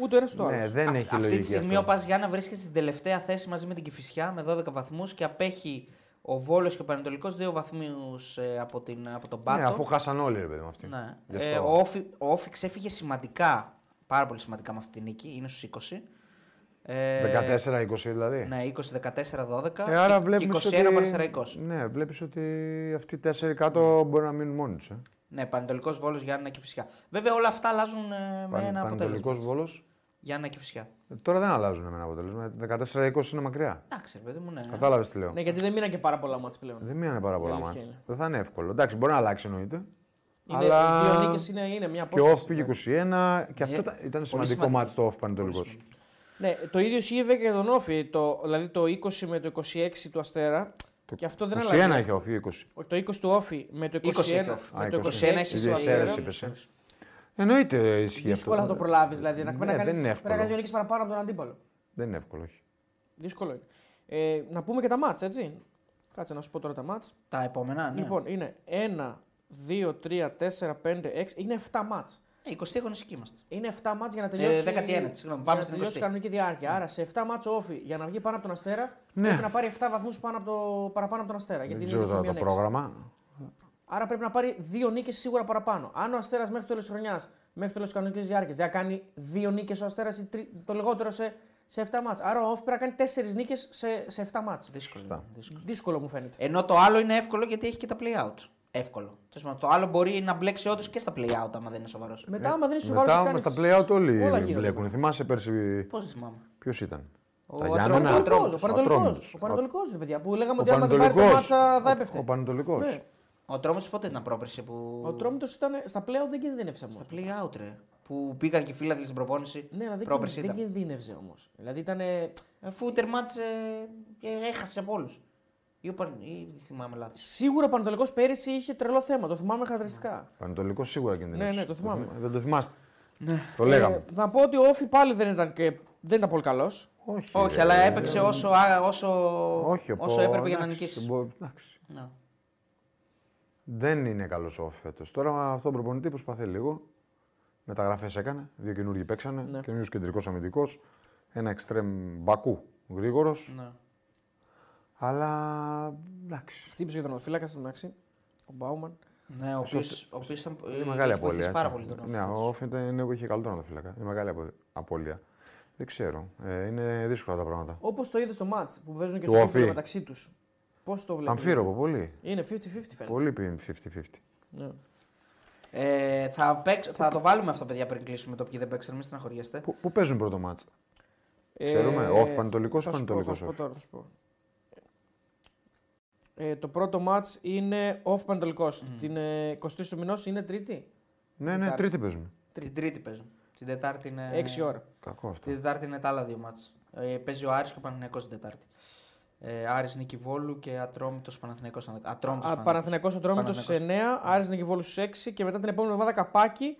ούτε ένα στο άλλο. Ναι, δεν Αυ- έχει αυτή λογική. τη στιγμή αυτό. ο Πας Γιάννα βρίσκεται στην τελευταία θέση μαζί με την Κηφισιά με 12 βαθμούς και απέχει ο Βόλος και ο Πανετολικός δύο βαθμούς από, την- από τον Πάτο. Ναι, αφού χάσαν όλοι, ρε παιδί μου αυτοί. Ναι. Γι' Ε, αυτό. ο, Όφι, ο Όφι ξέφυγε σημαντικά, πάρα πολύ σημαντικά με αυτή τη νίκη, είναι στους 20. Ε, 14-20 δηλαδή. Ναι, 20-14-12. Ε, άρα βλέπεις 21 ότι... Πανεσαιραϊκό. Ναι, βλέπεις ότι αυτοί οι τέσσερι κάτω μπορεί να μείνουν μόνοι τους. Ε. Ναι, Πανετολικός Βόλος, Γιάννα και Φυσιά. Βέβαια όλα αυτά αλλάζουν ε, με ένα αποτέλεσμα. Πανετολικός Βόλος. Γιάννα και Φυσιά. Ε, Τώρα δεν αλλάζουν με ένα αποτέλεσμα. 14-20 είναι μακριά. Εντάξει, ρε παιδί μου, ναι. Κατάλαβες τι λέω. Ναι, γιατί δεν μείναν και πάρα πολλά μάτς πλέον. Δεν μείνανε πάρα πολλά Η αλήθεια μάτς. είναι. Δεν θα είναι εύκολο. Εντάξει, μπορεί να αλλάξει εννοείται. Είναι, αλλά- Οι δύο νίκες είναι, είναι μια ναι. Και απόσταση. off πήγε 21 και αυτό Ναι. ήταν- ήταν σημαντικό σημαντικό. μάτς το off πανετολικός. Ναι, το ίδιο ισχύει βέβαια και για τον Όφη. Το, δηλαδή το 20 με το 26 του Αστέρα. Το και αυτό δεν 21 αλλάζει. είχε off, 20. Το 20 του Όφη με το 21. 20 έχει off. με Α, το 21 26 έχει του off. Αστέρα. Εσύ είπες, ε. Εννοείται ισχύει αυτό. Δύσκολα θα το προλάβεις. Δηλαδή, να Ναι, πρέπει να δεν κάνεις- είναι πρέπει να εύκολο. κάνεις δύο νίκες παραπάνω από τον αντίπαλο. Δεν είναι εύκολο, όχι. Δύσκολο είναι. Ε, να πούμε και τα μάτς, έτσι. Κάτσε να σου πω τώρα τα μάτς. Τα επόμενα, ναι. Λοιπόν, Λοιπόν, είναι 1, 2, 3, 4, 5, 6. Είναι 7 μάτς. 20 αγωνιστική είμαστε. Είναι 7 μάτς για να τελειώσει. 19, Ε, συγγνώμη, πάμε για να στην Ναι. τελειώσει 20. η κανονική διάρκεια. Άρα σε 7 μάτς ο Όφη για να βγει πάνω από τον Αστέρα Ναι. πρέπει να πάρει 7 βαθμούς πάνω από το, παραπάνω από τον Αστέρα. γιατί Δεν είναι ξέρω στο τώρα το μείον έξι. πρόγραμμα. Άρα πρέπει να πάρει δύο νίκες σίγουρα παραπάνω. Αν ο Αστέρας μέχρι το τέλος της χρονιάς, μέχρι το τέλος της κανονικής διάρκειας, δεν θα κάνει δύο νίκες ο Αστέρας το λιγότερο σε, σε 7 μάτς. Άρα ο Όφη πρέπει να κάνει τέσσερις νίκες σε, σε 7 μάτς. Δύσκολο. είναι, δύσκολο. Δύσκολο μου φαίνεται. Ενώ το άλλο είναι εύκολο γιατί έχει και τα play out. Εύκολο. Τέλος πάντων, Το άλλο μπορεί να μπλέξει όντως και στα play out άμα δεν είναι σοβαρός. Μετά, άμα δεν είσαι σοβαρό, Ε, Μετά με τα play out όλοι όλα γίνονται. μπλέκουν. Θυμάσαι πέρσι Πώς θυμάμαι. ποιος ήταν. Ο Τα Γιάννενα. Πανατολικό. Ο Ο Ατρόμητος. Πανατολικός, Ο Πανατολικό, παιδιά. Που λέγαμε Ο ότι άμα δεν πάρει το Πανετολικός. μάτσα θα Ο- έπεφτε. Ο Πανετολικός. Ναι. Ο Τρόμητο πότε ήταν πρόπερση που. Ο Τρόμητος ήταν στα πλέον δεν κινδύνευσε όμως. Στα play out, ρε. Που πήγαν και οι φίλαθλοι στην προπόνηση. Ναι, αλλά δεν, Πρόπερση κιν- δεν ήταν. κινδύνευσε όμως. Δηλαδή ήταν. Αφού τερμάτισε. ε, έχασε από όλους. Ή, ο Παν- ή δεν θυμάμαι λάθος. Σίγουρα ο Πανατολικός πέρυσι είχε τρελό θέμα. Το θυμάμαι χαρακτηριστικά. Πανετολικό σίγουρα κινδυνεύει. ναι, το θυμάμαι. Δεν το θυμάστε. Ναι. Το λέγαμε. Ε, να πω ότι ο Όφη πάλι δεν ήταν, και, δεν ήταν πολύ καλός. Όχι, Όχι, ρε. αλλά έπαιξε όσο, α, όσο, Όχι, ο όσο Πο- έπρεπε για να εντάξει, νικήσει. Ναι, μπο- εντάξει. Να. Δεν είναι καλός ο φέτος. Τώρα με αυτόν τον προπονητή προσπαθεί λίγο. Μεταγραφές έκανε. Δύο καινούργοι παίξανε. Ναι. Καινούριο κεντρικός αμυντικός. Ένα εξτρεμ μπακού γρήγορος. Ναι. Αλλά εντάξει. Χτύπησε για τον Οφύλακα στην μεταξύ. Ο Μπάουμαν. Ναι, ο οποίος- ο οποίος ήταν. Είναι μεγάλη απώλεια. βοήθησε έτσι. Ε, πάρα πολύ τον ναι, Όφη. ο Όφη ήταν- είναι που είχε καλό τον φύλακα. Είναι μεγάλη απο- απώλεια. Δεν ξέρω. Ε, είναι δύσκολα τα πράγματα. Όπως το είδες στο μάτ που παίζουν και Του στο Όφη. φίλο μεταξύ τους. Πώς το βλέπεις. Αμφίροπο, πολύ. Είναι 50-50 φαίνεται. Πολύ πιν 50-50. Ναι. Ε, θα, παίξ- θα το βάλουμε αυτό, παιδιά, πριν κλείσουμε το ποιοι δεν παίξαν. Μην στεναχωριέστε. Πού, πού παίζουν πρώτο μάτσα. Ξέρουμε, off Πανετολικός, Ε, θα σου πω, Πανετολικός θα σου off. πω τώρα, θα σου πω. Ε, το πρώτο μάτς είναι off πανετολικός. Την ε, 23 του μηνός είναι τρίτη. Ναι, ναι, Τετάρτη. τρίτη παίζουν. Την Τρίτη παίζουν. Την Τετάρτη είναι. 6 ώρα. Κακό αυτό. Την Τετάρτη είναι τα άλλα δύο μάτς. Ε, παίζει ο Άρης και ο Παναθηναϊκός την Τετάρτη. Ε, Άρης Νίκη Βόλου και Ατρόμητος Παναθηναϊκός. αν δεν- Ατρόμητος Α, Παναθηναϊκός Ατρόμητος στις 9, Άρης Νίκη Βόλου στις 6 και μετά την επόμενη εβδομάδα Καπάκι,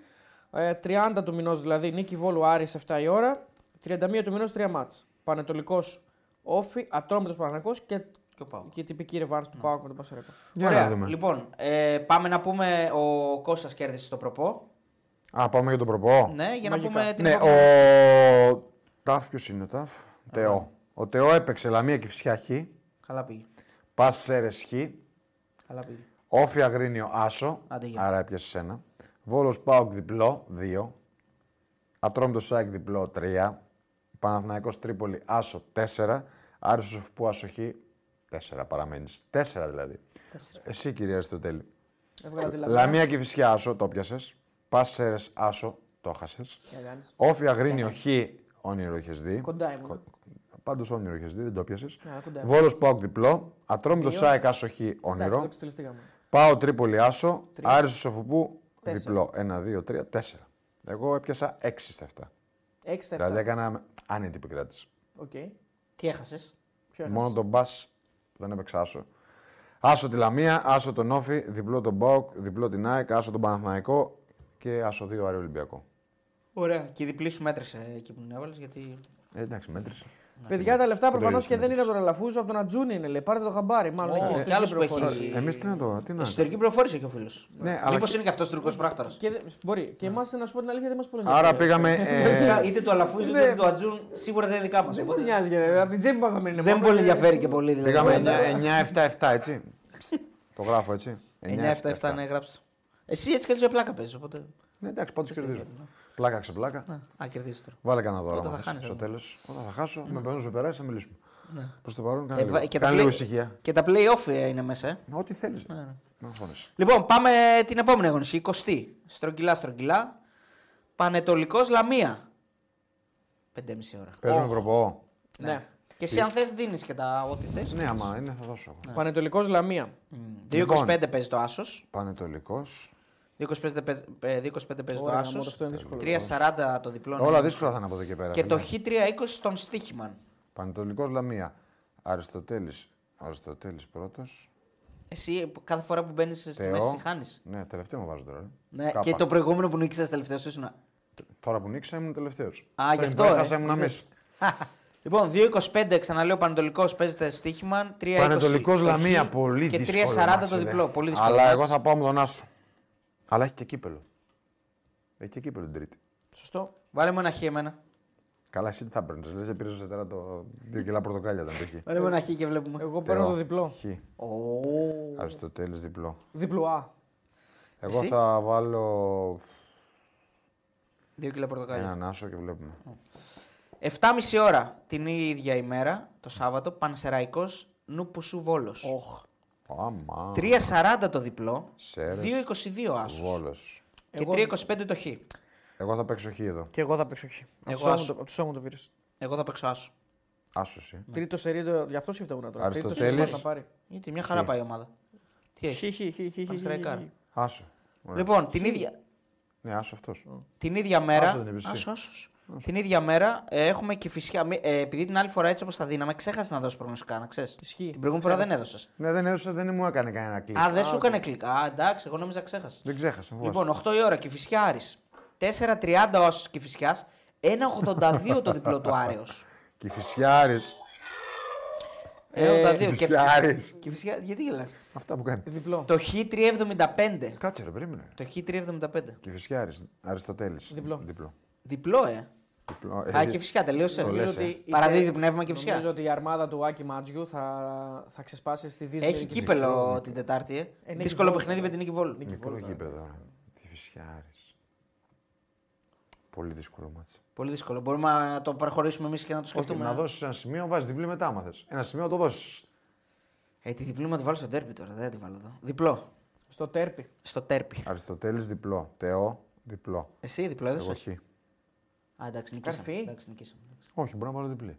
ε, 30 του μηνός δηλαδή, Νίκη Βόλου Άρης 7 η ώρα, 31 του μηνός 3 μάτς. Πανετολικός Όφη, Ατρόμητος Παναθηναϊκός και, Και ο Πάου. και η τυπική ρεβάνς του Πάουκ με τον Πασαρέκο. Για να δούμε. Λοιπόν, ε, πάμε να πούμε ο Κώστας κέρδισε το προπό. Α, πάμε για τον προπό. Ναι, για Μαγικά. να πούμε την Ναι, επόμενη- ο Ταφ, ποιος είναι ο Ταφ, Τεό. Ο Τεό έπαιξε Λαμία και Φυσιά Χ, Καλά πήγε. Πασέρες Χ, Καλά πήγε. Όφη Αγρίνιο Άσο, Άντε, γεια. άρα έπιασε ένα. Βόλος Πάοκ διπλό, 2. Ατρόμητος Σάικ διπλό, 3. Παναθηναϊκός Τρίπολη Άσο, 4. Άρης Σοφπού Άσο Χ, 4 παραμένεις. 4 δηλαδή. Εσύ κυρία Αριστοτέλη. Έβγαλα τη λαμία. Λαμία και Φυσιά Άσο, το πιασες. Πασέρες Άσο, το χάσες. Τι να κάνεις. Όφη Αγρίνιο Χ, όνειρο είχες δει. Ναι. Κοντά ήμουν. Πάντως όνειρο είχες δει, δεν το πιασε. Ναι, κοντά. Βόλος Πάοκ διπλό. Ατρόμητος ΣΑΕΚ Άσοχη Εντάξει, το όνειρο. εξτελιστήκαμε. Πάω Τρίπολη Άσο. Άρης Σοφουπού Τέσσερα. διπλό. Ένα, δύο, τρία, τέσσερα. Εγώ έπιασα έξι στα 7. 6 στα 7. Δηλαδή έκανα άνετη επικράτηση. Οκ. Τι έχασες. Ποιο έχασες. Μόνο τον μπα που δεν έπαιξα Άσο. Άσο τη Λαμία, Άσο τον Όφη, διπλό τον Πάοκ, διπλό την ΑΕΚ, Άσο τον Παναθηναϊκό και Άσο 2 Άρη Ολυμπιακό. Ωραία. Και η διπλή σου μέτρησε εκεί που την έβαλες γιατί... Ε, εντάξει, μέτρησε. Παιδιά, τα λεφτά Που προφανώ λέγεται και δεν συνέχιση. είναι από τον Αλαφούζο, από τον Ατζούνι είναι. Λέει. Πάρτε το χαμπάρι, μάλλον Ω, έχει κι ιστορική άλλος που έχει. πληροφόρηση. Εμεί Ε, τι να το. Τι να... Ιστορική προφόρηση έχει ο φίλος. Ναι, αλλά Μήπως και- είναι και αυτός Τουρκός Ναι. πράκτορας. Και δεν- μπορεί. Και εμάς, να σου πω την αλήθεια, δεν μας πολύ Ναι. Άρα ενδιαφέρει. πήγαμε. ε, Είτε του Αλαφούζου είτε του Ατζούν σίγουρα δεν είναι δικά μας. Δεν οπότε- μας νοιάζει, γιατί από την τσέπη μας θα μείνει. Δεν Μόνο πολύ είναι- ενδιαφέρει και πολύ δηλαδή. Πήγαμε 9-7-7, έτσι. το γράφω έτσι. 9-7-7, ναι, γράψτε. Εσύ έτσι κι αλλιώς πλάκα παίζεις. Οπότε... Ναι, εντάξει, πάντως κερδίζω. Πλάκα ξεπλάκα. Α, κερδίσει τώρα. Βάλε κανένα δώρο. Όταν θα άμα θες, χάνεις, ναι. Στο θα τέλος. Όταν θα χάσω, με περνούσε, με περάσεις, θα μιλήσουμε. Ναι. Προς το παρόν, κάνε Ε, λίγο, βα- κάνε λίγο play- ησυχία. και τα play-off ε, είναι μέσα. ε. Μα, Ό,τι θέλεις. Να φώνεσαι. Λοιπόν, πάμε την επόμενη αγωνιστική. 20. Στρογγυλά, στρογγυλά. Πανετολικός Λαμία. 5,5 ώρα. Παίζουμε Οχ. προπό. Ναι. Και εσύ, Ε. αν θες, δίνεις και τα ό,τι θες. Ναι, άμα είναι, θα δώσω. Ναι. Πανετολικός Λαμία. Λοιπόν. 2,25 παίζει το άσος. Πανετολικός. 2,25 παί- ε, 2,25 παίζει το Ωραία, άσο. μωρέ, αυτό είναι δύσκολο. 3,40 το διπλό. Όλα δύσκολα ναι. θα είναι από εδώ και πέρα. Ναι. Και το φίλε. Χ320 στον Στίχημαν. Πανετολικός Λαμία. Αριστοτέλης. Αριστοτέλης πρώτος. Εσύ κάθε φορά που μπαίνεις στη μέση Θεό. χάνεις. Ναι, τελευταίο μου βάζω τώρα. ε. Ναι, Κάπα. και το προηγούμενο που νίκησες τελευταίος ήσουν. Τώρα που νίξα ήμουν τελευταίος. Α, γι' αυτό, Έχασα ε. ήμουν αμέσω. Λοιπόν, 2,25 ξαναλέω Πανετολικός παίζεται στοίχημα. 3,20 Πανετολικό το Λαμία, Χ πολύ Και δύσκολο. 3,40 μάτς, το ε, δε. διπλό. Πολύ δύσκολο. Αλλά μάτς. εγώ θα πάω με τον Άσο. Αλλά έχει και κύπελο. Έχει και κύπελο την Τρίτη. Σωστό. Βάλε μου ένα Χ εμένα. Καλά, εσύ τι θα παίρνεις. Λες, δεν πήρε σωστά το. Δύο κιλά πορτοκάλια ήταν το χ. Βάλε μου ένα Χ και βλέπουμε. Εγώ παίρνω Θεό. το διπλό. Χ. Ω, Αριστοτέλης διπλό. Διπλό Α. Εγώ Εσύ? θα βάλω Δύο κιλά πορτοκάλια. έναν Άσο και βλέπουμε. 7,5 ώρα την ίδια ημέρα, το Σάββατο, Πανσεραϊκός Νουπουσού Βόλος. Οχ. Αμά. 3,40 το διπλό. Σέρες. 2,22 άσο. Βόλος. Και Εγώ- 3,25 το Χ. Εγώ θα παίξω χ εδώ. Και εγώ θα παίξω χ. Εγώ άσο. Από τους ώμους το πήρες. Εγώ θα παίξω άσο. Άσο εσύ. Τρίτο σερί, το- γι' αυτό σκεφτόμουν τώρα. Τρίτο σερί Αριστοτέλης. θα πάρει. Γιατί μια χαρά πάει η ομάδα. Τι Χ, χ, έχει. χ, χ, χ, χ, χ, χ. Πανσεραϊκάρα. Άσο. Ωραία. Λοιπόν, την ίδια, Ναι, άσο αυτός. την ίδια μέρα. Άσο δεν είπες εσύ. Άσο, άσος. Την ίδια μέρα ε, έχουμε και φυσικά. μη- ε, επειδή την άλλη φορά έτσι όπως τα δίναμε, ξέχασες να δώσεις προγνωστικά, να ξέρεις. Ισχύει. Την προηγούμενη φορά δεν Ξέχασες. έδωσες. Ναι, δεν έδωσε, δεν μου έκανε κανένα κλικ. Α, δεν σου έκανε κλικ. Α, εντάξει, εγώ νόμιζα ξέχασες. Δεν ξέχασα. φοβάσαι. Λοιπόν, 8 η ώρα και φυσικά Άρης. 4.30 ο Άσος και 1.82 το διπλό του Άρεος. Κηφισιάρη. 1.82 Ε, και. Κηφισιάρη. και φυσικά, γιατί γελάς. Αυτά που κάνει. Διπλό. Το Χ375. Κάτσε ρε, περίμενε. Το Χ375. Κηφισιάρη. Αριστοτέλης. Διπλό. Διπλό. Διπλό, ε. Διπλό. Α, Ε, και φυσικά τελείωσε. το λες, ε. η- Παραδίδει πνεύμα και φυσικά. Νομίζω ότι η αρμάδα του Άκη Μάτζιου θα, θα ξεσπάσει στη δύσκολη. Έχει κύπελο την Τετάρτη. Ε. Ε, ναι, Δύσκολο Βόλου. παιχνίδι με την νίκη Βόλου. Μικρό γήπεδο. ρε. Κηφισιάρης. Πολύ δύσκολο μάτς. Πολύ δύσκολο. Μπορούμε να το προχωρήσουμε εμείς και να το Όχι, σκεφτούμε. να δώσεις ένα σημείο, βάζεις διπλή μετά, άμα θες. Ένα σημείο το δώσεις. Ε, τη διπλή μου να τη βάλω στο τέρπι τώρα. Δεν θα τη βάλω εδώ. Διπλό. Στο τέρπι. Στο τέρπι. Αριστοτέλης διπλό. Τεό διπλό. Εσύ διπλό Εγώ έδωσες. χ. Α, εντάξει, νικήσαμε. Καρφί. εντάξει, νικήσαμε. Όχι, μπορώ να βάλω Ε, διπλή.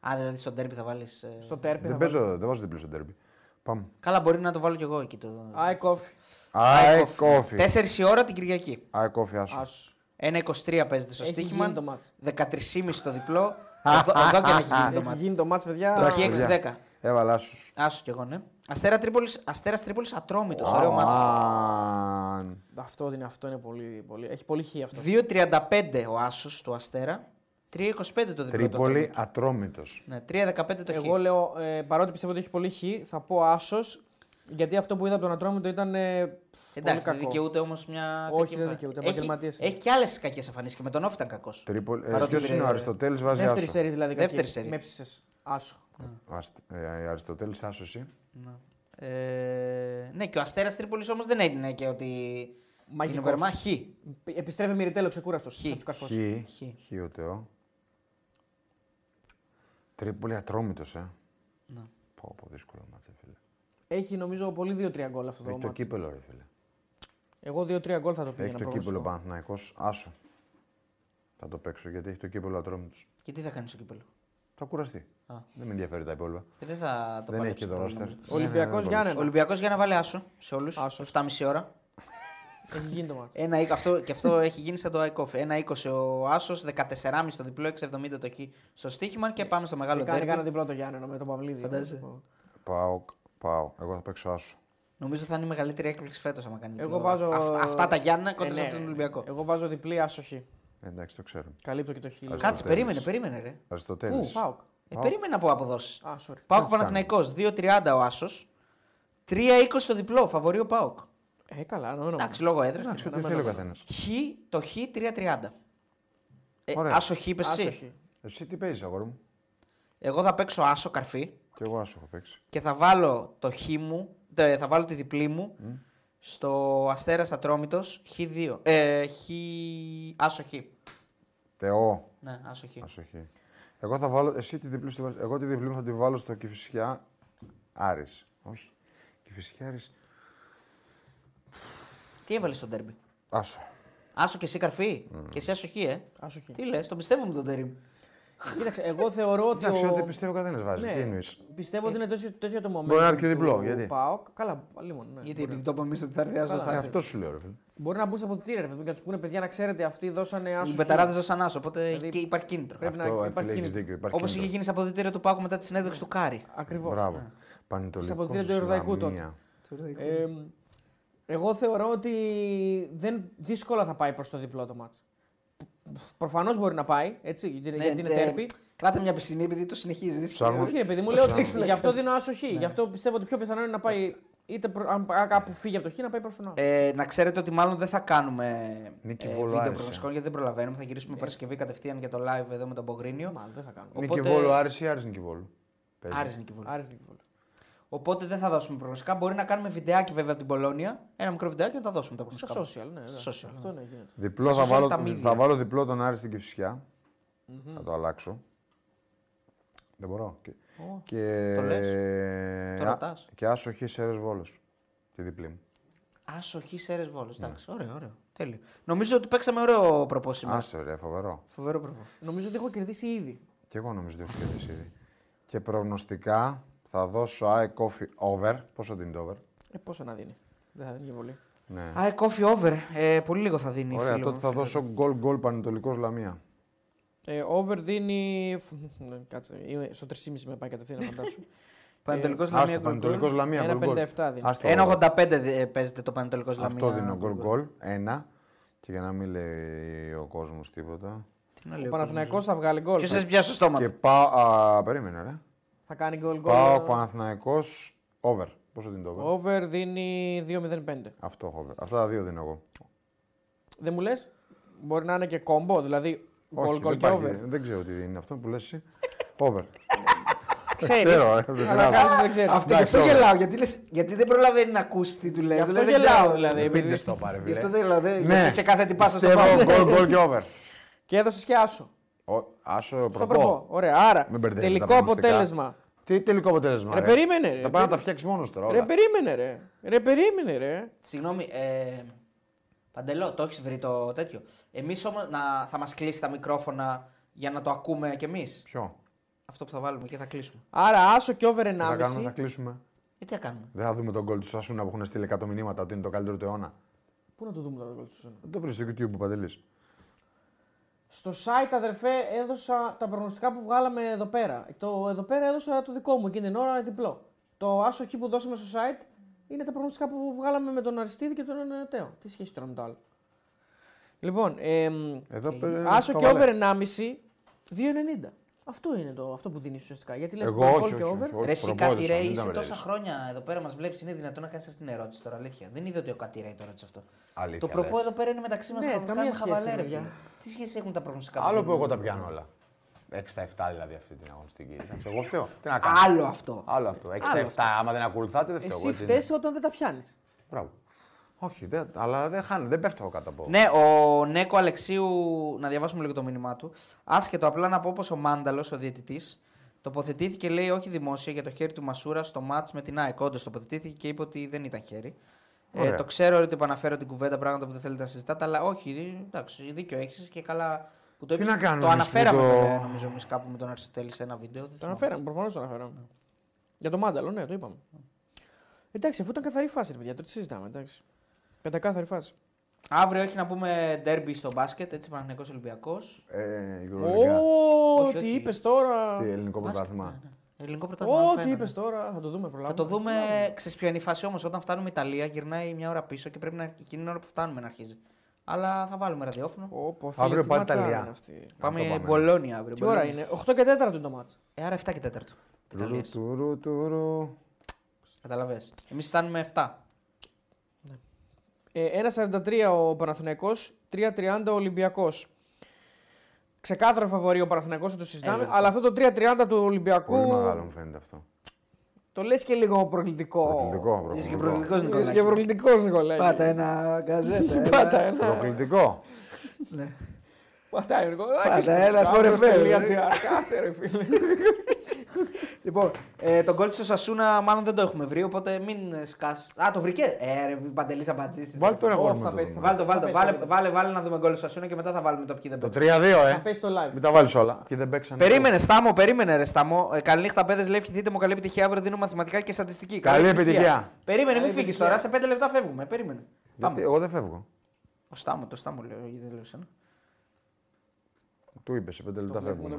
Α, δηλαδή στο τέρπι θα βάλεις. Στο τέρπι. Δεν θα βάλω. παίζω, δεν βάζω διπλή στο τέρμπι. Πάμε. Καλά, μπορεί να το βάλω κι εγώ εκεί. Το... Άι ε, κόφι. Αε κόφι. 4 η ώρα την Κυριακή. Αε κόφι, άσο. Άσου. 1.23 παίζεται στο Έχει στοίχημα. γίνει το μάτς. 13.30 το διπλό. εδώ, εδώ και να έχει γίνει το Έχει μάτι. γίνει το μάτς, παιδιά. Το παιδιά. 6-10. Έβαλα άσου. Άσο κι εγώ, ναι. Αστέρα Τρίπολης, Αστέρας Τρίπολης ατρόμητος, ωραίο μάτς. αυτό. Αυτό είναι, αυτό είναι πολύ, πολύ. Έχει πολύ χ αυτό. 2.35 ο Άσος του Αστέρα, 3.25 το διπλό. Τρίπολη ατρόμητος. το ναι, 3.15 το Εγώ χ. λέω, ε, παρότι πιστεύω ότι έχει πολύ χ, θα πω άσος. Γιατί αυτό που είδα από τον Ατρόμητο ήταν. Ε, πολύ Εντάξει, δεν κακό. δικαιούται όμως μια... Όχι, κακή δεν εμφάνιση. δικαιούται, Έχει- επαγγελματίες είναι. Έχει, και άλλες κακές εμφανίσεις και με τον Όφη ήταν κακός. Τρίπολη. Παρότι Ποιος είναι ο βρε- Αριστοτέλης, βάζει Δεύτερη άσο. σερή δηλαδή. Δεύτερη κακή. σερί. Με ψήσε. Άσο. ε, Αριστοτέλης, άσο εσύ. Ναι. Ε, ναι, και ο Αστέρας Τρίπολης όμως δεν έγινε και ότι... Μαγικός. Είναι βερμά χ. Επιστρέφει μυριτέλο ξεκούραστος. Χ. Θα τους καρφώσει. Χ. Χ. Χ ο Θεό. Τρίπολη ατρόμητος, ε. Ναι. Πω, πω, δύσκολο μάτσε, φίλε. Έχει νομίζω πολύ 2-3 γκολ αυτό το Έχει το μάτς. κύπελο, ρε φίλε. Εγώ 2-3 γκολ θα το Έχει πήγαινα. το προγνωστικό. κύπελο Παναθυναϊκό, άσο. Θα το παίξω γιατί έχει το κύπελο ατρόμητος. Και τι θα κάνεις στο κύπελο. Θα κουραστεί. Α. Δεν με ενδιαφέρει τα υπόλοιπα. Και δεν θα το Δεν έχει παλέψει και το πολύ, ρόστερ. Ε, νομίζω. Ολυμπιακός Ο Γιάννενα. Ολυμπιακός για να βάλει άσο σε όλους, Άσος. 7.30 ώρα. Έχει γίνει το Ε, μάτς. Ένα, είκο- αυτό, και αυτό έχει γίνει σαν το ICOF. Ένα 20 ο Άσος, 14,5 το διπλό, 6,70 το χ στο στοίχημα και πάμε στο μεγάλο Ε, Και κάνει κάνα τέρμα. διπλό το Γιάννενα με τον Παυλίδη. Φαντάζεσαι. Πάω, πάω. Εγώ θα παίξω άσο. Νομίζω θα είναι η μεγαλύτερη έκπληξη φέτος άμα κάνει. Εγώ διπλό. βάζω. Αυτά, αυτά τα Γιάννα κοντά Ε, σε ναι, αυτόν τον ναι. Ολυμπιακό. Εγώ βάζω διπλή άσοχη. Ε, εντάξει, το ξέρουμε. Καλύπτω και το χ. λίγο. Αριστοτέλης. Κάτσε, περίμενε, περίμενε, ρε. Αριστοτέλης. Πάοκ. Ε, Πάω. περίμενε από αποδόσεις. Α, sorry. Πάοκ Παναθηναϊκός, 2,30 ο Άσος. 3,20 το διπλό, φαβορεί ο Πάοκ. Ε, καλά, νόμιζα. Εντάξει, λόγω έδρας. Εντάξει, ό,τι θέλει ο καθένας. Χ, το Χ 3,30. Ε, Ωραία. άσο Χ, είπες εσύ. Άσοχη. Εσύ τι παίζεις, αγόρι μου. Εγώ θα παίξω Άσο καρφί. Και εγώ άσο έχω παίξει. και θα βάλω το χ μου, τε- θα βάλω τη διπλή μου Στο Αστέρας Ατρόμητος Χ2. Ε, χ. Άσο Χ. Τεό. Ναι, άσο Χ. Ασοχή. Εγώ θα βάλω. Εσύ τη διπλή, σου τη βάζεις. εγώ τη διπλή μου θα τη βάλω στο Κηφισιά Άρης. Όχι. Κηφισιά Άρης. Τι έβαλες στο τέρμπι. Άσο. Άσο και εσύ καρφί. Και εσύ άσο Χ, ε. Άσο χ. Τι λες, τον πιστεύω με τον τέρμπι. Κοίταξε, εγώ θεωρώ ότι. Εντάξει, ο- ό,τι πιστεύω καθένα βάζεις. Ναι. Τι εννοείς. Πιστεύω ότι είναι τέτοιο, τέτοιο το moment. Μπορεί να είναι και του διπλό, γιατί? ΠΑΟΚ. Καλά, λίγο. Ναι. Γιατί επειδή το είπαμε εμείς ότι θα έρθει άσο θα έρθει. Αυτό σου λέω, ρε φίλε. Μπορεί να μπουν στα ποτήρια, ρε παιδί μου, και να τους πούνε παιδιά να ξέρετε, αυτοί δώσανε άσο. Οι χ». πεταράδε δώσαν άσο, οπότε Δηλαδή- και υπάρχει κίνητρο. Πρέπει να Αυτό υπάρχει ε, φίλε, έχεις κίνητρο. δίκιο. Υπάρχει Όπως είχε κίνητρο. γίνει στα αποδητήρια του Πάκου μετά τη συνέντευξη του Κάρι. Ακριβώς. Μπράβο. Πανετολικό. αποδητήρια του Ιορδαϊκού τότε. Ε, εγώ θεωρώ ότι δεν δύσκολα θα πάει προς το διπλό το μάτς. Προφανώς μπορεί να πάει, έτσι, γιατί είναι, γιατί είναι τέρπι. Κράτα μια πισινή επειδή το συνεχίζεις. Ψάχνω. Όχι, ρε παιδί μου, λέω ότι Ψάχνω. γι' αυτό δίνω άσο χ. Γι' αυτό πιστεύω ότι πιο πιθανό είναι να πάει είτε προ- αν αν κάπου φύγει από το χ να πάει προς τον άσο. Ε, να ξέρετε ότι μάλλον δεν θα κάνουμε ε, Νίκη ε. Βόλου βίντεο Άρης, προγνωστικών γιατί δεν προλαβαίνουμε. Θα Ε. γυρίσουμε Παρασκευή κατευθείαν για το live εδώ με τον Πογρίνιο. Μάλλον δεν θα κάνω. Οπότε- Νικηβόλου Άρης ή Άρης Νικηβόλου. Παίζει. Άρης Νίκη Βόλου. Άρης Νικηβόλου. Οπότε δεν θα δώσουμε προγνωστικά. Μπορεί να κάνουμε βιντεάκι βέβαια από την Πολώνια. Ένα μικρό βιντεάκι και θα τα δώσουμε τα Στα προγνωστικά. social, ναι. Στα Στα social, Αυτό ναι, γίνεται. Διπλό Σας θα σώζουν βάλω, τα μύδια. θα βάλω διπλό τον Άρη στην κηφισια Θα το αλλάξω. Δεν μπορώ. Και, και, το λες. ε, Το α- ρωτάς. και άσοχη Σέρες Βόλος. Τη διπλή μου. Άσοχη Σέρες Βόλος. Εντάξει, ωραίο, ωραίο. Ναι. Τέλειο. Νομίζω ότι παίξαμε ωραίο προπό σήμερα. Άσε ρε, φοβερό. Φοβερό προπό. Νομίζω ότι έχω κερδίσει ήδη. Και εγώ νομίζω ότι έχω κερδίσει ήδη. Και προγνωστικά θα δώσω AE Coffee Over. Πόσο δίνει το over. Ε, πόσο να δίνει. Δεν θα δίνει και πολύ. Ναι. Α, ε, coffee over. Ε, πολύ λίγο θα δίνει. Ωραία, φίλε τότε μου. θα δώσω goal goal Πανετολικός Λαμία. Ε, over δίνει. φου, ναι, Κάτσε, είμαι στο 3,5 με πάει κατευθείαν να φαντάσω. Πανετολικός Άστο, Λαμία goal Πανετολικός goal. Λαμία. goal, goal. 1,57 δίνει. Άστο, over. 1,85 δε- ε, παίζεται το Πανετολικός Λαμία. Αυτό δίνω goal goal. Ένα. Και για να μην λέει ο κόσμος τίποτα. Τι να Ο λέω, Παναθηναϊκός θα βγάλει γκολ. Ποιο σα πιάσει στο στόμα. Και πάω. Α, περίμενε, ρε. Θα κάνει γκολ Πάω γκολ. Παναθυναϊκό over. Πόσο δίνει το over. Over δίνει 2,05. Αυτό over. Αυτά τα δύο δίνω εγώ. Δεν μου λες, μπορεί να είναι και κόμπο, δηλαδή γκολ Όχι, γκολ δεν, και υπάρχει, over. δεν ξέρω τι είναι αυτό που λες εσύ. Over. Ξέρεις. ξέρω, ρε, δεν Αλλά γράφω. κάποιο δεν ξέρει. Αυτό γι' Εντάξει, αυτό όλα. γελάω. Γιατί, λες, γιατί δεν προλαβαίνει να ακούσει τι του λέει. Γι' αυτό δηλαδή, δεν ξέρω. γελάω δηλαδή. Επειδή επειδή- δεν το πάρε, Γι' αυτό φίλε. δεν γελάω. δεν- Ναι. γιατί σε κάθε τι πάσα στο Πιστεύω πάω. goal goal και over. Και έδωσες και άσο. Ο- Άσο Στο προπό. προπό. Ωραία, άρα Μην μπερδεύετε τα τελικό προγνωστικά. αποτέλεσμα. Τι τελικό αποτέλεσμα. Ρε, περίμενε, ρε. Θα πάει να τα φτιάξεις μόνος τώρα. Ρε όλα. περίμενε ρε. Ρε περίμενε ρε. Συγγνώμη, ε, Παντελό, το έχεις βρει το τέτοιο. Εμείς όμως θα μας κλείσει τα μικρόφωνα για να το ακούμε κι εμείς. Ποιο. Αυτό που θα βάλουμε και θα κλείσουμε. Άρα άσο και over Τι θα κάνουμε, θα 1,5. κλείσουμε. Ε, τι θα κάνουμε. Δεν θα δούμε τον κόλ του Σασούνα που έχουν στείλει 100 μηνύματα ότι είναι το καλύτερο του αιώνα. Πού να το δούμε τώρα το γκολ του Σασούνα. Δεν το βρεις στο YouTube που παντελεί. Στο site, αδερφέ, έδωσα τα προγνωστικά που βγάλαμε εδώ πέρα. Το, εδώ πέρα έδωσα το δικό μου εκείνη την ώρα διπλό. Το άσο χ που δώσαμε στο site είναι τα προγνωστικά που βγάλαμε με τον Αριστίδη και τον ε, Τέο. Τι σχέση τώρα με το άλλο. Λοιπόν, εμ, Εδώ ε, Οκ. πέρα. Ε, άσο και χαβαλέ. over 1,5, 2,90. Αυτό είναι το, αυτό που δίνεις ουσιαστικά. Γιατί λες Εγώ goal, όχι, goal όχι, και over. όχι, όχι. Ρε, εσύ προπόδησα, κάτι ρε, μην τα είσαι μπερδεύεις. τόσα χρόνια εδώ πέρα μας βλέπεις. Είναι δυνατόν να κάνεις αυτή την ερώτηση τώρα, αλήθεια. Δεν είδα ότι ο κάτι ρε το ρώτησε αυτό. Αλήθεια, το προπό λες. εδώ πέρα είναι μεταξύ μας. Ναι, καμία σχέση, παιδιά. Τι σχέση έχουν τα προγνωστικά Άλλο που δίνουμε. εγώ τα πιάνω όλα. 6 στα 7 δηλαδή αυτή την αγωνιστική. Εντάξει, Εγώ φταίω. Τι να κάνω. Άλλο αυτό. Άλλο αυτό. 6 στα 7. Άμα δεν ακολουθάτε, δεν φταίω. Εσύ έτσι φταίει όταν δεν τα πιάνεις. είναι. Μπράβο. Όχι, δεν, αλλά δεν χάνω, δεν πέφτω εγώ κάτω από. Ναι, ο Νέκο Αλεξίου, να διαβάσουμε λίγο το μήνυμά του. Άσχετο, απλά να πω πως ο Μάνταλος, ο διαιτητής, τοποθετήθηκε, λέει, όχι δημόσια για το χέρι του Μασούρα στο μάτ με την ΑΕΚ. Όντως τοποθετήθηκε και είπε ότι δεν ήταν χέρι. Ε, Ωραία. το ξέρω ότι επαναφέρω την κουβέντα, πράγματα που δεν θέλετε να συζητάτε, αλλά όχι, εντάξει, δίκιο έχεις και καλά που το Τι είπες. να κάνουμε Το εμείς αναφέραμε, με το- βέβαια, νομίζω, εμείς κάπου με τον Αριστοτέλη σε ένα βίντεο. δεν Το θυμάμαι. αναφέραμε, προφανώς το αναφέραμε. Για το μάνταλο, ναι, το είπαμε. Εντάξει, αφού ήταν καθαρή φάση, ρε παιδιά, το τι συζητάμε, εντάξει. Πεντακάθαρη φάση. Αύριο έχει να πούμε ντέρμπι στο μπάσκετ, έτσι Παναγενικό Ολυμπιακός. Ε, η Euroliga. Ω, Όχι, τι όχι. είπες τώρα. Τι ελληνικό πρωτάθλημα. ναι, Ελληνικό πρωτάθλημα. Ω, τι φαίνεται. είπες τώρα. Θα το δούμε, προλάβουμε. Θα το δούμε. Ξέρεις ποια είναι η φάση όμως. Όταν φτάνουμε Ιταλία, γυρνάει μια ώρα πίσω και πρέπει να εκείνη την ώρα που φτάνουμε να αρχίζει. Αλλά θα βάλουμε ραδιόφωνο. Ω, πω, φίλε, Αύριο τι πάλι ματσάρα Ιταλία. είναι αυτή. πάμε πάμε. Μπολόνια αύριο. Τι ώρα Μπολόνια. είναι, 8 και 4 είναι το μάτς. Ε, άρα 7 και 4. Τουρου, τουρου, τουρου. Καταλαβέ. Εμείς φτάνουμε 7. Ε, 1.43 ο Παναθηναϊκός, 3.30 ο Ολυμπιακός. Ξεκάθαρο φαβορεί ο Παναθηναϊκός, θα το συζητάμε, Ε, βέβαια. αλλά αυτό το 3.30 του Ολυμπιακού Πολύ μεγάλο μου φαίνεται αυτό. Το λες και λίγο προκλητικό. Προκλητικό, Είσαι και προκλητικό. προκλητικός Είσαι και Νικολάκη. προκλητικό, Νικολάκη. Πάτα ένα γκαζέτα. ένα- Πάτα ένα. Προκλητικό. Πάτα ένα. Πάτα ένα, σπορεφέ, Αύριο.gr. Κάτσε ρε φίλε. Λοιπόν, ε, τον κόλπο στο Σασούνα μάλλον δεν το έχουμε βρει, οπότε μην ε, σκάς. Α, το βρήκε. Ε, ρε, παντελή θα πατήσεις. Βάλτε τώρα εγώ Ω, να θα το πέσει, δούμε. θα Βάλτε, το, βάλτε, το. Θα βάλε, πέσει, βάλε, βάλε, να δούμε γκολ στο Σασούνα και μετά θα βάλουμε το ποιοι δεν Το παίξαν. 3-2, Θα ε. πέσει το live. Μην τα βάλεις όλα. Και δεν παίξανε. Περίμενε, Στάμο, περίμενε, ρε Στάμο. Ε, καλή νύχτα, παιδε. Λέει, ευχηθείτε μου καλή επιτυχία. Αύριο δίνω μαθηματικά και στατιστική. Καλή επιτυχία. Περίμενε, μην Καλή φύγεις επιτυχία. τώρα. Σε 5 λεπτά φεύγουμε. Περίμενε. Γιατί εγώ δεν φεύγω. Ο Στάμο, το Στάμο λέω, γιατί δεν λέω εσένα. Του είπε σε 5 λεπτά φεύγουμε.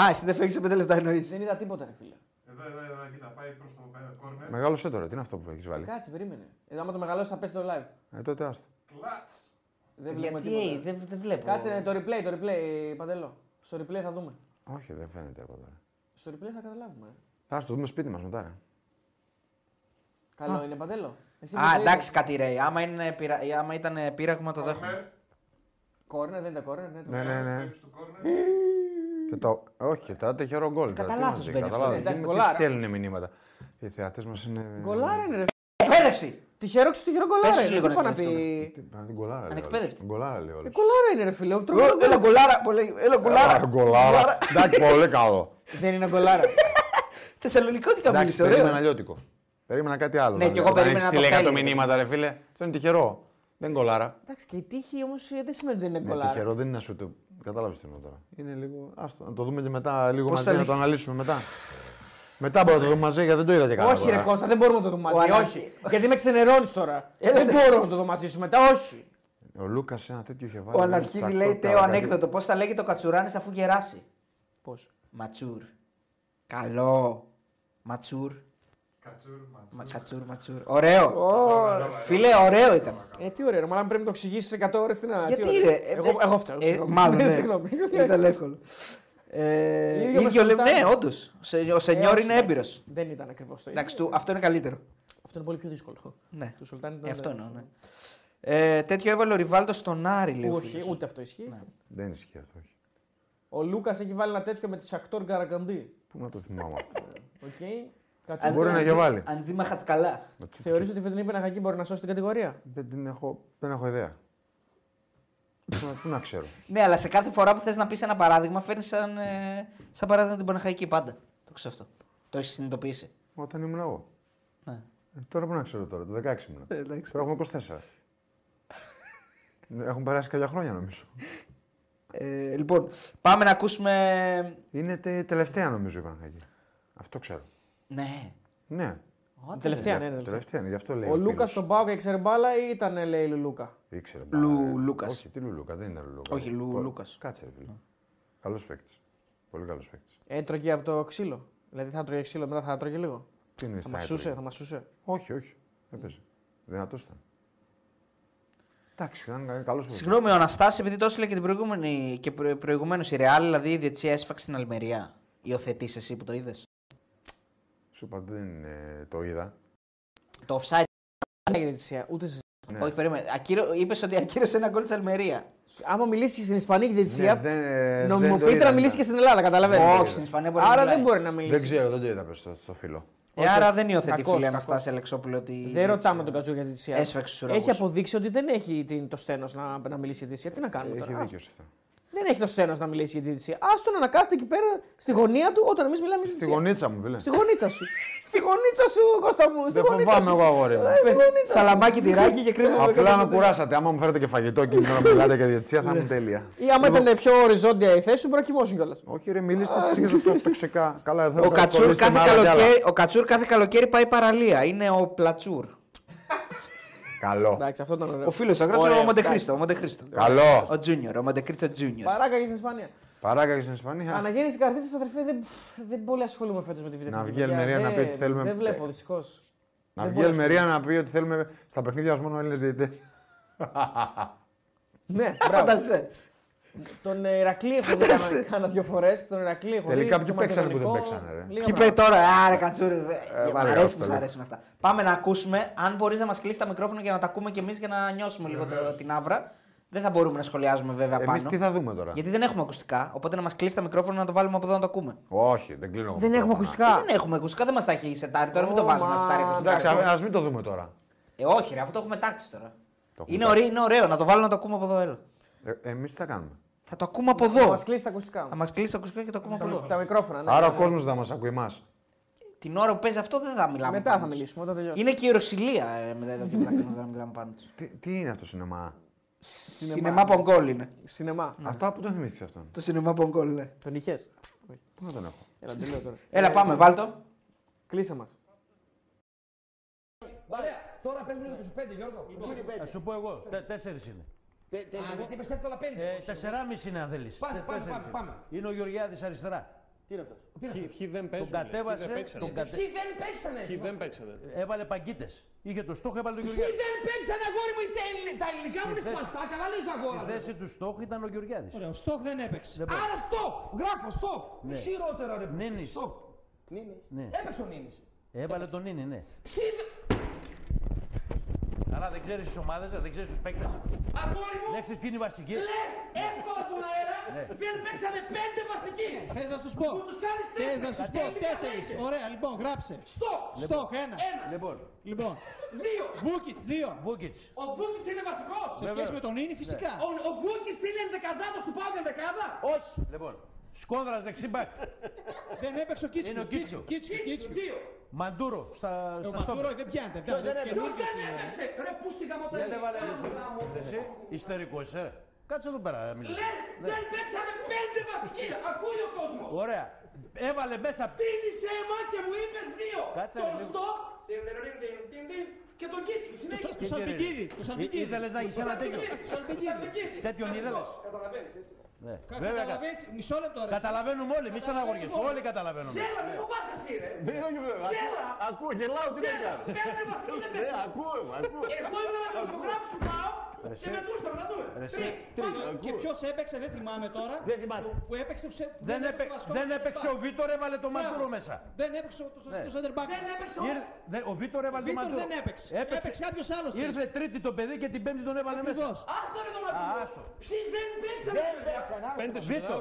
Α, εσύ δεν φεύγεις σε 5 λεπτά εννοείς. Δεν είδα τίποτα, ρε φίλε. Εδώ, εδώ, εδώ, κοίτα, πάει προς το ε, κόρνερ. Μεγάλωσε τώρα, τι είναι αυτό που έχεις βάλει. Κάτσε, περίμενε. Εδώ άμα το μεγαλώσεις θα πέσει το live. Ε, τότε άστο. Κλατς! Δεν βλέπουμε Γιατί ε, τίποτα. δεν δεν βλέπω. Κάτσε ε, το replay, το replay, παντελώ. Στο replay θα δούμε. Όχι, δεν φαίνεται από τώρα. Στο replay θα καταλάβουμε. Θα το δούμε σπίτι μας μετά. ρε. Καλό είναι, παντελώ. Εσύ Α, εντάξει, κάτι ρε. Άμα, είναι, πειρα- ε, άμα ήταν ε, πείραγμα, το δέχομαι. Κόρνερ, Κόρνερ, δεν ήταν κόρνερ. Ναι, Ναι, ναι, ναι. στρίψη του κόρνερ. Και τα... Όχι, και τα τυχερό γκολ. Κατά τώρα, τι λάθος μας λέει, Ε, μπαίνει κατά αυτό, ναι. λάθος. εντάξει, Τι- γκολάρα. Τι στέλνουν μηνύματα. Οι θεατές μας είναι. Γκολάρα είναι, ρε. Εκπαίδευση! Τυχερό σου, τυχερό γκολάρα. Πες είναι, λίγο τι να πάω να πει. Τι- να την Γκολάρα. λέει όλοι. Ανεκπαίδευτοι. Γκολάρα λέει Ε, όλοι. Κολάρα είναι, ρε φίλε. Ο τρομερός Έλα γκολ. γκολάρα, πολύ- έλα γκολάρα. Γκολάρα. Γκολάρα. Εντάξει, πολύ καλό. Δεν είναι γκολάρα. Θεσσαλονικότικα Εντάξει, μίλησε, περίμενα ωραίο. αλλιώτικο. Περίμενα κάτι άλλο. Ναι, κι εγώ περίμενα Τι το λέγα το θέλει. μηνύματα, ρε φίλε. Αυτό είναι τυχερό. Δεν είναι γκολάρα. Εντάξει, και η τύχη όμως ε, δεν σημαίνει ότι είναι Ναι, γκολάρα. τυχερό δεν είναι ασούτο. Κατάλαβες τι εννοώ τώρα. Είναι λίγο. Άστο, να το δούμε και μετά λίγο Πώς μαζί, θα να λέει. το αναλύσουμε μετά. μετά μπορούμε να το δούμε μαζί, γιατί δεν το είδα και καλά. Όχι, ρε τώρα. Κώστα, δεν μπορούμε να το δούμε μαζί. Ανά- Όχι. Γιατί με ξενερώνεις τώρα. Δεν μπορώ να το δω μαζί σου μετά, όχι. Ο Λούκας ένα τέτοιο είχε βάλει. Ο ένα Αναρχίδη σακό λέει τέο καρακάκι. ανέκδοτο. Πώς θα λέγεται ο Κατσουράνη αφού γεράσει. Πώς. Ματσούρ. Καλό. Ματσούρ. Κατσούρ, μα. Μα- Κατσούρ, ματσούρ. Ωραίο. Φίλε, ωραίο ήταν. Ε, τι ωραίο, ρε, μαλάκα, πρέπει να το εξηγήσεις 100 ώρες την ώρα. Γιατί, τι ωραίο. ρε, ε, Εγώ, δεν- εγώ φταίω. ε, συγγνώμη. μάλλον, ναι. Συγγνώμη. Ήταν εύκολο. Ε, ίδιο Ίδιο λέμε, Μεσολυτάνη. ναι, όντως. Ο Σενιόρ Ε, όχι, είναι εντάξει, έμπειρος. Δεν ήταν ακριβώς το ίδιο. Εντάξει, του- αυτό είναι καλύτερο. Αυτό είναι πολύ πιο δύσκολο. Ναι. Του Σουλτάνη ήταν. Ε, αυτό εννοώ, δεύτερο. ναι. Ε, τέτοιο έβαλε ο Ριβάλτο στον Άρη, λέει. ο Όχι, φίλος. ούτε αυτό ισχύει. Ναι. Δεν ισχύει αυτό. όχι. Ο Λούκας έχει βάλει ένα τέτοιο με τη Σακτόρ Γκαραγκαντή. Πού να το θυμάμαι αυτό. Okay. Ε, Μπορεί να είχε βάλει. Αντζή Μαχατσκαλά. Ε, Θεωρείς ότι η φετινή Πεναχακή μπορεί να σώσει την κατηγορία. Δεν, την έχω, δεν έχω ιδέα. Πού να- Πού να ξέρω. Ναι, αλλά σε κάθε φορά που θες να πεις ένα παράδειγμα, φέρνεις σαν, ε, σαν παράδειγμα την Παναχαϊκή πάντα. Το ξέρω αυτό. Το έχεις συνειδητοποιήσει. Όταν ήμουν εγώ. Ναι. Ε, τώρα πού να ξέρω τώρα, το 16 ήμουν. εντάξει. Τώρα έχουμε 24. Ναι, Έχουν περάσει κάποια χρόνια νομίζω. Ε, λοιπόν, πάμε να ακούσουμε. Είναι τε- τελευταία νομίζω η Παναγία. Αυτό ξέρω. Ναι. Ναι. Τελευταία, ναι, Γι' είναι τελευταία. τελευταία είναι, γι' αυτό λέει. Ο Λούκας φίλος. στον Πάοκ έξερε μπάλα ή ήταν, ε, λέει, Λουλούκα. Ήξερε. Λου- μπάλα, ρε. Λούκας. Όχι, τι Λου Λούκα, δεν είναι Λου Λούκα. Όχι, Λου Πο- Λούκας. Κάτσε, ρε φίλε. Καλός παίκτης. Πολύ καλός παίκτης. Έτρωγε από το ξύλο. Δηλαδή θα τρώγε ξύλο, μετά θα τρώγε λίγο. Τι είναι Θα στα μα άκρα. σούσε, θα μα σούσε. Όχι, όχι. Έπαιζε. Δυνατός ήταν. Εντάξει, ήταν καλό Ναι, παίκτης. Συγγνώμη, ο Αναστάσης, επειδή το έστειλε και, την προηγούμενη, και προ, προηγουμένως η Ρεάλ, δηλαδή η διετσία έσφαξε στην Αλμερία. Υιοθετείς εσύ που το είδες. Σου είπα δεν ε, το είδα. Το offside. Δεν έγινε διαιτησία, ούτε συζήτηση. Ναι. Όχι, περίμενε. Ακύρω... Είπες ότι ακύρωσε ένα γκολ της Αλμερία. Άμα μιλήσεις στην Ισπανική Ναι, διαιτησία, δεν, ε, δεν το νομιμοποιείται είδα, να μιλήσεις και ήταν. στην Ελλάδα, καταλαβαίνετε. Όχι, στην Ισπανία μπορεί Ναι, Άρα να δεν μιλάει. μπορεί να Δεν μιλήσει. ξέρω, δεν το είδα πες, στο, στο φίλο. Ε, άρα δεν υιοθετεί Κακός, φίλε κακός. Αναστάση Αλεξόπουλο ότι. Δεν ρωτάμε τον Κατσούρ για διαιτησία. Έσφαξε στους ουραγούς. Έχει αποδείξει ότι δεν έχει την- το στένος να, να μιλήσει για διαιτησία. Τι να κάνουμε Ε, Έχει Ε, τώρα. δίκιο σε αυτό. Δεν έχει το στένο να μιλήσει για διαιτησία. Άστο να κάθεται εκεί πέρα στη γωνία του όταν εμείς μιλάμε για Στη διαιτησία. γονίτσα μου, φίλε. Στη γωνίτσα σου. στη γονίτσα σου, Κώστα μου. Στη Δεν γωνίτσα φοβάμαι σου. εγώ, αγόρι μου. Ε, Στη γωνίτσα σου. Σαλαμπάκι τυράκι και κρύβουμε. Απλά με κουράσατε. Άμα μου φέρετε και φαγητό και να μιλάτε για διετησία θα Ναι. ήμουν τέλεια. Ή άμα ήταν πιο οριζόντια η θέση σου, μπορεί να κοιμώσουν κιόλας. Όχι, ρε, μιλήστε εσεί για το τοξικά. Καλά, εδώ Ο θα Κατσούρ, ασχολείστε κάθε με άλλα κι άλλα. καλοκαίρι, ο Κατσούρ κάθε καλοκαίρι πάει παραλία. Είναι ο Πλατσούρ. Καλό. Εντάξει, αυτό ήταν ωραίο. Ο φίλος θα γράψει Ωραίο, ο εντάξει. Μοντεχρίστο. Ο Μοντεχρίστο. Καλό. Ο Τζούνιορ. Ο Μοντεχρίστο Τζούνιορ. Παράκαγε στην Ισπανία. Παράγαγες στην Ισπανία. Αναγέννηση καρδίτσα, αδερφέ, δεν, δεν πολύ ασχολούμαι φέτος με τη βιτετική. Να βγει η Ελμερία να πει ότι θέλουμε- Δεν βλέπω δυστυχώς. Να δεν βγει η μπορεί να Ελμερία να πει ότι θέλουμε στα παιχνίδια μας μόνο Έλληνες διαιτητές. Ναι, μπράβο. Φαντάζε. Τον ε, Ηρακλή έχω δει κάνα- κάνα δύο φορές. Τον Ηρακλή έχω δει. Τελικά το ποιοι παίξανε που δεν Μακεδονικό, παίξανε, ρε. λίγα Ποιοι πράγματα. πέ τώρα, άρα Κατσούρ. ε, Μ' βάλε αρέσει που αυτό, σα λέω. αρέσουν αυτά. Πάμε να ακούσουμε. Αν μπορείς να μας κλείσεις τα μικρόφωνα για να τα ακούμε κι εμείς για να νιώσουμε λίγο το- την άβρα. Δεν θα μπορούμε να σχολιάζουμε βέβαια Εμείς πάνω. τι θα δούμε τώρα. Γιατί δεν έχουμε ακουστικά. Οπότε να μας κλείσει τα μικρόφωνα να το βάλουμε από εδώ να το ακούμε. Όχι, δεν κλείνω. Δεν έχουμε Ε, ακουστικά. δεν έχουμε ακουστικά, δεν μας τα έχει σετάρει τώρα. Μην Ω, το βάζουμε μα, σε τάρι ακουστικά. Εντάξει, ας μην το δούμε τώρα. Ε, όχι, ρε, αυτό το έχουμε τάξει τώρα. Το έχουμε Είναι τάξει. ωραίο, είναι ωραίο, να το βάλω να το ακούμε από εδώ. Έλα. Εμεί Ε, τι θα κάνουμε. Θα το ακούμε από Θα εδώ. μας κλείσει τα ακουστικά. Θα μας κλείσει τα ακουστικά και το ακούμε από εδώ. Τα μικρόφωνα. ναι. Άρα ο κόσμος θα μας ακούει εμάς. Την ώρα που παίζει αυτό δεν θα μιλάμε. Μετά πάνω θα τους. μιλήσουμε όταν τελειώσει. Είναι και η Ρωσιλία ε, μετά εδώ και μετά κάνουμε να μιλάμε πάνω του. Τι, τι είναι αυτό το σινεμά. Σινεμά Πονγκόλ είναι. Σινεμά. Ναι. Αυτά που τον θυμήθηκε αυτόν. Το σινεμά Πονγκόλ, ναι. Ε- Τον είχε. Πού να τον έχω. Έλα, τι λέω τώρα. Έλα, πάμε, βάλτο. Κλείσε μα. Τώρα παίζουν με του πέντε, Γιώργο. Θα σου πω εγώ. Τε- Τέσσερι είναι. Α, Γιατί είπε εύκολα πέντε. Ε, Τεσσεράμιση είναι αν θέλεις. Πάμε, πάμε, πάμε, πάμε. Είναι ο Γεωργιάδης αριστερά. Τον κατέβασε, τον κατε... Ποιοι δεν παίξανε. Ποιοι δεν έβαλε παγκίτες. Είχε το στόχο, έβαλε τον Γεωργιάδη. παίξανε, αγόρι μου. τα ελλην- Τα ελληνικά μου είναι θέση- σπαστά. Καλά λέει ο αγόρας. Στη θέση του στόχου ήταν ο Γεωργιάδης. Ωραία, ο Στόχ δεν έπαιξε. Άρα στο. Γράφω στο. Μη χειρότερο ρε. Νίνης. Στο. Ναι. Έπαιξε ο Νίνης. Έβαλε τον Νίνη, ναι. Ποιοι δεν. Αλλά δεν ξέρεις τις ομάδες, δεν ξέρεις τους παίκτες. Αγόρι μου. Δεν ξέρει ποιοι είναι οι βασικοί. Λες εύκολα στον αέρα. Δεν παίξανε πέντε βασικοί. Θες να τους πω. Που τους κάνεις Θε τέσσερις. να τους Τα πω. ελληνικά Τέσσερις. λέγε. Ωραία, λοιπόν, γράψε. Στο. Στόχ, ένα. Ένας. Λοιπόν, Λοιπόν, Δύο. Βούκιτ, δύο. Βούκιτ. Ο Βούκιτς είναι βασικός. Σε σχέση με τον Ίνι, φυσικά. Ο, ο Βούκιτς είναι ενδεκαδάτος του Πάουκ ενδεκάδα. Όχι. Λοιπόν, Σκόνδρας δεξιμπάκ. Δεν έπαιξε ο Είναι ο Κίτσκου. Κίτσκου. Κίτσκου, Κίτσκου, Κίτσκου. Δύο. Μαντούρο στα, Ε, Ο στα στόπερ. Μαντούρο δεν πιάνεται. Δεν Ποιος δεν έπαιξε. Ρε πού στην καμωτέλη. Δεν έβαλε εσύ. Ιστερικό είσαι. Κάτσε εδώ πέρα. μίλησε. Λες δεν παίξανε πέντε βασικοί. Ακούει ο κόσμος. Ωραία. Έβαλε μέσα. Τίνησε εμά και μου είπες δύο. Κάτσε, Τον ρε, λίγο. Στοχ τιν, τιν, τιν, τιν, τιν, τιν, και τον Κίτσου. Συνέχισε. Το Σαλπικίδη. Το Σαλπικίδη. Ήθελες να έχεις ένα τέτοιο. Σαλπικίδη. Σαλπικίδη. Τέτοιον ήθελες. Βασικός. λοιπόν, Καταλαβαίνεις έτσι. Ναι. Κα- Βέβαια, Καταλαβαίνεις, μισό λεπτό ρε. Καταλαβαίνουμε όλοι, μη Καταλαβαίνουμε στεναχωριέσαι. όλοι. Όλοι καταλαβαίνουμε. Γέλα, μη φοβάσαι εσύ ρε. Γέλα. Ακούω, γελάω, τι Γέλα. Πέντε βασικοί δεν παίξανε. Ακούω, ακούω. Εγώ ήμουν με τους ζωγράφους του ΠΑΟΚ και μετρούσαμε να δούμε. Ρε, εσύ. Τρεις. Πάμε. Και ποιος έπαιξε, δεν θυμάμαι τώρα. Δεν θυμάται. Που έπαιξε. που σε- που Δεν, έπαι- το βασικό δεν μας έπαιξε ο center back. Βίτορ, έβαλε το Μπράβο. Μαντούρο μέσα. Δεν έπαιξε ο- το- το- το center back. Δεν έπαιξε Ήρ- όλα. δε- Ο Βίτορ έβαλε το Βίτορ Μαντούρο. δεν έπαιξε. Έπαιξε κάποιος άλλος Ήρθε τρίτη το παιδί και την πέμπτη τον έβαλε Ακριβώς. μέσα. Άστο ρε το Α, ματιό. άστο. Ποιοι δεν παίξανε. ρε, παιδιά. Βίτορ,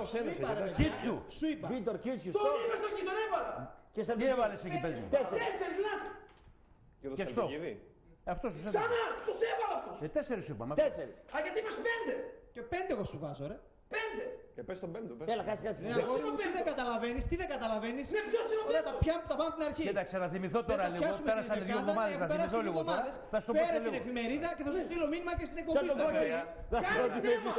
Κίτσου. Σου είπα. Τον είπε στον κύριο έβαλα. Τι έβαλες εκεί πέμπτη. Τέσσερις να. Και στο. Αυτό τους έβαλε. Ξανά τους έβαλα αυτούς. Ε, τέσσερις σου είπαμε. Τέσσερις. Α γιατί είπες πέντε. Και πέντε εγώ σου βάζω, ρε. Πέντε. Ρε, Ποιος αγόρι είναι ο μου, τι πέμπτος? δεν καταλαβαίνεις, τι δεν καταλαβαίνεις. Ναι, ποιος είναι ο Ωραία, τα πέμπτος? πιάμε τα πάμε από την αρχή. Κοίταξε να θυμηθώ Θες τώρα να λίγο. πιάσουμε την Πέρασαν δύο δεκάδα, εβδομάδε. έχουν Να περάσει θυμηθώ δύο λίγο τώρα. εβδομάδες. Θα σου το πω σε Φέρε την λίγο. Ναι. εφημερίδα και θα σου στείλω μήνυμα και στην εκπομπή στο τέλος. Κάνεις θέμα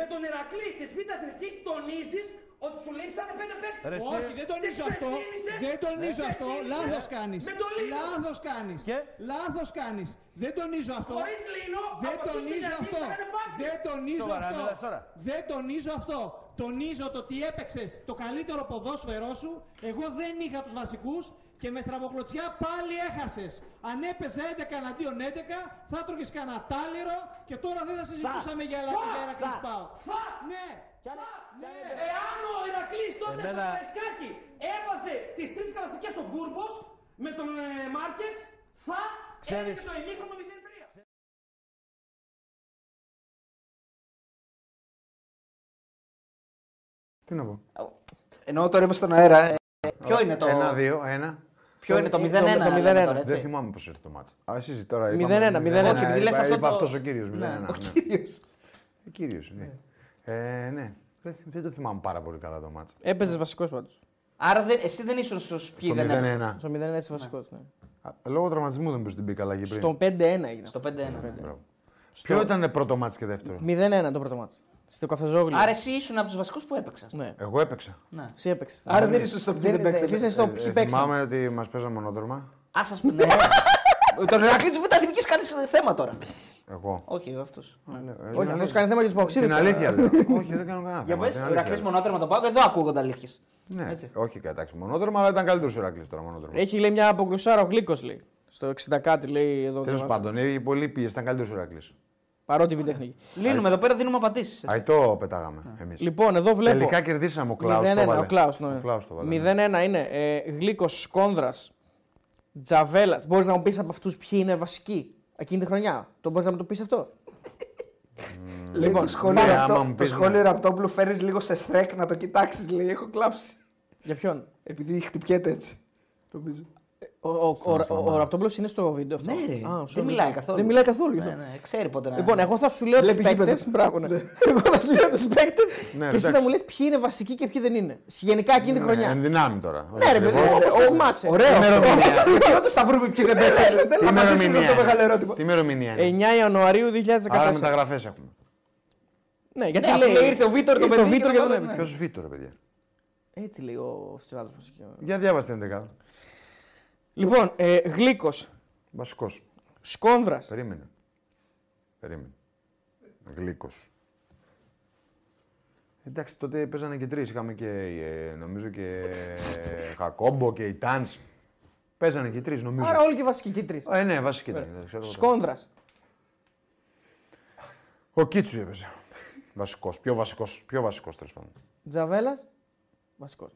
με τον Ηρακλή της Β' Εθνικής τονίζεις ότι σου λείψανε πέντε πέντε. Ρε, εσύ. Όχι, δεν τονίζω Τι αυτό. ξεκίνησες, Δεν τονίζω δεν αυτό. ξεκίνησες. Λάθος κάνεις. Με το λίγο. Λάθος κάνεις. Και? Λάθος κάνεις. Δεν τονίζω αυτό. Χωρίς λίνο, Δεν από εκεί τονίζω στην αρχή αυτό. θα είναι πάτη. Δεν τονίζω Σοβαρά, αυτό. μιλάς τώρα. Δεν τονίζω αυτό. Τονίζω το ότι έπαιξες το καλύτερο ποδόσφαιρό σου. Εγώ δεν είχα τους βασικούς και με στραβοκλωτσιά πάλι έχασες. Αν έπαιζε 11 εναντίον 11, θα τρώγε κανένα τάλιρο και τώρα δεν θα συζητούσαμε για Ελλάδη θα, Πάω. θα. Ναι. Ναι. Εάν ο Ηρακλής τότε στο Εμένα- Καραϊσκάκι έβαζε τις τρεις κλασικές ο Γκούρμπος με τον ε, Μάρκες, θα Ξέρεις- έλεγε το ημίχρονο 0-3. Τι να πω. Εννοώ τώρα είμαι στον αέρα. ε, ε, Ποιο είναι το. Ένα-δύο, ένα. Ποιο είναι το 0-1. λέμε τώρα, έτσι. Δεν θυμάμαι πώς ήρθε το μάτσο. Α, εσύ τώρα. Ναι, 0-1, 0-1. Όχι, επειδή λες αυτό Είπα το- αυτός ο κύριος. Ναι, Ο κύριος. Κύριος, ναι. Ε, Ναι. Δεν θυ- Δεν το θυμάμαι πάρα πολύ καλά το μάτσο. Έπαιζες βασικός πάντως. Άρα δεν, εσύ δεν ήσουν στου ποιοι Το δεν 0-1. έπαιξαν. Στο 0-1 είσαι βασικός. Ναι. Α, Λόγω τραυματισμού δεν μπορούσε την μπήκα αλλαγή πριν. Στο 5-1 έγινε. Στο 5-1. Μπράβο. Ποιο ήταν πρώτο μάτσο και δεύτερο. 0-1 το πρώτο μάτι. Στο Καφεζόγλιο. Άρα εσύ ήσουν από τους βασικούς που έπαιξαν. Ναι, Εγώ έπαιξα. εσύ έπαιξες. Άρα δεν ήσουν στο ποιοι δεν παίξαν. Εσύ είσαι στο Ε, ποιοι παίξαν. Θυμάμαι ότι μας παίζανε μονόδρομα. Ας σας πει. ναι. Ε, Τον Ερακλή του Β' κάνει θέμα τώρα. Εγώ. Ε, δηλαδή, Όχι, Ναι. αυτό. Όχι, αυτό κάνει θέμα για τους παοξίδε. Την αλήθεια λέω. Όχι, δεν κάνω κανένα θέμα. Για πες, την ο αλήθεια Ερακλή λέω. μονότερμα τον πάω, εδώ ακούγονται αλήθειες. Ναι, όχι κατάξει μονόδρομα, αλλά ήταν καλύτερος ο Ερακλή τώρα μονόδρομα. Έχει λέει μια αποκλεισάρα ο Γλίκος λέει. Στο 60 κάτι λέει εδώ. Τέλος διαβάζω. πάντων, η πολύ πίεση ήταν καλύτερος ο Ερακλή. Παρότι βιτεχνική. Λύνουμε εδώ πέρα, δίνουμε απαντήσεις. Αϊτό πετάγαμε εμείς. Λοιπόν, εδώ βλέπω. Τελικά κερδίσαμε ο Κλάους. 0-1, ο ναι. Κλάου. Ο Κλάους το βάλε. ναι. 0-1 είναι. Ε, Γλίκο Κόνδρας. Τζαβέλας. Μπορείς να μου πεις από αυτούς ποιοι είναι βασικοί εκείνη τη χρονιά. Το μπορείς να μου το πεις αυτό. Λοιπόν, σχόλιο, Ναι, ραπτό- άμα μου το πεις, σχόλιο ναι. ραπτόπουλου φέρνει λίγο σε στρέκ να το κοιτάξεις. Λέει: Έχω κλάψει. Για ποιον. Επειδή χτυπιέται έτσι. Νομίζω. Ο, ο, ο, ο, ο Ραπτόπουλος είναι στο βίντεο αυτό. Ναι, ρε. Α, sorry. δεν μιλάει καθόλου. Δεν μιλάει καθόλου. γι' αυτό. Ναι, ναι, ξέρει πότε να. Λοιπόν, εγώ θα σου λέω του Βλέπει παίκτε. γήπεδο. Μπράβο, ναι. Εγώ θα σου λέω τους παίκτες Ναι, και εσύ θα εντάξει. μου λες ποιοι είναι βασικοί και ποιοι δεν είναι. Γενικά εκείνη τη χρονιά. Ε, Εν δυνάμει τώρα. Ε, Ναι, ρε παιδί, ε. Εγώ- όπως το θυμάσαι. Ωραίο. Ημερομηνία. Ωραίο το σταυρούμε ποιοι δεν Ναι, παίξαν. Τι Θέλω να απαντήσουμε ημερομηνία αυτό το είναι. μεγάλο ερώτημα. Τι ημερομηνία είναι. 9 Ιανουαρίου 2014. Ναι, Άρα μεταγραφές έχουμε. Ναι, γιατί Ναι, λέει. αφού ήρθε ο Βίτορ το παιδί Βίτορ και το και τον βάλαμε. έπεσε. Ποιο Βίτο, ρε παιδιά. Έτσι λέει ο συνάδελφο. Για διάβαστε την 11. Λοιπόν, ε, Γλίκο, Βασικός. Σκόνδρας, Περίμενε. Περίμενε. Γλίκο. Εντάξει, τότε παίζανε και τρεις. Είχαμε και ε, νομίζω και ε, Χακόμπο και η Τάνς. Παίζανε και τρεις, νομίζω. Άρα όλοι και βασικοί και τρεις. Ε, ναι, βασική ήταν. δεν ξέρω εγώ. Σκόνδρας. Ο Κίτσου έπαιζε. Βασικός. Πιο βασικός. Πιο βασικός τέλος πάντων. Τζαβέλας. Βασικός.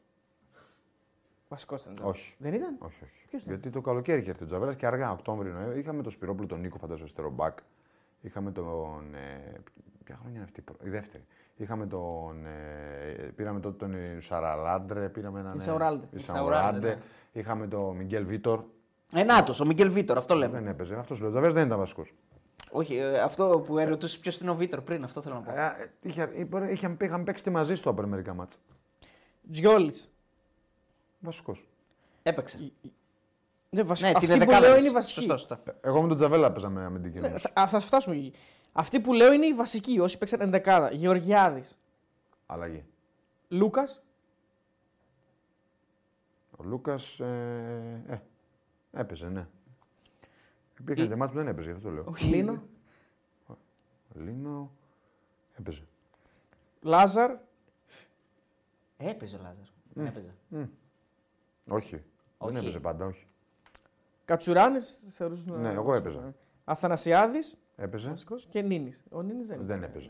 Βασικό ήταν. Τζαβέλας. Όχι. Δεν ήταν. Όχι, όχι. Ποιος ήταν? Γιατί το καλοκαίρι είχε έρθει ο Τζαβέλας και αργά, Οκτώβριο, Νοέμβριο. Είχαμε τον Σπυρόπουλο, τον Νίκο, φαντάζομαι, αριστερό μπακ. Είχαμε τον. Ε, ποια χρόνια είναι αυτή, η πρω- η δεύτερη. Είχαμε τον. Ε, πήραμε τότε τον ε, Σαραλάντρε, πήραμε έναν. ε, Ισαουράλντε. Ισαουράλντε, Ισαουράλντε. ναι. Είχαμε τον Μιγγέλ Βίτορ. Ενάτο, ναι. Ε, ο Μικέλ Βίτορ, αυτό λέμε. Δεν έπαιζε. Αυτός ο Τζαβέλας δεν ήταν βασικός. Όχι, ε, αυτό που ερωτούσε ποιος είναι ο Βίτορ πριν, αυτό θέλω να πω. Ε, Είχε, είχε, είχε- είχαμε παίξει και μαζί στο Upper μερικά μάτσα. Τζιόλης. Βασικός. Έπαιξε. Ναι, βασικό. Ναι, Αυτή την που λέω εντεκάδα. είναι η της. βασική. Σωστό, σωστό. Ε, Εγώ με τον Τζαβέλα παίζαμε αμυντική. νομίζω. Ναι, Θα, α, θα φτάσουμε εκεί. Αυτή που λέω είναι η βασική. Όσοι παίξαν ενδεκάδα. Γεωργιάδης. Αλλαγή. Λούκας. Ο Λούκας. Ε, ε, έπαιζε, ναι. Υπήρχαν και μάτς που δεν έπαιζε, γι' αυτό το λέω. Λίνο. Λίνο. Έπαιζε. Λάζαρ. Έπαιζε ο Λάζαρ. Δεν έπαιζε. Όχι. Όχι. Δεν έπαιζε πάντα, όχι. Κατσουράνης. Θεωρούσαν. Ναι, εγώ έπαιζα. Αθανασιάδης. Έπαιζε. Βασικός και Νίνης. Ο Νίνης δεν, Δεν ήταν. έπαιζε.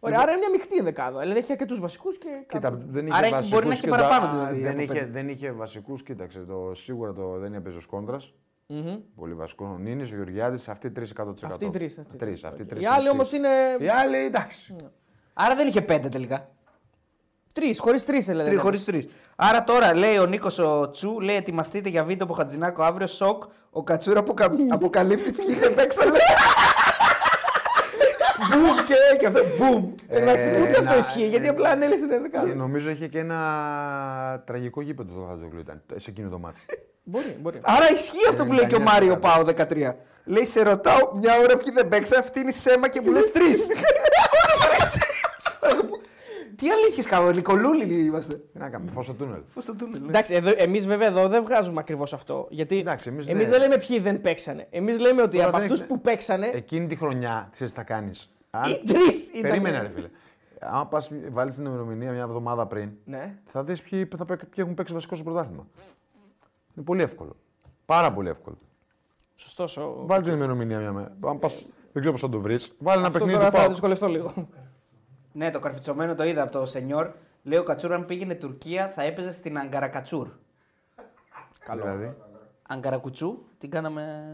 Ωραία, άρα είναι μια μεικτή ενδεκάδα. Δηλαδή έχει αρκετούς βασικούς και. Κοίτα, κάποιους. δεν είχε Άρα έχει- βασικούς μπορεί να έχει και τα- παραπάνω, δηλαδή, δεν, από είχε, πέντε. δεν είχε βασικούς, κοίταξε. Το, σίγουρα το, δεν έπαιζε ο Σκόντρα. Μμμ. Πολύ βασικό. Ο Νίνης, ο Γεωργιάδης, αυτοί τρεις 100%. Αυτοί οι τρει. Τρεις, αυτοί οι τρεις Οι άλλοι είναι όμως είναι. Οι άλλοι, εντάξει. Ναι. Άρα δεν είχε πέντε τελικά. Τρεις, χωρίς τρεις δηλαδή. Τρεις χωρίς τρεις. Άρα τώρα λέει ο Νίκος ο Τσου, λέει ετοιμαστείτε για βίντεο από Χατζηνάκο αύριο. Σοκ. Ο Κατσούρα αποκα... αποκαλύπτει ποιοι δεν παίξαν. λέει. Μπουμ και, και αυτό. Μπουμ. Εντάξει, Ε, ούτε αυτό να- ισχύει γιατί απλά ανέλησε την ενδεκάδα. Ε, Νομίζω είχε και ένα τραγικό γήπεδο το Χατζογλου ήταν σε εκείνο το μάτι. Μπορεί, μπορεί. Άρα ισχύει αυτό που λέει και ο 99% Μάριο Πάο 13. Λέει, σε ρωτάω μια ώρα ποιοι δεν παίξαν, αυτή είναι η σέμα και μου λες τρεις. Τι αλήθειες κανονικολούλοι είμαστε. Τι να κάνουμε, φως στο τούνελ. Πώ το Ναι. τούνελ. Εντάξει, εδώ, εμείς βέβαια εδώ δεν βγάζουμε ακριβώς αυτό. Γιατί Εντάξει, εμείς εμείς ναι. δεν λέμε ποιοι δεν παίξανε. Εμείς λέμε ότι Τώρα από δεν αυτούς έχει- που παίξανε, Ε, Εκείνη τη χρονιά, ξέρεις τι θα κάνεις. Ε, Αν... οι τρεις ήταν. Περίμενε, ρε φίλε. Αν πας βάλεις την ημερομηνία μια εβδομάδα πριν, Ναι. θα δεις ποιοι, θα παί- ποιοι έχουν παίξει βασικό στο πρωτάθλημα. Είναι πολύ εύκολο. Πάρα πολύ εύκολο. Σωστός ο... Βάλει την ημερομηνία μια μέρα. Αν πας, δεν ξέρω πώς θα το βρεις. Βάλει ένα Αυτό παιχνίδι τώρα του θα Πάου. δυσκολευτώ λίγο. ναι, το καρφιτσωμένο το είδα από το Σενιόρ. Λέει ο Κατσούρ αν πήγαινε Τουρκία θα έπαιζε στην Αγκαρακατσούρ. Δηλαδή. Αγκαρακουτσού, την κάναμε.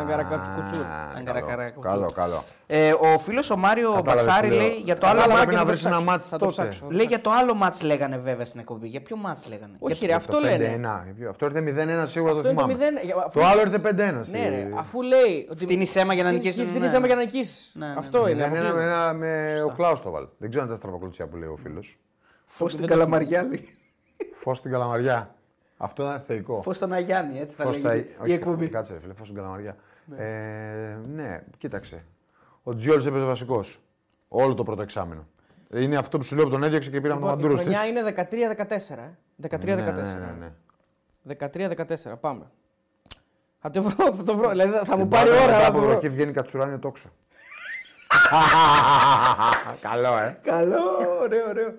Αγκαρακατσουκουτσούρ. Αγκαρακατσουκουτσούρ. Καλό, καλό. Ε, ο φίλος ο Μάριο Κατάλαβες τι Μπασάρη λέω. λέει για το άλλο Κατάλαβα, μάτς. Πρέπει να βρεις ένα μάτι Θα το ψάξω. τότε. Λέει για το άλλο μάτς λέγανε βέβαια στην εκπομπή. Για ποιο μάτς λέγανε. Όχι για... ρε, αυτό λένε. 5-1. Αυτό ήρθε 0-1 σίγουρα το Αυτό είναι το θυμάμαι. 0. για- αφού- Το άλλο ε, ήρθε 5-1. Ναι, ρε, στη- αφού λέει ότι. Φτύνει σέμα για να Φτύνει- νικήσεις, Φτύνει ναι. σέμα για να νικήσεις. Ναι, ναι, ναι. Αυτό είναι. Ήταν ένα, αποκλείεται. ένα με ο Κλάους το βάλε. Δεν ξέρω αν ήταν στραβοκλωτσιά που λέει ο φίλος. Φως στην καλαμαριά λέει. Φως στην καλαμαριά. Αυτό ήταν θεϊκό. Φως στον Αγιάννη, έτσι θα Φως στα- λέγεται όχι, η εκπομπή. Κάτσε, ρε φίλε, φως στην καλαμαριά. Ε, ναι, κοίταξε. Ο Τζιόλ έπαιζε βασικός. Όλο το πρώτο εξάμεινο. Είναι αυτό που σου λέω που τον έδιωξε και πήραμε τον Λοιπόν, Η Μαντούρος στη. χρονιά είναι 13-14. ε. 13-14. ναι. 13-14, πάμε. Θα το βρω, θα το βρω. Δηλαδή θα μου Στην πάρει Πάτα ώρα μετά να το από βρω. βροχή βγαίνει κατσουράνιο τόξο. Καλό, ε. Καλό, ωραίο, ωραίο.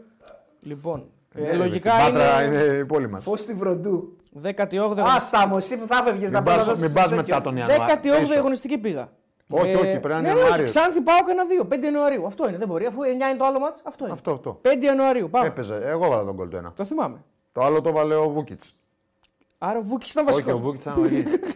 Λοιπόν, ε, Ναι, ρε, λογικά στην Πάτρα είναι είναι η πόλη μας. Φως στη βροντού. 18η Α, Στάμο, εσύ που θα έφευγες να Μην πας να πας- δώσεις μην πας τέτοιο. μετά τον Ιανουάριο. 18η Πίσω. αγωνιστική πήγα. Όχι, όχι, πρέπει να είναι ναι, ναι, όχι, Ιανουάριο. Ξάνθη πάω κανένα δύο. 5 Ιανουαρίου. Αυτό είναι, δεν μπορεί. Αφού 9 είναι το άλλο μάτς, αυτό είναι. Αυτό, Ε, αυτό. 5 Ιανουαρίου, πάμε. Έπαιζε. Εγώ βάλα τον κολτό ένα. Το θυμάμαι. Το άλλο το βάλε ο Βούκιτ. Άρα ο Βούκης ήταν Όχι, ο βασικός. Βούκιτ ήταν ο Ελίτη.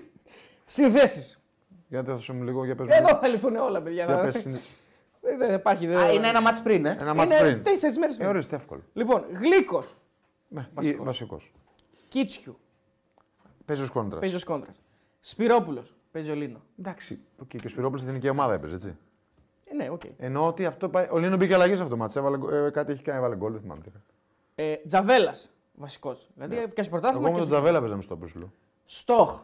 Συνθέσεις. Για δώσω μου λίγο για πες μου. Εδώ Ε, θα λυθούν όλα, παιδιά. Ναι. Για να- πες συνήθως. Δεν δεν υπάρχει. δεν- Α, είναι ένα μάτς πριν, ε. Ένα μάτι Είναι πριν. τέσσερις μέρες Ε, πριν. ορίστε, εύκολο. Λοιπόν, Γλίκο, Ναι, Βασικός. Βασικός. Κίτσιου, Παίζει ω κόντρα. παίζει ω κόντρας. Σπυρόπουλος, παίζει ο Λίνο. Εντάξει. οκ, Και ο Σπυρόπουλος στην εθνική ομάδα έπαιζε, έτσι. Ε, ναι, οκ. Εννοώ ότι αυτό. πάει- Ο Λίνο μπήκε αλλαγή σε αυτό το μάτι. Έβαλε... Ε, κάτι έχει κάνει, έβαλε γκολ, δεν θυμάμαι. τι έκανε. Ε, Τζαβέλας, βασικός. Δηλαδή ναι. και στο πρωτάθλημα Εγώ με και τον στο... Τζαβέλα παίζαμε στο Απροσλού. Στοχ.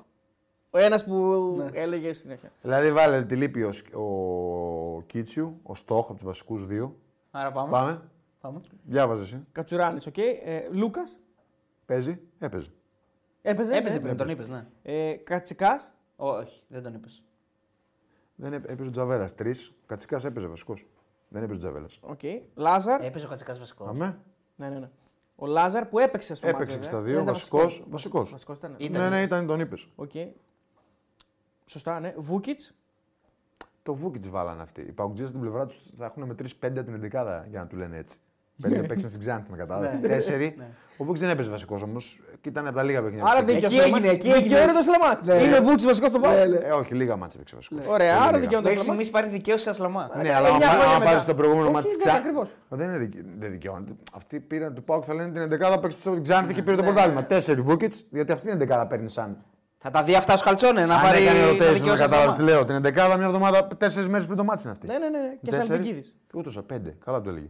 Ο ένας που Ναι. έλεγε συνέχεια. Δηλαδή βάλε τη λύπη ο, Σκ- ο Κίτσιου, ο Στόχ από τους βασικούς δύο. Άρα πάμε. Πάμε. πάμε. Διάβαζες εσύ. Κατσουράνη, οκ. Ε, Λούκας. Παίζει. Έπαιζε. Έπαιζε. Έπαιζε πριν, τον είπες, ναι. Ε, Κατσικάς. Ω, Όχι, δεν τον είπες. Δεν έπαι- έπαιζε ο Τζαβέλας. Τρεις. Κατσικάς έπαιζε βασικός. Δεν έπαιζε ο Τζαβέλας. Οκ. Λάζαρ. Έπαιζε ο Κατσικάς βασικός. Αμέ. Ναι, ναι, ναι. Ο Λάζαρ που έπαιξε στο μάτι. Έπαιξε και στα δύο, βασικός, βασικός. Βασικός ήταν. Ήταν. Ναι, ναι, ήταν, τον είπες. Οκ. Σωστά, ναι. Βούκιτ. Το Βούκιτ βάλανε αυτοί. Οι Παουτζίδε στην πλευρά τους θα έχουν με 3-5 την εντεκάδα για να του λένε έτσι. Ναι. Πέντε παίξαν στην Ξάνθη, με κατάλαβες. Τέσσερι. Ο Βούκιτ δεν έπαιζε βασικός όμως και ήταν από τα λίγα παιχνίδια. που Άρα παίξε. δίκαιο. Εκεί έγινε, εκεί έγινε. Ναι. Δικαιώνεται ο Σλαμά. Είναι Βούκιτ βασικό στον Ε, Πάο. λέ- Ε, όχι, λίγα μάτσε έπαιξε βασικός. Ωραία, άρα δικαιώνεται. Μέχρι στιγμή πάρει δικαίωση σαν Σλαμά. Ναι, αλλά άμα εννιά χρόνια πα- μετά. πάρεις το προηγούμενο Όχι, μάτι τη δεν, ακριβώς. Ξάνθη. Δεν είναι δικαι- δεν δικαιώνεται. Αυτοί πήραν του Πάουκ, θα λένε την εντεκάδα παίξε στο Ξάνθη Ναι, και πήρε το πρωτάθλημα. Τέσσερι Βούκιτ, γιατί αυτή την εντεκάδα παίρνει σαν. Θα τα δει αυτά ο Σκαλτσόνε να Αν πάρει έκανε τα ρωτέ, να δικαίωση σαν κατάλαβε τι Σλαμά. λέω. Την εντεκάδα μια εβδομάδα, τέσσερις μέρες πριν το μάτι είναι αυτή. Ναι, ναι, ναι. ναι. Και σαν Τέσσερις. Πικίδη. Ούτω σαν πέντε. Καλά το έλεγε.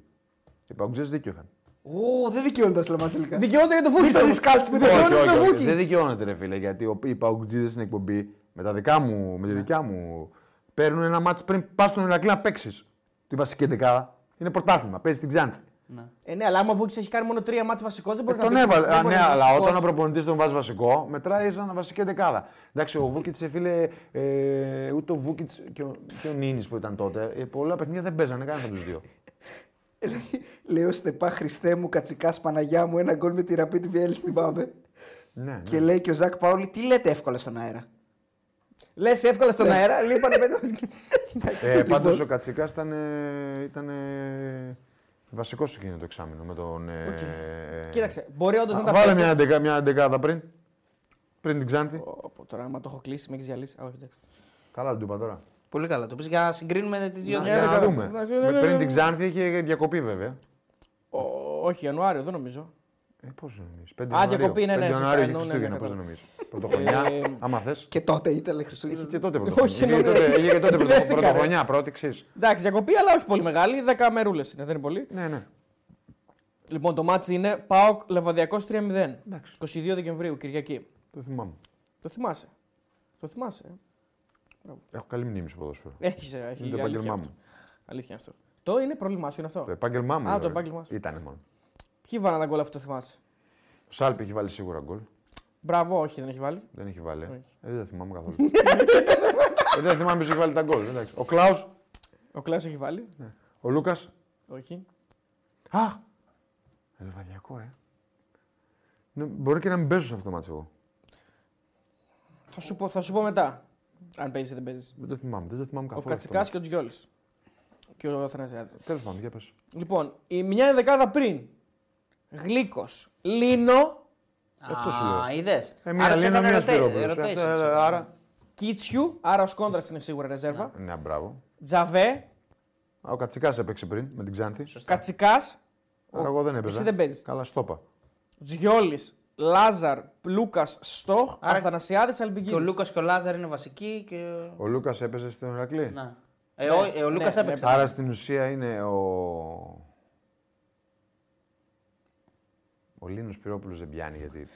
Οι Παουτζίδε δίκιο είχαν. Ω, δεν δικαιώνεται ο Σλαμά τελικά. Δικαιώνεται για το Βούκιτ. Μη τα δυσκάλεις, μην τα Όχι, Δικαιώνεται όχι, το όχι, Βούκιτ. Δεν δικαιώνεται, ρε φίλε, γιατί ο- οι παουτζίδε στην εκπομπή με, τα δικά μου, Ναι. με τη δικιά μου παίρνουν ένα μάτσο πριν πας στον Ηρακλή να παίξεις. Τη βασική δεκάδα. Είναι πρωτάθλημα, παίζεις την Ξάνθη. Ε, ναι, αλλά άμα ο Βούκιτ έχει κάνει μόνο τρία μάτς βασικός, δεν Ε, μπορεί να τον πει έβαλε. ότι δεν Α, μπορεί ναι, να είναι αλλά βασικός. όταν ο προπονητής τον βάζει βασικό, μετράει σαν βασική δεκάδα. Εντάξει, ο Βούκιτ, φίλε, ε, ούτε ο Βούκιτ και ο, και ο Νίνης που ήταν τότε, ε, πολλά παιχνίδια δεν παίζανε κανένα από τους δύο. Λέω στεπά Χριστέ μου, κατσικάς Παναγιά μου, ένα γκολ με τη ραπίτη βιέλη στην Πάμε. ναι, ναι. Και λέει και ο Ζακ Πάουλη, τι λέτε εύκολα στον αέρα. Λες εύκολα στον αέρα, λείπανε πέντε βασικοί. Ε, Λοιπόν- Πάντως ο Κατσικάς ήταν. Ε, ήταν ε, Βασικό εκείνο το εξάμεινο με τον. Ε, ε, Κοίταξε, μπορεί όντως να Α, τα Βάλε πει. μια, εντεκα, μια εντεκάδα πριν. Πριν την Ξάνθη. Όπο, Τώρα, άμα το έχω κλείσει, με έχεις διαλύσει. Α, όχι, εντάξει. Καλά την του είπα τώρα. Πολύ καλά το πεις για να συγκρίνουμε τις δύο Για να δεκάδες. δούμε. Με- Πριν την Ξάνθη είχε διακοπή βέβαια. Ο- Όχι, Ιανουάριο, δεν νομίζω. Ε, πώς νομίζει. 5 Α, διακοπή, ναι, ναι, σωστά, Ιανουαρίου είχε εννοώ, ναι, Χριστούγεννα, ναι, πώς ναι, νομίζεις. Πρωτοχρονιά, Ε, άμα θες. Και τότε ήταν Χριστούγεννα. Είχε και τότε Όχι, πρωτοχρονιά. Είχε και εννοώ, τότε- ναι. Είχε και τότε πρωτο- Μπερδεύτηκα, ρε. πρωτοχρονιά, πρώτη εξή. Εντάξει, διακοπή, αλλά όχι πολύ μεγάλη. 10 μερούλες είναι, δεν είναι πολύ. Ναι, ναι. Λοιπόν, το μάτσι είναι ΠΑΟΚ Λεβαδιακός 3-0. Εντάξει. 22 Δεκεμβρίου, Κυριακή. Το θυμάμαι. Το θυμάσαι. Το θυμάσαι. ε. Έχω καλή μνήμη στο ποδόσφαιρο. Έχεις, ε, Έχει Είναι το αλήθεια επάγγελμά αυτό. μου. Αλήθεια αυτό. Το είναι πρόβλημά σου, είναι αυτό. Το επάγγελμά μου. Α, λέω, το ρε. επάγγελμά σου. Ήτανε μόνο. Ποιοι βάλανε τα γκολ αυτό, το θυμάσαι. Ο Σάλπη έχει βάλει σίγουρα γκολ. Μπράβο, όχι, δεν έχει βάλει. Δεν έχει βάλει. ε. Όχι. Ε, δεν θυμάμαι καθόλου. ε, δεν θυμάμαι ποιος έχει βάλει τα γκολ. εντάξει. Ο Κλάους, Ο Κλάους έχει βάλει. ο Λούκας. Όχι. Α! Ελβανιακό, ε. Ναι, μπορεί και να μην παίζω σε αυτό το μάτσο εγώ. Θα σου, πω, θα σου πω μετά. Αν παίζεις ή δεν παίζεις. Δεν το θυμάμαι, δεν το θυμάμαι Ο καθόλου. Κατσικά και ο Τζιόλη. Και ο Αθανασιάδης. Τέλος πάντων, για πες. Λοιπόν, η μια ενδεκάδα πριν. Γλίκο. Λίνο. Αυτό σου λέω. Α, είδες. Ε, μία Λίνα, μία Σπυρόπουλος. Ε, ε, Άρα. Κίτσιου. Άρα ο Σκόντρα είναι σίγουρα ρεζέρβα. Ναι, μπράβο. Τζαβέ. Α, Ο Κατσικάς έπαιξε πριν με την Ξάνθη. Κατσικά. Άρα εγώ δεν έπαιζα. Εσύ δεν παίζεις. Καλά, στόπα. Τζιόλης. Λάζαρ. Λούκας. Στοχ. Άρα- Αθανασιάδης Αλμπιγκίδη. Και ο Λούκας και ο Λάζαρ είναι βασικοί. Και... Ο Λούκας έπαιζε στον Ηρακλή. Να. Ε, ο, ε, ο Λούκας ναι, έπαιξε. Άρα στην ουσία είναι ο. Ο Λίνος Πυρόπουλος δεν πιάνει γιατί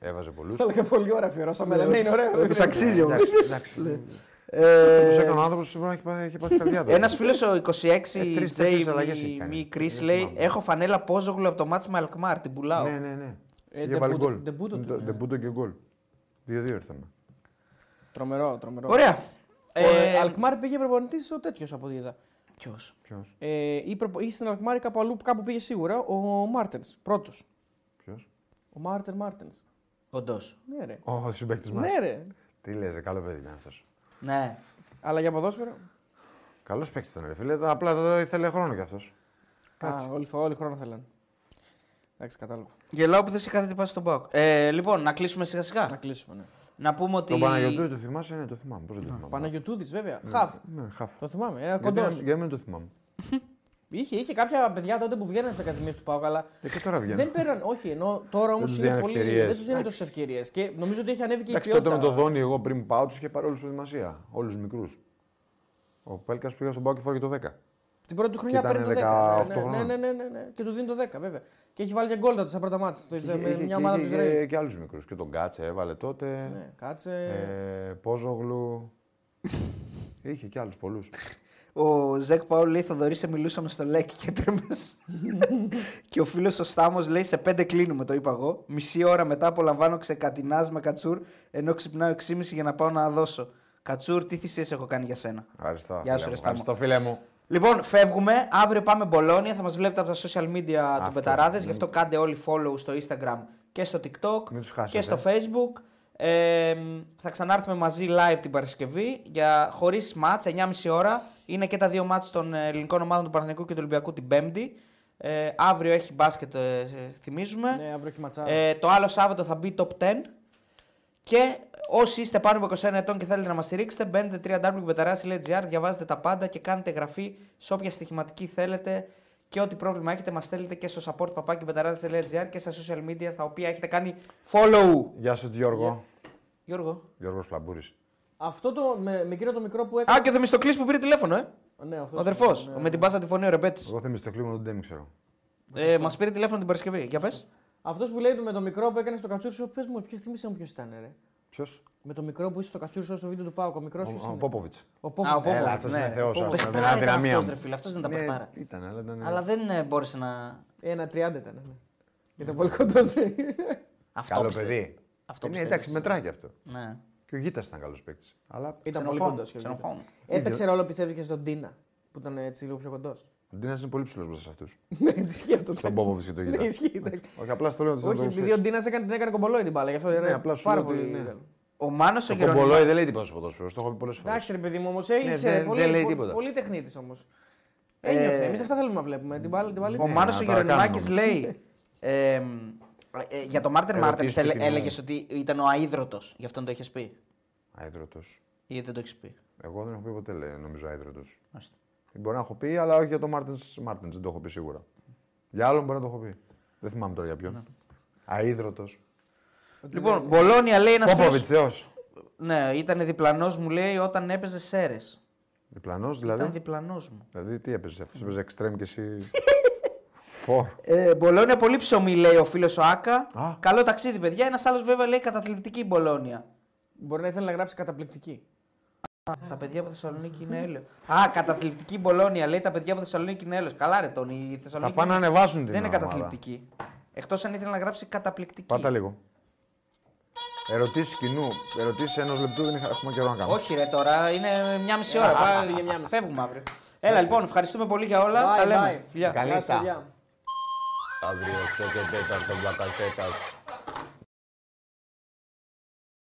έβαζε Ε, πολλού. Το έλεγα πολύ ώρα αφιερώσαμε. αλλά Ναι, είναι ωραίο. Του αξίζει όμω. Ναι. Αυτό που έκανε Ε, ο άνθρωπος μπορεί να έχει πάθει- έχει πάθει καρδιά. τώρα. Ένας φίλος ο 26 Ε, τρεις, Τζέι τέσσερις αλλαγές έχει κάνει. Μη Δεν Κρι θυμάμαι. λέει: Έχω φανέλα Πόζογλου από το μάτσο με Αλκμάρ, την πουλάω. Ναι, ναι, ναι. Ε, Για βάλει ντεμπούτο- γκολ. ντεμπούτο του, Το- ναι. Ντεμπούτο και γκολ. Δύο-δύο ήρθαμε. Τρομερό, τρομερό. Ωραία. Ε, Ε, Αλκμάρ πήγε προπονητής ο τέτοιος από ό,τι είδα. Ποιο. Ποιο. Ε, ή, προπο- ή στην Αλκμάρ ή κάπου αλλού που κάπου πήγε σίγουρα ο Μάρτεν. Πρώτος. Ποιος. Ο Μάρτεν Μάρτεν. Κοντός. Ναι, ρε. Ο συμπαίκτης μας. Ναι, ρε. Τι λες, καλό παιδί είναι αυτός. Ναι. Αλλά για ποδόσφαιρο. Καλός παίκτης ήταν, ρε φίλε. Απλά εδώ ήθελε χρόνο κι αυτός. Α, όλοι, θα- όλοι χρόνο θέλανε. Εντάξει, κατάλαβα. Γελάω που δεν σε κάθεται πάση στον Πάοκ. Ε, λοιπόν, να κλείσουμε σιγά Να σιγά. κλείσουμε, ναι. Να πούμε ότι. Τον Παναγιώτου το θυμάσαι, ναι, το θυμάμαι. Πώς δεν το θυμάμαι. Παναγιοτούδη, βέβαια. Χαβ. Ναι, χαφ. Το θυμάμαι. Ένα Γιατί κοντός. να- Γιατί δεν το θυμάμαι. Είχε, είχε κάποια παιδιά τότε που βγαίνανε στις ακαδημίες του Πάουκ, αλλά Ε, και τώρα βγαίνουν. δεν παίρναν. Όχι, ενώ τώρα όμω τους είναι δίνουν πολύ. ευκαιρίες. Δεν τους δίνουν τόσες ευκαιρίες. Και νομίζω ότι έχει ανέβει και η Εντάξει, τότε ποιότητα. με το Δόνι, εγώ πριν πάω, τους είχε πάρει όλους προετοιμασία. Όλου μικρούς. Ο Πέλκας πήγα στον Πάο και φόραγε το 10. Την πρώτη του χρονιά Και παίρνει ήταν το 10. 18 ναι, ναι, ναι, ναι, ναι, Και του δίνει το 10, βέβαια. Και έχει βάλει και γκολ τότε στα πρώτα μάτια. Το Και είχε- με μια και ομάδα του είχε Ισραήλ. και, και άλλους μικρούς. Και τον Κάτσε έβαλε τότε. Ναι, Κάτσε. Ε, Πόζογλου. είχε και άλλους πολλούς. Ο Ζεκ Παουλ λέει: Θοδωρή, σε μιλούσαμε στο ΛΕΚ και τρίμε. και ο φίλος ο Στάμος λέει: Σε πέντε κλείνουμε, το είπα εγώ. Μισή ώρα μετά απολαμβάνω ξεκατινάς με κατσούρ, ενώ ξυπνάω 6.30 για να πάω να δώσω. Κατσούρ, τι θυσίες έχω κάνει για σένα. Ευχαριστώ. Γεια σου, φίλε μου. ρε Σταμό. Ευχαριστώ, φίλε μου. Λοιπόν, φεύγουμε. Αύριο πάμε Μπολόνια. Θα μας βλέπετε από τα social media των Αυτό, Πεταράδε. ναι. Γι' αυτό κάντε όλοι follow στο Instagram και στο TikTok Μην τους χάσετε. και στο Facebook. Ε, θα ξανάρθουμε μαζί live την Παρασκευή για χωρίς μάτς, 9.30 ώρα. Είναι και τα δύο μάτς των ε, ελληνικών ομάδων του Παναθηνικού και του Ολυμπιακού την Πέμπτη. Ε, αύριο έχει μπάσκετ, ε, ε, θυμίζουμε. Ναι, αύριο έχει ματσάρα. Ε, το άλλο Σάββατο θα μπει top 10. Και όσοι είστε πάνω από 21 ετών και θέλετε να μας στηρίξετε, μπαίνετε www.betarasi.gr, διαβάζετε τα πάντα και κάνετε εγγραφή σε όποια στοιχηματική θέλετε και ό,τι πρόβλημα έχετε, μας στέλνετε και στο supportpapakibetaras.gr και στα social media στα οποία έχετε κάνει follow. Γεια σου, Γιώργο. Γιώργο. Γιώργος Φλαμπούρη. Αυτό το, με, με εκείνο το μικρό που έκανε. Α, και ο Θεμιστοκλής που πήρε τηλέφωνο, ε. Ναι, αυτός Ο αδερφό. Ναι, Με την πάσα τη φωνή, ο Ρεμπέτης. Εγώ θέλω στο κλίμα τον Ντέμι, ξέρω. Ε, μας πήρε τηλέφωνο την Παρασκευή. Για πες. Αυτός που λέει με το μικρό που έκανε στο κατσούρσο, πε μου, ποιος θυμίσαι μου ποιος ήταν, ρε. Ποιος? Με το μικρό που είσαι στο κατσούρσο στο βίντεο του Πάουκ, ο μικρός που Ο Πόποβιτ. Ο Πόπ. Α, ο Πόποβιτς, Έλα, αυτός ναι. είναι Ναι, θεός, Ο ας πούμε, Παιχτάρα ήταν αδυναμία αυτός, μου. ρε φίλε, αυτός ήταν τα παιχτάρα. Ήταν, αλλά ήταν. Αλλά δεν ε, μπόρεσε να. Ένα 30 ήταν. Ναι. Ήταν πολύ κοντό. Αυτό Καλό πιστεύω. παιδί. Αυτό Ε, ναι, πιστεύεις. εντάξει, μετράει και αυτό. Ναι. Και ο Γίτας ήταν καλός παίκτης. Αλλά ήταν πολύ Ξενοφών, κοντό. ξενοφών. Έπαιξε ρόλο πιστεύει και στον Τίνα που ήταν έτσι λίγο πιο κοντός. ο Ντίνα είναι πολύ ψηλός μέσα σε αυτούς. Ναι, ισχύει αυτό. Στον Πόποβιτ και τον Ναι, Γίτα. ισχύει. εντάξει. Όχι, απλά στο λέω ότι Όχι, επειδή ο Ντίνα έκανε, την έκανε κομπολόι την μπάλα. Γι' αυτό Ναι, είναι απλά σου πάρα λέω ότι, πολύ. ναι. καλό. Ο Μάνος ο Το Γερονιμάκης- κομπολόι δεν λέει τίποτα στο ποδόσφαιρο. Το έχω πει πολλές φορές. Εντάξει, ρε παιδί μου, όμως είσαι Ναι, δεν- πολύ, δεν λέει πολύ, τίποτα. Ε, πολύ τεχνίτης όμως. Ένιωθε. Εμείς αυτά θέλουμε να βλέπουμε. Την μπάλα, την μπάλα. Ναι. Ο Μάνος ο να τα Γερονιμάκης κάνουμε. λέει ε, ε, για το Μάρτιν Ερωτήσεις Μάρτιν του κοινού. έλεγες ότι ήταν ο αίδρωτος, γι' αυτόν το έχεις πει. Αίδρωτος. Ή δεν το έχεις πει. Εγώ δεν έχω πει ποτέ, λέει, νομίζω αίδρωτος. Μάλιστα. Μπορεί να έχω πει, αλλά όχι για τον Μάρτιν. Μάρτιν δεν το έχω πει σίγουρα. Για άλλον μπορεί να το έχω πει. Δεν θυμάμαι τώρα για ποιον. Αίδρωτος. Λοιπόν, Μπολόνια λέει ένας Πόποβιτ, φίλος. θεό. Ναι, ήταν διπλανός μου λέει όταν έπαιζε Σέρες. Διπλανός Ήταν δηλαδή. διπλανός μου. Δηλαδή τι έπαιζες αυτό. Έπαιζες εξτρέμ και εσύ. Φορ. Ε, Μπολόνια πολύ ψωμί λέει ο φίλος ο Άκα. Α. Καλό ταξίδι, παιδιά. Ένας άλλος βέβαια λέει καταθλιπτική Μπολόνια. Μπορεί να ήθελε να γράψει καταπληκτική. Τα παιδιά από Θεσσαλονίκη είναι έλεος. Α, καταθλιπτική Μπολόνια λέει τα παιδιά από Θεσσαλονίκη είναι έλεος. Καλά, ρε Τόνι, η Θα Θεσσαλονίκη. πάνε να ανεβάσουν την Δεν είναι ομάδα. καταθλιπτική. Εκτός αν ήθελε να γράψει καταπληκτική. Πάτα λίγο. Ερωτήσεις κοινού. Ερωτήσεις ενός λεπτού δεν είχα- έχουμε καιρό να κάνουμε. Όχι, ρε τώρα, είναι μια Ε, μισή ώρα. πάλι για μια μισή. Φεύγουμε αύριο. Έλα λοιπόν, ευχαριστούμε πολύ για όλα. Bye, Τα bye. λέμε. Φιλιά. Καλή Γεια σας, νύχτα. παιδιά. Αύριο 8 και 4 για κασέτας.